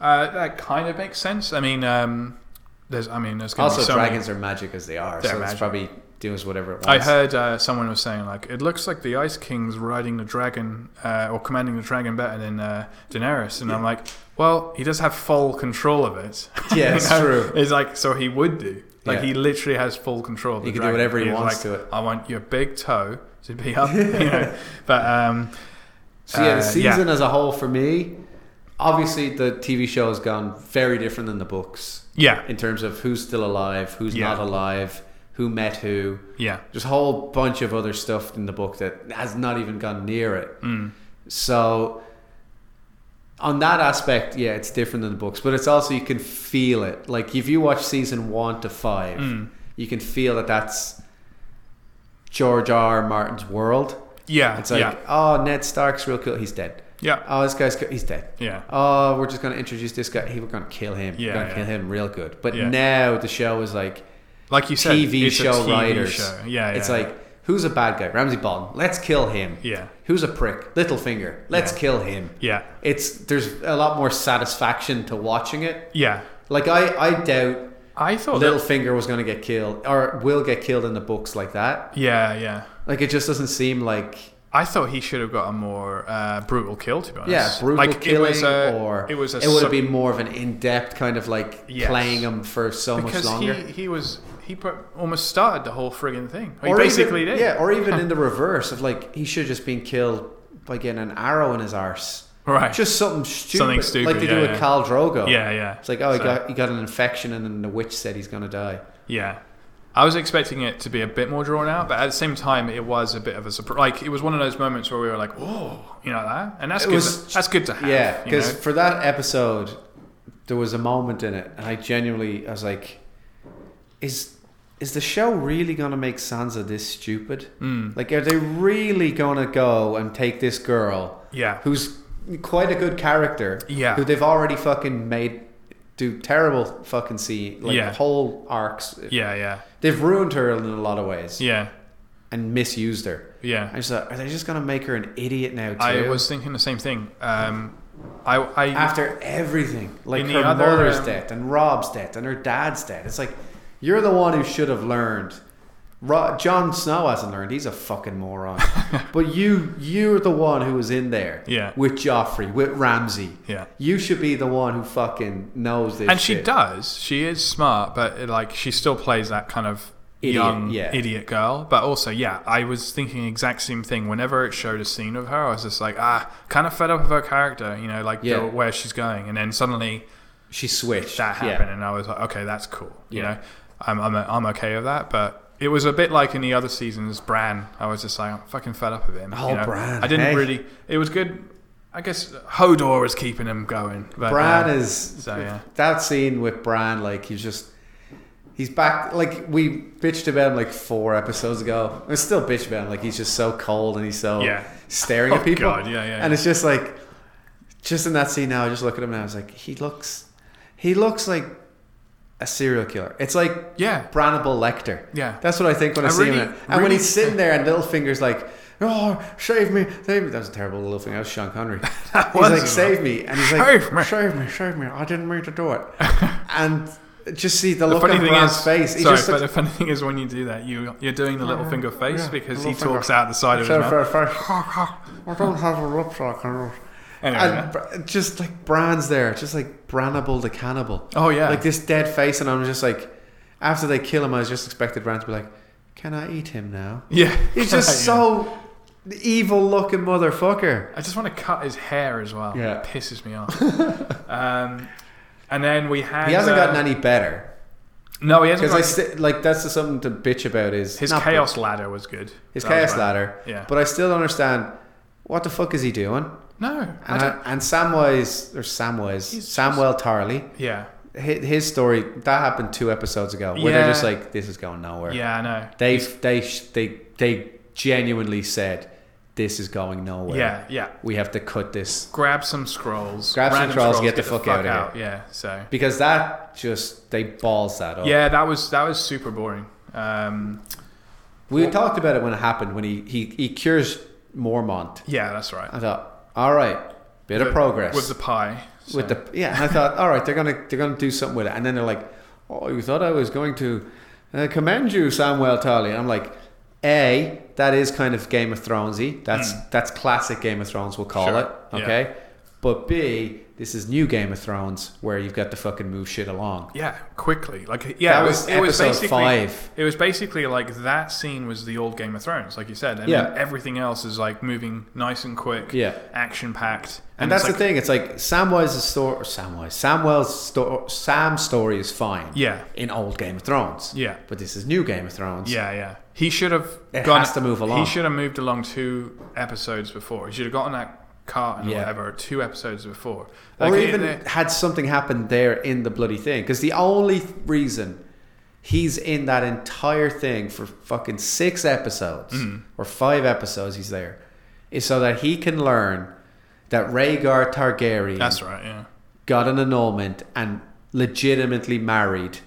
[SPEAKER 1] Uh, that kind of makes sense. I mean, um, there's. I mean, there's gonna
[SPEAKER 2] Also,
[SPEAKER 1] be so many-
[SPEAKER 2] dragons are magic as they are,
[SPEAKER 1] They're
[SPEAKER 2] so
[SPEAKER 1] magic.
[SPEAKER 2] it's probably does whatever it wants.
[SPEAKER 1] I heard uh, someone was saying like it looks like the Ice King's riding the dragon uh, or commanding the dragon better than uh, Daenerys, and I'm like, well, he does have full control of it.
[SPEAKER 2] Yeah, it's true.
[SPEAKER 1] It's like so he would do. Like
[SPEAKER 2] Yeah.
[SPEAKER 1] he literally has full control. Of
[SPEAKER 2] He
[SPEAKER 1] the
[SPEAKER 2] can do
[SPEAKER 1] dragon.
[SPEAKER 2] whatever he
[SPEAKER 1] He's
[SPEAKER 2] wants
[SPEAKER 1] like,
[SPEAKER 2] to it.
[SPEAKER 1] I want your big toe to be up, you know. But um,
[SPEAKER 2] So yeah,
[SPEAKER 1] Uh,
[SPEAKER 2] the
[SPEAKER 1] yeah.
[SPEAKER 2] season as a whole for me, obviously the TV show has gone very different than the books
[SPEAKER 1] yeah,
[SPEAKER 2] in terms of who's still alive, who's
[SPEAKER 1] Yeah.
[SPEAKER 2] not alive, who met who.
[SPEAKER 1] yeah,
[SPEAKER 2] There's a whole bunch of other stuff in the book that has not even gone near it.
[SPEAKER 1] Mm.
[SPEAKER 2] So, on that aspect, yeah, it's different than the books, but it's also you can
[SPEAKER 1] Mm.
[SPEAKER 2] feel it. Like if you watch season one to five, you can feel that that's George R. R. Martin's world.
[SPEAKER 1] Yeah,
[SPEAKER 2] It's like,
[SPEAKER 1] Ah, yeah,
[SPEAKER 2] oh, Ned Stark's real cool. He's dead.
[SPEAKER 1] yeah,
[SPEAKER 2] Oh, this guy's co- he's dead.
[SPEAKER 1] yeah,
[SPEAKER 2] Oh, we're just gonna introduce this guy. He, we're gonna kill him.
[SPEAKER 1] Yeah,
[SPEAKER 2] we're gonna
[SPEAKER 1] yeah.
[SPEAKER 2] kill him real good. But
[SPEAKER 1] Yeah.
[SPEAKER 2] now the show is like
[SPEAKER 1] Like you said,
[SPEAKER 2] TV
[SPEAKER 1] it's a
[SPEAKER 2] show
[SPEAKER 1] TV
[SPEAKER 2] writers.
[SPEAKER 1] show. Yeah, yeah,
[SPEAKER 2] It's like who's a bad guy? Ramsey Bolton. Let's kill him.
[SPEAKER 1] yeah,
[SPEAKER 2] Who's a prick? Littlefinger. Let's
[SPEAKER 1] Yeah.
[SPEAKER 2] kill him.
[SPEAKER 1] yeah,
[SPEAKER 2] It's there's a lot more satisfaction to watching it.
[SPEAKER 1] yeah.
[SPEAKER 2] Like I, I doubt
[SPEAKER 1] I thought that-
[SPEAKER 2] Littlefinger was going to get killed or will get killed in the books like that.
[SPEAKER 1] Yeah, yeah.
[SPEAKER 2] Like it just doesn't seem like
[SPEAKER 1] I thought he should have got a more uh, brutal kill. To be honest,
[SPEAKER 2] yeah brutal
[SPEAKER 1] like,
[SPEAKER 2] killing
[SPEAKER 1] it was a,
[SPEAKER 2] or
[SPEAKER 1] it was a
[SPEAKER 2] it would
[SPEAKER 1] sub-
[SPEAKER 2] have been more of an in depth kind of like
[SPEAKER 1] Yes.
[SPEAKER 2] playing him for so much
[SPEAKER 1] because
[SPEAKER 2] longer.
[SPEAKER 1] he he was he pr- almost started the whole friggin' thing. He
[SPEAKER 2] Or
[SPEAKER 1] basically
[SPEAKER 2] even,
[SPEAKER 1] did.
[SPEAKER 2] Yeah, or even in the reverse of like he should have just been killed by getting an arrow in his arse.
[SPEAKER 1] right.
[SPEAKER 2] Just something stupid,
[SPEAKER 1] Something stupid,
[SPEAKER 2] like they do
[SPEAKER 1] yeah,
[SPEAKER 2] with
[SPEAKER 1] yeah.
[SPEAKER 2] Khal Drogo.
[SPEAKER 1] yeah, yeah.
[SPEAKER 2] It's like, oh, he
[SPEAKER 1] So-
[SPEAKER 2] got he got an infection, and then the witch said he's gonna die.
[SPEAKER 1] Yeah. I was expecting it to be a bit more drawn out, but at the same time, it was a bit of a surprise. Like it was one of those moments where we were like, "Whoa," you know that, and that's
[SPEAKER 2] It
[SPEAKER 1] good.
[SPEAKER 2] was-
[SPEAKER 1] that's good to have.
[SPEAKER 2] yeah,
[SPEAKER 1] you
[SPEAKER 2] because
[SPEAKER 1] know?
[SPEAKER 2] for that episode, there was a moment in it, and I genuinely I was like, is is the show really gonna make Sansa this stupid?
[SPEAKER 1] Mm.
[SPEAKER 2] Like, are they really gonna go and take this girl
[SPEAKER 1] yeah,
[SPEAKER 2] who's quite a good character,
[SPEAKER 1] Yeah.
[SPEAKER 2] who they've already fucking made do terrible fucking scene, like
[SPEAKER 1] Yeah.
[SPEAKER 2] whole arcs.
[SPEAKER 1] yeah, yeah,
[SPEAKER 2] They've ruined her in a lot of ways
[SPEAKER 1] yeah,
[SPEAKER 2] and misused her. I
[SPEAKER 1] yeah.
[SPEAKER 2] just thought, are they just gonna make her an idiot now too?
[SPEAKER 1] I was thinking the same thing. Um, I, I
[SPEAKER 2] after everything, like
[SPEAKER 1] In the
[SPEAKER 2] her
[SPEAKER 1] other,
[SPEAKER 2] mother's
[SPEAKER 1] um,
[SPEAKER 2] death and Rob's death and her dad's death. It's like you're the one who should have learned. Ro- John Snow hasn't learned. He's a fucking moron. but you, you're the one who was in there.
[SPEAKER 1] Yeah.
[SPEAKER 2] With Joffrey, with Ramsey.
[SPEAKER 1] yeah,
[SPEAKER 2] You should be the one who fucking knows this.
[SPEAKER 1] and she
[SPEAKER 2] shit.
[SPEAKER 1] does. She is smart, but it, like she still plays that kind of
[SPEAKER 2] Idiot,
[SPEAKER 1] young
[SPEAKER 2] yeah.
[SPEAKER 1] idiot girl. But also, yeah, I was thinking the exact same thing. Whenever it showed a scene of her, I was just like, ah, kind of fed up of her character, you know, like
[SPEAKER 2] Yeah.
[SPEAKER 1] the, where she's going. And then suddenly
[SPEAKER 2] She switched.
[SPEAKER 1] that
[SPEAKER 2] Yeah.
[SPEAKER 1] happened, and I was like, okay, that's cool. You
[SPEAKER 2] Yeah.
[SPEAKER 1] know, I'm I'm I'm okay with that, but. It was a bit like in the other seasons, Bran. I was just like, I'm fucking fed up of him.
[SPEAKER 2] Oh,
[SPEAKER 1] you know?
[SPEAKER 2] Bran,
[SPEAKER 1] I didn't
[SPEAKER 2] hey.
[SPEAKER 1] really. It was good. I guess Hodor was keeping him going. But,
[SPEAKER 2] Bran
[SPEAKER 1] uh,
[SPEAKER 2] is
[SPEAKER 1] so, yeah.
[SPEAKER 2] that scene with Bran, like he's just he's back like we bitched about him like four episodes ago. I still bitch about him, like he's just so cold and he's so
[SPEAKER 1] Yeah.
[SPEAKER 2] staring
[SPEAKER 1] Oh,
[SPEAKER 2] at people.
[SPEAKER 1] God, yeah, yeah,
[SPEAKER 2] And
[SPEAKER 1] yeah.
[SPEAKER 2] it's just like just in that scene now, I just look at him and I was like, he looks he looks like a serial killer. It's like
[SPEAKER 1] Yeah.
[SPEAKER 2] Branable Lecter.
[SPEAKER 1] Yeah.
[SPEAKER 2] That's what I think when I,
[SPEAKER 1] I
[SPEAKER 2] see
[SPEAKER 1] really-
[SPEAKER 2] him. in it. And when
[SPEAKER 1] really-
[SPEAKER 2] he's sitting there and Littlefinger's like, oh, save me, save me. That was a terrible Littlefinger. That was Sean Connery. he's
[SPEAKER 1] was
[SPEAKER 2] like,
[SPEAKER 1] him.
[SPEAKER 2] save me. And he's like,
[SPEAKER 1] Save me.
[SPEAKER 2] save me, save me. I didn't mean to do it. and just see the,
[SPEAKER 1] The
[SPEAKER 2] look
[SPEAKER 1] funny
[SPEAKER 2] on
[SPEAKER 1] thing
[SPEAKER 2] Bran's
[SPEAKER 1] is,
[SPEAKER 2] face. He
[SPEAKER 1] sorry,
[SPEAKER 2] just
[SPEAKER 1] but
[SPEAKER 2] looks,
[SPEAKER 1] the funny thing is when you do that, you you're doing the little finger face
[SPEAKER 2] yeah,
[SPEAKER 1] because
[SPEAKER 2] little
[SPEAKER 1] he
[SPEAKER 2] finger.
[SPEAKER 1] talks out the side of his
[SPEAKER 2] "Sorry,
[SPEAKER 1] mouth.
[SPEAKER 2] sorry, sorry. I don't have a rucksack. I don't-"
[SPEAKER 1] Anyway,
[SPEAKER 2] And Br- just like Bran's there, just like Branable the cannibal.
[SPEAKER 1] oh yeah,
[SPEAKER 2] Like this dead face, and I'm just like, after they kill him, I was just expected Bran to be like, "Can I eat him now?"
[SPEAKER 1] yeah.
[SPEAKER 2] He's just
[SPEAKER 1] Yeah.
[SPEAKER 2] so evil looking motherfucker.
[SPEAKER 1] I just want to cut his hair as well.
[SPEAKER 2] Yeah.
[SPEAKER 1] it pisses me off. um, and then we had
[SPEAKER 2] He hasn't
[SPEAKER 1] uh,
[SPEAKER 2] gotten any better
[SPEAKER 1] No, he hasn't.
[SPEAKER 2] because I
[SPEAKER 1] Got,
[SPEAKER 2] sti- like that's just something to bitch about is
[SPEAKER 1] his
[SPEAKER 2] not
[SPEAKER 1] chaos ladder was good.
[SPEAKER 2] his
[SPEAKER 1] That was
[SPEAKER 2] chaos
[SPEAKER 1] right.
[SPEAKER 2] ladder.
[SPEAKER 1] Yeah.
[SPEAKER 2] But I still don't understand what the fuck is he doing?
[SPEAKER 1] No, I
[SPEAKER 2] And
[SPEAKER 1] don't,
[SPEAKER 2] I and Samwise or Samwise
[SPEAKER 1] He's just-
[SPEAKER 2] Samwell Tarly,
[SPEAKER 1] yeah,
[SPEAKER 2] hi- his story that happened two episodes ago where
[SPEAKER 1] Yeah.
[SPEAKER 2] they're just like this is going nowhere.
[SPEAKER 1] yeah, I know.
[SPEAKER 2] They they sh- they they genuinely said this is going nowhere.
[SPEAKER 1] Yeah, yeah.
[SPEAKER 2] We have to cut this
[SPEAKER 1] Grab some scrolls.
[SPEAKER 2] Grab some
[SPEAKER 1] random
[SPEAKER 2] scrolls, get the fuck out of here.
[SPEAKER 1] Yeah, so
[SPEAKER 2] because that just they balls that up.
[SPEAKER 1] yeah, that was that was super boring. Um,
[SPEAKER 2] We talked about it when it happened when he he, he cures Mormont.
[SPEAKER 1] yeah, that's right.
[SPEAKER 2] I thought, all right, bit of
[SPEAKER 1] With-
[SPEAKER 2] progress
[SPEAKER 1] with the pie. so-
[SPEAKER 2] With the- yeah. And I thought, all right, they're gonna they're gonna do something with it. And then they're like, oh, you thought I was going to uh, commend you, Samuel Tarly. And I'm like, a that is kind of Game of Thronesy. That's that's classic Game of Thrones. We'll call
[SPEAKER 1] Hmm. Sure,
[SPEAKER 2] it
[SPEAKER 1] yeah.
[SPEAKER 2] okay. But B, this is new Game of Thrones where you've got to fucking move shit along.
[SPEAKER 1] yeah, quickly. Like yeah,
[SPEAKER 2] that
[SPEAKER 1] it
[SPEAKER 2] was,
[SPEAKER 1] was, it was
[SPEAKER 2] episode
[SPEAKER 1] basically
[SPEAKER 2] five.
[SPEAKER 1] it was basically like that scene was the old Game of Thrones, like you said, and
[SPEAKER 2] Yeah.
[SPEAKER 1] then everything else is like moving nice and quick,
[SPEAKER 2] Yeah.
[SPEAKER 1] action packed,
[SPEAKER 2] And, that's the thing. It's like Samwise's story. Samwise, Samwell's story. Sam's story is fine.
[SPEAKER 1] Yeah.
[SPEAKER 2] In old Game of Thrones.
[SPEAKER 1] Yeah.
[SPEAKER 2] But this is new Game of Thrones.
[SPEAKER 1] Yeah, yeah. He should have
[SPEAKER 2] It
[SPEAKER 1] gone
[SPEAKER 2] has to move along.
[SPEAKER 1] He should have moved along two episodes before. He should have gotten that carton or
[SPEAKER 2] Yeah.
[SPEAKER 1] whatever two episodes before.
[SPEAKER 2] Or
[SPEAKER 1] Like, eh, it-
[SPEAKER 2] even
[SPEAKER 1] it-
[SPEAKER 2] had something happen there in the bloody thing. Because the only th- reason He's in that entire thing for fucking six episodes
[SPEAKER 1] Mm-hmm.
[SPEAKER 2] or five episodes. He's there, is so that he can learn that Rhaegar Targaryen
[SPEAKER 1] That's right. Yeah.
[SPEAKER 2] got an annulment and legitimately married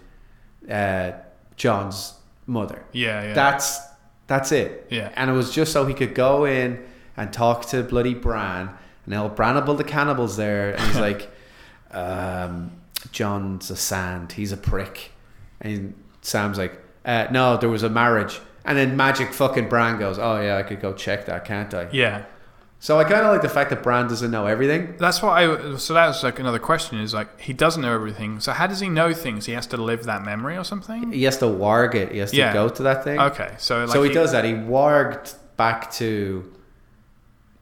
[SPEAKER 2] uh, John's mother.
[SPEAKER 1] Yeah. Yeah.
[SPEAKER 2] That's that's it.
[SPEAKER 1] Yeah.
[SPEAKER 2] And it was just so he could go in and talk to bloody Bran. And El Branable the cannibal's there, and he's like, um, John's a sand. He's a prick. And Sam's like, uh, no, there was a marriage. And then magic fucking Bran goes, oh yeah, I could go check that, can't I?
[SPEAKER 1] yeah.
[SPEAKER 2] So I kind of like the fact that Bran doesn't know everything.
[SPEAKER 1] That's what I. So that's like another question is like he doesn't know everything. So how does he know things? He has to live that memory or something.
[SPEAKER 2] He has to warg it. He has to
[SPEAKER 1] Yeah.
[SPEAKER 2] go to that thing.
[SPEAKER 1] Okay, so like
[SPEAKER 2] so he, does that. He warged back to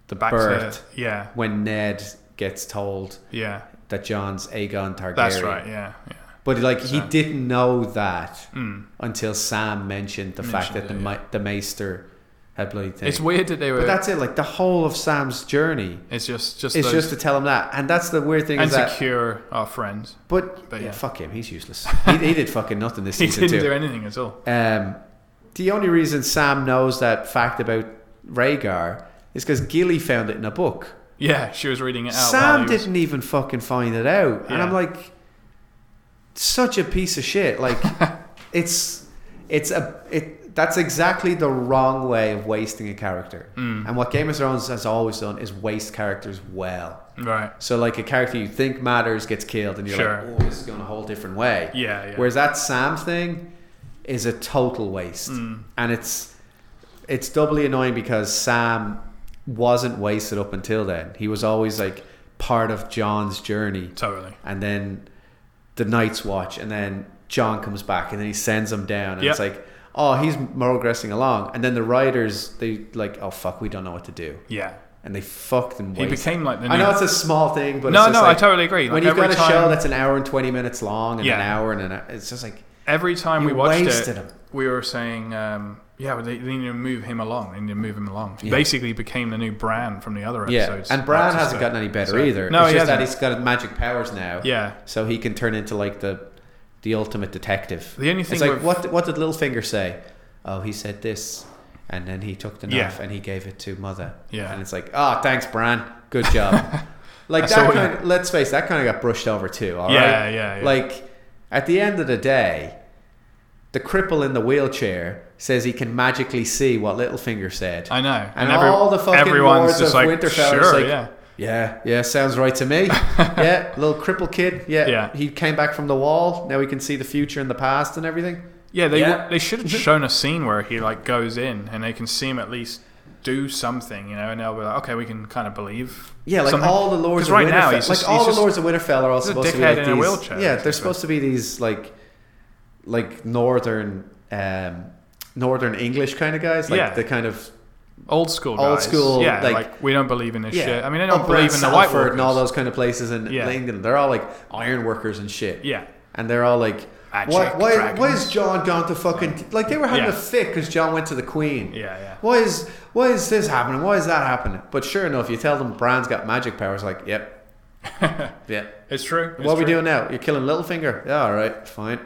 [SPEAKER 2] the
[SPEAKER 1] back
[SPEAKER 2] birth.
[SPEAKER 1] to yeah,
[SPEAKER 2] when Ned gets told
[SPEAKER 1] yeah.
[SPEAKER 2] that John's Aegon Targaryen.
[SPEAKER 1] That's right. Yeah, yeah.
[SPEAKER 2] But like he
[SPEAKER 1] So-
[SPEAKER 2] didn't know that
[SPEAKER 1] Mm.
[SPEAKER 2] until Sam mentioned the fact that
[SPEAKER 1] Mentioned
[SPEAKER 2] the
[SPEAKER 1] it,
[SPEAKER 2] ma-
[SPEAKER 1] yeah.
[SPEAKER 2] the Maester had bloody thing.
[SPEAKER 1] It's weird that they were.
[SPEAKER 2] but that's it. Like the whole of Sam's journey
[SPEAKER 1] it's just just
[SPEAKER 2] is
[SPEAKER 1] those,
[SPEAKER 2] just to tell him that, and that's the weird thing
[SPEAKER 1] and
[SPEAKER 2] is that.
[SPEAKER 1] to cure our friends.
[SPEAKER 2] but
[SPEAKER 1] but
[SPEAKER 2] yeah,
[SPEAKER 1] yeah.
[SPEAKER 2] fuck him. He's useless. he, he did fucking nothing this
[SPEAKER 1] He
[SPEAKER 2] season
[SPEAKER 1] didn't
[SPEAKER 2] too.
[SPEAKER 1] do anything at all.
[SPEAKER 2] Um, the only reason Sam knows that fact about Rhaegar is because Gilly found it in a book.
[SPEAKER 1] Yeah, she was reading it out. while
[SPEAKER 2] Sam
[SPEAKER 1] Oh, he was-
[SPEAKER 2] didn't even fucking find it out, and
[SPEAKER 1] Yeah.
[SPEAKER 2] I'm like, such a piece of shit. Like, it's it's a it. That's exactly the wrong way of wasting a character.
[SPEAKER 1] Mm.
[SPEAKER 2] And what Game of Thrones has always done is waste characters well.
[SPEAKER 1] Right.
[SPEAKER 2] So like a character you think matters gets killed, and you're
[SPEAKER 1] Sure.
[SPEAKER 2] like, oh, this is going a whole different way.
[SPEAKER 1] Yeah, yeah.
[SPEAKER 2] Whereas that Sam thing is a total waste,
[SPEAKER 1] Mm.
[SPEAKER 2] and it's it's doubly annoying because Sam wasn't wasted up until then. He was always like part of John's journey,
[SPEAKER 1] Totally.
[SPEAKER 2] and then the Night's Watch, and then John comes back, and then he sends him down, and it's
[SPEAKER 1] Yep.
[SPEAKER 2] like, oh, he's progressing along, and then the writers they like, oh fuck, we don't know what to do,
[SPEAKER 1] Yeah.
[SPEAKER 2] and they fucked and
[SPEAKER 1] He
[SPEAKER 2] wasted.
[SPEAKER 1] became like the. New,
[SPEAKER 2] I know it's a small thing, but it's
[SPEAKER 1] no,
[SPEAKER 2] just
[SPEAKER 1] no,
[SPEAKER 2] like,
[SPEAKER 1] I totally agree. Like
[SPEAKER 2] when you've
[SPEAKER 1] every
[SPEAKER 2] got a
[SPEAKER 1] time,
[SPEAKER 2] show that's an hour and twenty minutes long and an
[SPEAKER 1] Yeah.
[SPEAKER 2] hour and an hour, it's just like
[SPEAKER 1] every time
[SPEAKER 2] you
[SPEAKER 1] we watched it,
[SPEAKER 2] wasted him.
[SPEAKER 1] we were saying, um, yeah, well, they, they need to move him along. They need to move him along. He
[SPEAKER 2] Yeah.
[SPEAKER 1] basically became the new Bran from the other
[SPEAKER 2] yeah.
[SPEAKER 1] episodes.
[SPEAKER 2] And Bran
[SPEAKER 1] That's
[SPEAKER 2] hasn't
[SPEAKER 1] just
[SPEAKER 2] gotten any better
[SPEAKER 1] so-
[SPEAKER 2] either.
[SPEAKER 1] No,
[SPEAKER 2] it's
[SPEAKER 1] he
[SPEAKER 2] just that
[SPEAKER 1] hasn't.
[SPEAKER 2] he's got magic powers now.
[SPEAKER 1] Yeah.
[SPEAKER 2] so he can turn into like the the ultimate detective.
[SPEAKER 1] The only thing
[SPEAKER 2] it's like
[SPEAKER 1] with-
[SPEAKER 2] what what did Littlefinger say? Oh, he said this, and then he took the knife
[SPEAKER 1] Yeah.
[SPEAKER 2] and he gave it to Mother.
[SPEAKER 1] Yeah.
[SPEAKER 2] and it's like, oh, thanks, Bran, good job. like
[SPEAKER 1] That's
[SPEAKER 2] that
[SPEAKER 1] all-
[SPEAKER 2] kind. Of, let's face it, that kind of got brushed over too. All right.
[SPEAKER 1] Yeah, yeah, yeah.
[SPEAKER 2] Like at the end of the day, the cripple in the wheelchair says he can magically see what Littlefinger said.
[SPEAKER 1] I know.
[SPEAKER 2] And all the fucking lords of Winterfell is
[SPEAKER 1] sure,
[SPEAKER 2] like-
[SPEAKER 1] yeah.
[SPEAKER 2] Yeah, yeah, sounds right to me. yeah, little cripple kid. Yeah,
[SPEAKER 1] Yeah.
[SPEAKER 2] he came back from the wall. Now he can see the future and the past and everything.
[SPEAKER 1] Yeah, they
[SPEAKER 2] Yeah.
[SPEAKER 1] they should have shown a scene where he like goes in and they can see him at least do something, you know, and they'll be like, okay, we can kind of believe.
[SPEAKER 2] Yeah, like
[SPEAKER 1] something.
[SPEAKER 2] all the lords
[SPEAKER 1] 'Cause
[SPEAKER 2] of
[SPEAKER 1] right
[SPEAKER 2] Winterfell,
[SPEAKER 1] now he's
[SPEAKER 2] like
[SPEAKER 1] just-
[SPEAKER 2] all
[SPEAKER 1] he's
[SPEAKER 2] the
[SPEAKER 1] just-
[SPEAKER 2] lords of Winterfell are all
[SPEAKER 1] he's a
[SPEAKER 2] supposed to be
[SPEAKER 1] dickhead
[SPEAKER 2] like
[SPEAKER 1] in a
[SPEAKER 2] these-
[SPEAKER 1] wheelchair,
[SPEAKER 2] Yeah, they're
[SPEAKER 1] basically.
[SPEAKER 2] supposed to be these like, like northern, um, northern English kind of guys. Like
[SPEAKER 1] Yeah.
[SPEAKER 2] the kind of
[SPEAKER 1] old school,
[SPEAKER 2] old
[SPEAKER 1] guys.
[SPEAKER 2] school,
[SPEAKER 1] Yeah,
[SPEAKER 2] like-
[SPEAKER 1] like, we don't believe in this
[SPEAKER 2] yeah.
[SPEAKER 1] shit. I mean, they don't
[SPEAKER 2] Upper
[SPEAKER 1] believe in the White
[SPEAKER 2] Salford
[SPEAKER 1] Walkers
[SPEAKER 2] and all those kind of places in
[SPEAKER 1] Yeah.
[SPEAKER 2] England. They're all like iron workers and shit.
[SPEAKER 1] Yeah,
[SPEAKER 2] and they're all like,
[SPEAKER 1] Magic,
[SPEAKER 2] why, why,
[SPEAKER 1] dragons.
[SPEAKER 2] why is John gone to fucking like they were having
[SPEAKER 1] Yeah.
[SPEAKER 2] a fit because John went to the Queen.
[SPEAKER 1] Yeah, yeah.
[SPEAKER 2] Why is why is this happening? Why is that happening? But sure enough, you tell them Bran's got magic powers. Like, yep, yep.
[SPEAKER 1] it's true. It's
[SPEAKER 2] what are we
[SPEAKER 1] true.
[SPEAKER 2] doing now? You're killing Littlefinger. Yeah, all right, fine.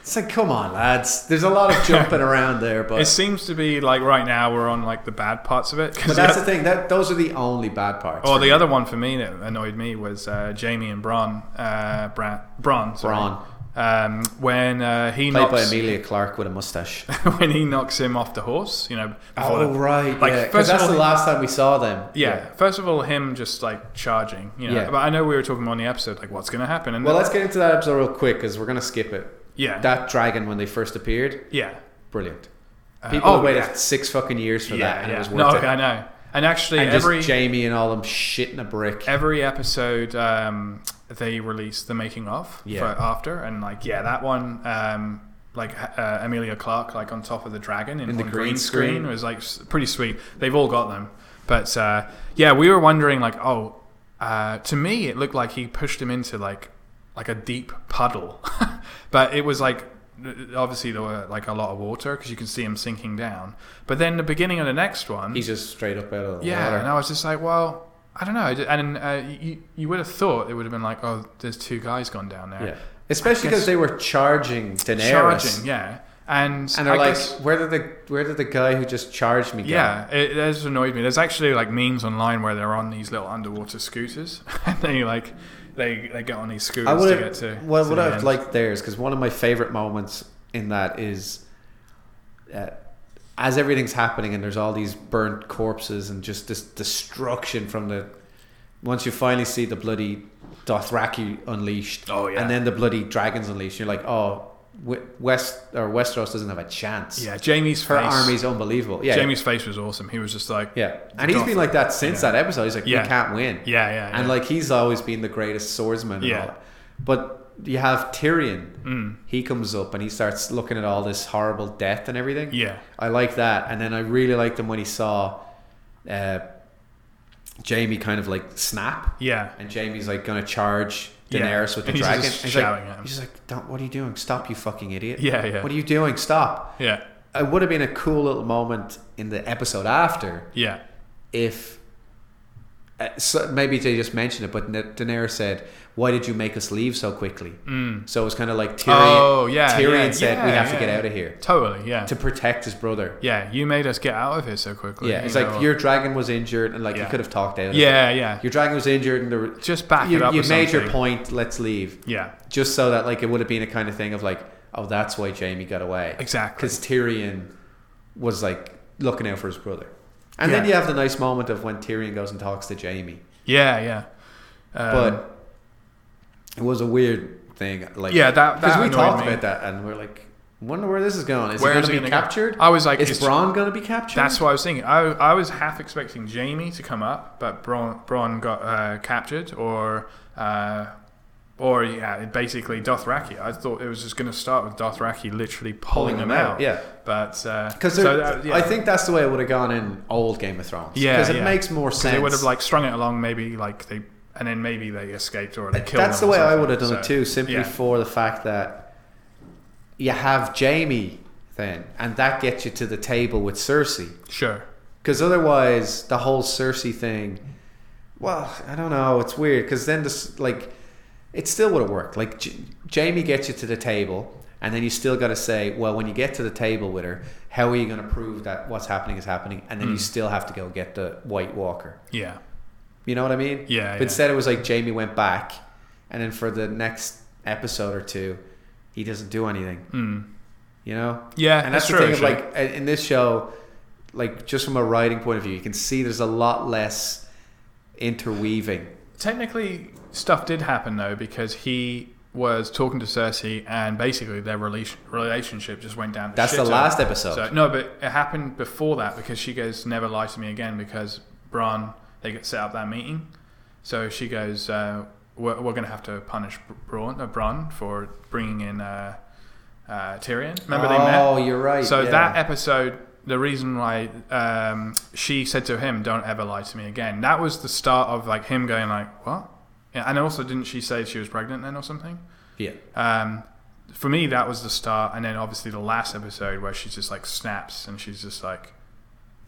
[SPEAKER 2] It's like, come on, lads. There's a lot of jumping around there, but
[SPEAKER 1] It seems to be like right now we're on like the bad parts of it. 'cause
[SPEAKER 2] but that's
[SPEAKER 1] the-
[SPEAKER 2] the thing. That those are the only bad parts.
[SPEAKER 1] or
[SPEAKER 2] for me.
[SPEAKER 1] the other one for me that annoyed me was uh, Jamie and Bron, uh, Bran, Bron, sorry.
[SPEAKER 2] Bron.
[SPEAKER 1] Um, when uh, he
[SPEAKER 2] played by
[SPEAKER 1] knocks
[SPEAKER 2] Amelia Clark with a mustache.
[SPEAKER 1] when he knocks him off the horse, you know. before
[SPEAKER 2] oh
[SPEAKER 1] the-
[SPEAKER 2] right,
[SPEAKER 1] like,
[SPEAKER 2] yeah. 'cause
[SPEAKER 1] first of
[SPEAKER 2] that's
[SPEAKER 1] all-
[SPEAKER 2] the last time we saw them.
[SPEAKER 1] Yeah. First of all, him just like charging, you know.
[SPEAKER 2] Yeah.
[SPEAKER 1] But I know we were talking on the episode like what's going to happen, and
[SPEAKER 2] Well, let's get into that episode real quick because we're gonna skip it.
[SPEAKER 1] yeah,
[SPEAKER 2] That dragon when they first appeared,
[SPEAKER 1] yeah.
[SPEAKER 2] brilliant.
[SPEAKER 1] Uh,
[SPEAKER 2] People
[SPEAKER 1] oh,
[SPEAKER 2] waited
[SPEAKER 1] yeah.
[SPEAKER 2] six fucking years for that,
[SPEAKER 1] yeah,
[SPEAKER 2] and
[SPEAKER 1] yeah.
[SPEAKER 2] it was worth
[SPEAKER 1] no,
[SPEAKER 2] it.
[SPEAKER 1] okay, I know. And actually,
[SPEAKER 2] and
[SPEAKER 1] every
[SPEAKER 2] just Jamie and all them shitting a brick.
[SPEAKER 1] every episode um, they release the making of
[SPEAKER 2] Yeah.
[SPEAKER 1] for after, and like yeah, that one. Um, like uh, Amelia Clark, like on top of the dragon in,
[SPEAKER 2] In the
[SPEAKER 1] on
[SPEAKER 2] green
[SPEAKER 1] green
[SPEAKER 2] screen.
[SPEAKER 1] screen, was like s- pretty sweet. They've all got them, but uh, yeah, we were wondering like, oh, uh, to me it looked like he pushed him into like like a deep puddle, but it was like obviously there were like a lot of water because you can see him sinking down. But then the beginning of the next one,
[SPEAKER 2] He's just straight up out of the
[SPEAKER 1] yeah,
[SPEAKER 2] water.
[SPEAKER 1] and I was just like, well, I don't know. And uh, you, you would have thought it would have been like, oh, there's two guys gone down there.
[SPEAKER 2] Yeah. especially
[SPEAKER 1] I guess-
[SPEAKER 2] because they were charging Daenerys.
[SPEAKER 1] charging, yeah, and
[SPEAKER 2] And they're
[SPEAKER 1] I
[SPEAKER 2] like,
[SPEAKER 1] guess-
[SPEAKER 2] where did the where did the guy who just charged me go?
[SPEAKER 1] yeah, it, it has annoyed me. There's actually like memes online where they're on these little underwater scooters, and they like they they get on these scooters
[SPEAKER 2] I
[SPEAKER 1] to get
[SPEAKER 2] would
[SPEAKER 1] to.
[SPEAKER 2] have. Well,
[SPEAKER 1] to
[SPEAKER 2] what
[SPEAKER 1] the
[SPEAKER 2] I've
[SPEAKER 1] end.
[SPEAKER 2] liked theirs because one of my favorite moments in that is, uh, as everything's happening and there's all these burnt corpses and just this destruction from the. Once you finally see the bloody Dothraki unleashed,
[SPEAKER 1] Oh, yeah.
[SPEAKER 2] and then the bloody dragons unleashed, you're like, oh, Wi- West or Westeros doesn't have a chance.
[SPEAKER 1] yeah, Jamie's
[SPEAKER 2] her
[SPEAKER 1] face,
[SPEAKER 2] army's unbelievable. Yeah,
[SPEAKER 1] Jamie's face was awesome. He was just like,
[SPEAKER 2] yeah, and he's been like that since
[SPEAKER 1] Yeah.
[SPEAKER 2] that episode. He's like,
[SPEAKER 1] Yeah.
[SPEAKER 2] we can't win.
[SPEAKER 1] yeah, yeah, yeah.
[SPEAKER 2] And like he's always been the greatest swordsman. And
[SPEAKER 1] Yeah. Mm.
[SPEAKER 2] all that. But you have Tyrion. He comes up and he starts looking at all this horrible death and everything.
[SPEAKER 1] yeah,
[SPEAKER 2] I like that. And then I really liked him when he saw uh, Jamie kind of like snap.
[SPEAKER 1] yeah,
[SPEAKER 2] And Jamie's like going to charge
[SPEAKER 1] Yeah.
[SPEAKER 2] Daenerys with the
[SPEAKER 1] And he's
[SPEAKER 2] dragon.
[SPEAKER 1] just
[SPEAKER 2] And
[SPEAKER 1] shouting
[SPEAKER 2] like,
[SPEAKER 1] at him.
[SPEAKER 2] He's like, Don't, what are you doing? Stop, you fucking idiot.
[SPEAKER 1] Yeah, yeah.
[SPEAKER 2] What are you doing? Stop.
[SPEAKER 1] yeah,
[SPEAKER 2] It would have been a cool little moment in the episode after
[SPEAKER 1] yeah.
[SPEAKER 2] if uh, so maybe they just mentioned it, but Na- Daenerys said, "Why did you make us leave so quickly?" Mm. So it was kind of like Tyrion.
[SPEAKER 1] Oh, yeah,
[SPEAKER 2] Tyrion
[SPEAKER 1] yeah,
[SPEAKER 2] said,
[SPEAKER 1] yeah,
[SPEAKER 2] "We have to
[SPEAKER 1] yeah.
[SPEAKER 2] get out of here
[SPEAKER 1] Totally, yeah,
[SPEAKER 2] to protect his brother."
[SPEAKER 1] yeah. You made us get out of here so quickly.
[SPEAKER 2] Yeah, it's
[SPEAKER 1] you
[SPEAKER 2] like
[SPEAKER 1] know.
[SPEAKER 2] your dragon was injured, and like
[SPEAKER 1] Yeah.
[SPEAKER 2] you could have talked out. of it.
[SPEAKER 1] yeah, yeah.
[SPEAKER 2] your dragon was injured, and there were,
[SPEAKER 1] Just back
[SPEAKER 2] you,
[SPEAKER 1] it up.
[SPEAKER 2] you
[SPEAKER 1] or
[SPEAKER 2] made your
[SPEAKER 1] something.
[SPEAKER 2] point. Let's leave,
[SPEAKER 1] Yeah,
[SPEAKER 2] just so that like it would have been a kind of thing of like, "Oh, that's why Jamie got away,"
[SPEAKER 1] exactly.
[SPEAKER 2] because Tyrion was like looking out for his brother. And then
[SPEAKER 1] Yeah.
[SPEAKER 2] you have the nice moment of when Tyrion goes and talks to Jamie.
[SPEAKER 1] Yeah, yeah. Um,
[SPEAKER 2] but it was a weird thing. Like
[SPEAKER 1] Yeah, that- that
[SPEAKER 2] because we
[SPEAKER 1] annoyed
[SPEAKER 2] talked
[SPEAKER 1] me.
[SPEAKER 2] about that and we're like, wonder where this is going. Is
[SPEAKER 1] Where
[SPEAKER 2] he going
[SPEAKER 1] is
[SPEAKER 2] to
[SPEAKER 1] it
[SPEAKER 2] be
[SPEAKER 1] gonna go?
[SPEAKER 2] captured?
[SPEAKER 1] I was like,
[SPEAKER 2] is
[SPEAKER 1] it's-
[SPEAKER 2] Bronn going to be captured?
[SPEAKER 1] That's what I was thinking. I, I was half expecting Jamie to come up, but Bron Bron got uh, captured, or uh, or yeah, basically Dothraki. I thought it was just going to start with Dothraki literally pulling, them out.
[SPEAKER 2] Yeah,
[SPEAKER 1] but uh,
[SPEAKER 2] because
[SPEAKER 1] so that- yeah.
[SPEAKER 2] I think that's the way it would have gone in old Game of Thrones.
[SPEAKER 1] Yeah,
[SPEAKER 2] because it
[SPEAKER 1] yeah.
[SPEAKER 2] makes more
[SPEAKER 1] 'Cause
[SPEAKER 2] sense.
[SPEAKER 1] they would have like strung it along, maybe like they and then maybe they escaped or they killed.
[SPEAKER 2] that's the
[SPEAKER 1] them or
[SPEAKER 2] way I
[SPEAKER 1] something.
[SPEAKER 2] would have done it
[SPEAKER 1] So,
[SPEAKER 2] too, simply
[SPEAKER 1] yeah.
[SPEAKER 2] for the fact that you have Jamie then, and that gets you to the table with Cersei.
[SPEAKER 1] sure.
[SPEAKER 2] Because otherwise, the whole Cersei thing, well, I don't know. It's weird. Because then, this like, it still would have worked. Like, J- Jamie gets you to the table, and then you still got to say, well, when you get to the table with her, how are you going to prove that what's happening is happening? And then
[SPEAKER 1] Mm.
[SPEAKER 2] you still have to go get the White Walker.
[SPEAKER 1] Yeah,
[SPEAKER 2] You know what I mean?
[SPEAKER 1] Yeah, yeah.
[SPEAKER 2] But instead, it was like Jamie went back, and then for the next episode or two, he doesn't do anything.
[SPEAKER 1] mm.
[SPEAKER 2] You know?
[SPEAKER 1] yeah,
[SPEAKER 2] and that's, the
[SPEAKER 1] true,
[SPEAKER 2] thing of
[SPEAKER 1] actually.
[SPEAKER 2] like in in this show like just from a writing point of view you can see there's a lot less interweaving
[SPEAKER 1] Technically, stuff did happen though because he was talking to Cersei, and basically their relation- relationship just went down. The
[SPEAKER 2] that's the
[SPEAKER 1] shitter.
[SPEAKER 2] last episode
[SPEAKER 1] So no, but it happened before that because she goes, "Never lie to me again," because Bron they get set up that meeting. So she goes, uh, "We're, we're going to have to punish Bron, uh, Bron for bringing in uh, uh, Tyrion." Remember they met?
[SPEAKER 2] oh you're right
[SPEAKER 1] So
[SPEAKER 2] yeah.
[SPEAKER 1] that episode, the reason why um, she said to him, "Don't ever lie to me again," that was the start of like him going like, "What?" Yeah, and also, didn't she say she was pregnant then or something?
[SPEAKER 2] yeah
[SPEAKER 1] Um, for me, that was the start, and then obviously the last episode where she just like snaps and she's just like,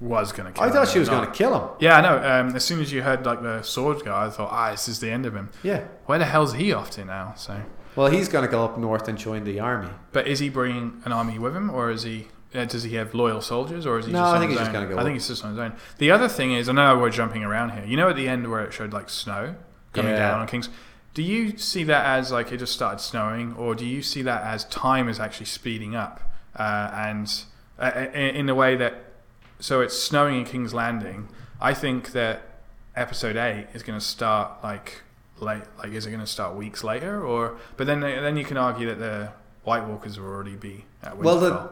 [SPEAKER 1] "Was gonna kill."
[SPEAKER 2] i
[SPEAKER 1] him,
[SPEAKER 2] thought she was
[SPEAKER 1] Uh, not-
[SPEAKER 2] going to kill him
[SPEAKER 1] Yeah, I know. Um, as soon as you heard like the sword guy, I thought, "Ah, this is the end of him."
[SPEAKER 2] yeah
[SPEAKER 1] Where the hell's he off to now? So,
[SPEAKER 2] well he's going to go up north and join the army
[SPEAKER 1] but is he bringing an army with him, or is he? Uh, does he have loyal soldiers, or is he?
[SPEAKER 2] No,
[SPEAKER 1] just on
[SPEAKER 2] I think
[SPEAKER 1] his
[SPEAKER 2] he's just
[SPEAKER 1] own?
[SPEAKER 2] gonna
[SPEAKER 1] I
[SPEAKER 2] go up.
[SPEAKER 1] think he's just on his own. The other thing is, I know we're jumping around here. You know, at the end where it showed like snow coming
[SPEAKER 2] Yeah.
[SPEAKER 1] down on Kings. Do you see that as like it just started snowing, or do you see that as time is actually speeding up, uh, and uh, uh, in a way that so it's snowing in King's Landing? I think that episode eight is going to start like late. Like, is it going to start weeks later, or? But then then you can argue that the White Walkers will already be at Winterfell.
[SPEAKER 2] well the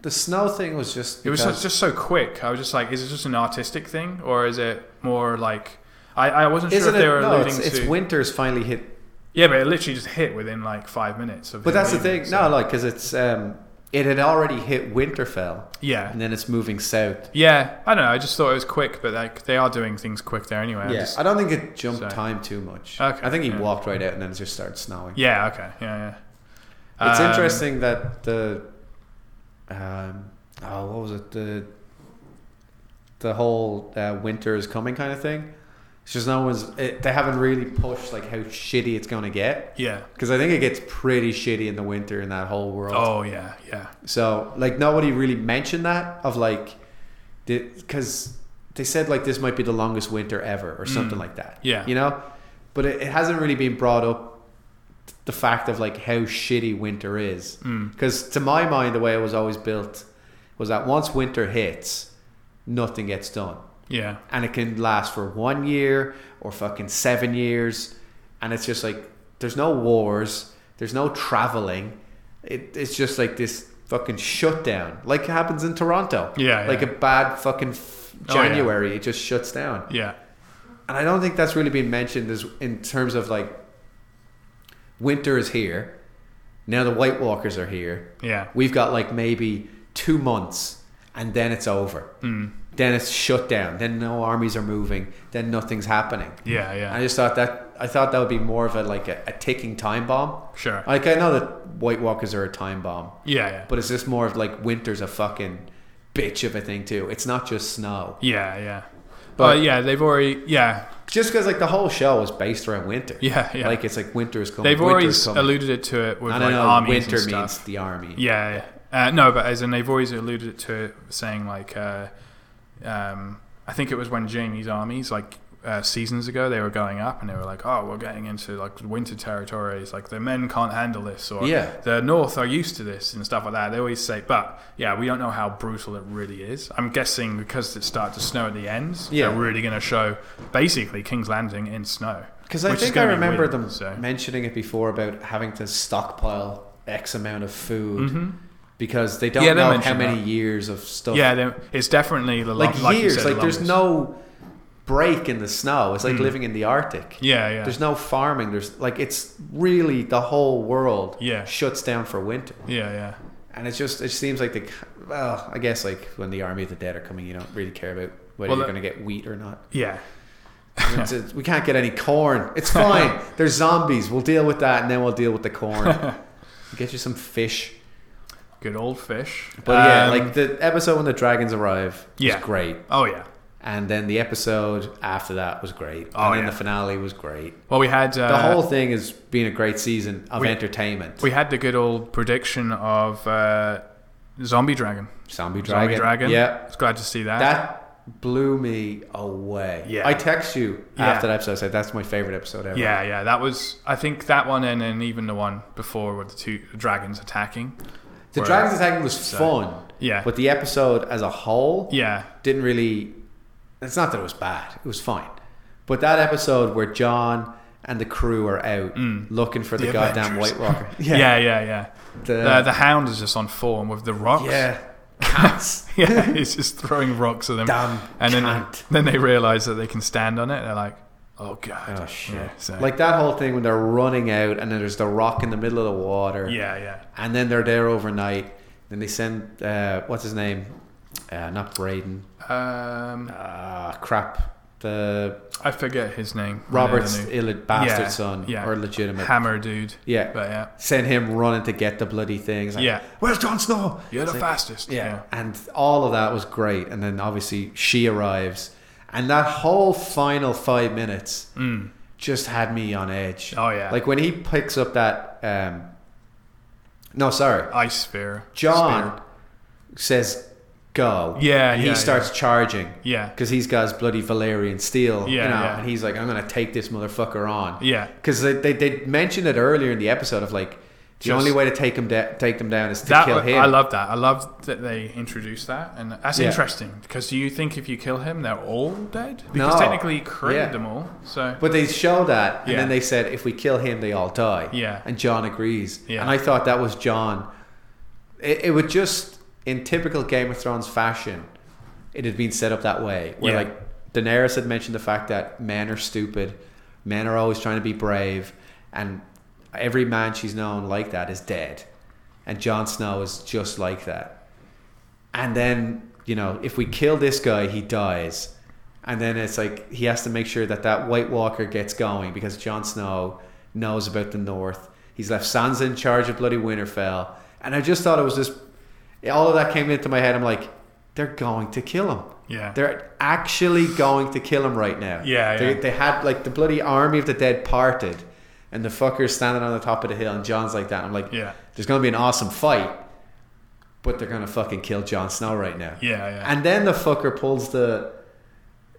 [SPEAKER 2] the snow thing was just
[SPEAKER 1] It was
[SPEAKER 2] because-
[SPEAKER 1] just, just so quick. I was just like, is it just an artistic thing, or is it more like? I, I wasn't sure
[SPEAKER 2] isn't
[SPEAKER 1] if they were
[SPEAKER 2] it no
[SPEAKER 1] alluding
[SPEAKER 2] it's, it's
[SPEAKER 1] to.
[SPEAKER 2] winter's finally hit
[SPEAKER 1] yeah, but it literally just hit within like five minutes of.
[SPEAKER 2] but
[SPEAKER 1] him
[SPEAKER 2] that's the
[SPEAKER 1] leaving,
[SPEAKER 2] thing
[SPEAKER 1] so-
[SPEAKER 2] no like because it's um it had already hit winterfell
[SPEAKER 1] Yeah,
[SPEAKER 2] and then it's moving south
[SPEAKER 1] yeah. I don't know. I just thought it was quick, but like they are doing things quick there anyway. I
[SPEAKER 2] Yeah,
[SPEAKER 1] just-
[SPEAKER 2] I don't think it jumped
[SPEAKER 1] so-
[SPEAKER 2] time too much.
[SPEAKER 1] Okay,
[SPEAKER 2] I think he
[SPEAKER 1] yeah.
[SPEAKER 2] walked right out and then it just started snowing.
[SPEAKER 1] yeah. Okay. Yeah. Yeah.
[SPEAKER 2] It's
[SPEAKER 1] Um,
[SPEAKER 2] interesting that the um oh what was it the the whole uh, winter is coming kind of thing It's just no one's. It, they haven't really pushed like how shitty it's going to get.
[SPEAKER 1] Yeah.
[SPEAKER 2] Because I think it gets pretty shitty in the winter in that whole world.
[SPEAKER 1] Oh yeah, yeah.
[SPEAKER 2] So like nobody really mentioned that of like, because they said like this might be the longest winter ever or something like that.
[SPEAKER 1] Yeah.
[SPEAKER 2] You know, but it, it hasn't really been brought up the fact of like how shitty winter is. Because to my mind, the way it was always built was that once winter hits, nothing gets done
[SPEAKER 1] Yeah.
[SPEAKER 2] and it can last for one year or fucking seven years and it's just like there's no wars there's no traveling it, it's just like this fucking shutdown like happens in toronto
[SPEAKER 1] Yeah,
[SPEAKER 2] like
[SPEAKER 1] yeah.
[SPEAKER 2] a bad fucking f-
[SPEAKER 1] Oh, yeah.
[SPEAKER 2] january it just shuts down
[SPEAKER 1] Yeah.
[SPEAKER 2] and i don't think that's really been mentioned as in terms of like winter is here now the white walkers are here
[SPEAKER 1] Yeah.
[SPEAKER 2] we've got like maybe two months and then it's over
[SPEAKER 1] Hmm.
[SPEAKER 2] mm. then it's shut down then no armies are moving then nothing's happening
[SPEAKER 1] Yeah.
[SPEAKER 2] i
[SPEAKER 1] Yeah.
[SPEAKER 2] just thought that i thought that would be more of a like a, a ticking time bomb
[SPEAKER 1] Sure.
[SPEAKER 2] like i know that white walkers are a time bomb
[SPEAKER 1] Yeah. Yeah.
[SPEAKER 2] but it's just more of like winter's a fucking bitch of a thing too it's not just snow
[SPEAKER 1] Yeah. Yeah.
[SPEAKER 2] But-
[SPEAKER 1] But yeah, they've already yeah
[SPEAKER 2] just because like the whole show is based around winter
[SPEAKER 1] Yeah, yeah.
[SPEAKER 2] like it's like winter is coming
[SPEAKER 1] they've already
[SPEAKER 2] winter's coming.
[SPEAKER 1] alluded it to it with
[SPEAKER 2] i
[SPEAKER 1] like
[SPEAKER 2] don't know
[SPEAKER 1] armies
[SPEAKER 2] winter
[SPEAKER 1] and stuff.
[SPEAKER 2] means the army
[SPEAKER 1] Yeah, yeah. Uh, no, but as in they've always alluded to it, saying like, uh, um, I think it was when Jamie's armies like uh, seasons ago they were going up and they were like, oh, we're getting into like winter territories, like the men can't handle this, or
[SPEAKER 2] Yeah.
[SPEAKER 1] the North are used to this and stuff like that. They always say, but yeah, we don't know how brutal it really is. I'm guessing because it started to snow at the ends,
[SPEAKER 2] Yeah.
[SPEAKER 1] they're really going to show basically King's Landing in snow.
[SPEAKER 2] Because I
[SPEAKER 1] which is
[SPEAKER 2] think I
[SPEAKER 1] gonna be
[SPEAKER 2] remember
[SPEAKER 1] weird,
[SPEAKER 2] them
[SPEAKER 1] so.
[SPEAKER 2] mentioning it before about having to stockpile X amount of food because they don't
[SPEAKER 1] Mm-hmm. Yeah, they
[SPEAKER 2] know how
[SPEAKER 1] mentioned
[SPEAKER 2] many
[SPEAKER 1] that.
[SPEAKER 2] years of stuff.
[SPEAKER 1] Yeah, they're- it's definitely the
[SPEAKER 2] like,
[SPEAKER 1] long, like you
[SPEAKER 2] years.
[SPEAKER 1] said,
[SPEAKER 2] like
[SPEAKER 1] the
[SPEAKER 2] there's
[SPEAKER 1] longest.
[SPEAKER 2] no break in the snow. It's like living in the Arctic.
[SPEAKER 1] yeah, yeah,
[SPEAKER 2] There's no farming. There's like it's really the whole world
[SPEAKER 1] Yeah.
[SPEAKER 2] shuts down for winter,
[SPEAKER 1] yeah, yeah.
[SPEAKER 2] and it's just it seems like the well, I guess like when the army of the dead are coming, you don't really care about
[SPEAKER 1] Well,
[SPEAKER 2] whether you're
[SPEAKER 1] that-
[SPEAKER 2] going to get wheat or not.
[SPEAKER 1] Yeah.
[SPEAKER 2] It's- it's- we can't get any corn. It's fine. They're zombies. We'll deal with that, and then we'll deal with the corn. get you some fish.
[SPEAKER 1] Good old fish.
[SPEAKER 2] But yeah,
[SPEAKER 1] Um,
[SPEAKER 2] like the episode when the dragons arrive
[SPEAKER 1] Yeah.
[SPEAKER 2] was great,
[SPEAKER 1] oh yeah.
[SPEAKER 2] and then the episode after that was great,
[SPEAKER 1] Oh,
[SPEAKER 2] and then
[SPEAKER 1] yeah.
[SPEAKER 2] the finale was great.
[SPEAKER 1] Well, we had uh,
[SPEAKER 2] The whole thing has been a great season of
[SPEAKER 1] we-
[SPEAKER 2] entertainment.
[SPEAKER 1] we had the good old prediction of uh, zombie dragon.
[SPEAKER 2] Zombie dragon.
[SPEAKER 1] Zombie dragon.
[SPEAKER 2] Yeah,
[SPEAKER 1] it's glad to see that.
[SPEAKER 2] that blew me away.
[SPEAKER 1] Yeah.
[SPEAKER 2] I text you
[SPEAKER 1] Yeah.
[SPEAKER 2] after that episode. I said that's my favorite episode ever.
[SPEAKER 1] yeah, yeah, that was. I think that one and then even the one before with the two dragons attacking.
[SPEAKER 2] the
[SPEAKER 1] were-
[SPEAKER 2] dragons attacking was fun.
[SPEAKER 1] Yeah.
[SPEAKER 2] but the episode as a whole,
[SPEAKER 1] Yeah,
[SPEAKER 2] didn't really. It's not that it was bad; it was fine. But that episode where John and the crew are out looking for the,
[SPEAKER 1] Mm. The
[SPEAKER 2] goddamn
[SPEAKER 1] Avengers.
[SPEAKER 2] White Walker,
[SPEAKER 1] yeah, yeah, yeah. The,
[SPEAKER 2] the,
[SPEAKER 1] the hound is just on form with the rocks.
[SPEAKER 2] yeah, cats.
[SPEAKER 1] yeah. He's just throwing rocks at them.
[SPEAKER 2] Damn
[SPEAKER 1] and then
[SPEAKER 2] cunt.
[SPEAKER 1] then they realize that they can stand on it. They're like, oh god.
[SPEAKER 2] Oh, shit.
[SPEAKER 1] Yeah, so-
[SPEAKER 2] like that whole thing when they're running out, and then there's the rock in the middle of the water.
[SPEAKER 1] yeah, yeah.
[SPEAKER 2] and then they're there overnight. Then they send uh, what's his name? Uh, not Braden.
[SPEAKER 1] Um,
[SPEAKER 2] Ah, crap. The
[SPEAKER 1] I forget his name.
[SPEAKER 2] Robert's
[SPEAKER 1] I know Oh, the new-
[SPEAKER 2] ill bastard
[SPEAKER 1] Yeah,
[SPEAKER 2] son
[SPEAKER 1] yeah.
[SPEAKER 2] or legitimate.
[SPEAKER 1] hammer dude.
[SPEAKER 2] yeah,
[SPEAKER 1] But yeah,
[SPEAKER 2] send him running to get the bloody things. Like,
[SPEAKER 1] Yeah.
[SPEAKER 2] where's Jon Snow?
[SPEAKER 1] you're
[SPEAKER 2] It's
[SPEAKER 1] the
[SPEAKER 2] like,
[SPEAKER 1] fastest.
[SPEAKER 2] yeah. and all of that was great. And then obviously she arrives, and that whole final five minutes just had me on edge.
[SPEAKER 1] Mm. Oh, yeah.
[SPEAKER 2] like when he picks up that. Um, no, sorry,
[SPEAKER 1] Ice sphere.
[SPEAKER 2] John says go.
[SPEAKER 1] Yeah,
[SPEAKER 2] and he
[SPEAKER 1] yeah,
[SPEAKER 2] starts charging.
[SPEAKER 1] Yeah.
[SPEAKER 2] because he's got his bloody Valerian steel. you
[SPEAKER 1] Yeah,
[SPEAKER 2] know,
[SPEAKER 1] yeah.
[SPEAKER 2] and he's like, I'm gonna take this motherfucker on.
[SPEAKER 1] Spear. Yeah.
[SPEAKER 2] Because they, they, they mentioned it earlier in the episode of like the
[SPEAKER 1] Just-
[SPEAKER 2] only way to take him da- take them down is to
[SPEAKER 1] That
[SPEAKER 2] kill
[SPEAKER 1] wa-
[SPEAKER 2] him.
[SPEAKER 1] I love that. I love that they introduced that, and that's
[SPEAKER 2] Yeah.
[SPEAKER 1] interesting because do you think if you kill him, they're all dead? Because
[SPEAKER 2] No.
[SPEAKER 1] technically, he created
[SPEAKER 2] Yeah.
[SPEAKER 1] them all. So
[SPEAKER 2] but they show that, and
[SPEAKER 1] Yeah.
[SPEAKER 2] then they said if we kill him, they all die.
[SPEAKER 1] Yeah.
[SPEAKER 2] and John agrees.
[SPEAKER 1] Yeah.
[SPEAKER 2] and I thought that was John. It, it would just in typical Game of Thrones fashion, it had been set up that way. Where
[SPEAKER 1] Yeah.
[SPEAKER 2] like Daenerys had mentioned the fact that men are stupid, men are always trying to be brave, and every man she's known like that is dead, and Jon Snow is just like that. and then you know if we kill this guy he dies and then it's like he has to make sure that that white walker gets going because Jon Snow knows about the north he's left Sansa in charge of bloody Winterfell and I just thought it was just all of that came into my head I'm like they're going to kill him
[SPEAKER 1] Yeah.
[SPEAKER 2] They're actually going to kill him right now.
[SPEAKER 1] Yeah,
[SPEAKER 2] They,
[SPEAKER 1] yeah.
[SPEAKER 2] they had like the bloody army of the dead parted, and the fucker's standing on the top of the hill, and John's like that. I'm like,
[SPEAKER 1] Yeah.
[SPEAKER 2] there's going to be an awesome fight, but they're going to fucking kill Jon Snow right now.
[SPEAKER 1] Yeah, yeah.
[SPEAKER 2] And then the fucker pulls the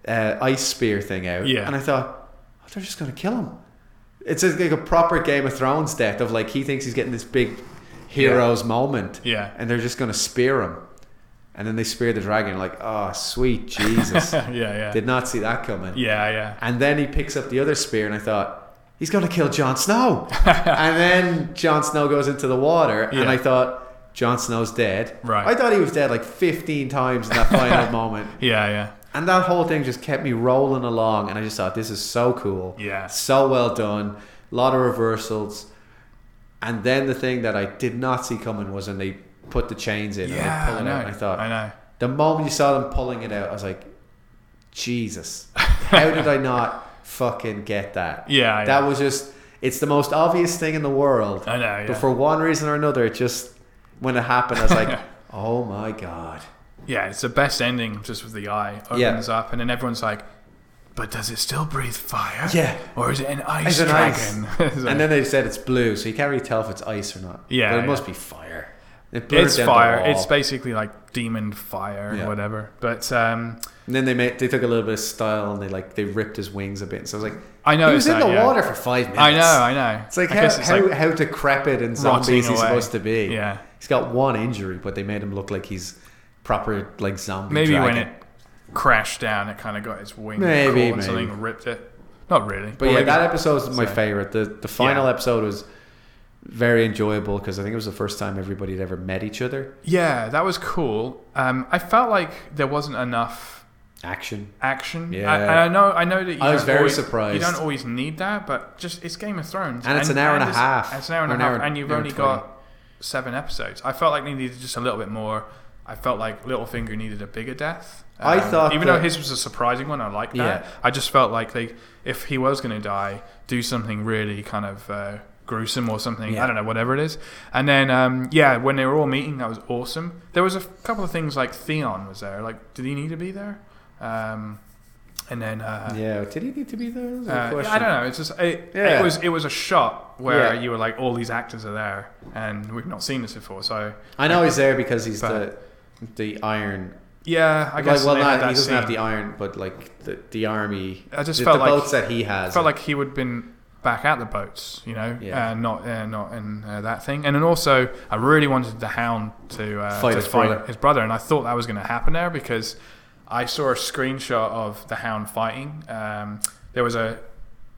[SPEAKER 2] uh, ice spear thing out.
[SPEAKER 1] Yeah.
[SPEAKER 2] And I thought, oh, they're just going to kill him. It's a- like a proper Game of Thrones death of like he thinks he's getting this big hero's moment.
[SPEAKER 1] Yeah.
[SPEAKER 2] And they're just going to spear him. And then they spear the dragon. Like, oh, sweet Jesus.
[SPEAKER 1] yeah, yeah.
[SPEAKER 2] Did not see that coming.
[SPEAKER 1] yeah, yeah.
[SPEAKER 2] And then he picks up the other spear, and I thought, he's going to kill Jon Snow. and then Jon Snow goes into the water, and
[SPEAKER 1] Yeah.
[SPEAKER 2] I thought, Jon Snow's dead.
[SPEAKER 1] Right.
[SPEAKER 2] I thought he was dead like 15 times in that final moment.
[SPEAKER 1] Yeah, yeah.
[SPEAKER 2] And that whole thing just kept me rolling along, and I just thought, this is so cool.
[SPEAKER 1] Yeah.
[SPEAKER 2] So well done. A lot of reversals. And then the thing that I did not see coming was when they put the chains in
[SPEAKER 1] Yeah,
[SPEAKER 2] and they pull
[SPEAKER 1] I
[SPEAKER 2] it
[SPEAKER 1] know.
[SPEAKER 2] out. And I thought,
[SPEAKER 1] I know.
[SPEAKER 2] the moment you saw them pulling it out, I was like, Jesus, how did I not fucking get that?
[SPEAKER 1] Yeah, I
[SPEAKER 2] That
[SPEAKER 1] know.
[SPEAKER 2] was just, it's the most obvious thing in the world.
[SPEAKER 1] I know, yeah.
[SPEAKER 2] But for one reason or another, it just, when it happened, I was like, oh my God.
[SPEAKER 1] Yeah, it's the best ending just with the eye
[SPEAKER 2] Yeah.
[SPEAKER 1] opens up, and then everyone's like, "But does it still breathe fire?
[SPEAKER 2] Yeah.
[SPEAKER 1] or is it an ice
[SPEAKER 2] It's an ice.
[SPEAKER 1] dragon?" So-
[SPEAKER 2] And then they said it's blue, so you can't really tell if it's ice or not.
[SPEAKER 1] Yeah,
[SPEAKER 2] But it
[SPEAKER 1] yeah.
[SPEAKER 2] must be fire. It blurs
[SPEAKER 1] it's
[SPEAKER 2] down the
[SPEAKER 1] fire.
[SPEAKER 2] wall.
[SPEAKER 1] It's basically like demon fire
[SPEAKER 2] Yeah.
[SPEAKER 1] or whatever. But um,
[SPEAKER 2] and then they made, they took a little bit of style and they like they ripped his wings a bit. So I was like,
[SPEAKER 1] I
[SPEAKER 2] he was
[SPEAKER 1] noticed
[SPEAKER 2] in
[SPEAKER 1] that,
[SPEAKER 2] the
[SPEAKER 1] yeah.
[SPEAKER 2] water for five minutes.
[SPEAKER 1] I know, I know.
[SPEAKER 2] It's like
[SPEAKER 1] I
[SPEAKER 2] how,
[SPEAKER 1] guess it's
[SPEAKER 2] how,
[SPEAKER 1] like
[SPEAKER 2] how decrepit and
[SPEAKER 1] rotting
[SPEAKER 2] zombie he's
[SPEAKER 1] away.
[SPEAKER 2] supposed to be.
[SPEAKER 1] Yeah.
[SPEAKER 2] he's got one injury, but they made him look like he's proper like zombie.
[SPEAKER 1] maybe
[SPEAKER 2] dragon.
[SPEAKER 1] when it crashed down, it kind of got its wing
[SPEAKER 2] Maybe,
[SPEAKER 1] caught
[SPEAKER 2] maybe.
[SPEAKER 1] and something ripped it. Not really,
[SPEAKER 2] But
[SPEAKER 1] Well,
[SPEAKER 2] yeah,
[SPEAKER 1] maybe-
[SPEAKER 2] that episode was my
[SPEAKER 1] so-
[SPEAKER 2] favorite. The the final
[SPEAKER 1] Yeah.
[SPEAKER 2] episode was very enjoyable because I think it was the first time everybody had ever met each other.
[SPEAKER 1] yeah, that was cool. Um, I felt like there wasn't enough
[SPEAKER 2] Action.
[SPEAKER 1] action.
[SPEAKER 2] Yeah.
[SPEAKER 1] I, and I know. I know that you.
[SPEAKER 2] I was
[SPEAKER 1] don't
[SPEAKER 2] very
[SPEAKER 1] always,
[SPEAKER 2] surprised.
[SPEAKER 1] You don't always need that, but just it's Game of Thrones,
[SPEAKER 2] And it's an hour and a
[SPEAKER 1] it's-
[SPEAKER 2] half,
[SPEAKER 1] It's an hour and
[SPEAKER 2] or
[SPEAKER 1] a
[SPEAKER 2] an
[SPEAKER 1] half,
[SPEAKER 2] hour-
[SPEAKER 1] and you've
[SPEAKER 2] hour
[SPEAKER 1] only
[SPEAKER 2] and 20.
[SPEAKER 1] got seven episodes. I felt like they needed just a little bit more. I felt like Littlefinger needed a bigger death. Um,
[SPEAKER 2] I thought
[SPEAKER 1] even though
[SPEAKER 2] that-
[SPEAKER 1] his was a surprising one, I like that.
[SPEAKER 2] Yeah.
[SPEAKER 1] I just felt like they, if he was going to die, do something really kind of. Uh, gruesome or something
[SPEAKER 2] Yeah.
[SPEAKER 1] i don't know whatever it is and then um yeah when they were all meeting that was awesome there was a f- couple of things like theon was there like did he need to be there um and then uh,
[SPEAKER 2] Yeah, did he need to be there? That was a
[SPEAKER 1] uh,
[SPEAKER 2] question.
[SPEAKER 1] I don't know. It's just it,
[SPEAKER 2] Yeah.
[SPEAKER 1] it was it was a shot where
[SPEAKER 2] Yeah.
[SPEAKER 1] you were like, all these actors are there, and we've not seen this before. So
[SPEAKER 2] I know he's there because he's
[SPEAKER 1] But-
[SPEAKER 2] the the iron.
[SPEAKER 1] yeah, I
[SPEAKER 2] Like,
[SPEAKER 1] guess
[SPEAKER 2] well,
[SPEAKER 1] they had
[SPEAKER 2] not
[SPEAKER 1] that
[SPEAKER 2] he doesn't have
[SPEAKER 1] scene.
[SPEAKER 2] the iron, but like the the army.
[SPEAKER 1] I just
[SPEAKER 2] the,
[SPEAKER 1] felt
[SPEAKER 2] the
[SPEAKER 1] like-
[SPEAKER 2] boats that he has.
[SPEAKER 1] I felt like he would have been back at the boats, you know,
[SPEAKER 2] Yeah.
[SPEAKER 1] uh, not uh, not in uh, that thing. And then also, I really wanted the Hound to uh,
[SPEAKER 2] Fight
[SPEAKER 1] to
[SPEAKER 2] his
[SPEAKER 1] fight
[SPEAKER 2] brother.
[SPEAKER 1] his brother, and I thought that was going to happen there because I saw a screenshot of the Hound fighting. Um, there was a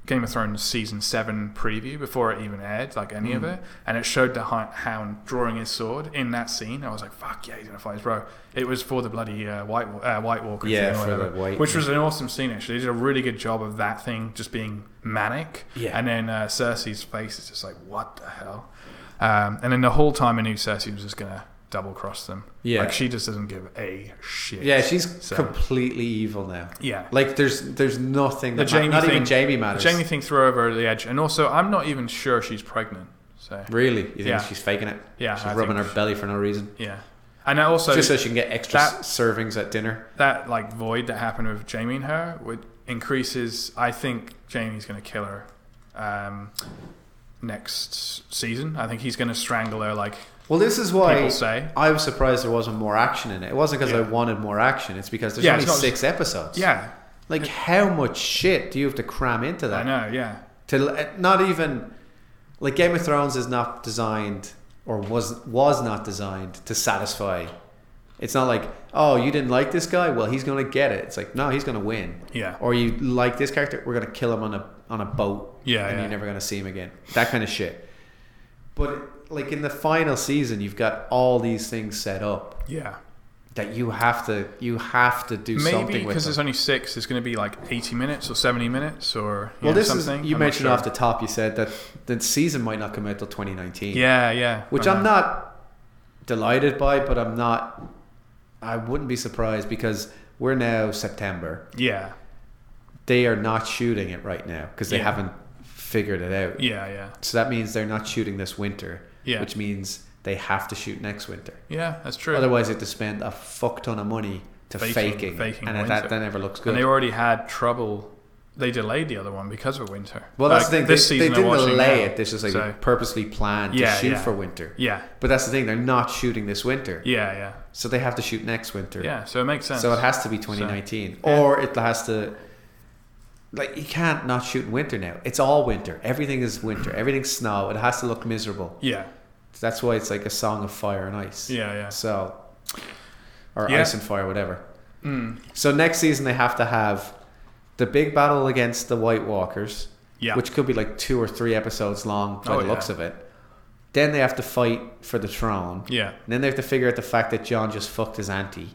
[SPEAKER 1] Game of Thrones season seven preview before it even aired, like any
[SPEAKER 2] Hmm.
[SPEAKER 1] of it, and it showed the Hi- Hound drawing his sword in that scene. I was like, "Fuck yeah, he's gonna fight his bro." It was for the bloody uh, White Wa- uh, White Walker,
[SPEAKER 2] Yeah,
[SPEAKER 1] thing or
[SPEAKER 2] for the
[SPEAKER 1] whatever,
[SPEAKER 2] White-
[SPEAKER 1] which was an awesome scene actually. They did a really good job of that thing just being manic,
[SPEAKER 2] Yeah.
[SPEAKER 1] and then uh, Cersei's face is just like, "What the hell?" Um, and then the whole time I knew Cersei was just gonna double cross them.
[SPEAKER 2] Yeah.
[SPEAKER 1] like she just doesn't give a shit.
[SPEAKER 2] yeah, she's
[SPEAKER 1] So-
[SPEAKER 2] completely evil now.
[SPEAKER 1] yeah.
[SPEAKER 2] Like there's there's nothing
[SPEAKER 1] the
[SPEAKER 2] that
[SPEAKER 1] Jamie
[SPEAKER 2] not
[SPEAKER 1] thing,
[SPEAKER 2] even Jamie
[SPEAKER 1] the
[SPEAKER 2] matters.
[SPEAKER 1] Jamie thing threw her over the edge, and also I'm not even sure she's pregnant. So
[SPEAKER 2] really? You think
[SPEAKER 1] Yeah.
[SPEAKER 2] she's faking it?
[SPEAKER 1] Yeah,
[SPEAKER 2] she's
[SPEAKER 1] I
[SPEAKER 2] rubbing
[SPEAKER 1] think-
[SPEAKER 2] her belly for no reason,
[SPEAKER 1] yeah, and I also
[SPEAKER 2] just so she can get extra
[SPEAKER 1] that-
[SPEAKER 2] s- servings at dinner.
[SPEAKER 1] that like void that happened with Jamie and her would increases. I think Jamie's going to kill her um, next season. I think he's going to strangle her. Like
[SPEAKER 2] Well, this is why
[SPEAKER 1] People say.
[SPEAKER 2] I was surprised there wasn't more action in it. It wasn't because
[SPEAKER 1] Yeah.
[SPEAKER 2] I wanted more action. It's because there's
[SPEAKER 1] Yeah,
[SPEAKER 2] only
[SPEAKER 1] it's not-
[SPEAKER 2] six episodes.
[SPEAKER 1] yeah,
[SPEAKER 2] Like how much shit do you have to cram into
[SPEAKER 1] I
[SPEAKER 2] that?
[SPEAKER 1] know. Yeah,
[SPEAKER 2] to l- eh, not even like Game of Thrones is not designed or was was not designed to satisfy. It's not like oh you didn't like this guy, well he's gonna get it. It's like no he's gonna win.
[SPEAKER 1] Yeah.
[SPEAKER 2] Or you like this character, we're gonna kill him on a on a boat.
[SPEAKER 1] Yeah,
[SPEAKER 2] And
[SPEAKER 1] yeah.
[SPEAKER 2] you're never gonna see him again. That kind of shit. But like in the final season, you've got all these things set up
[SPEAKER 1] yeah.
[SPEAKER 2] that you have to you have to do
[SPEAKER 1] Maybe
[SPEAKER 2] something with.
[SPEAKER 1] because
[SPEAKER 2] Them.
[SPEAKER 1] there's only six, it's going to be like 80 minutes or 70 minutes or you
[SPEAKER 2] Well,
[SPEAKER 1] know,
[SPEAKER 2] this
[SPEAKER 1] something.
[SPEAKER 2] is you
[SPEAKER 1] I'm not
[SPEAKER 2] mentioned
[SPEAKER 1] sure.
[SPEAKER 2] off the top. You said that the season might not come out till 2019.
[SPEAKER 1] Yeah, yeah.
[SPEAKER 2] which
[SPEAKER 1] I
[SPEAKER 2] I'm
[SPEAKER 1] know.
[SPEAKER 2] not delighted by, but I'm not. I wouldn't be surprised because we're now September.
[SPEAKER 1] Yeah,
[SPEAKER 2] They are not shooting it right now because they
[SPEAKER 1] Yeah.
[SPEAKER 2] haven't figured it out.
[SPEAKER 1] yeah, yeah,
[SPEAKER 2] So that means they're not shooting this winter,
[SPEAKER 1] Yeah.
[SPEAKER 2] which means they have to shoot next winter.
[SPEAKER 1] yeah. That's true.
[SPEAKER 2] Otherwise, they have to spend a fuck ton of money to
[SPEAKER 1] Faking-
[SPEAKER 2] faking,
[SPEAKER 1] faking
[SPEAKER 2] and that,
[SPEAKER 1] winter.
[SPEAKER 2] that never looks good.
[SPEAKER 1] And they already had trouble. They delayed the other one because of winter.
[SPEAKER 2] well, that's
[SPEAKER 1] Like,
[SPEAKER 2] the thing.
[SPEAKER 1] This
[SPEAKER 2] they,
[SPEAKER 1] season,
[SPEAKER 2] they
[SPEAKER 1] they're
[SPEAKER 2] didn't
[SPEAKER 1] watching
[SPEAKER 2] delay
[SPEAKER 1] now.
[SPEAKER 2] it. This is like
[SPEAKER 1] So-
[SPEAKER 2] purposely planned to
[SPEAKER 1] Yeah,
[SPEAKER 2] shoot
[SPEAKER 1] yeah.
[SPEAKER 2] for winter.
[SPEAKER 1] yeah,
[SPEAKER 2] But that's the thing. They're not shooting this winter,
[SPEAKER 1] yeah, yeah,
[SPEAKER 2] so they have to shoot next winter.
[SPEAKER 1] yeah. So it makes sense.
[SPEAKER 2] So it has to be 2019,
[SPEAKER 1] yeah.
[SPEAKER 2] or it has to. Like you can't not shoot in winter now. It's all winter. Everything is winter. Everything's snow. It has to look miserable.
[SPEAKER 1] yeah,
[SPEAKER 2] That's why it's like a song of fire and ice.
[SPEAKER 1] yeah, yeah.
[SPEAKER 2] So, or
[SPEAKER 1] Yeah.
[SPEAKER 2] ice and fire, whatever.
[SPEAKER 1] Mm,
[SPEAKER 2] So next season they have to have the big battle against the White Walkers,
[SPEAKER 1] yeah,
[SPEAKER 2] which could be like two or three episodes long by
[SPEAKER 1] Oh,
[SPEAKER 2] the
[SPEAKER 1] yeah.
[SPEAKER 2] looks of it. Then they have to fight for the throne.
[SPEAKER 1] yeah,
[SPEAKER 2] And then they have to figure out the fact that John just fucked his auntie.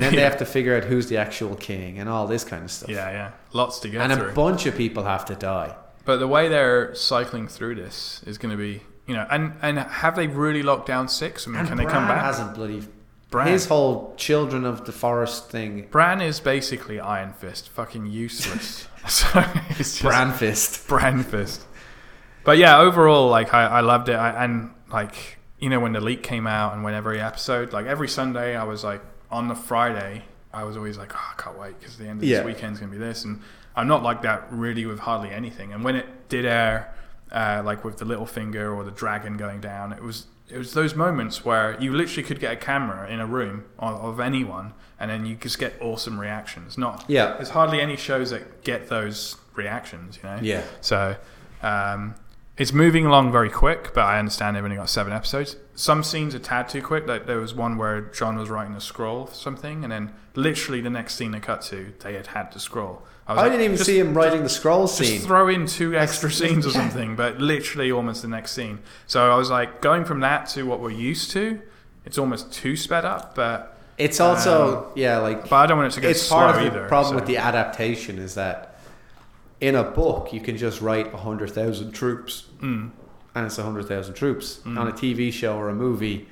[SPEAKER 2] then they
[SPEAKER 1] Yeah.
[SPEAKER 2] have to figure out who's the actual king and all this kind of stuff.
[SPEAKER 1] yeah, yeah. Lots to get
[SPEAKER 2] and
[SPEAKER 1] through.
[SPEAKER 2] a bunch of people have to die.
[SPEAKER 1] But the way they're cycling through this is going to be, you know, and and have they really locked down six? I mean,
[SPEAKER 2] And
[SPEAKER 1] can
[SPEAKER 2] Bran
[SPEAKER 1] they come back?
[SPEAKER 2] hasn't bloody.
[SPEAKER 1] Bran.
[SPEAKER 2] His whole children of the forest thing.
[SPEAKER 1] Bran is basically Iron Fist, fucking useless. so it's just Bran.
[SPEAKER 2] Bran fist.
[SPEAKER 1] Fist. But yeah, overall, like I, I loved it, I, and like you know when the leak came out, and when every episode, like every Sunday, I was like on the Friday, I was always like, oh, I can't wait because the end of
[SPEAKER 2] Yeah.
[SPEAKER 1] this weekend's gonna be this, and I'm not like that really with hardly anything. And when it did air, uh, like with the little finger or the dragon going down, it was it was those moments where you literally could get a camera in a room of, of anyone, and then you just get awesome reactions. Not
[SPEAKER 2] Yeah.
[SPEAKER 1] there's hardly any shows that get those reactions, you know.
[SPEAKER 2] Yeah.
[SPEAKER 1] So um, it's moving along very quick, but I understand they've only got seven episodes. Some scenes are tad too quick. Like there was one where John was writing a scroll for something, and then literally the next scene they cut to, they had had the scroll. was
[SPEAKER 2] I
[SPEAKER 1] like,
[SPEAKER 2] didn't even
[SPEAKER 1] just-
[SPEAKER 2] see him writing the scroll scene.
[SPEAKER 1] Just throw in two extra scenes or
[SPEAKER 2] yeah.
[SPEAKER 1] something, but literally almost the next scene. So I was like, going from that to what we're used to, it's almost too sped up. But
[SPEAKER 2] It's also yeah, like
[SPEAKER 1] but I don't want it to go
[SPEAKER 2] it's
[SPEAKER 1] slow
[SPEAKER 2] part of
[SPEAKER 1] either.
[SPEAKER 2] the problem
[SPEAKER 1] so-
[SPEAKER 2] with the adaptation is that in a book you can just write hundred thousand troops,
[SPEAKER 1] Mm.
[SPEAKER 2] and it's hundred thousand troops. On a TV show or a movie,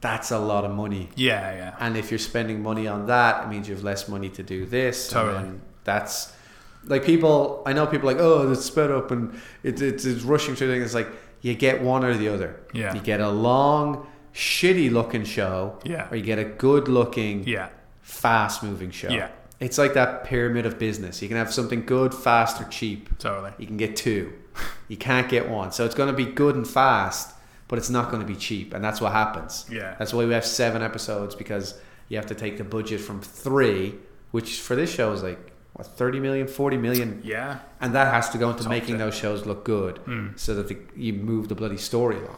[SPEAKER 2] that's a lot of money.
[SPEAKER 1] yeah, yeah,
[SPEAKER 2] And if you're spending money on that, it means you have less money to do this. and
[SPEAKER 1] Totally.
[SPEAKER 2] then that's like people. I know people like, oh, it's sped up and it's it's, it's rushing through things. It's like you get one or the other.
[SPEAKER 1] Yeah.
[SPEAKER 2] You get a long, shitty looking show,
[SPEAKER 1] Yeah.
[SPEAKER 2] or you get a good looking,
[SPEAKER 1] yeah,
[SPEAKER 2] fast moving show.
[SPEAKER 1] Yeah.
[SPEAKER 2] It's like that pyramid of business. You can have something good, fast, or cheap.
[SPEAKER 1] totally.
[SPEAKER 2] You can get two. You can't get one. So it's going to be good and fast, but it's not going to be cheap. And that's what happens.
[SPEAKER 1] Yeah.
[SPEAKER 2] That's why we have seven episodes because you have to take the budget from three, which for this show is like, what, 30 million, 40 million?
[SPEAKER 1] Yeah,
[SPEAKER 2] And that has to go into
[SPEAKER 1] Top
[SPEAKER 2] making
[SPEAKER 1] it.
[SPEAKER 2] those shows look good so that the, you move the bloody story along.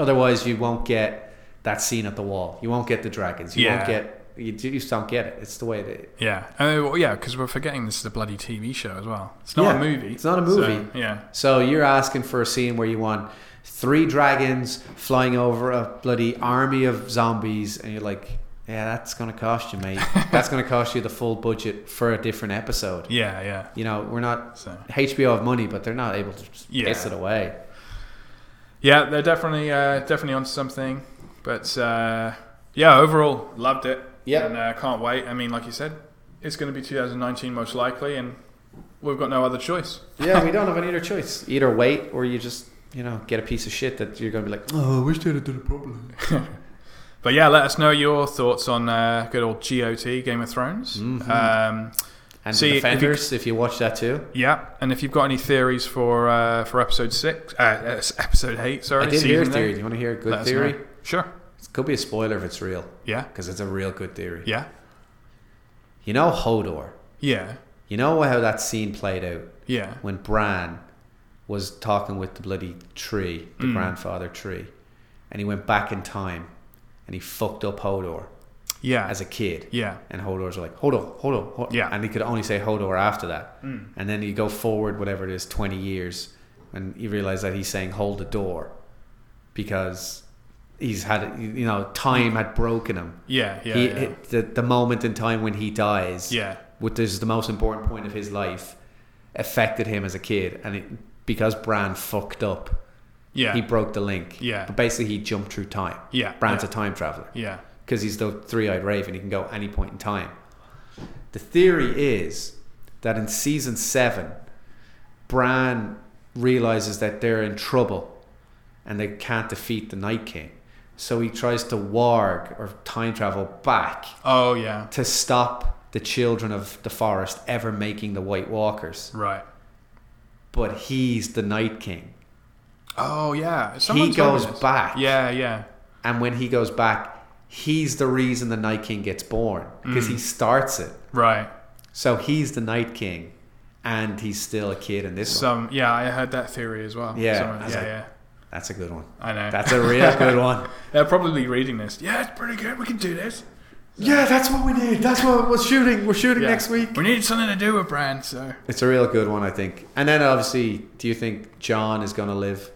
[SPEAKER 2] Otherwise, you won't get that scene at the wall. You won't get the dragons. You
[SPEAKER 1] Yeah.
[SPEAKER 2] won't get. You, ju- you just don't get it. It's the way that.
[SPEAKER 1] yeah. Oh, well, yeah, because we're forgetting this is a bloody TV show as well. It's not
[SPEAKER 2] Yeah,
[SPEAKER 1] a movie.
[SPEAKER 2] it's not a
[SPEAKER 1] So,
[SPEAKER 2] movie.
[SPEAKER 1] yeah,
[SPEAKER 2] So you're asking for a scene where you want three dragons flying over a bloody army of zombies, and you're like, yeah, that's going to cost you, mate. that's going to cost you the full budget for a different episode.
[SPEAKER 1] yeah, yeah.
[SPEAKER 2] You know, we're not.
[SPEAKER 1] So
[SPEAKER 2] HBO have money, but they're not able to just
[SPEAKER 1] Yeah.
[SPEAKER 2] piss it away.
[SPEAKER 1] yeah, they're definitely uh, definitely onto something. But uh, yeah, overall, loved it.
[SPEAKER 2] Yeah.
[SPEAKER 1] and uh, can't wait. I mean, like you said, it's going to be 2019 most likely, and we've got no other choice.
[SPEAKER 2] Yeah, we don't have any other choice. Either wait, or you just you know get a piece of shit that you're gonna be like, oh, I wish they had done it properly.
[SPEAKER 1] But yeah, let us know your thoughts on uh, good old GOT Game of Thrones.
[SPEAKER 2] Mm-hmm.
[SPEAKER 1] Um,
[SPEAKER 2] And
[SPEAKER 1] See,
[SPEAKER 2] the
[SPEAKER 1] if you-
[SPEAKER 2] defenders, if you, watch that too,
[SPEAKER 1] yeah, and if you've got any theories for uh, for episode six, uh, uh, episode eight, sorry,
[SPEAKER 2] I did hear a
[SPEAKER 1] season eight,
[SPEAKER 2] theory. Do you want to hear a
[SPEAKER 1] let
[SPEAKER 2] good
[SPEAKER 1] us know.
[SPEAKER 2] theory?
[SPEAKER 1] Sure.
[SPEAKER 2] It could be a spoiler if it's real,
[SPEAKER 1] Yeah.
[SPEAKER 2] because it's a real good theory.
[SPEAKER 1] Yeah.
[SPEAKER 2] You know Hodor.
[SPEAKER 1] Yeah.
[SPEAKER 2] You know how that scene played out
[SPEAKER 1] Yeah.
[SPEAKER 2] when Bran was talking with the bloody tree, the
[SPEAKER 1] Mm.
[SPEAKER 2] grandfather tree, and he went back in time and he fucked up Hodor
[SPEAKER 1] Yeah.
[SPEAKER 2] as a kid.
[SPEAKER 1] yeah.
[SPEAKER 2] And Hodor's like, hold on, hold on, hold on.
[SPEAKER 1] Yeah. Mm.
[SPEAKER 2] And he could only say Hodor after that. And then you go forward, whatever it is, 20 years, and you realize that he's saying, hold the door because he's had, you know, time had broken him.
[SPEAKER 1] Yeah. Yeah.
[SPEAKER 2] he,
[SPEAKER 1] yeah.
[SPEAKER 2] he- the, the moment in time when he dies,
[SPEAKER 1] yeah.
[SPEAKER 2] which is the most important point of his life, affected him as a kid. And it, because Bran fucked up,
[SPEAKER 1] Yeah.
[SPEAKER 2] he broke the link.
[SPEAKER 1] Yeah.
[SPEAKER 2] But basically, he jumped through time.
[SPEAKER 1] yeah.
[SPEAKER 2] Bran's a time traveler
[SPEAKER 1] Yeah.
[SPEAKER 2] because he's the three-eyed raven. He can go at any point in time. The theory is that in season seven, Bran realizes that they're in trouble and they can't defeat the Night King. So he tries to warg or time travel back
[SPEAKER 1] Oh yeah.
[SPEAKER 2] to stop the children of the forest ever making the White Walkers.
[SPEAKER 1] Right.
[SPEAKER 2] But he's the Night King.
[SPEAKER 1] Oh yeah.
[SPEAKER 2] he goes
[SPEAKER 1] back.
[SPEAKER 2] back.
[SPEAKER 1] Yeah, yeah.
[SPEAKER 2] And when he goes back, he's the reason the Night King gets born because he starts it.
[SPEAKER 1] Right.
[SPEAKER 2] So he's the Night King and he's still a kid in this one.
[SPEAKER 1] Some yeah, I heard that theory as well.
[SPEAKER 2] Yeah,
[SPEAKER 1] Someone-
[SPEAKER 2] I
[SPEAKER 1] yeah,
[SPEAKER 2] was like-
[SPEAKER 1] yeah.
[SPEAKER 2] That's a good one.
[SPEAKER 1] I know.
[SPEAKER 2] That's a real good one.
[SPEAKER 1] They're probably reading this. Yeah, it's pretty good. We can do this.
[SPEAKER 2] Yeah, that's what we need. That's what we're shooting. We're shooting
[SPEAKER 1] Yeah.
[SPEAKER 2] next week.
[SPEAKER 1] We need something to do with Brand. So
[SPEAKER 2] It's a real good one, I think. And then obviously, do you think John is going to live?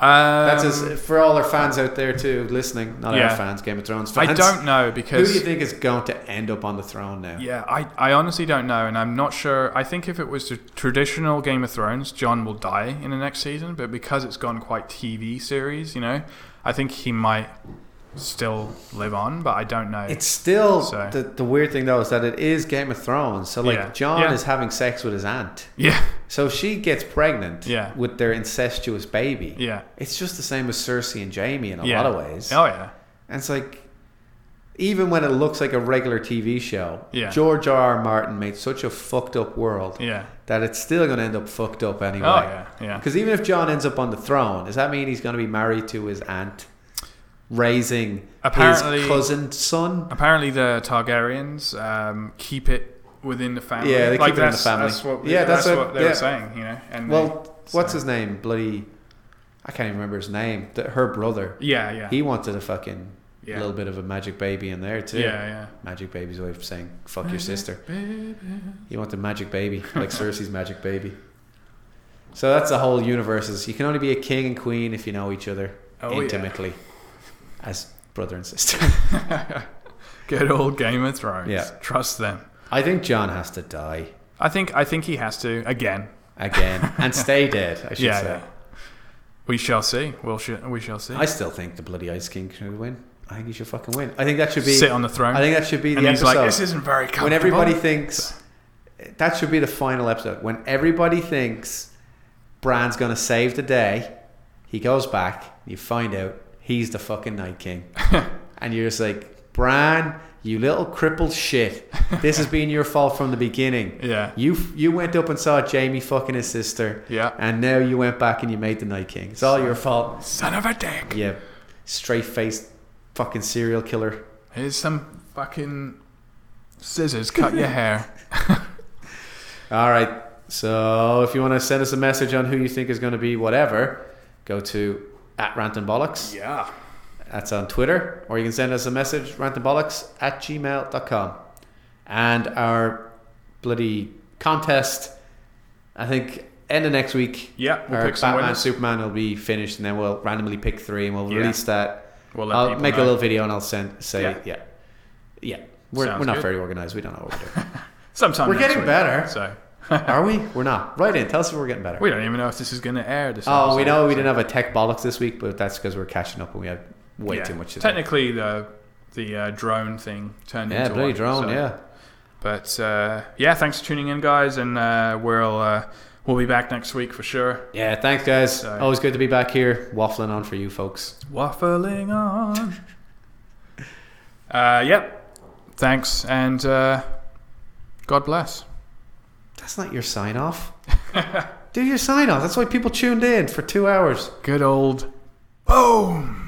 [SPEAKER 2] That's
[SPEAKER 1] Um,
[SPEAKER 2] as, for all our fans out there too listening. Not
[SPEAKER 1] Yeah.
[SPEAKER 2] our fans, Game of Thrones fans.
[SPEAKER 1] I don't know
[SPEAKER 2] Who do
[SPEAKER 1] because
[SPEAKER 2] you think is going to end up on the throne now?
[SPEAKER 1] yeah, I I honestly don't know, and I'm not sure. I think if it was the traditional Game of Thrones, John will die in the next season, but because it's gone quite TV series, you know, I think he might still live on, but I don't know.
[SPEAKER 2] It's still
[SPEAKER 1] So-
[SPEAKER 2] the, the weird thing though is that it is Game of Thrones. So like
[SPEAKER 1] Yeah.
[SPEAKER 2] John
[SPEAKER 1] Yeah.
[SPEAKER 2] is having sex with his aunt.
[SPEAKER 1] yeah,
[SPEAKER 2] So if she gets pregnant
[SPEAKER 1] Yeah.
[SPEAKER 2] with their incestuous baby.
[SPEAKER 1] yeah,
[SPEAKER 2] It's just the same as Cersei and Jamie in a
[SPEAKER 1] yeah.
[SPEAKER 2] lot of ways.
[SPEAKER 1] Oh yeah,
[SPEAKER 2] And it's like even when it looks like a regular TV show,
[SPEAKER 1] Yeah.
[SPEAKER 2] George R. R. Martin made such a fucked up world
[SPEAKER 1] yeah.
[SPEAKER 2] that it's still going to end up fucked up anyway.
[SPEAKER 1] Oh yeah, yeah.
[SPEAKER 2] Because even if John ends up on the throne, does that mean he's going to be married to his aunt, raising
[SPEAKER 1] Apparently-
[SPEAKER 2] his cousin son?
[SPEAKER 1] Apparently, the Targaryens um, keep it within the family.
[SPEAKER 2] Yeah, they
[SPEAKER 1] Like,
[SPEAKER 2] keep it in the
[SPEAKER 1] that's-
[SPEAKER 2] family.
[SPEAKER 1] That's what,
[SPEAKER 2] Yeah, that's
[SPEAKER 1] that's
[SPEAKER 2] what-
[SPEAKER 1] what, they
[SPEAKER 2] yeah.
[SPEAKER 1] were saying, you know. And
[SPEAKER 2] Well,
[SPEAKER 1] they-
[SPEAKER 2] what's
[SPEAKER 1] so-
[SPEAKER 2] his name? Bloody, I can't even remember his name. Th- Her brother.
[SPEAKER 1] Yeah, yeah,
[SPEAKER 2] He wanted a fucking
[SPEAKER 1] yeah,
[SPEAKER 2] little bit of a magic baby in there too.
[SPEAKER 1] yeah, Mm-hmm.
[SPEAKER 2] Magic baby's way of saying fuck your
[SPEAKER 1] Magic
[SPEAKER 2] sister.
[SPEAKER 1] yeah.
[SPEAKER 2] He wanted magic baby, like Cersei's magic baby. So that's the whole universe. Is you can only be a king and queen if you know each other
[SPEAKER 1] Oh, yeah.
[SPEAKER 2] intimately, as brother and sister.
[SPEAKER 1] Good old Game of Thrones.
[SPEAKER 2] Yeah.
[SPEAKER 1] trust them.
[SPEAKER 2] I think John has to die
[SPEAKER 1] I think I think he has to again.
[SPEAKER 2] again and stay dead. I should
[SPEAKER 1] Yeah,
[SPEAKER 2] say.
[SPEAKER 1] yeah. We shall see. We'll sh- we shall see.
[SPEAKER 2] I still think the bloody Ice King should win. I think he should fucking win. I think that should be.
[SPEAKER 1] Sit on the throne.
[SPEAKER 2] I think that should be
[SPEAKER 1] and
[SPEAKER 2] the
[SPEAKER 1] he's
[SPEAKER 2] episode
[SPEAKER 1] like, this isn't very comfortable.
[SPEAKER 2] when everybody thinks that should be the final episode. When everybody thinks Bran's gonna save the day, he goes back. You find out he's the fucking Night King, and you're just like, Bran, you little crippled shit. This has been your fault from the beginning.
[SPEAKER 1] yeah,
[SPEAKER 2] You you went up and saw Jamie fucking his sister,
[SPEAKER 1] yeah,
[SPEAKER 2] and now you went back and you made the Night King. It's all your fault.
[SPEAKER 1] son of a dick.
[SPEAKER 2] Yeah, straight faced fucking serial killer.
[SPEAKER 1] Here's some fucking scissors. Cut your hair.
[SPEAKER 2] All right. So if you want to send us a message on who you think is going to be whatever, go to at rant and bollocks.
[SPEAKER 1] Yeah.
[SPEAKER 2] That's on Twitter. Or you can send us a message, rant and bollocks at gmail.com. And our bloody contest, I think, end of next week.
[SPEAKER 1] Yeah, we'll
[SPEAKER 2] our
[SPEAKER 1] pick some
[SPEAKER 2] Batman
[SPEAKER 1] winners.
[SPEAKER 2] Superman will be finished, and then we'll randomly pick three, and we'll
[SPEAKER 1] Yeah.
[SPEAKER 2] release that.
[SPEAKER 1] We'll let
[SPEAKER 2] I'll
[SPEAKER 1] people
[SPEAKER 2] make a
[SPEAKER 1] know.
[SPEAKER 2] little video, and I'll send say yeah,
[SPEAKER 1] Yeah.
[SPEAKER 2] yeah. We're,
[SPEAKER 1] Sounds
[SPEAKER 2] we're not
[SPEAKER 1] good. Oh,
[SPEAKER 2] very organized. We don't know what we're doing.
[SPEAKER 1] Sometime
[SPEAKER 2] we're
[SPEAKER 1] next
[SPEAKER 2] getting
[SPEAKER 1] week. So
[SPEAKER 2] better. Are we? We're not. Right in. Tell us if we're getting better.
[SPEAKER 1] we don't even know if this is going to air. This
[SPEAKER 2] oh, we
[SPEAKER 1] episode,
[SPEAKER 2] know we
[SPEAKER 1] so-
[SPEAKER 2] didn't have a tech bollocks this week, but that's because we're catching up and we had way
[SPEAKER 1] Yeah.
[SPEAKER 2] too much to do.
[SPEAKER 1] Technically, the the uh, drone thing turned
[SPEAKER 2] Yeah,
[SPEAKER 1] into
[SPEAKER 2] bloody
[SPEAKER 1] one,
[SPEAKER 2] drone,
[SPEAKER 1] so-
[SPEAKER 2] yeah.
[SPEAKER 1] But uh, yeah, thanks for tuning in, guys, and uh, we'll uh, we'll be back next week for sure.
[SPEAKER 2] Yeah, thanks, guys.
[SPEAKER 1] So-
[SPEAKER 2] Always good to be back here, waffling on for you folks.
[SPEAKER 1] Waffling on. uh, yep. Thanks, and uh, God bless.
[SPEAKER 2] That's not your sign off. Do your sign off. That's why people tuned in for two hours.
[SPEAKER 1] Good old boom.